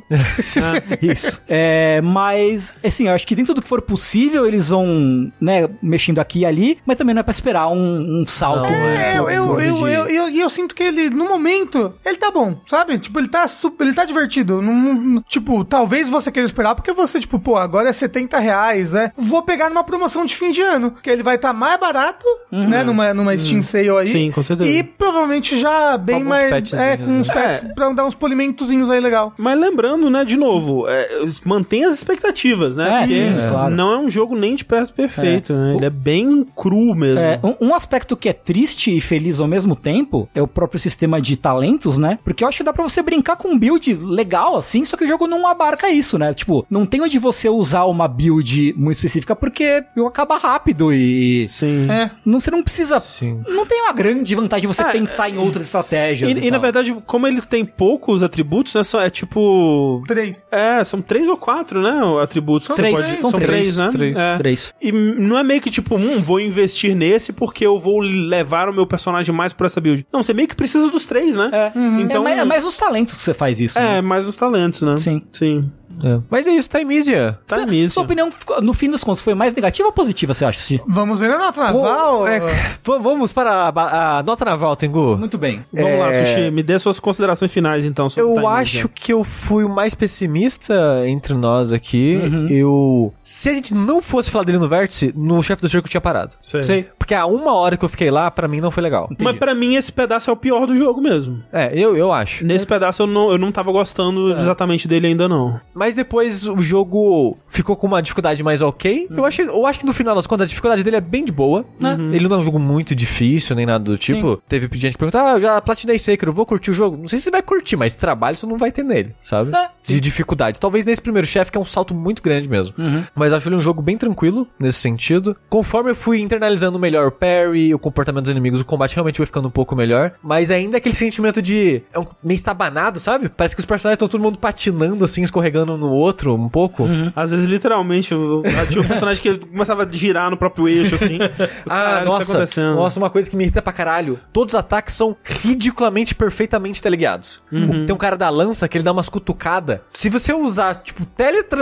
Speaker 3: Isso. É, mas, assim, eu acho que dentro do que for possível, eles vão, né, mexendo aqui e ali, mas também não é pra esperar um, um salto.
Speaker 2: É,
Speaker 3: né,
Speaker 2: eu, eu,
Speaker 3: absurdo
Speaker 2: eu,
Speaker 3: de-
Speaker 2: eu, eu- e eu sinto que ele, no momento, ele tá bom, sabe? Tipo, ele tá, su- ele tá divertido. Não- não- tipo, talvez você queira esperar, porque você, tipo, pô, agora é 70 reais, né? Vou pegar numa promoção de fim de ano, que ele vai estar mais barato, né? Numa, numa Steam Sale aí.
Speaker 1: Sim, com certeza.
Speaker 2: E provavelmente já bem
Speaker 4: alguns
Speaker 2: mais...
Speaker 4: patchzinhos,
Speaker 2: É, com uns
Speaker 1: né?
Speaker 2: pets
Speaker 1: É.
Speaker 2: pra dar uns polimentozinhos aí legal.
Speaker 1: Mas lembrando, né, de novo, é, mantém as expectativas, né?
Speaker 3: É,
Speaker 1: Porque
Speaker 3: sim, é, claro.
Speaker 1: não é um jogo nem de perto perfeito, né? Ele é bem cru mesmo.
Speaker 3: É, um, um aspecto que é triste e feliz ao mesmo tempo é o próprio sistema de talentos, né? Porque eu acho que dá pra você brincar com um build legal, assim, só que o jogo não abarca isso, né? Tipo, não tem onde você usar uma build muito específica porque eu acaba rápido e.
Speaker 1: Sim.
Speaker 2: É.
Speaker 3: Não, você não precisa.
Speaker 4: Sim.
Speaker 3: Não tem uma grande vantagem você
Speaker 1: É,
Speaker 3: pensar em outras estratégias.
Speaker 1: E, e, na
Speaker 3: tal.
Speaker 1: verdade, como eles têm poucos atributos, né? Só é tipo.
Speaker 2: Três.
Speaker 1: É, são três ou quatro, né? Atributos que
Speaker 3: Três,
Speaker 1: você pode.
Speaker 3: são três,
Speaker 1: né?
Speaker 4: três.
Speaker 1: É.
Speaker 3: Três.
Speaker 1: E não é meio que tipo, hum, vou investir nesse porque eu vou levar o meu personagem mais pra essa build. Não, você meio que precisa dos três, né?
Speaker 3: É.
Speaker 1: Então,
Speaker 3: é, mais, é mais os talentos que você faz isso.
Speaker 1: é,
Speaker 3: né?
Speaker 1: mais os talentos, né?
Speaker 3: Sim.
Speaker 1: Sim.
Speaker 4: É. Mas é isso, Time Easier.
Speaker 1: Tá
Speaker 3: Sua-
Speaker 1: nisso.
Speaker 3: Sua opinião, ficou- no fim dos contos, foi mais negativa ou positiva, você acha? Sushi?
Speaker 2: Vamos ver a nota naval.
Speaker 4: É, v- vamos para a, ba- a nota naval, Tengu.
Speaker 3: Muito bem.
Speaker 1: Vamos lá, Sushi, me dê suas considerações finais então. sobre
Speaker 4: É. Eu
Speaker 1: Time Ninja.
Speaker 4: acho que eu fui o mais pessimista entre nós aqui.
Speaker 1: Uhum.
Speaker 4: Eu. Se a gente não fosse falar dele no vértice, no chefe do circo tinha parado.
Speaker 1: Sei.
Speaker 4: Porque a uma hora que eu fiquei lá, pra mim não foi legal.
Speaker 1: Mas pra mim esse pedaço é o pior do jogo mesmo.
Speaker 4: É, eu, eu acho.
Speaker 1: Nesse pedaço eu não, eu não tava gostando exatamente dele ainda não.
Speaker 4: Mas depois o jogo ficou com uma dificuldade mais ok. Eu, achei, eu acho que no final das contas a dificuldade dele é bem de boa. né? Ele não é um jogo muito difícil nem nada do tipo. Teve gente que perguntou: Ah, eu já platinei Sekiro, vou curtir o jogo. Não sei se você vai curtir, mas trabalho você não vai ter nele, sabe?
Speaker 3: É.
Speaker 4: De dificuldade. Talvez nesse primeiro chefe, que é um salto muito grande mesmo. Mas eu acho ele um jogo bem tranquilo nesse sentido. Conforme eu fui internalizando melhor o parry, o comportamento dos inimigos, o combate realmente foi ficando um pouco melhor. Mas ainda aquele sentimento de. É um meio estabanado, sabe? Parece que os personagens estão todo mundo patinando, assim, escorregando um no outro um pouco.
Speaker 1: Às vezes, literalmente, eu, eu tinha um personagem que ele começava a girar no próprio eixo, assim.
Speaker 4: Ah,
Speaker 1: Caralho, o que tá
Speaker 4: nossa,
Speaker 1: acontecendo?
Speaker 4: nossa, uma coisa que me irrita pra caralho. Todos os ataques são ridiculamente perfeitamente teleguiados.
Speaker 1: Uhum.
Speaker 4: Tem um cara da lança que ele dá umas cutucadas. Se você usar, tipo,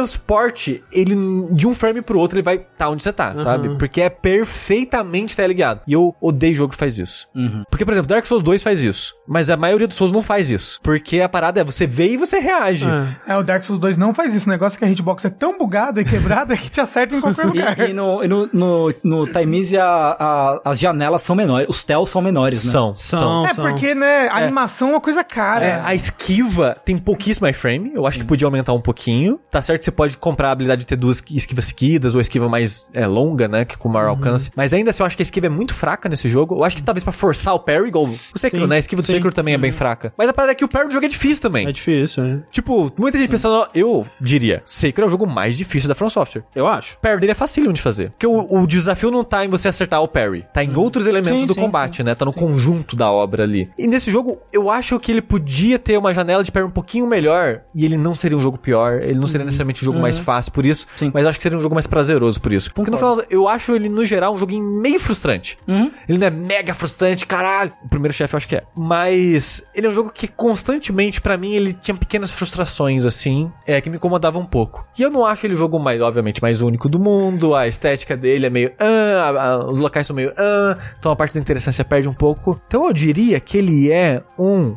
Speaker 4: teletransporte, ele de um frame pro outro, ele vai tá onde você
Speaker 1: Uhum.
Speaker 4: tá, sabe? Porque é perfeitamente teleguiado. E eu odeio jogo que faz isso.
Speaker 1: Uhum.
Speaker 4: Porque, por exemplo, Dark Souls 2 faz isso. Mas a maioria dos Souls não faz isso. Porque a parada é você vê e você reage.
Speaker 1: É.
Speaker 2: É, o Dark Souls 2 não faz isso. O negócio é que a hitbox é tão bugada e quebrada que te acerta em qualquer lugar.
Speaker 3: E, e no, e no, no, no Timeeasy a- a- as janelas são menores, os tells são menores, né?
Speaker 4: São,
Speaker 1: São,
Speaker 2: é
Speaker 1: são.
Speaker 2: porque, né, a animação é uma coisa cara.
Speaker 4: É, a esquiva tem pouquíssimo iframe. Eu acho que podia aumentar um pouquinho. Tá certo que você pode comprar a habilidade de ter duas esquivas seguidas ou esquiva mais é, longa, né? Que com
Speaker 1: Uhum.
Speaker 4: maior alcance. Mas ainda assim, eu acho que a esquiva é muito fraca nesse jogo. Eu acho que talvez pra forçar o parry, igual o Sekiro,
Speaker 1: Sim,
Speaker 4: né? A esquiva do
Speaker 1: sim. Uhum.
Speaker 4: Sekiro também é bem fraca. Mas a parada é que o parry do jogo é difícil também.
Speaker 1: É difícil, né?
Speaker 4: Tipo, muita gente pensando, ó, eu diria, Sekiro é o jogo mais difícil da From Software.
Speaker 1: Eu acho.
Speaker 4: O parry dele é facílimo de fazer. Porque o, o desafio não tá em você acertar o parry. Tá em outros elementos
Speaker 2: Hum. Sim,
Speaker 4: do
Speaker 2: sim,
Speaker 4: combate, né? Tá no conjunto da obra ali. E nesse jogo, eu acho que ele podia ter uma janela de parry um pouquinho melhor. E ele não seria um jogo pior. Ele não
Speaker 2: Uhum.
Speaker 4: seria necessariamente um jogo mais fácil por isso.
Speaker 3: Sim.
Speaker 4: Mas eu acho que seria um jogo mais prazeroso por isso. Porque no final, eu acho ele, no geral, um joguinho meio frustrante. Ele não é mega frustrante, caralho. O primeiro chefe eu acho que é. Mas ele é um jogo que constantemente, pra mim, ele tinha pequenas frustrações, assim, é, que me incomodava um pouco. E eu não acho ele o jogo mais, obviamente, mais único do mundo. A estética dele é meio. Ah, a- a- os locais são meio. Ah, então a parte da interessância perde um pouco. Então eu diria que ele é um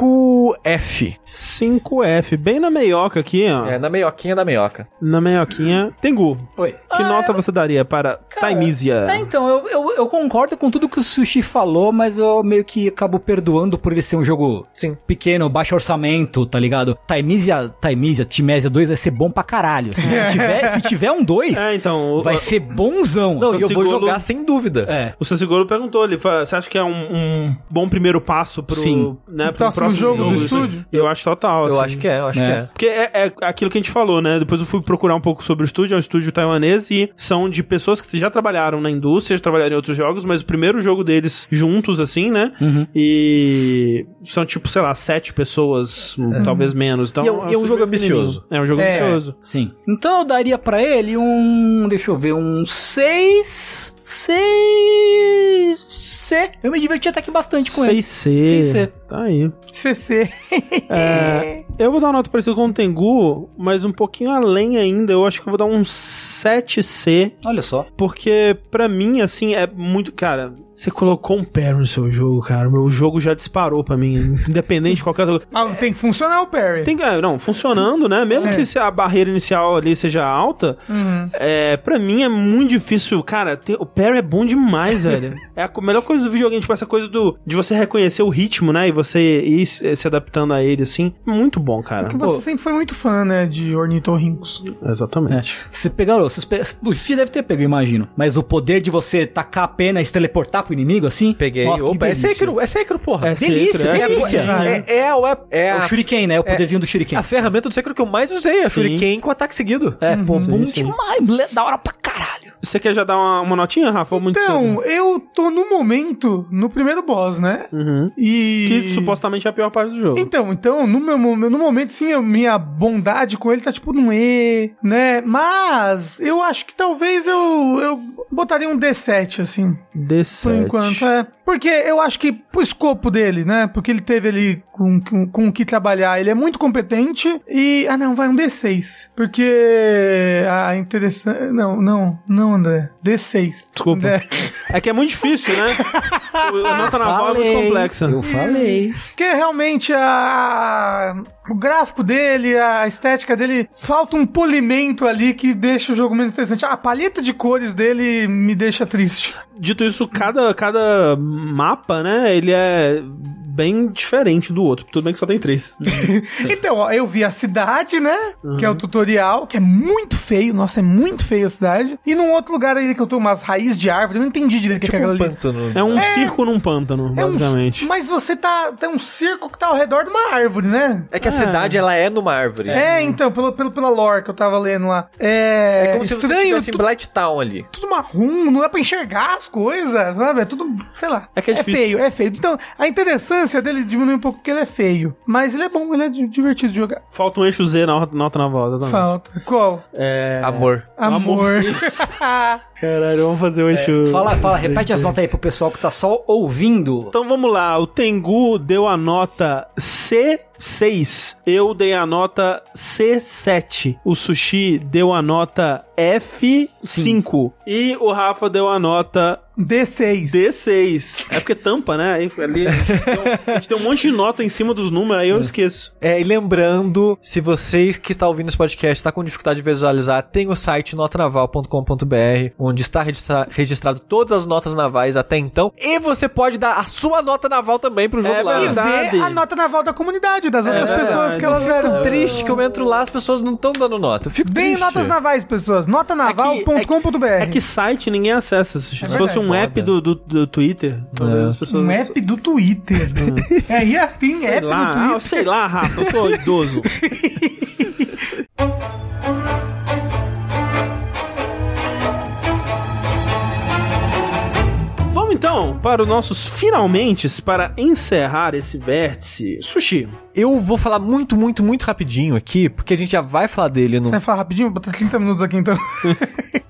Speaker 4: 5F.
Speaker 1: 5F, bem na meioca aqui, ó.
Speaker 4: É, na meioquinha da meioca.
Speaker 1: Na meioquinha. Tengu,
Speaker 3: Oi.
Speaker 2: Ah,
Speaker 1: que nota você daria para
Speaker 3: Cara,
Speaker 1: Timesia?
Speaker 3: Ah, É, então, eu, eu, eu concordo com tudo que o Sushi falou, mas eu meio que acabo perdoando por ele ser um jogo
Speaker 4: Sim.
Speaker 3: pequeno, baixo orçamento, tá ligado? Timesia, Timesia, Timesia 2 vai ser bom pra caralho. assim. Se,
Speaker 4: É.
Speaker 3: se tiver, se tiver um 2,
Speaker 1: É, então. o-
Speaker 3: vai ser bonzão. assim.
Speaker 4: Não,
Speaker 1: Seu
Speaker 4: e eu vou
Speaker 1: Sigolo-
Speaker 4: jogar sem dúvida.
Speaker 3: É.
Speaker 1: O seu seguro perguntou ali, fala, você acha que é um, um bom primeiro passo pro,
Speaker 3: Sim.
Speaker 1: né, pro
Speaker 2: próximo jogo do
Speaker 1: assim?
Speaker 2: estúdio?
Speaker 1: Eu acho total.
Speaker 4: Eu
Speaker 1: assim.
Speaker 4: acho que é, eu acho
Speaker 3: É.
Speaker 4: que é.
Speaker 1: Porque é, é aquilo que a gente falou, né? Depois eu fui procurar um pouco sobre o estúdio, é um estúdio taiwanês e são de pessoas que já trabalharam na indústria, já trabalharam em outros jogos, mas o primeiro jogo deles juntos, assim, né?
Speaker 4: Uhum.
Speaker 1: E são tipo, sei lá, sete pessoas, talvez menos. Então,
Speaker 4: E é um- e é um
Speaker 1: super
Speaker 4: jogo
Speaker 1: pequenininho.
Speaker 4: ambicioso.
Speaker 1: É um jogo
Speaker 2: É.
Speaker 1: ambicioso.
Speaker 3: Sim. Então eu daria pra ele um. Deixa eu ver, um 6. 6. C. Eu me diverti até que bastante com ele.
Speaker 1: 6C.
Speaker 3: 6C.
Speaker 1: Tá aí.
Speaker 2: CC.
Speaker 1: É, eu vou dar uma nota parecida com o Tengu, mas um pouquinho além ainda. Eu acho que eu vou dar um 7C.
Speaker 3: Olha só.
Speaker 1: Porque, pra mim, assim, é muito. Cara, você colocou um pé no seu jogo, cara. Meu jogo já disparou pra mim. Independente de qualquer outra coisa.
Speaker 2: Ah, tem que funcionar o parry.
Speaker 1: Tem que. é, Não, funcionando, né? Mesmo
Speaker 2: É.
Speaker 1: que se a barreira inicial ali seja alta,
Speaker 2: Uhum.
Speaker 1: é, pra mim é muito difícil. Cara, ter- o parry é bom demais, velho. É a co- melhor coisa do videogame, tipo, essa coisa do de você reconhecer o ritmo, né? E você ir se se adaptando a ele, assim. Muito bom, cara.
Speaker 2: Porque É você sempre foi muito fã, né, de ornitorrincos. É,
Speaker 1: Exatamente.
Speaker 2: tipo,
Speaker 3: Você pegaram, vocês pe... você deve ter pego, imagino. Mas o poder de você tacar a pena e se teleportar pro inimigo assim?
Speaker 4: Peguei.
Speaker 3: Nossa, que
Speaker 4: Opa, é
Speaker 3: delícia.
Speaker 4: Sekiro, é Sekiro, porra.
Speaker 1: É
Speaker 3: Delícia,
Speaker 1: Sekiro, é
Speaker 3: delícia.
Speaker 1: Sekiro.
Speaker 2: É,
Speaker 4: É, é, o- é, é
Speaker 3: É
Speaker 4: a,
Speaker 3: o Shuriken, né? O poderzinho do Shuriken.
Speaker 4: a ferramenta do Sekiro que eu mais usei, a Shuriken com ataque seguido.
Speaker 3: É, pô, bom
Speaker 1: sim.
Speaker 3: demais. le- Da hora pra caralho.
Speaker 1: Você quer já dar uma, uma notinha, Rafa? Ou muito cedo?
Speaker 2: Então, eu tô no momento, no primeiro boss, né?
Speaker 1: Uhum.
Speaker 2: E.
Speaker 1: Que supostamente é a pior parte do jogo.
Speaker 2: Então, então, no meu mo- no momento, sim, a minha bondade com ele tá tipo num E, né? Mas eu acho que talvez eu, eu botaria um D7, assim, por
Speaker 1: D7.
Speaker 2: enquanto, é. Porque eu acho que pro escopo dele, né? Porque ele teve ali com, com, com o que trabalhar, ele é muito competente e. Ah, não, vai um D6. Porque. Ah, interessante. Não, não, não, André. D6.
Speaker 1: Desculpa.
Speaker 2: André.
Speaker 1: É que é muito difícil, né? O- A nota naval é muito
Speaker 3: Falei,
Speaker 1: complexa.
Speaker 3: Eu falei.
Speaker 2: Porque realmente a... o gráfico dele, a estética dele, falta um polimento ali que deixa o jogo menos interessante. A paleta de cores dele me deixa triste.
Speaker 1: Dito isso, cada, cada mapa, né? Ele é bem diferente do outro. Tudo bem que só tem três.
Speaker 2: Então, ó, eu vi a cidade, né? Que é o tutorial, que é muito feio. Nossa, é muito feio a cidade. E num outro lugar ali que eu tô umas raízes de árvore, eu não entendi direito o que é aquela ali.
Speaker 4: pântano.
Speaker 1: É um circo num pântano,
Speaker 2: É um-
Speaker 1: basicamente.
Speaker 2: mas você tá. Tem um circo que tá ao redor de uma árvore, né?
Speaker 4: É que a cidade, ela é numa árvore.
Speaker 2: É, então, pelo, pelo, pela lore que eu tava lendo lá. É.
Speaker 4: É como se você
Speaker 2: estranho,
Speaker 4: estivesse em Blight Town ali.
Speaker 2: tudo marrom, não dá pra enxergar as coisas, sabe? É tudo, sei lá.
Speaker 1: É que é difícil.
Speaker 2: feio, é feio. Então, a interessância dele diminui um pouco porque ele é feio. Mas ele é bom, ele é di- divertido de jogar.
Speaker 1: Falta um eixo Z na hor- nota naval, exatamente.
Speaker 2: Falta. Qual?
Speaker 1: É...
Speaker 4: Amor.
Speaker 2: Amor.
Speaker 1: Caralho, vamos fazer o eixo...
Speaker 3: Fala, fala, repete as notas aí pro pessoal que tá só ouvindo.
Speaker 1: Então vamos lá, o Tengu deu a nota C6, eu dei a nota C7, o Sushi deu a nota F5. E o Rafa deu a nota
Speaker 2: D6.
Speaker 1: D6. É porque tampa, né? Aí, ali, a gente tem um monte de nota em cima dos números, aí eu esqueço.
Speaker 4: É, e lembrando, se você que está ouvindo esse podcast está com dificuldade de visualizar, tem o site notanaval.com.br, onde está registra- registrado todas as notas navais até então. E você pode dar a sua nota naval também pro jogo
Speaker 1: É
Speaker 4: lá.
Speaker 1: verdade. É
Speaker 2: E vê a nota naval da comunidade, das outras
Speaker 1: verdade.
Speaker 2: pessoas
Speaker 1: É
Speaker 2: que elas
Speaker 4: Eu
Speaker 2: eram.
Speaker 4: fico triste que eu entro lá, as pessoas não estão dando nota. Eu fico
Speaker 2: Deem
Speaker 4: triste.
Speaker 2: notas navais, pessoas.
Speaker 1: Notanaval.com.br.
Speaker 2: Notanaval.com.br.
Speaker 1: É que site ninguém acessa. Se fosse um app do, do, do Twitter, talvez as pessoas.
Speaker 2: É Um app do Twitter. é, e as- tem
Speaker 1: Sei
Speaker 2: app
Speaker 1: lá,
Speaker 2: do Twitter.
Speaker 1: ah, sei lá, Rafa, eu sou idoso. Vamos então para os nossos finalmente para encerrar esse vértice. Sushi.
Speaker 4: Eu vou falar muito, muito, muito rapidinho aqui, porque a gente já vai falar dele no
Speaker 2: Você vai falar rapidinho? Bota 30 minutos aqui então.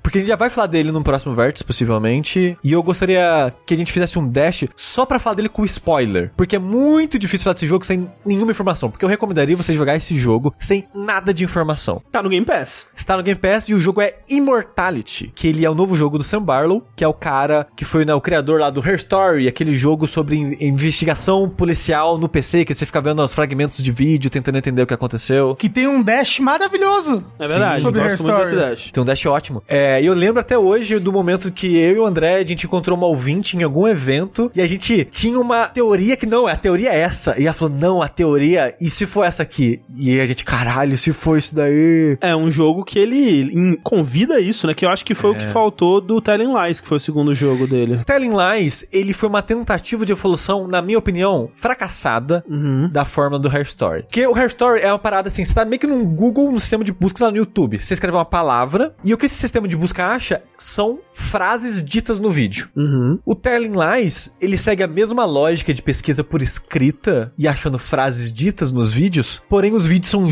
Speaker 4: Porque a gente já vai falar dele no próximo vértice, possivelmente. E eu gostaria que a gente fizesse um dash só pra falar dele com spoiler. Porque é muito difícil falar desse jogo sem nenhuma informação. Porque eu recomendaria você jogar esse jogo sem nada de informação.
Speaker 1: Tá no Game Pass.
Speaker 4: Está no Game Pass e o jogo é Immortality, que ele é o novo jogo do Sam Barlow, que é o cara que foi né, o criador lá do Her Story, aquele jogo sobre in- investigação policial no PC, que você fica vendo os fragmentos de vídeo, tentando entender o que aconteceu.
Speaker 2: Que tem um dash maravilhoso.
Speaker 1: É verdade.
Speaker 2: Sobre
Speaker 1: gosto
Speaker 2: Her
Speaker 1: muito desse
Speaker 2: Story.
Speaker 1: dash.
Speaker 4: Tem um dash ótimo. É, e eu lembro até hoje do momento que eu e o André, a gente encontrou uma ouvinte em algum evento e a gente tinha uma teoria que não, a teoria é essa. E ela falou, não, a teoria, e se for essa aqui? E aí a gente, caralho, se for isso daí.
Speaker 1: É um jogo que ele in- convida isso, né? Que eu acho que foi o que faltou do Telling Lies, que foi o segundo jogo dele.
Speaker 4: Telling Lies, ele foi uma tentativa de evolução, na minha opinião, fracassada da forma do Hair Story. Porque o Hair Story é uma parada assim, você tá meio que num Google, num sistema de busca lá no YouTube. Você escreve uma palavra e o que esse sistema de busca acha são frases ditas no vídeo.
Speaker 1: Uhum.
Speaker 4: O Telling Lies, ele segue a mesma lógica de pesquisa por escrita e achando frases ditas nos vídeos, porém os vídeos são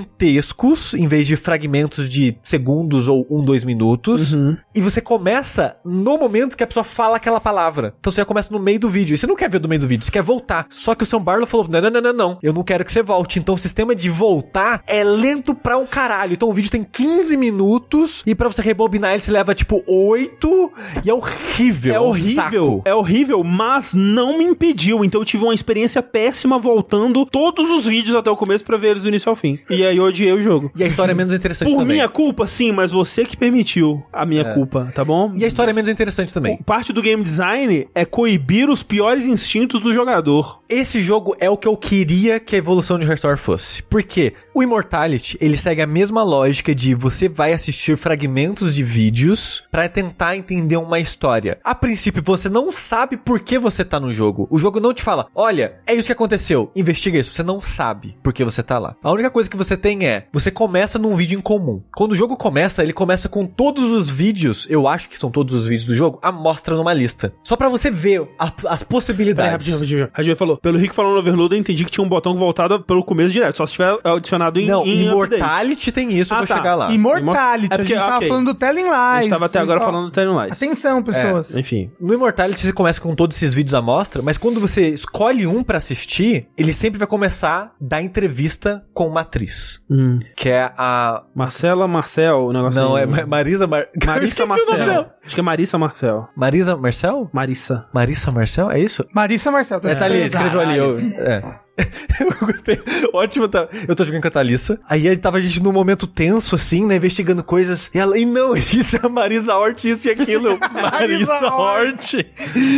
Speaker 4: gigantescos, em vez de fragmentos de segundos ou um, dois minutos, e você começa no momento que a pessoa fala aquela palavra. Então você já começa no meio do vídeo, e você não quer ver do meio do vídeo, você quer voltar. Só que o Sam Barlow falou, não, não, não, não, não, eu não quero que você volte. Então o sistema de voltar é lento pra um caralho, então o vídeo tem 15 minutos, e pra você rebobinar ele, você leva tipo 8, e é horrível.
Speaker 1: É
Speaker 4: um
Speaker 1: horrível,
Speaker 4: saco.
Speaker 1: é horrível, mas não me impediu. Então eu tive uma experiência péssima voltando todos os vídeos até o começo pra ver eles do início ao fim. E aí eu odiei o jogo.
Speaker 4: E a história é menos interessante
Speaker 1: Por
Speaker 4: também. É.
Speaker 1: minha culpa, sim, mas você que permitiu a minha culpa, tá bom?
Speaker 4: E a história é menos interessante também.
Speaker 1: Parte do game design é coibir os piores instintos do jogador.
Speaker 4: Esse jogo é o que eu queria que a evolução de Restore fosse. Porque o Immortality, ele segue a mesma lógica de você vai assistir fragmentos de vídeos pra tentar entender uma história. A princípio, você não sabe por que você tá no jogo. O jogo não te fala, olha, é isso que aconteceu, investiga isso. Você não sabe por que você tá lá. A única coisa que você tem é, você começa num vídeo em comum. Quando o jogo começa, ele começa com todos os vídeos, eu acho que são todos os vídeos do jogo, a mostra numa lista. Só pra você ver a- as
Speaker 1: Peraí,
Speaker 4: possibilidades.
Speaker 1: rapidinho, rapidinho. A gente falou, pelo Rick falando no overload, eu entendi que tinha um botão voltado pelo começo direto, só se tiver adicionado em,
Speaker 4: Não,
Speaker 1: em update.
Speaker 4: Immortality tem isso, eu
Speaker 1: Ah,
Speaker 4: vou
Speaker 1: tá.
Speaker 4: chegar lá.
Speaker 2: Immortality.
Speaker 1: É porque-
Speaker 2: a gente tava
Speaker 1: ok.
Speaker 2: falando do Telling Lies.
Speaker 1: A gente tava até agora
Speaker 2: Ó,
Speaker 1: falando do Telling Lies. É.
Speaker 2: Atenção, pessoas.
Speaker 1: Enfim.
Speaker 4: No Immortality você começa com todos esses vídeos à mostra, mas quando você escolhe um pra assistir, ele sempre vai começar da entrevista com uma atriz.
Speaker 1: Hum.
Speaker 4: Que é a.
Speaker 1: Marcela, Marcel, o negócio
Speaker 4: Não,
Speaker 1: aí.
Speaker 4: é Ma- Marisa Mar... Eu
Speaker 1: Marissa
Speaker 4: esqueci o nome
Speaker 1: Marcel.
Speaker 4: dela.
Speaker 1: Acho que é Marissa Marcel.
Speaker 4: Marisa Marcel?
Speaker 1: Marissa.
Speaker 4: Marissa Marcel? É isso?
Speaker 2: Marissa Marcel.
Speaker 4: É, tá ali, escreveu ali. Eu, é. eu gostei. Ótimo. Tá. Eu tô jogando com a Thalissa. Aí ele tava a gente num momento tenso, assim, né? Investigando coisas. E ela, e não, isso é a Marisa Hort, isso e aquilo. Eu, Marisa Hort.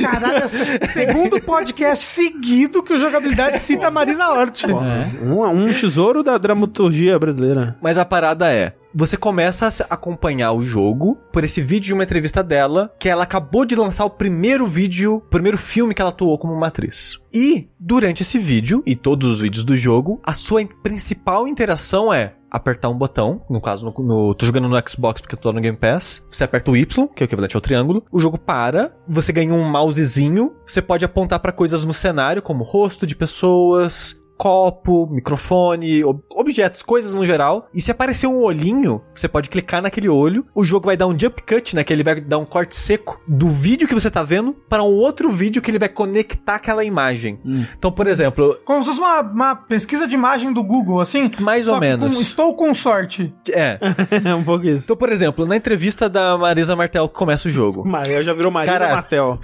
Speaker 2: Caralho, é o segundo podcast seguido que o Jogabilidade cita a Marisa Hort.
Speaker 1: Um, um tesouro da dramaturgia brasileira.
Speaker 4: Mas a parada é. Você começa a se- acompanhar o jogo por esse vídeo de uma entrevista dela, que ela acabou de lançar o primeiro vídeo, o primeiro filme que ela atuou como uma atriz. E, durante esse vídeo, e todos os vídeos do jogo, a sua in- principal interação é apertar um botão, no caso, no, no- tô jogando no Xbox porque eu tô no Game Pass, você aperta o Y, que é o equivalente ao triângulo, o jogo para, você ganha um mousezinho, você pode apontar pra coisas no cenário, como rosto de pessoas, copo, microfone, ob- objetos, coisas no geral. E se aparecer um olhinho, você pode clicar naquele olho, o jogo vai dar um jump cut, né? Que ele vai dar um corte seco do vídeo que você tá vendo para um outro vídeo que ele vai conectar aquela imagem.
Speaker 2: Hum.
Speaker 4: Então, por exemplo,
Speaker 2: Como se fosse uma, uma pesquisa de imagem do Google, assim.
Speaker 4: Mais
Speaker 2: só
Speaker 4: ou
Speaker 2: que
Speaker 4: menos.
Speaker 2: com- estou com sorte.
Speaker 4: é.
Speaker 1: É um pouco isso.
Speaker 4: Então, por exemplo, na entrevista da Marisa Martel que começa o jogo.
Speaker 1: Maria já virou Maria
Speaker 4: Cara-
Speaker 1: Martel.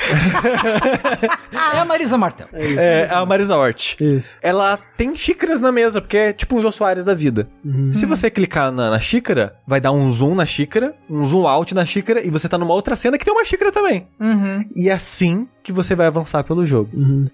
Speaker 3: Ah, é a Marisa Martel.
Speaker 4: É, a Marisa Hort.
Speaker 1: Isso.
Speaker 4: Ela tem xícaras na mesa, porque é tipo um Jô Soares da vida.
Speaker 1: Uhum.
Speaker 4: Se você clicar na, na xícara, vai dar um zoom na xícara, um zoom out na xícara, e você tá numa outra cena que tem uma xícara também.
Speaker 2: Uhum.
Speaker 4: E é assim que você vai avançar pelo jogo.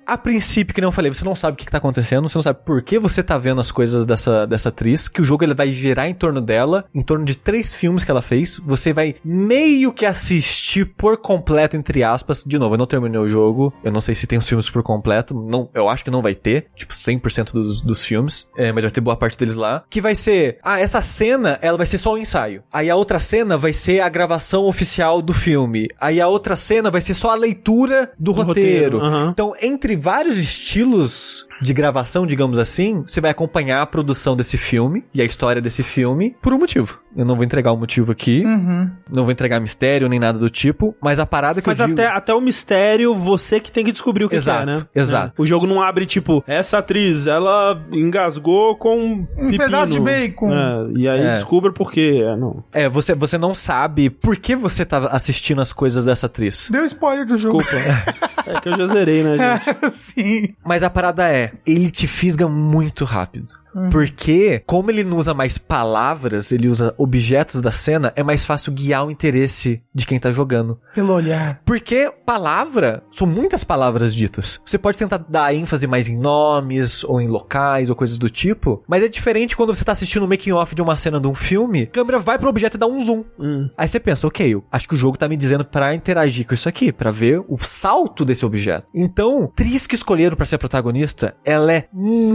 Speaker 4: A princípio, que nem eu falei, você não sabe o que, que tá acontecendo, você não sabe por que você tá vendo as coisas dessa, dessa atriz, que o jogo ele vai girar em torno dela, em torno de três filmes que ela fez. Você vai meio que assistir por completo, entre aspas. De novo, eu não terminei o jogo, eu não sei se tem os filmes por completo, não, eu acho que não vai ter, tipo 100% dos, dos filmes, é, mas vai ter boa parte deles lá. Que vai ser, ah, essa cena, ela vai ser só o ensaio. Aí a outra cena vai ser a gravação oficial do filme. Aí a outra cena vai ser só a leitura do, roteiro.
Speaker 1: roteiro, aham.
Speaker 4: Então, entre vários estilos de gravação, digamos assim, você vai acompanhar a produção desse filme e a história desse filme por um motivo. Eu não vou entregar o motivo aqui,
Speaker 2: Uhum.
Speaker 4: não vou entregar mistério nem nada do tipo, mas a parada que
Speaker 1: Mas
Speaker 4: eu digo...
Speaker 1: até, até o mistério, você que tem que descobrir o que
Speaker 4: Exato,
Speaker 1: que é, né?
Speaker 4: exato.
Speaker 1: É. O jogo não abre, tipo, essa atriz, ela engasgou com um, pepino.
Speaker 2: pedaço de bacon.
Speaker 1: É, e aí
Speaker 4: É.
Speaker 1: descubra por quê. É, não.
Speaker 4: É, você, você não sabe por que você tá assistindo as coisas dessa atriz.
Speaker 2: Deu spoiler do jogo.
Speaker 1: Desculpa. é que eu já zerei, né, gente?
Speaker 2: Sim.
Speaker 4: Mas a parada é, ele te fisga muito rápido.
Speaker 1: Uhum.
Speaker 4: Porque, como ele não usa mais palavras, ele usa objetos da cena, é mais fácil guiar o interesse de quem tá jogando.
Speaker 2: Pelo olhar.
Speaker 4: Porque palavra, são muitas palavras ditas. Você pode tentar dar ênfase mais em nomes, ou em locais, ou coisas do tipo, mas é diferente quando você tá assistindo o making off de uma cena de um filme, a câmera vai pro objeto e dá um zoom.
Speaker 1: Hum.
Speaker 4: Aí você pensa, ok, eu acho que o jogo tá me dizendo pra interagir com isso aqui, pra ver o salto desse objeto. Então, a atriz que escolheram pra ser a protagonista, ela é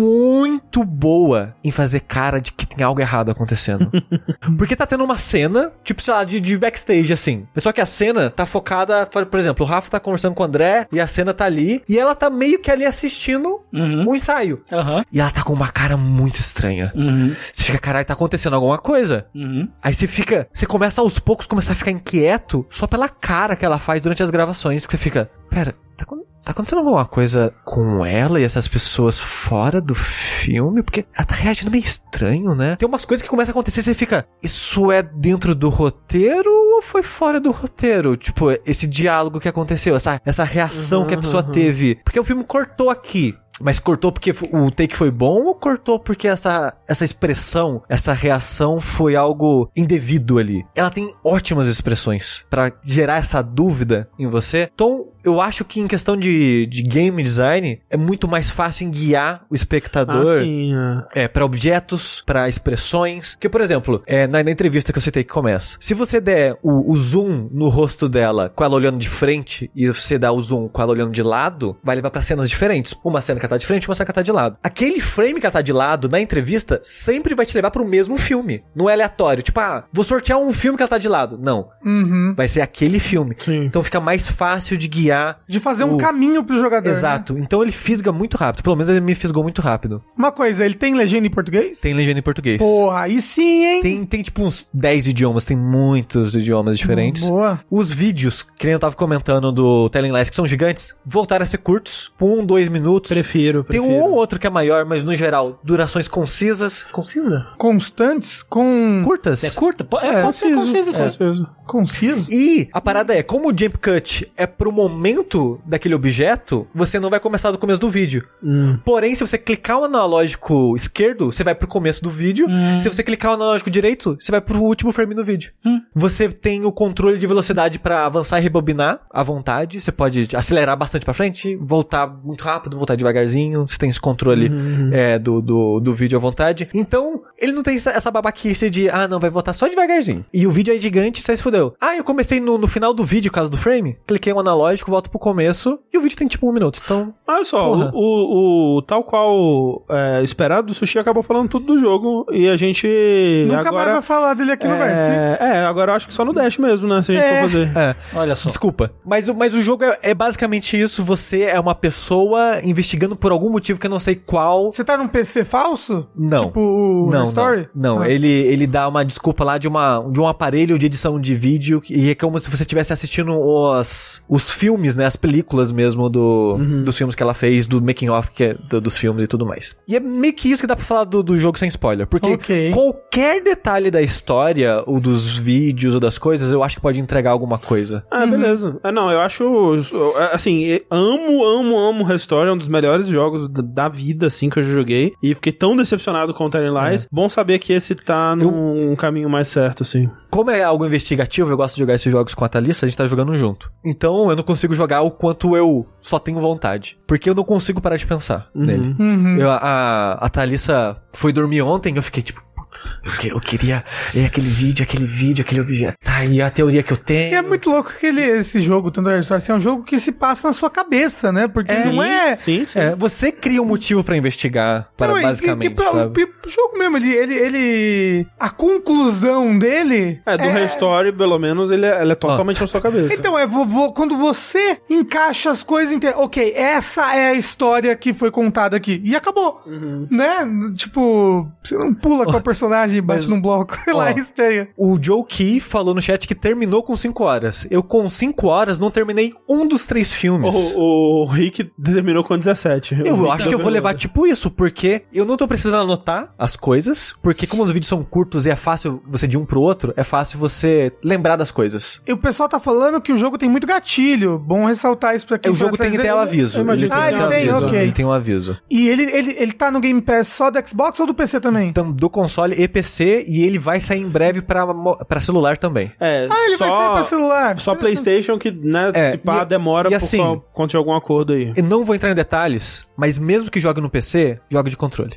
Speaker 4: muito boa em fazer cara de que tem algo errado acontecendo. Porque tá tendo uma cena, tipo, sei lá, de, de backstage, assim. Só que a cena tá focada, por exemplo, o Rafa tá conversando com o André e a cena tá ali, e ela tá meio que ali assistindo
Speaker 5: Uhum.
Speaker 3: Hum?
Speaker 4: um ensaio.
Speaker 5: Aham.
Speaker 4: E ela tá com uma cara muito estranha.
Speaker 5: Uhum.
Speaker 4: Você fica, caralho, tá acontecendo alguma coisa.
Speaker 5: Uhum.
Speaker 4: Aí você fica, você começa aos poucos começar a ficar inquieto só pela cara que ela faz durante as gravações, que você fica, pera, tá, acon- tá acontecendo alguma coisa com ela e essas pessoas fora do filme? Porque ela tá reagindo meio estranho, né? Tem umas coisas que começam a acontecer e você fica, isso é dentro do roteiro ou foi fora do roteiro? Tipo, esse diálogo que aconteceu, essa, essa reação que a pessoa
Speaker 1: Uhum,
Speaker 4: teve. Porque o filme cortou aqui. Mas cortou porque f- o take foi bom ou cortou porque essa, essa expressão, essa reação foi algo indevido ali? Ela tem ótimas expressões pra gerar essa dúvida em você. Então, eu acho que em questão de, de game design, é muito mais fácil em guiar o espectador
Speaker 1: Ah, sim, é.
Speaker 4: é, para objetos, para expressões. Porque, por exemplo, é, na, na entrevista que eu citei que começa, se você der o, o zoom no rosto dela com ela olhando de frente e você dá o zoom com ela olhando de lado, vai levar pra cenas diferentes. Uma cena que ela tá de frente, uma cena que ela tá de lado. Aquele frame que ela tá de lado na entrevista sempre vai te levar pro mesmo filme. Não é aleatório. Tipo, ah, vou sortear um filme que ela tá de lado. Não.
Speaker 2: Uhum.
Speaker 4: Vai ser aquele filme.
Speaker 1: Sim.
Speaker 4: Então fica mais fácil de guiar.
Speaker 2: De fazer um
Speaker 4: O-
Speaker 2: caminho pro jogador.
Speaker 4: Uh.
Speaker 2: né?
Speaker 4: Exato. Então ele fisga muito rápido. Pelo menos ele me fisgou muito rápido.
Speaker 2: né? Uma coisa, ele tem legenda em português?
Speaker 4: Tem legenda em português.
Speaker 2: Porra, aí sim, hein?
Speaker 4: Tem, tem tipo uns 10 idiomas, tem muitos idiomas diferentes.
Speaker 2: Boa.
Speaker 4: Os vídeos, que nem eu tava comentando do Telling Lies, que são gigantes, voltaram a ser curtos, por um, dois minutos.
Speaker 1: Prefiro,
Speaker 4: Tem
Speaker 1: prefiro.
Speaker 4: um ou outro que é maior, mas no geral, durações concisas. Concisa?
Speaker 2: Constantes com... É,
Speaker 4: Curtas.
Speaker 5: É curta? Po- É, pode ser
Speaker 1: Conciso,
Speaker 5: conciso, sim.
Speaker 1: conciso.
Speaker 2: Conciso?
Speaker 4: E a parada é, como o jump cut é pro momento daquele objeto, você não vai começar do começo do vídeo.
Speaker 1: Hum.
Speaker 4: Porém, se você clicar o analógico esquerdo, você vai pro começo do vídeo. Se você clicar o analógico direito, você vai pro último frame do vídeo. Você tem o controle de velocidade pra avançar e rebobinar à vontade. Você pode acelerar bastante pra frente, voltar
Speaker 1: Uhum.
Speaker 4: muito rápido, voltar devagarzinho. Você tem esse controle é, do, do, do vídeo à vontade. Então, Ele não tem essa, essa babaquice de, ah, não, vai votar só devagarzinho. E o vídeo é gigante, você se fudeu. Ah, eu comecei no, no final do vídeo, caso do frame. Cliquei no analógico, volto pro começo. E o vídeo tem tipo um minuto. Então,
Speaker 1: Mas olha só,
Speaker 4: Porra.
Speaker 1: o, o- o tal qual é, esperado, o Sushi acabou falando tudo do jogo e a gente
Speaker 2: Nunca mais
Speaker 1: agora...
Speaker 2: vai falar dele aqui no Vértice.
Speaker 1: é, é, agora eu acho que só no Dash mesmo, né? Se a gente
Speaker 2: É.
Speaker 1: for fazer.
Speaker 4: é.
Speaker 3: Olha só.
Speaker 4: Desculpa. Mas, o- mas o jogo é, é basicamente isso. Você é uma pessoa investigando por algum motivo que eu não sei qual.
Speaker 2: Você tá num PC falso?
Speaker 4: Não.
Speaker 2: Tipo o
Speaker 4: Não,
Speaker 2: Her Story?
Speaker 4: não, não.
Speaker 2: Ah.
Speaker 4: Ele, ele dá uma desculpa lá de, uma, de um aparelho de edição de vídeo que- e é como se você estivesse assistindo os, os filmes, né, as películas mesmo do,
Speaker 2: Uhum.
Speaker 4: dos filmes que ela fez, do making of que é do- dos filmes e tudo mais. E é meio que isso que dá pra falar do, do jogo sem spoiler, porque
Speaker 2: Ok.
Speaker 4: qualquer detalhe da história ou dos vídeos ou das coisas, eu acho que pode entregar alguma coisa.
Speaker 1: Ah, beleza. Ah, não, eu acho. eu- Assim, eu amo, amo, amo Restore, é um dos melhores jogos d- da vida, assim, que eu já joguei. E fiquei tão decepcionado com o Telling
Speaker 4: É.
Speaker 1: Lies. Bom saber que esse tá num caminho mais certo, assim.
Speaker 4: Como é algo investigativo, eu gosto de jogar esses jogos com a Thalissa, a gente tá jogando junto. Então eu não consigo jogar o quanto eu só tenho vontade. Porque eu não consigo parar de pensar
Speaker 1: Uhum.
Speaker 4: nele.
Speaker 2: Uhum.
Speaker 4: Eu- a, a Thalissa foi dormir ontem e eu fiquei tipo. "Puta, Eu, que- eu queria é, aquele vídeo, aquele vídeo, aquele objeto. Tá, e a teoria que eu
Speaker 2: E
Speaker 4: tenho.
Speaker 2: é muito louco que ele, esse jogo, tanto Her Story, assim, é um jogo que se passa na sua cabeça, né? Porque não é...
Speaker 1: Sim, sim.
Speaker 4: É, você cria um motivo pra investigar, para
Speaker 2: Não, e- e-
Speaker 4: basicamente,
Speaker 2: e pra-
Speaker 4: sabe?
Speaker 2: e o jogo mesmo, ele, ele, ele- A conclusão dele.
Speaker 1: É, do Restore, pelo menos, ele é, ela é totalmente na sua cabeça.
Speaker 2: Então, é vo- vo- quando você encaixa as coisas inteiras. Ok, essa é a história que foi contada aqui. E acabou.
Speaker 1: Uhum.
Speaker 2: Né? Tipo, você não pula com a personagem e bate num bloco. Sei lá, é
Speaker 4: ó.
Speaker 2: esteia.
Speaker 4: O Joe Key falou no chat que terminou com 5 horas. Eu, com 5 horas, não terminei um dos três filmes.
Speaker 2: Oh,
Speaker 1: O, o Rick terminou com 17. O
Speaker 4: Eu
Speaker 1: Rick
Speaker 4: acho que eu vou
Speaker 1: terminou.
Speaker 4: levar tipo isso, porque eu não tô precisando anotar as coisas, porque como os vídeos são curtos e é fácil você de um pro outro, é fácil você lembrar das coisas.
Speaker 2: E o pessoal tá falando que o jogo tem muito gatilho. Bom ressaltar isso pra
Speaker 4: É,
Speaker 2: quem
Speaker 4: o
Speaker 2: tá
Speaker 4: jogo tem
Speaker 2: atrás
Speaker 4: até
Speaker 2: dele.
Speaker 4: o aviso.
Speaker 1: eu imagino
Speaker 2: que ele
Speaker 4: um
Speaker 2: tem,
Speaker 4: aviso,
Speaker 2: ok.
Speaker 4: Ele tem um aviso.
Speaker 2: E ele, ele, ele tá no Game Pass só do Xbox ou do PC também?
Speaker 4: Então, do console e PC, e ele vai sair em breve pra, mo- pra celular também.
Speaker 1: É,
Speaker 2: ah, ele
Speaker 1: só,
Speaker 2: vai sair pra celular.
Speaker 1: Só PlayStation que, né,
Speaker 4: É,
Speaker 1: se pá,
Speaker 4: e-
Speaker 1: demora
Speaker 4: e
Speaker 1: por
Speaker 4: assim-
Speaker 1: causa- conta de algum acordo aí.
Speaker 4: Eu não vou entrar em detalhes, mas mesmo que jogue no PC, jogue de controle.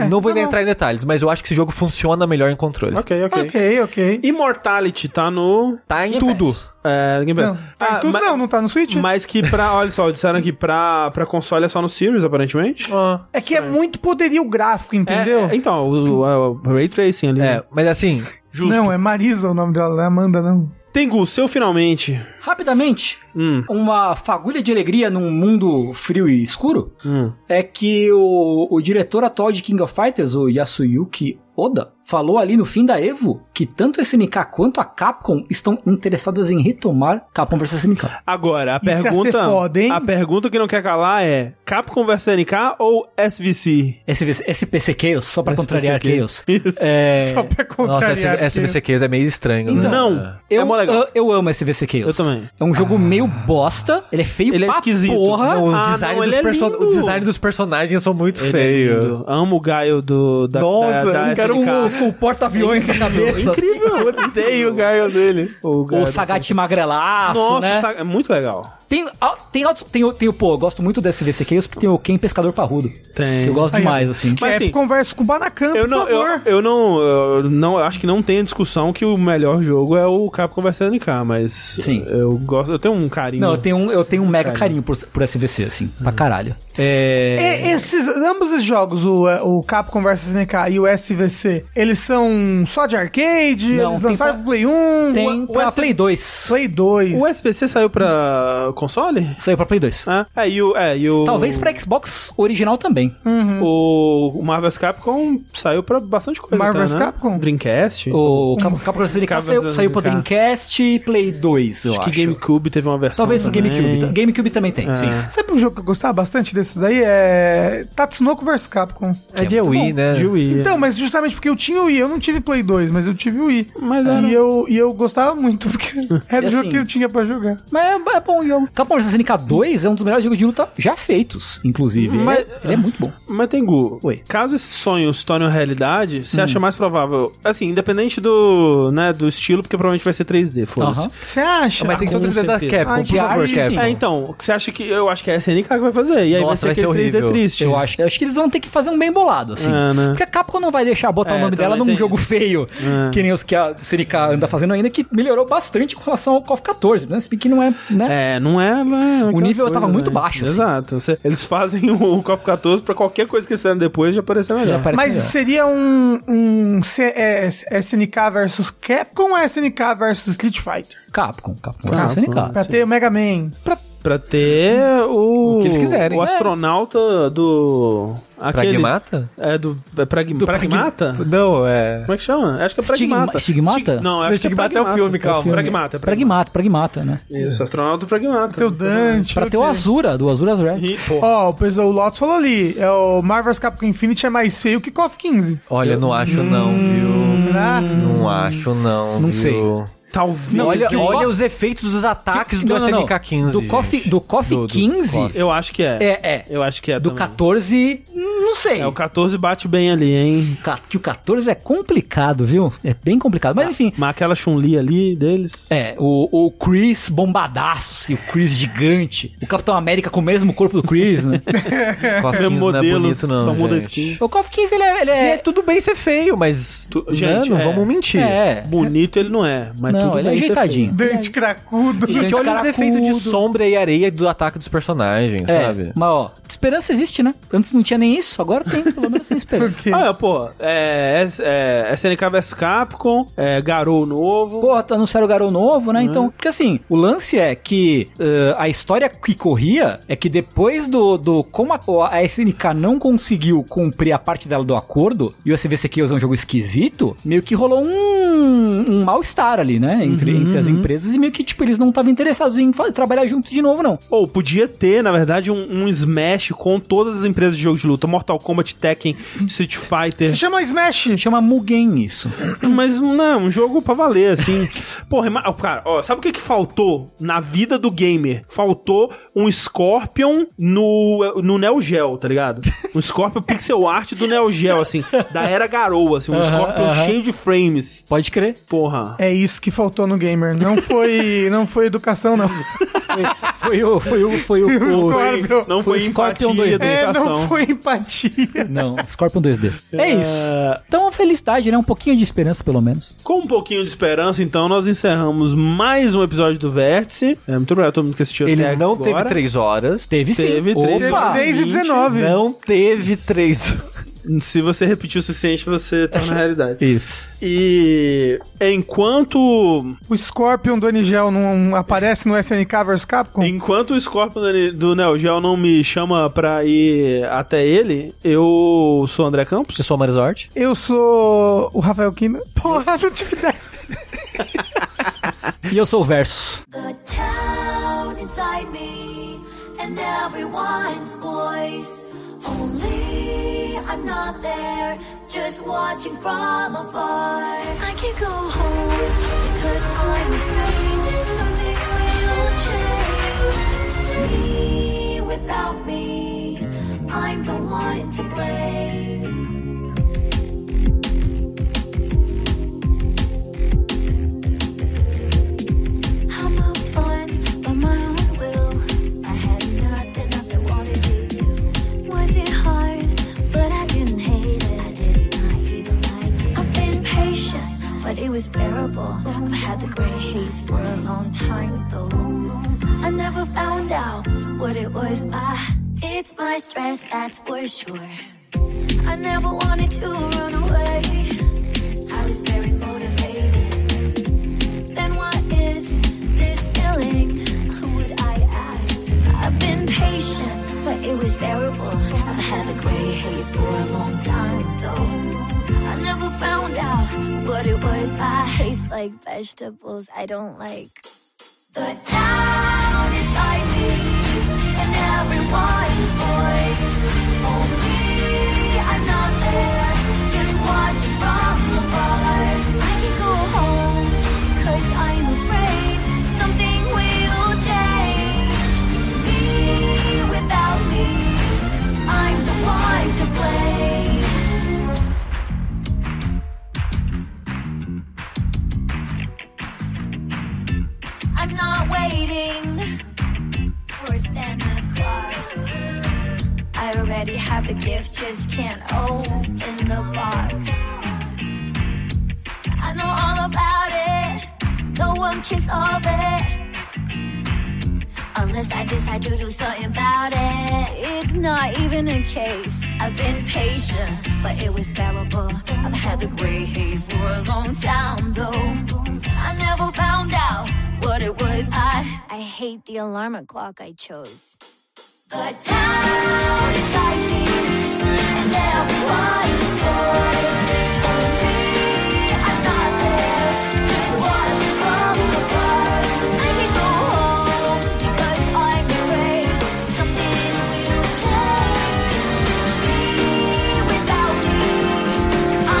Speaker 2: É,
Speaker 4: não vou
Speaker 2: tá bom.
Speaker 4: entrar em detalhes, mas eu acho que esse jogo funciona melhor em controle.
Speaker 1: Ok, ok.
Speaker 2: Ok, ok.
Speaker 1: Immortality tá no.
Speaker 4: Tá em
Speaker 3: Game
Speaker 4: tudo.
Speaker 3: Pass.
Speaker 1: É, Game Pass.
Speaker 2: Não, tá em
Speaker 1: Ah,
Speaker 2: tudo
Speaker 1: ma-
Speaker 2: não, não tá no Switch?
Speaker 1: Mas que pra. Olha só, disseram que pra, pra console é só no Series, aparentemente.
Speaker 4: Ah.
Speaker 2: é que é muito poderio gráfico, entendeu?
Speaker 1: É, é, então, o, o- o Ray Tracing ali.
Speaker 4: É, mas assim,
Speaker 1: justo.
Speaker 2: Não, é Marisa o nome dela, não é Amanda, não.
Speaker 1: Tengu, seu finalmente.
Speaker 3: Rapidamente,
Speaker 1: Hum,
Speaker 3: uma fagulha de alegria num mundo frio e escuro
Speaker 1: hum.
Speaker 3: é que o, o diretor atual de King of Fighters, o Yasuyuki Oda, falou ali no fim da Evo que tanto a SNK quanto a Capcom estão interessadas em retomar Capcom vs SNK.
Speaker 1: Agora, a
Speaker 2: Isso ia ser
Speaker 1: pergunta.
Speaker 2: foda, hein?
Speaker 1: a pergunta que não quer calar é: Capcom vs NK ou SVC?
Speaker 3: SVC SPC Chaos, só pra
Speaker 1: SPC
Speaker 3: contrariar
Speaker 1: Chaos.
Speaker 3: Chaos.
Speaker 1: Isso.
Speaker 3: É,
Speaker 2: Só pra
Speaker 4: nossa,
Speaker 2: contrariar.
Speaker 4: essa
Speaker 2: porque-
Speaker 4: SBCQs é meio estranho, né?
Speaker 3: Então,
Speaker 1: não.
Speaker 3: eu,
Speaker 1: é mó legal.
Speaker 3: eu, eu amo SVC Chaos.
Speaker 1: Eu também. Ah.
Speaker 3: É um jogo meio bosta, ele é feio
Speaker 1: Ele é
Speaker 3: pra
Speaker 1: esquisito.
Speaker 3: porra.
Speaker 4: Não, o,
Speaker 1: Ah,
Speaker 4: design
Speaker 1: não,
Speaker 4: dos
Speaker 1: ele é
Speaker 4: perso-
Speaker 1: lindo.
Speaker 4: o design dos personagens são muito
Speaker 1: Ele é
Speaker 4: feios.
Speaker 1: lindo. Amo o Gaio do, da,
Speaker 3: É,
Speaker 4: Nossa,
Speaker 1: da,
Speaker 3: tá,
Speaker 1: da
Speaker 4: eu quero
Speaker 1: SNK.
Speaker 3: o porta-aviões na cabeça.
Speaker 1: Incrível, um eu odeio o Gaio dele. O, Gaio
Speaker 3: É O
Speaker 1: do-
Speaker 3: Sagat magrelaço,
Speaker 1: Nossa,
Speaker 3: né?
Speaker 1: o Saga- é muito legal.
Speaker 3: Tem, al- tem, altos- tem, o- tem o, pô, eu gosto muito do SVC Chaos, porque tem o Ken Pescador Parrudo.
Speaker 1: Tem.
Speaker 3: Eu gosto
Speaker 2: Aí, ó.
Speaker 3: demais, assim.
Speaker 1: Mas,
Speaker 2: é,
Speaker 1: assim,
Speaker 2: conversa com o Banacan,
Speaker 1: Eu
Speaker 2: por
Speaker 1: não, eu,
Speaker 2: favor.
Speaker 1: eu não, eu não, eu acho que não tem discussão que o melhor jogo é o Capcom vs NK, mas
Speaker 3: Sim.
Speaker 1: eu gosto, eu tenho um carinho. Uhum.
Speaker 3: Não, eu tenho um, eu tenho um mega carinho por, por SVC, assim, pra caralho. É...
Speaker 2: E- esses, ambos os jogos, o, é, o Capcom vs SNK e o SVC, eles são só de arcade?
Speaker 3: Não,
Speaker 2: eles
Speaker 3: tem
Speaker 2: lançaram
Speaker 3: pra-
Speaker 2: pro Play 1?
Speaker 3: tem
Speaker 1: o- o
Speaker 3: pra
Speaker 1: S-
Speaker 3: Play 2.
Speaker 2: Play 2?
Speaker 1: O SPC saiu pra console?
Speaker 3: Saiu pra Play 2.
Speaker 1: Ah, é, e o, é, e o Hum.
Speaker 3: Talvez pra Xbox original também.
Speaker 1: o, o Marvel's Capcom saiu pra bastante coisa,
Speaker 2: Uhum. Marvel's
Speaker 1: até, né?
Speaker 2: Capcom?
Speaker 1: Dreamcast.
Speaker 3: O Cap- Capcom vs. SNK saiu,
Speaker 1: Capcom
Speaker 3: saiu pra
Speaker 1: SNK.
Speaker 3: Dreamcast e Play 2, eu acho.
Speaker 1: que GameCube teve uma versão.
Speaker 3: Talvez pro
Speaker 1: também. É.
Speaker 3: GameCube. tá? GameCube também tem, sim.
Speaker 2: Sabe um jogo que eu gostava bastante desses daí? É Tatsunoko vs Capcom.
Speaker 4: É de Wii, né?
Speaker 1: De Wii.
Speaker 2: Então, mas justamente porque eu tinha o Wii, eu não tive Play 2, mas eu tive o Wii.
Speaker 1: Mas é,
Speaker 2: e,
Speaker 3: é.
Speaker 1: era-
Speaker 2: eu, e eu gostava muito, porque era o
Speaker 3: E
Speaker 2: jogo
Speaker 3: assim-
Speaker 2: que eu tinha pra jogar.
Speaker 3: Mas é, é bom o jogo. Capcom vs SNK 2 é um dos melhores jogos de luta já feitos, inclusive. Ele é-
Speaker 1: Mas-
Speaker 3: ele, é, muito bom.
Speaker 1: Mas Tengu,
Speaker 3: Oi. Hum.
Speaker 1: caso esse sonho se torne uma realidade, você acha mais provável? Assim, independente do, né, do estilo, porque provavelmente vai ser 3D, foda-se.
Speaker 3: Aham.
Speaker 2: Você acha?
Speaker 4: Mas tem que ser
Speaker 1: com
Speaker 4: o 3D da
Speaker 1: certeza.
Speaker 4: Capcom,
Speaker 2: Ai,
Speaker 4: por
Speaker 2: que
Speaker 4: favor,
Speaker 2: aí
Speaker 4: Capcom.
Speaker 1: É, então, o que você acha que. Eu acho que é a SNK que vai fazer. E aí
Speaker 4: Nossa,
Speaker 1: vai ser
Speaker 4: vai ser
Speaker 1: aquele 3D
Speaker 4: horrível.
Speaker 1: triste.
Speaker 3: Eu acho, eu acho que eles vão ter que fazer um bem bolado, assim.
Speaker 1: É, né?
Speaker 3: Porque a Capcom não vai deixar botar
Speaker 1: É,
Speaker 3: o nome dela
Speaker 1: também
Speaker 3: num
Speaker 1: tem
Speaker 3: jogo feio,
Speaker 1: É.
Speaker 3: que nem os que a SNK anda fazendo ainda, que melhorou bastante com relação ao KOF 14, né? Se bem que não é, né?
Speaker 1: É, não é. né, aquela
Speaker 3: nível tava muito baixo, assim.
Speaker 1: Exato. Você- eles fazem o Cop 14 pra qualquer coisa que eles fizeram depois já aparecer melhor.
Speaker 3: Parece
Speaker 2: Mas
Speaker 3: melhor.
Speaker 2: seria um, um C- é, SNK versus Capcom ou SNK versus Street Fighter?
Speaker 3: Capcom, Capcom,
Speaker 1: Capcom.
Speaker 3: versus
Speaker 4: Ah,
Speaker 3: SNK.
Speaker 2: Pra ter o Mega Man.
Speaker 1: Pra, pra ter o.
Speaker 4: O que eles quiserem.
Speaker 1: O
Speaker 4: É.
Speaker 1: astronauta do. Aquele,
Speaker 4: Pragmata?
Speaker 1: É, do. É pragma- pragmata?
Speaker 4: Não, é.
Speaker 1: Como é que chama? Acho que é
Speaker 3: Estigma-
Speaker 1: Pragmata.
Speaker 3: estigmata?
Speaker 1: Esti- Não, acho
Speaker 4: Estigmata
Speaker 1: que é,
Speaker 4: é o filme, calma.
Speaker 1: É o Pragmata, é Pragmata.
Speaker 3: Pragmata, pragmata, né?
Speaker 1: Isso, astronauta do Pragmata.
Speaker 4: um
Speaker 2: Pra ter o Dante.
Speaker 3: Pra ter o Azura, do Azura's Wrath.
Speaker 1: Ih, pô.
Speaker 2: Ó, o pessoal, o Lotus falou ali, é o Marvel's Capcom Infinity é mais feio que KOF 15.
Speaker 4: Olha, não acho não, viu? Não acho não,
Speaker 3: Não
Speaker 4: viu?
Speaker 3: sei.
Speaker 1: Talvez.
Speaker 4: Não, olha,
Speaker 1: eu,
Speaker 4: olha os efeitos dos ataques do
Speaker 3: Não, não, não.
Speaker 4: SNK15.
Speaker 3: Do KOF
Speaker 4: gente.
Speaker 3: do KOF
Speaker 4: Do- do
Speaker 3: 15?
Speaker 4: KOF.
Speaker 1: eu acho que é.
Speaker 3: É, é.
Speaker 1: Eu acho que é
Speaker 3: Do
Speaker 1: também.
Speaker 3: 14, não sei.
Speaker 1: É, o 14 bate bem ali, hein?
Speaker 3: Ca- Que o 14 é complicado, viu? É bem complicado. Mas enfim.
Speaker 1: Mas aquela Chun-Li ali deles...
Speaker 3: É, o, o Chris bombadaço, e o Chris gigante. O Capitão América com o mesmo corpo do Chris, né?
Speaker 4: KOF
Speaker 1: Aquele
Speaker 4: 15 não é
Speaker 1: modelo,
Speaker 4: bonito não,
Speaker 1: só muda a
Speaker 4: gente.
Speaker 1: skin.
Speaker 3: o KOF 15, ele é. Ele
Speaker 4: E
Speaker 3: é,
Speaker 4: é tudo bem ser feio, mas.
Speaker 1: Tu-
Speaker 4: né,
Speaker 1: gente,
Speaker 4: não
Speaker 1: é.
Speaker 4: vamos mentir.
Speaker 3: é.
Speaker 1: Bonito ele não é, mas
Speaker 3: não,
Speaker 1: tudo
Speaker 3: ele é
Speaker 1: bem ser
Speaker 3: ajeitadinho.
Speaker 2: Dante cracudo.
Speaker 4: Gente,
Speaker 3: Grande
Speaker 4: olha os
Speaker 3: caracudo.
Speaker 4: efeitos de sombra e areia do ataque dos personagens,
Speaker 3: É,
Speaker 4: sabe?
Speaker 3: mas ó, esperança existe, né? Antes não tinha nem isso, agora tem, pelo menos tem esperança.
Speaker 1: feito. Ah, pô, é, S- é, SNK vs Capcom, é, Garou novo.
Speaker 3: Porra, tá anunciaram o Garou novo, né? Então, porque assim, o lance é que eh, a história que corria é que depois do. do como a, a SNK não conseguiu cumprir a parte dela do acordo e o SVC que é um jogo esquisito, meio que rolou um, um mal-estar ali, né? Entre, entre as empresas e meio que, tipo, eles não estavam interessados em fa- trabalhar junto de novo, não.
Speaker 1: Ou podia ter, na verdade, um, um Smash com todas as empresas de jogo de luta. Mortal Kombat, Tekken, Street Fighter.
Speaker 2: Se chama Smash.
Speaker 3: Chama Mugen isso.
Speaker 1: Mas não, um jogo pra valer, assim. Porra, ima- ó, cara, ó, sabe o que que faltou na vida do gamer? Faltou um Scorpion no, no Neo Geo, tá ligado? Um Scorpion pixel art do Neo Geo, assim, da era garoa, assim, um Scorpion cheio de frames.
Speaker 3: Pode crer.
Speaker 1: Porra.
Speaker 2: É isso que faltou no gamer. Não foi, não foi educação, não.
Speaker 3: Foi o. Foi o. Foi o. o-
Speaker 2: Scorpion.
Speaker 1: Não
Speaker 3: Foi
Speaker 1: foi,
Speaker 3: Scorpion né?
Speaker 1: Scorpion
Speaker 3: 2D.
Speaker 2: É, não foi empatia.
Speaker 3: Não, Scorpion 2D. É
Speaker 1: É.
Speaker 3: isso. Então, uma felicidade, né? Um pouquinho de esperança, pelo menos.
Speaker 1: Com um pouquinho de esperança, então, nós encerramos mais um episódio do Vértice. É, muito obrigado a todo mundo que assistiu
Speaker 4: Ele
Speaker 1: até
Speaker 4: não
Speaker 1: agora.
Speaker 4: teve três horas.
Speaker 3: Teve sim.
Speaker 1: Teve, teve.
Speaker 3: Opa!
Speaker 2: Teve 10 e 19.
Speaker 4: Não teve três.
Speaker 1: Se você repetiu o suficiente, você tá na realidade.
Speaker 3: Isso.
Speaker 1: E enquanto
Speaker 2: O Scorpion do Nigel não aparece no SNK vs Capcom?
Speaker 1: enquanto o Scorpion do- do Neo Geo não me chama pra ir até ele, eu sou André Campos.
Speaker 4: Eu sou o Marisort.
Speaker 2: Eu sou o Rafael Kina. Porra, não tive ideia.
Speaker 3: E eu sou o Versus.
Speaker 6: The town inside me and everyone's voice. Only I'm not there, just watching from afar. I can't go home because I'm afraid that something will change. Me without me, I'm the one to blame. I moved on by my own will. I had nothing else I wanted to do. Was it hard? But I didn't hate it. I did not even like it. I've been patient, but it was bearable. I've had the gray haze for a long time though. I never found out what it was by. It's my stress, that's for sure. I never wanted to run away. I was very motivated. Then what is this feeling? Who would I ask? I've been patient, but it was bearable. I've had the gray haze for a long time, though. I never found out what it was. I taste like vegetables I don't like. The town inside me and everyone's voice. Only I'm not there, just watching from have the gift, just can't open the box. I know all about it, no one can solve it. Unless I decide to do something about it, it's not even a case. I've been patient, but it was bearable. I've had the gray haze for a long time, though. I never found out what it was. I I hate the alarm clock I chose. But down inside me, and there was voice. Only I'm not there, just watch from above. I can go home because I'm afraid something will change. Be without me,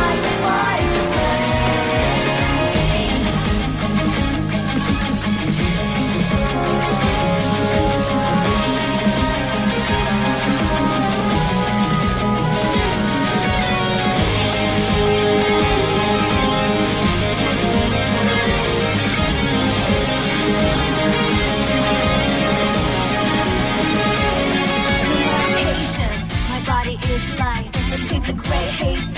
Speaker 6: I'm the one to blame. Patience, my body is light. Let's paint the gray haze